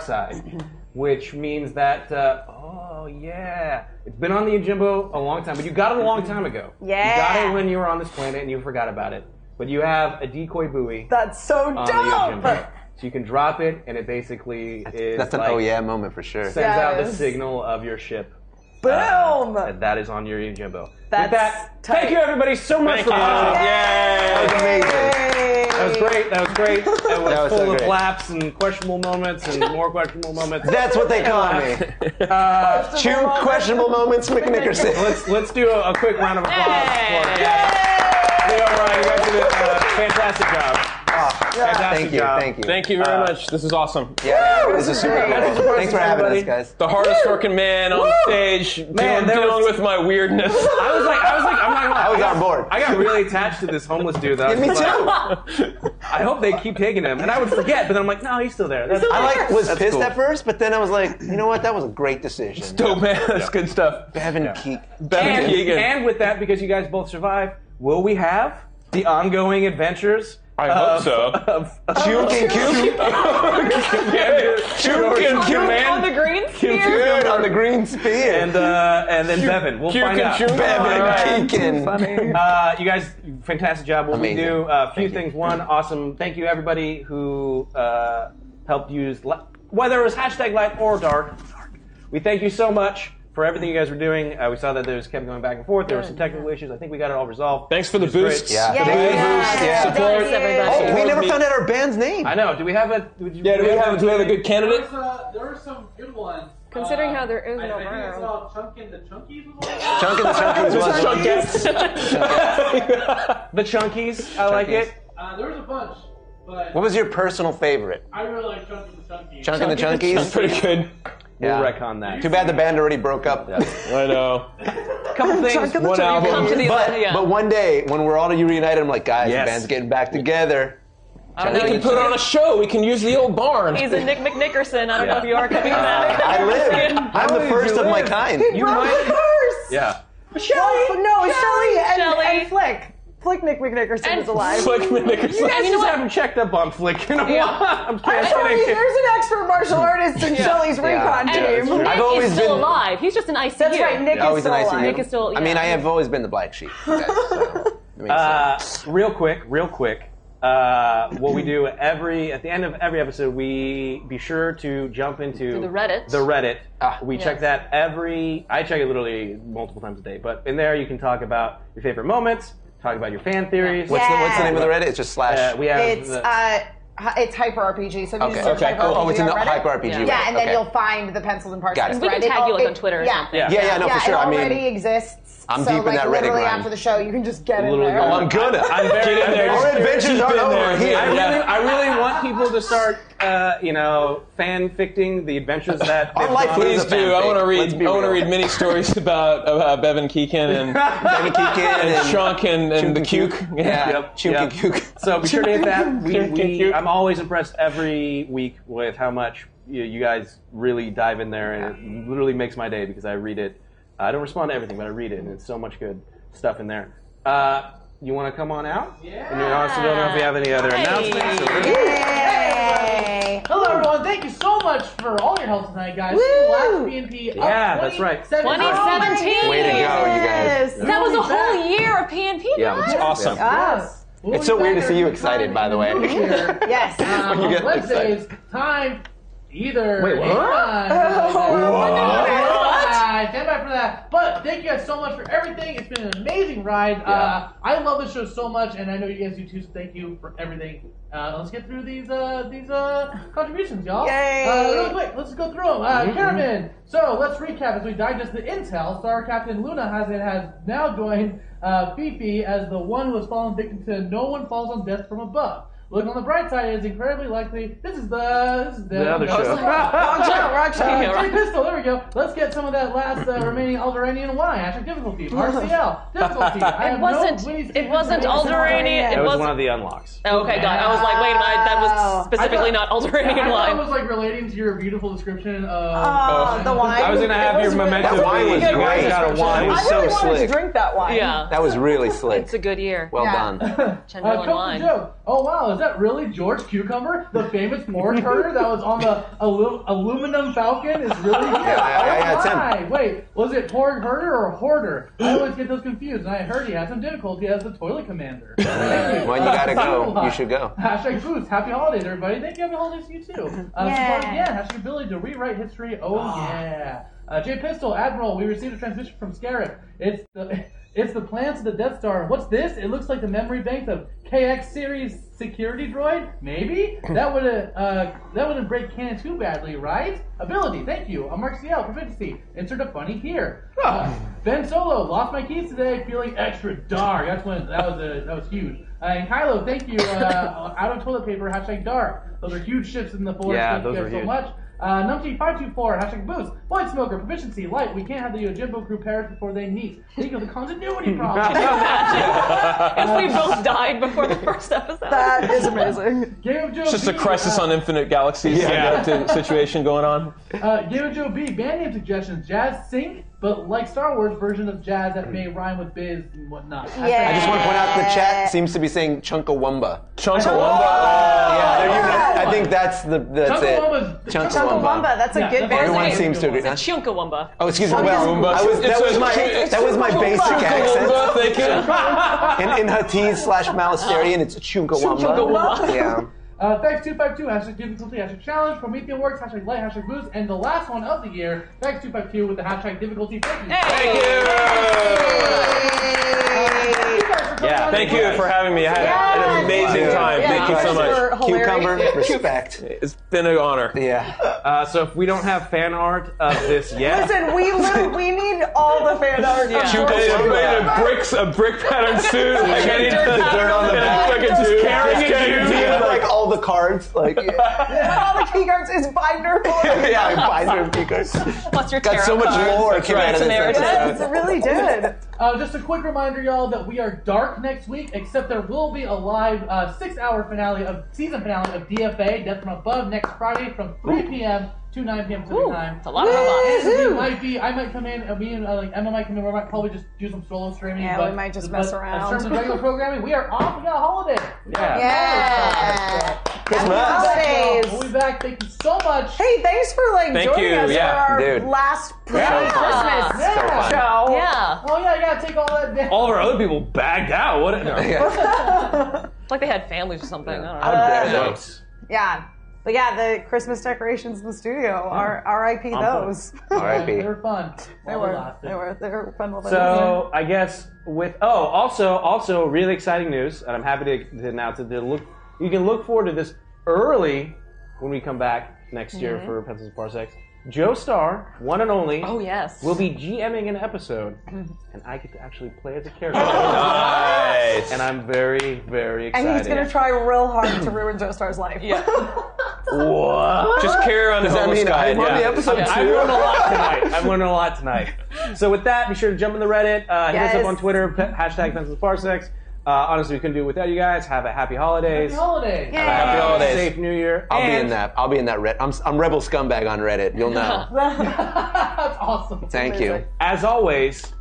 [SPEAKER 2] side, which means that uh, oh yeah, it's been on the Ojimbo a long time, but you got it a long time ago. You got
[SPEAKER 8] Yeah.
[SPEAKER 2] it when you were on this planet and you forgot about it. But you have a decoy buoy.
[SPEAKER 8] That's so
[SPEAKER 4] Oh,
[SPEAKER 2] on the
[SPEAKER 8] dope.
[SPEAKER 2] Ojimbo. So you can drop it, and it basically is
[SPEAKER 4] That's an
[SPEAKER 2] like,
[SPEAKER 4] oh yeah moment for sure.
[SPEAKER 2] sends out the
[SPEAKER 8] Yes.
[SPEAKER 2] signal of your ship.
[SPEAKER 8] Boom!
[SPEAKER 2] and that is on your Ojimbo.
[SPEAKER 8] That's
[SPEAKER 2] With that, thank you everybody so much for listening. That was amazing. That was great. That was great. That was,
[SPEAKER 4] That was so
[SPEAKER 2] full of
[SPEAKER 4] great.
[SPEAKER 2] laughs and questionable moments and more questionable moments.
[SPEAKER 4] That's what they call me.
[SPEAKER 2] Uh,
[SPEAKER 4] Two questionable moments, McNickerson.
[SPEAKER 2] Let's let's do a, a quick round of applause for Gavin. Leo Ryan, you guys did a uh, fantastic job. Fantastic
[SPEAKER 4] Oh, Thank you,
[SPEAKER 2] job.
[SPEAKER 4] thank you.
[SPEAKER 5] Thank you
[SPEAKER 4] Uh,
[SPEAKER 5] very much. This is awesome.
[SPEAKER 4] Yeah, it was a super cool. Thanks for having us, guys.
[SPEAKER 5] The hardest working man on
[SPEAKER 4] Woo!
[SPEAKER 5] stage,
[SPEAKER 4] Man,
[SPEAKER 5] dealing,
[SPEAKER 4] there
[SPEAKER 5] dealing
[SPEAKER 4] was-
[SPEAKER 5] with my weirdness.
[SPEAKER 2] I was like, I was like, I'm not. Gonna lie.
[SPEAKER 4] I was
[SPEAKER 2] got-
[SPEAKER 4] on board.
[SPEAKER 2] I got really attached to this homeless dude. That I
[SPEAKER 4] Yeah, me
[SPEAKER 2] was like,
[SPEAKER 4] too.
[SPEAKER 2] I hope they keep taking him, and I would forget. But then I'm like, no, he's still there. That's-
[SPEAKER 4] I like was
[SPEAKER 2] that's
[SPEAKER 4] pissed
[SPEAKER 2] cool.
[SPEAKER 4] at first, but then I was like, you know what? That was a great decision.
[SPEAKER 5] Dope man, that's good stuff.
[SPEAKER 4] Bevan Keek.
[SPEAKER 2] and, and with that, because you guys both survived, will we have the ongoing adventures? I
[SPEAKER 4] Uh,
[SPEAKER 5] hope so.
[SPEAKER 2] Of, of
[SPEAKER 5] Juke and Cuke. Juke and Cuke.
[SPEAKER 2] Command-
[SPEAKER 10] the green
[SPEAKER 4] Dude, on the green spear.
[SPEAKER 2] And uh, and then Bevan. We'll
[SPEAKER 5] Cuke
[SPEAKER 2] find
[SPEAKER 5] and
[SPEAKER 2] out.
[SPEAKER 5] Juke. Bevan
[SPEAKER 2] Alright.
[SPEAKER 4] Keegan.
[SPEAKER 2] Uh, you guys, fantastic job. What
[SPEAKER 4] Amazing.
[SPEAKER 2] we do, a few things. One, awesome. Thank you, everybody who uh, helped use, li- whether it was hashtag light or dark. We thank you so much for everything you guys were doing. Uh, we saw that there was kept going back and forth. There were some technical issues. I think we got it all resolved.
[SPEAKER 5] Thanks for the
[SPEAKER 2] It was great.
[SPEAKER 5] boosts.
[SPEAKER 4] Yeah.
[SPEAKER 5] The
[SPEAKER 4] Yeah.
[SPEAKER 5] big
[SPEAKER 4] Yeah.
[SPEAKER 5] boosts.
[SPEAKER 4] Yeah.
[SPEAKER 5] Support.
[SPEAKER 4] Thanks, everybody. Oh, we
[SPEAKER 5] Support
[SPEAKER 4] never
[SPEAKER 5] me.
[SPEAKER 4] found out our band's name.
[SPEAKER 2] I know. Do we have a? Would you,
[SPEAKER 5] Yeah, do we have, do we have a good
[SPEAKER 7] There
[SPEAKER 5] candidate?
[SPEAKER 7] was, uh, there were some good ones.
[SPEAKER 10] Considering
[SPEAKER 7] Uh,
[SPEAKER 10] how there is
[SPEAKER 7] I,
[SPEAKER 10] no
[SPEAKER 7] I think I
[SPEAKER 10] round.
[SPEAKER 7] saw Chunk and the Chunkies.
[SPEAKER 4] Chunk and the Chunkies
[SPEAKER 5] This
[SPEAKER 4] was
[SPEAKER 5] is
[SPEAKER 4] one.
[SPEAKER 2] The Chunkies. I like it.
[SPEAKER 7] Uh, there was a bunch, but
[SPEAKER 4] What was your personal favorite?
[SPEAKER 7] I really like Chunk and the Chunkies.
[SPEAKER 4] Chunk and the Chunkies?
[SPEAKER 5] Pretty good.
[SPEAKER 4] Yeah.
[SPEAKER 2] We'll retcon that.
[SPEAKER 4] Too bad the band already broke up.
[SPEAKER 5] I know.
[SPEAKER 2] couple things.
[SPEAKER 5] One album.
[SPEAKER 4] But, but one day, when we're all reunited, I'm like, guys,
[SPEAKER 5] Yes.
[SPEAKER 4] the band's getting back together.
[SPEAKER 5] We can put on a show. We can use the old barn.
[SPEAKER 10] He's a Nick McNickerson. I don't know if
[SPEAKER 5] Yeah.
[SPEAKER 10] you are coming back.
[SPEAKER 4] Uh, I live. I'm the first of my kind.
[SPEAKER 9] He broke the curse.
[SPEAKER 2] Yeah.
[SPEAKER 9] Shelly, no, Shelly, and,
[SPEAKER 10] Shelley.
[SPEAKER 9] and Flick. Flick Nick McNickerson is alive.
[SPEAKER 2] Flick
[SPEAKER 9] You guys
[SPEAKER 2] I
[SPEAKER 9] just
[SPEAKER 2] haven't checked up on Flick in a
[SPEAKER 9] Yeah.
[SPEAKER 2] while. I'm
[SPEAKER 9] I'm telling you,
[SPEAKER 2] kidding.
[SPEAKER 9] there's an expert martial artist in Shelley's recon
[SPEAKER 10] And
[SPEAKER 9] team.
[SPEAKER 10] Nick
[SPEAKER 4] I've always
[SPEAKER 10] is still
[SPEAKER 4] been-
[SPEAKER 10] alive. He's just an ICU.
[SPEAKER 9] That's right, Nick
[SPEAKER 4] I
[SPEAKER 9] is
[SPEAKER 4] was
[SPEAKER 9] still
[SPEAKER 4] an ICU.
[SPEAKER 9] alive.
[SPEAKER 10] Nick is still-
[SPEAKER 4] I mean,
[SPEAKER 10] yeah.
[SPEAKER 4] I have always been the black sheep. you guys, so it makes
[SPEAKER 2] Uh, real quick, real quick. Uh, what we do every at the end of every episode, we be sure to jump into
[SPEAKER 10] To the Reddit.
[SPEAKER 2] The Reddit. we
[SPEAKER 10] Yes.
[SPEAKER 2] check that every. I check it literally multiple times a day. But in there, you can talk about your favorite moments, talk about your fan theories.
[SPEAKER 4] What's, the, what's the name of the Reddit? It's just slash.
[SPEAKER 2] Uh, we have
[SPEAKER 3] It's
[SPEAKER 2] the-
[SPEAKER 3] uh, hi- it's hyper RPG. So if you
[SPEAKER 4] Okay.
[SPEAKER 3] just search
[SPEAKER 4] Okay,
[SPEAKER 3] hyper
[SPEAKER 4] cool.
[SPEAKER 3] RPG
[SPEAKER 4] Oh, it's in
[SPEAKER 3] on
[SPEAKER 4] the
[SPEAKER 3] Reddit.
[SPEAKER 4] hyper
[SPEAKER 3] Yeah,
[SPEAKER 4] RPG Reddit,
[SPEAKER 3] and then
[SPEAKER 4] okay.
[SPEAKER 3] you'll find the pencils and parsons.
[SPEAKER 4] Got it. We can
[SPEAKER 3] Reddit.
[SPEAKER 10] tag you, like,
[SPEAKER 3] Oh,
[SPEAKER 10] on
[SPEAKER 3] it-
[SPEAKER 10] Twitter or
[SPEAKER 3] yeah.
[SPEAKER 10] something.
[SPEAKER 4] Yeah, yeah, no, for sure.
[SPEAKER 3] It
[SPEAKER 4] I mean-
[SPEAKER 3] already exists.
[SPEAKER 4] I'm
[SPEAKER 3] so,
[SPEAKER 4] deep in
[SPEAKER 3] like,
[SPEAKER 4] that Reddit
[SPEAKER 3] literally
[SPEAKER 4] grind.
[SPEAKER 3] after the show, you can just get in
[SPEAKER 2] Literally
[SPEAKER 3] there.
[SPEAKER 2] go-
[SPEAKER 4] I'm gonna.
[SPEAKER 2] I'm very,
[SPEAKER 4] Get in
[SPEAKER 2] I'm
[SPEAKER 4] there.
[SPEAKER 2] very
[SPEAKER 4] Our adventures
[SPEAKER 2] deep
[SPEAKER 4] aren't
[SPEAKER 2] in
[SPEAKER 4] over
[SPEAKER 2] there.
[SPEAKER 4] here.
[SPEAKER 2] I
[SPEAKER 4] Yeah.
[SPEAKER 2] really, I really want people to start, uh, you know, fanficting the adventures that.
[SPEAKER 4] Our
[SPEAKER 2] they've
[SPEAKER 4] life
[SPEAKER 2] gone
[SPEAKER 5] Please
[SPEAKER 4] a
[SPEAKER 5] do. I
[SPEAKER 4] fanfic.
[SPEAKER 5] want to
[SPEAKER 4] Let's
[SPEAKER 5] read.
[SPEAKER 4] be
[SPEAKER 5] I want to
[SPEAKER 4] real.
[SPEAKER 5] read many stories about about Bevan Keegan and
[SPEAKER 4] Benny Keegan
[SPEAKER 5] and
[SPEAKER 4] and-
[SPEAKER 5] Chunk and, and the Cuke.
[SPEAKER 4] Yeah.
[SPEAKER 2] Yep,
[SPEAKER 4] Chunk and
[SPEAKER 2] yep.
[SPEAKER 4] Cuke.
[SPEAKER 2] So be sure to hit that. We,
[SPEAKER 5] Chunk and
[SPEAKER 2] we,
[SPEAKER 5] Cuke.
[SPEAKER 2] I'm always impressed every week with how much you, you guys really dive in there, and it literally makes my day because I read it. I don't respond to everything, but I read it, and it's so much good stuff in there. Uh, you want to come on out? Yeah. And we honestly don't know if we have any other announcements. So we're-
[SPEAKER 7] Hey, everybody. Hello, everyone. Thank you so much for all your help tonight, guys.
[SPEAKER 9] Woo!
[SPEAKER 7] Last PNP up
[SPEAKER 2] Yeah, that's right.
[SPEAKER 10] 2017.
[SPEAKER 4] Way to go, you guys.
[SPEAKER 10] That was a whole year of PNP.
[SPEAKER 4] Yeah,
[SPEAKER 10] guys.
[SPEAKER 4] it's awesome. It's so weird to see you excited, by the way.
[SPEAKER 9] Yes.
[SPEAKER 4] When you get excited.
[SPEAKER 7] Wednesdays, time either.
[SPEAKER 4] Wait, what?
[SPEAKER 7] Hang on.
[SPEAKER 4] Oh, What?
[SPEAKER 7] Uh, stand by for that. But thank you guys so much for everything. It's been an amazing ride. Uh, I love this show so much, and I know you guys do too. So thank you for everything. Uh, let's get through these uh, these uh, contributions, y'all.
[SPEAKER 9] Yay.
[SPEAKER 7] Uh, real quick, let's go through them. Uh,
[SPEAKER 5] Mm-hmm.
[SPEAKER 2] Mhm.
[SPEAKER 7] Caravan. So let's recap as we digest the intel. Star Captain Luna has has now joined uh, Fifi as the one who has fallen victim to No One Falls on Death from Above. Look on the bright side, it's incredibly likely. This is the this is the,
[SPEAKER 5] The other
[SPEAKER 7] no,
[SPEAKER 5] show.
[SPEAKER 7] it's not- Wrong show, wrong show.
[SPEAKER 5] Yeah,
[SPEAKER 7] Green
[SPEAKER 5] right.
[SPEAKER 7] Pistol, there we go. Let's get some of that last uh, remaining Alderanian wine. Actually, difficulty. RCL. Difficulty. I
[SPEAKER 10] It
[SPEAKER 7] have
[SPEAKER 10] wasn't-
[SPEAKER 7] No ways
[SPEAKER 10] it
[SPEAKER 7] to get
[SPEAKER 10] wasn't
[SPEAKER 7] this right.
[SPEAKER 10] Alderanian, it
[SPEAKER 2] That was
[SPEAKER 10] wasn't-
[SPEAKER 2] one of the unlocks.
[SPEAKER 10] Oh, okay, God. I was like, wait a minute, that was specifically
[SPEAKER 7] I
[SPEAKER 10] not
[SPEAKER 7] thought-
[SPEAKER 10] Alderanian
[SPEAKER 7] yeah, I thought
[SPEAKER 10] wine.
[SPEAKER 7] it was like relating to your beautiful description of
[SPEAKER 8] Ah,
[SPEAKER 4] Uh,
[SPEAKER 8] the wine.
[SPEAKER 2] I was gonna have your memento.
[SPEAKER 4] Oh, That wine was
[SPEAKER 2] you guys
[SPEAKER 4] great.
[SPEAKER 2] got a wine.
[SPEAKER 4] It was
[SPEAKER 8] I
[SPEAKER 4] so
[SPEAKER 8] really wanted
[SPEAKER 4] slick.
[SPEAKER 8] to drink that wine.
[SPEAKER 10] Yeah.
[SPEAKER 4] That was really slick.
[SPEAKER 10] It's a good year.
[SPEAKER 4] Well
[SPEAKER 10] Yeah.
[SPEAKER 4] done. Uh,
[SPEAKER 10] General and
[SPEAKER 7] Coke
[SPEAKER 10] wine.
[SPEAKER 7] Uh, Joe. Oh wow, is that really George Cucumber, the famous Morris herder that was on the alu- aluminum falcon? Is really here.
[SPEAKER 4] Yeah, I- I- I
[SPEAKER 7] oh,
[SPEAKER 4] had some.
[SPEAKER 7] my. Wait, was it Porg herder or hoarder? I always get those confused. And I heard he had some difficulty as the toilet commander.
[SPEAKER 4] Well, you gotta go. You should go.
[SPEAKER 7] Hashtag boost. Happy holidays, everybody. Thank you. Happy holidays to you too. Uh,
[SPEAKER 8] Yeah.
[SPEAKER 7] support again. Hashtag ability to rewrite history. Oh yeah. Uh, J Pistol Admiral, we received a transmission from Scarif. It's the it's the plans of the Death Star. What's this? It looks like the memory bank of KX series security droid. Maybe that would uh that wouldn't break canon too badly, right? Ability. Thank you. I'm Mark CL. Proficiency. Insert a funny here. Uh, ben Solo lost my keys today, feeling extra dark. That's when that was a, that was huge. Uh, and Kylo, thank you. Uh, out of toilet paper. Hashtag dark. Those are huge shifts in the force.
[SPEAKER 5] Yeah,
[SPEAKER 7] Thank you
[SPEAKER 5] those
[SPEAKER 7] guys
[SPEAKER 5] are
[SPEAKER 7] so
[SPEAKER 5] huge.
[SPEAKER 7] much. Uh, Numpty five two four hashtag boost. Void smoker proficiency light. We can't have the Yojimbo crew perish before they meet. Think of the continuity problem.
[SPEAKER 10] Can you imagine if we
[SPEAKER 4] Uh,
[SPEAKER 10] both died before the first episode?
[SPEAKER 8] That is amazing.
[SPEAKER 7] Game of Joe
[SPEAKER 5] It's just a
[SPEAKER 7] B, uh,
[SPEAKER 5] crisis on infinite galaxies
[SPEAKER 7] Yeah.
[SPEAKER 5] you know, to- situation going on.
[SPEAKER 7] Uh, Gamer Joe B, band name suggestions. Jazz Sync, but like Star Wars version of jazz that may rhyme with biz and whatnot.
[SPEAKER 4] I just want to point out the chat seems to be saying Chunkawumba.
[SPEAKER 5] Chunkawumba.
[SPEAKER 4] Oh, yeah, they're united. I think that's the that's it.
[SPEAKER 7] Chunkawumba's-
[SPEAKER 8] Chunkawumba, that's a good band
[SPEAKER 4] Everyone
[SPEAKER 8] name.
[SPEAKER 4] seems to agree.
[SPEAKER 10] It's a Chunkawumba.
[SPEAKER 4] Oh, excuse me. Well, I was, that, was my, that was my basic
[SPEAKER 5] Chunkawumba,
[SPEAKER 4] accent.
[SPEAKER 5] thank you.
[SPEAKER 4] In, in Hatties slash Malastarian, it's Chunkawumba.
[SPEAKER 7] Chunkawumba.
[SPEAKER 4] Yeah.
[SPEAKER 7] Uh, Facts252, hashtag difficulty, hashtag challenge, Promethean works, hashtag light, hashtag boost, and the last one of the year, Facts252 with the hashtag difficulty. Thank you.
[SPEAKER 5] Thank you. Yeah, thank you for having me. I had an amazing
[SPEAKER 4] Yeah.
[SPEAKER 5] time.
[SPEAKER 4] Yeah.
[SPEAKER 5] Thank you so
[SPEAKER 4] Cucumber,
[SPEAKER 5] much.
[SPEAKER 4] Cucumber, respect.
[SPEAKER 5] It's been an honor.
[SPEAKER 4] Yeah.
[SPEAKER 2] Uh, so if we don't have fan art of this yet,
[SPEAKER 8] Listen, we li- we need all the fan art.
[SPEAKER 2] Yeah.
[SPEAKER 5] Shoot, they
[SPEAKER 2] Chunkawumba.
[SPEAKER 5] made a bricks a brick pattern suit. Like, I need
[SPEAKER 4] Dirt on the
[SPEAKER 5] and
[SPEAKER 4] back.
[SPEAKER 5] I'm fucking
[SPEAKER 4] Just
[SPEAKER 5] dude,
[SPEAKER 4] carrying
[SPEAKER 5] just carrying
[SPEAKER 4] it,
[SPEAKER 5] it,
[SPEAKER 4] dude.
[SPEAKER 5] dude.
[SPEAKER 4] Like all the cards, like
[SPEAKER 8] all the key cards is binder.
[SPEAKER 4] yeah, binder pickers.
[SPEAKER 10] Plus your
[SPEAKER 4] Got so
[SPEAKER 10] tarot
[SPEAKER 4] much
[SPEAKER 10] cards.
[SPEAKER 4] lore
[SPEAKER 10] That's
[SPEAKER 4] came
[SPEAKER 10] right.
[SPEAKER 4] out of this
[SPEAKER 10] Samaritan.
[SPEAKER 4] episode.
[SPEAKER 8] Yes, it really did.
[SPEAKER 7] Uh, just a quick reminder, y'all, that we are dark next week, except there will be a live uh, six-hour finale of season finale of DFA Death from Above next Friday from 3 p.m. to 9 p.m. Pacific time. It's
[SPEAKER 10] a lot of robots.
[SPEAKER 7] And we might be, I might come in, and me and uh, like Emma might come in. We might probably just do some solo streaming.
[SPEAKER 8] Yeah,
[SPEAKER 7] but,
[SPEAKER 8] we might just
[SPEAKER 7] but
[SPEAKER 8] mess around.
[SPEAKER 7] In terms of regular programming, we are off. We got a holiday.
[SPEAKER 8] Yeah. yeah. Holidays.
[SPEAKER 7] We'll be back. Thank you so much.
[SPEAKER 8] Oh, Hey, thanks for like
[SPEAKER 5] Thank
[SPEAKER 8] joining
[SPEAKER 5] you,
[SPEAKER 8] us
[SPEAKER 5] yeah,
[SPEAKER 8] for our
[SPEAKER 5] dude.
[SPEAKER 8] last pre
[SPEAKER 5] Yeah.
[SPEAKER 8] Christmas
[SPEAKER 7] Yeah. So fun.
[SPEAKER 8] show.
[SPEAKER 10] Yeah.
[SPEAKER 7] Oh yeah, yeah. Take all that down.
[SPEAKER 5] All of our other people bagged out. What? No.
[SPEAKER 10] It's like they had families or something. I don't know.
[SPEAKER 4] Uh,
[SPEAKER 5] I'm dead.
[SPEAKER 8] Yeah. But yeah, the Christmas decorations in the studio are R.I.P. those.
[SPEAKER 7] They were fun.
[SPEAKER 8] They were, they were, they were fun. while they were.
[SPEAKER 2] so I guess with oh, also also really exciting news, and I'm happy to, to announce it. To look, you can look forward to this early when we come back next year
[SPEAKER 8] Mm-hmm.
[SPEAKER 10] Mhm.
[SPEAKER 2] for Pencils and Parsecs. Joe Star, one and only,
[SPEAKER 10] Oh, yes.
[SPEAKER 2] will be GMing an episode,
[SPEAKER 8] Mm-hmm.
[SPEAKER 2] and I get to actually play as a character.
[SPEAKER 5] Nice.
[SPEAKER 2] And I'm very very excited.
[SPEAKER 8] and he's gonna try real hard to ruin Joe Star's life. Yeah.
[SPEAKER 2] What?
[SPEAKER 5] Just carry on the
[SPEAKER 2] Does that
[SPEAKER 5] homeless
[SPEAKER 2] mean
[SPEAKER 5] guy.
[SPEAKER 2] I'm on
[SPEAKER 5] yeah.
[SPEAKER 2] the episode
[SPEAKER 5] Yeah.
[SPEAKER 2] two? I've learned a lot tonight. I've learned a lot tonight. So with that, be sure to jump in the Reddit. Uh, hit us
[SPEAKER 8] Yes.
[SPEAKER 2] up on Twitter, pe- hashtag Pencils Parsecs. Uh, honestly, we couldn't do it without you guys. Have a happy holidays.
[SPEAKER 7] Happy holidays.
[SPEAKER 2] Have a happy
[SPEAKER 4] Yay.
[SPEAKER 2] holidays. Safe New Year.
[SPEAKER 4] I'll be
[SPEAKER 2] And-
[SPEAKER 4] in that. I'll be in that. Red, I'm I'm rebel scumbag on Reddit. You'll know.
[SPEAKER 7] That's awesome.
[SPEAKER 4] Thank you.
[SPEAKER 2] As always,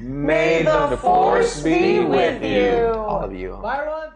[SPEAKER 2] may,
[SPEAKER 4] the
[SPEAKER 2] the force be with you.
[SPEAKER 4] All of you.
[SPEAKER 7] Byron.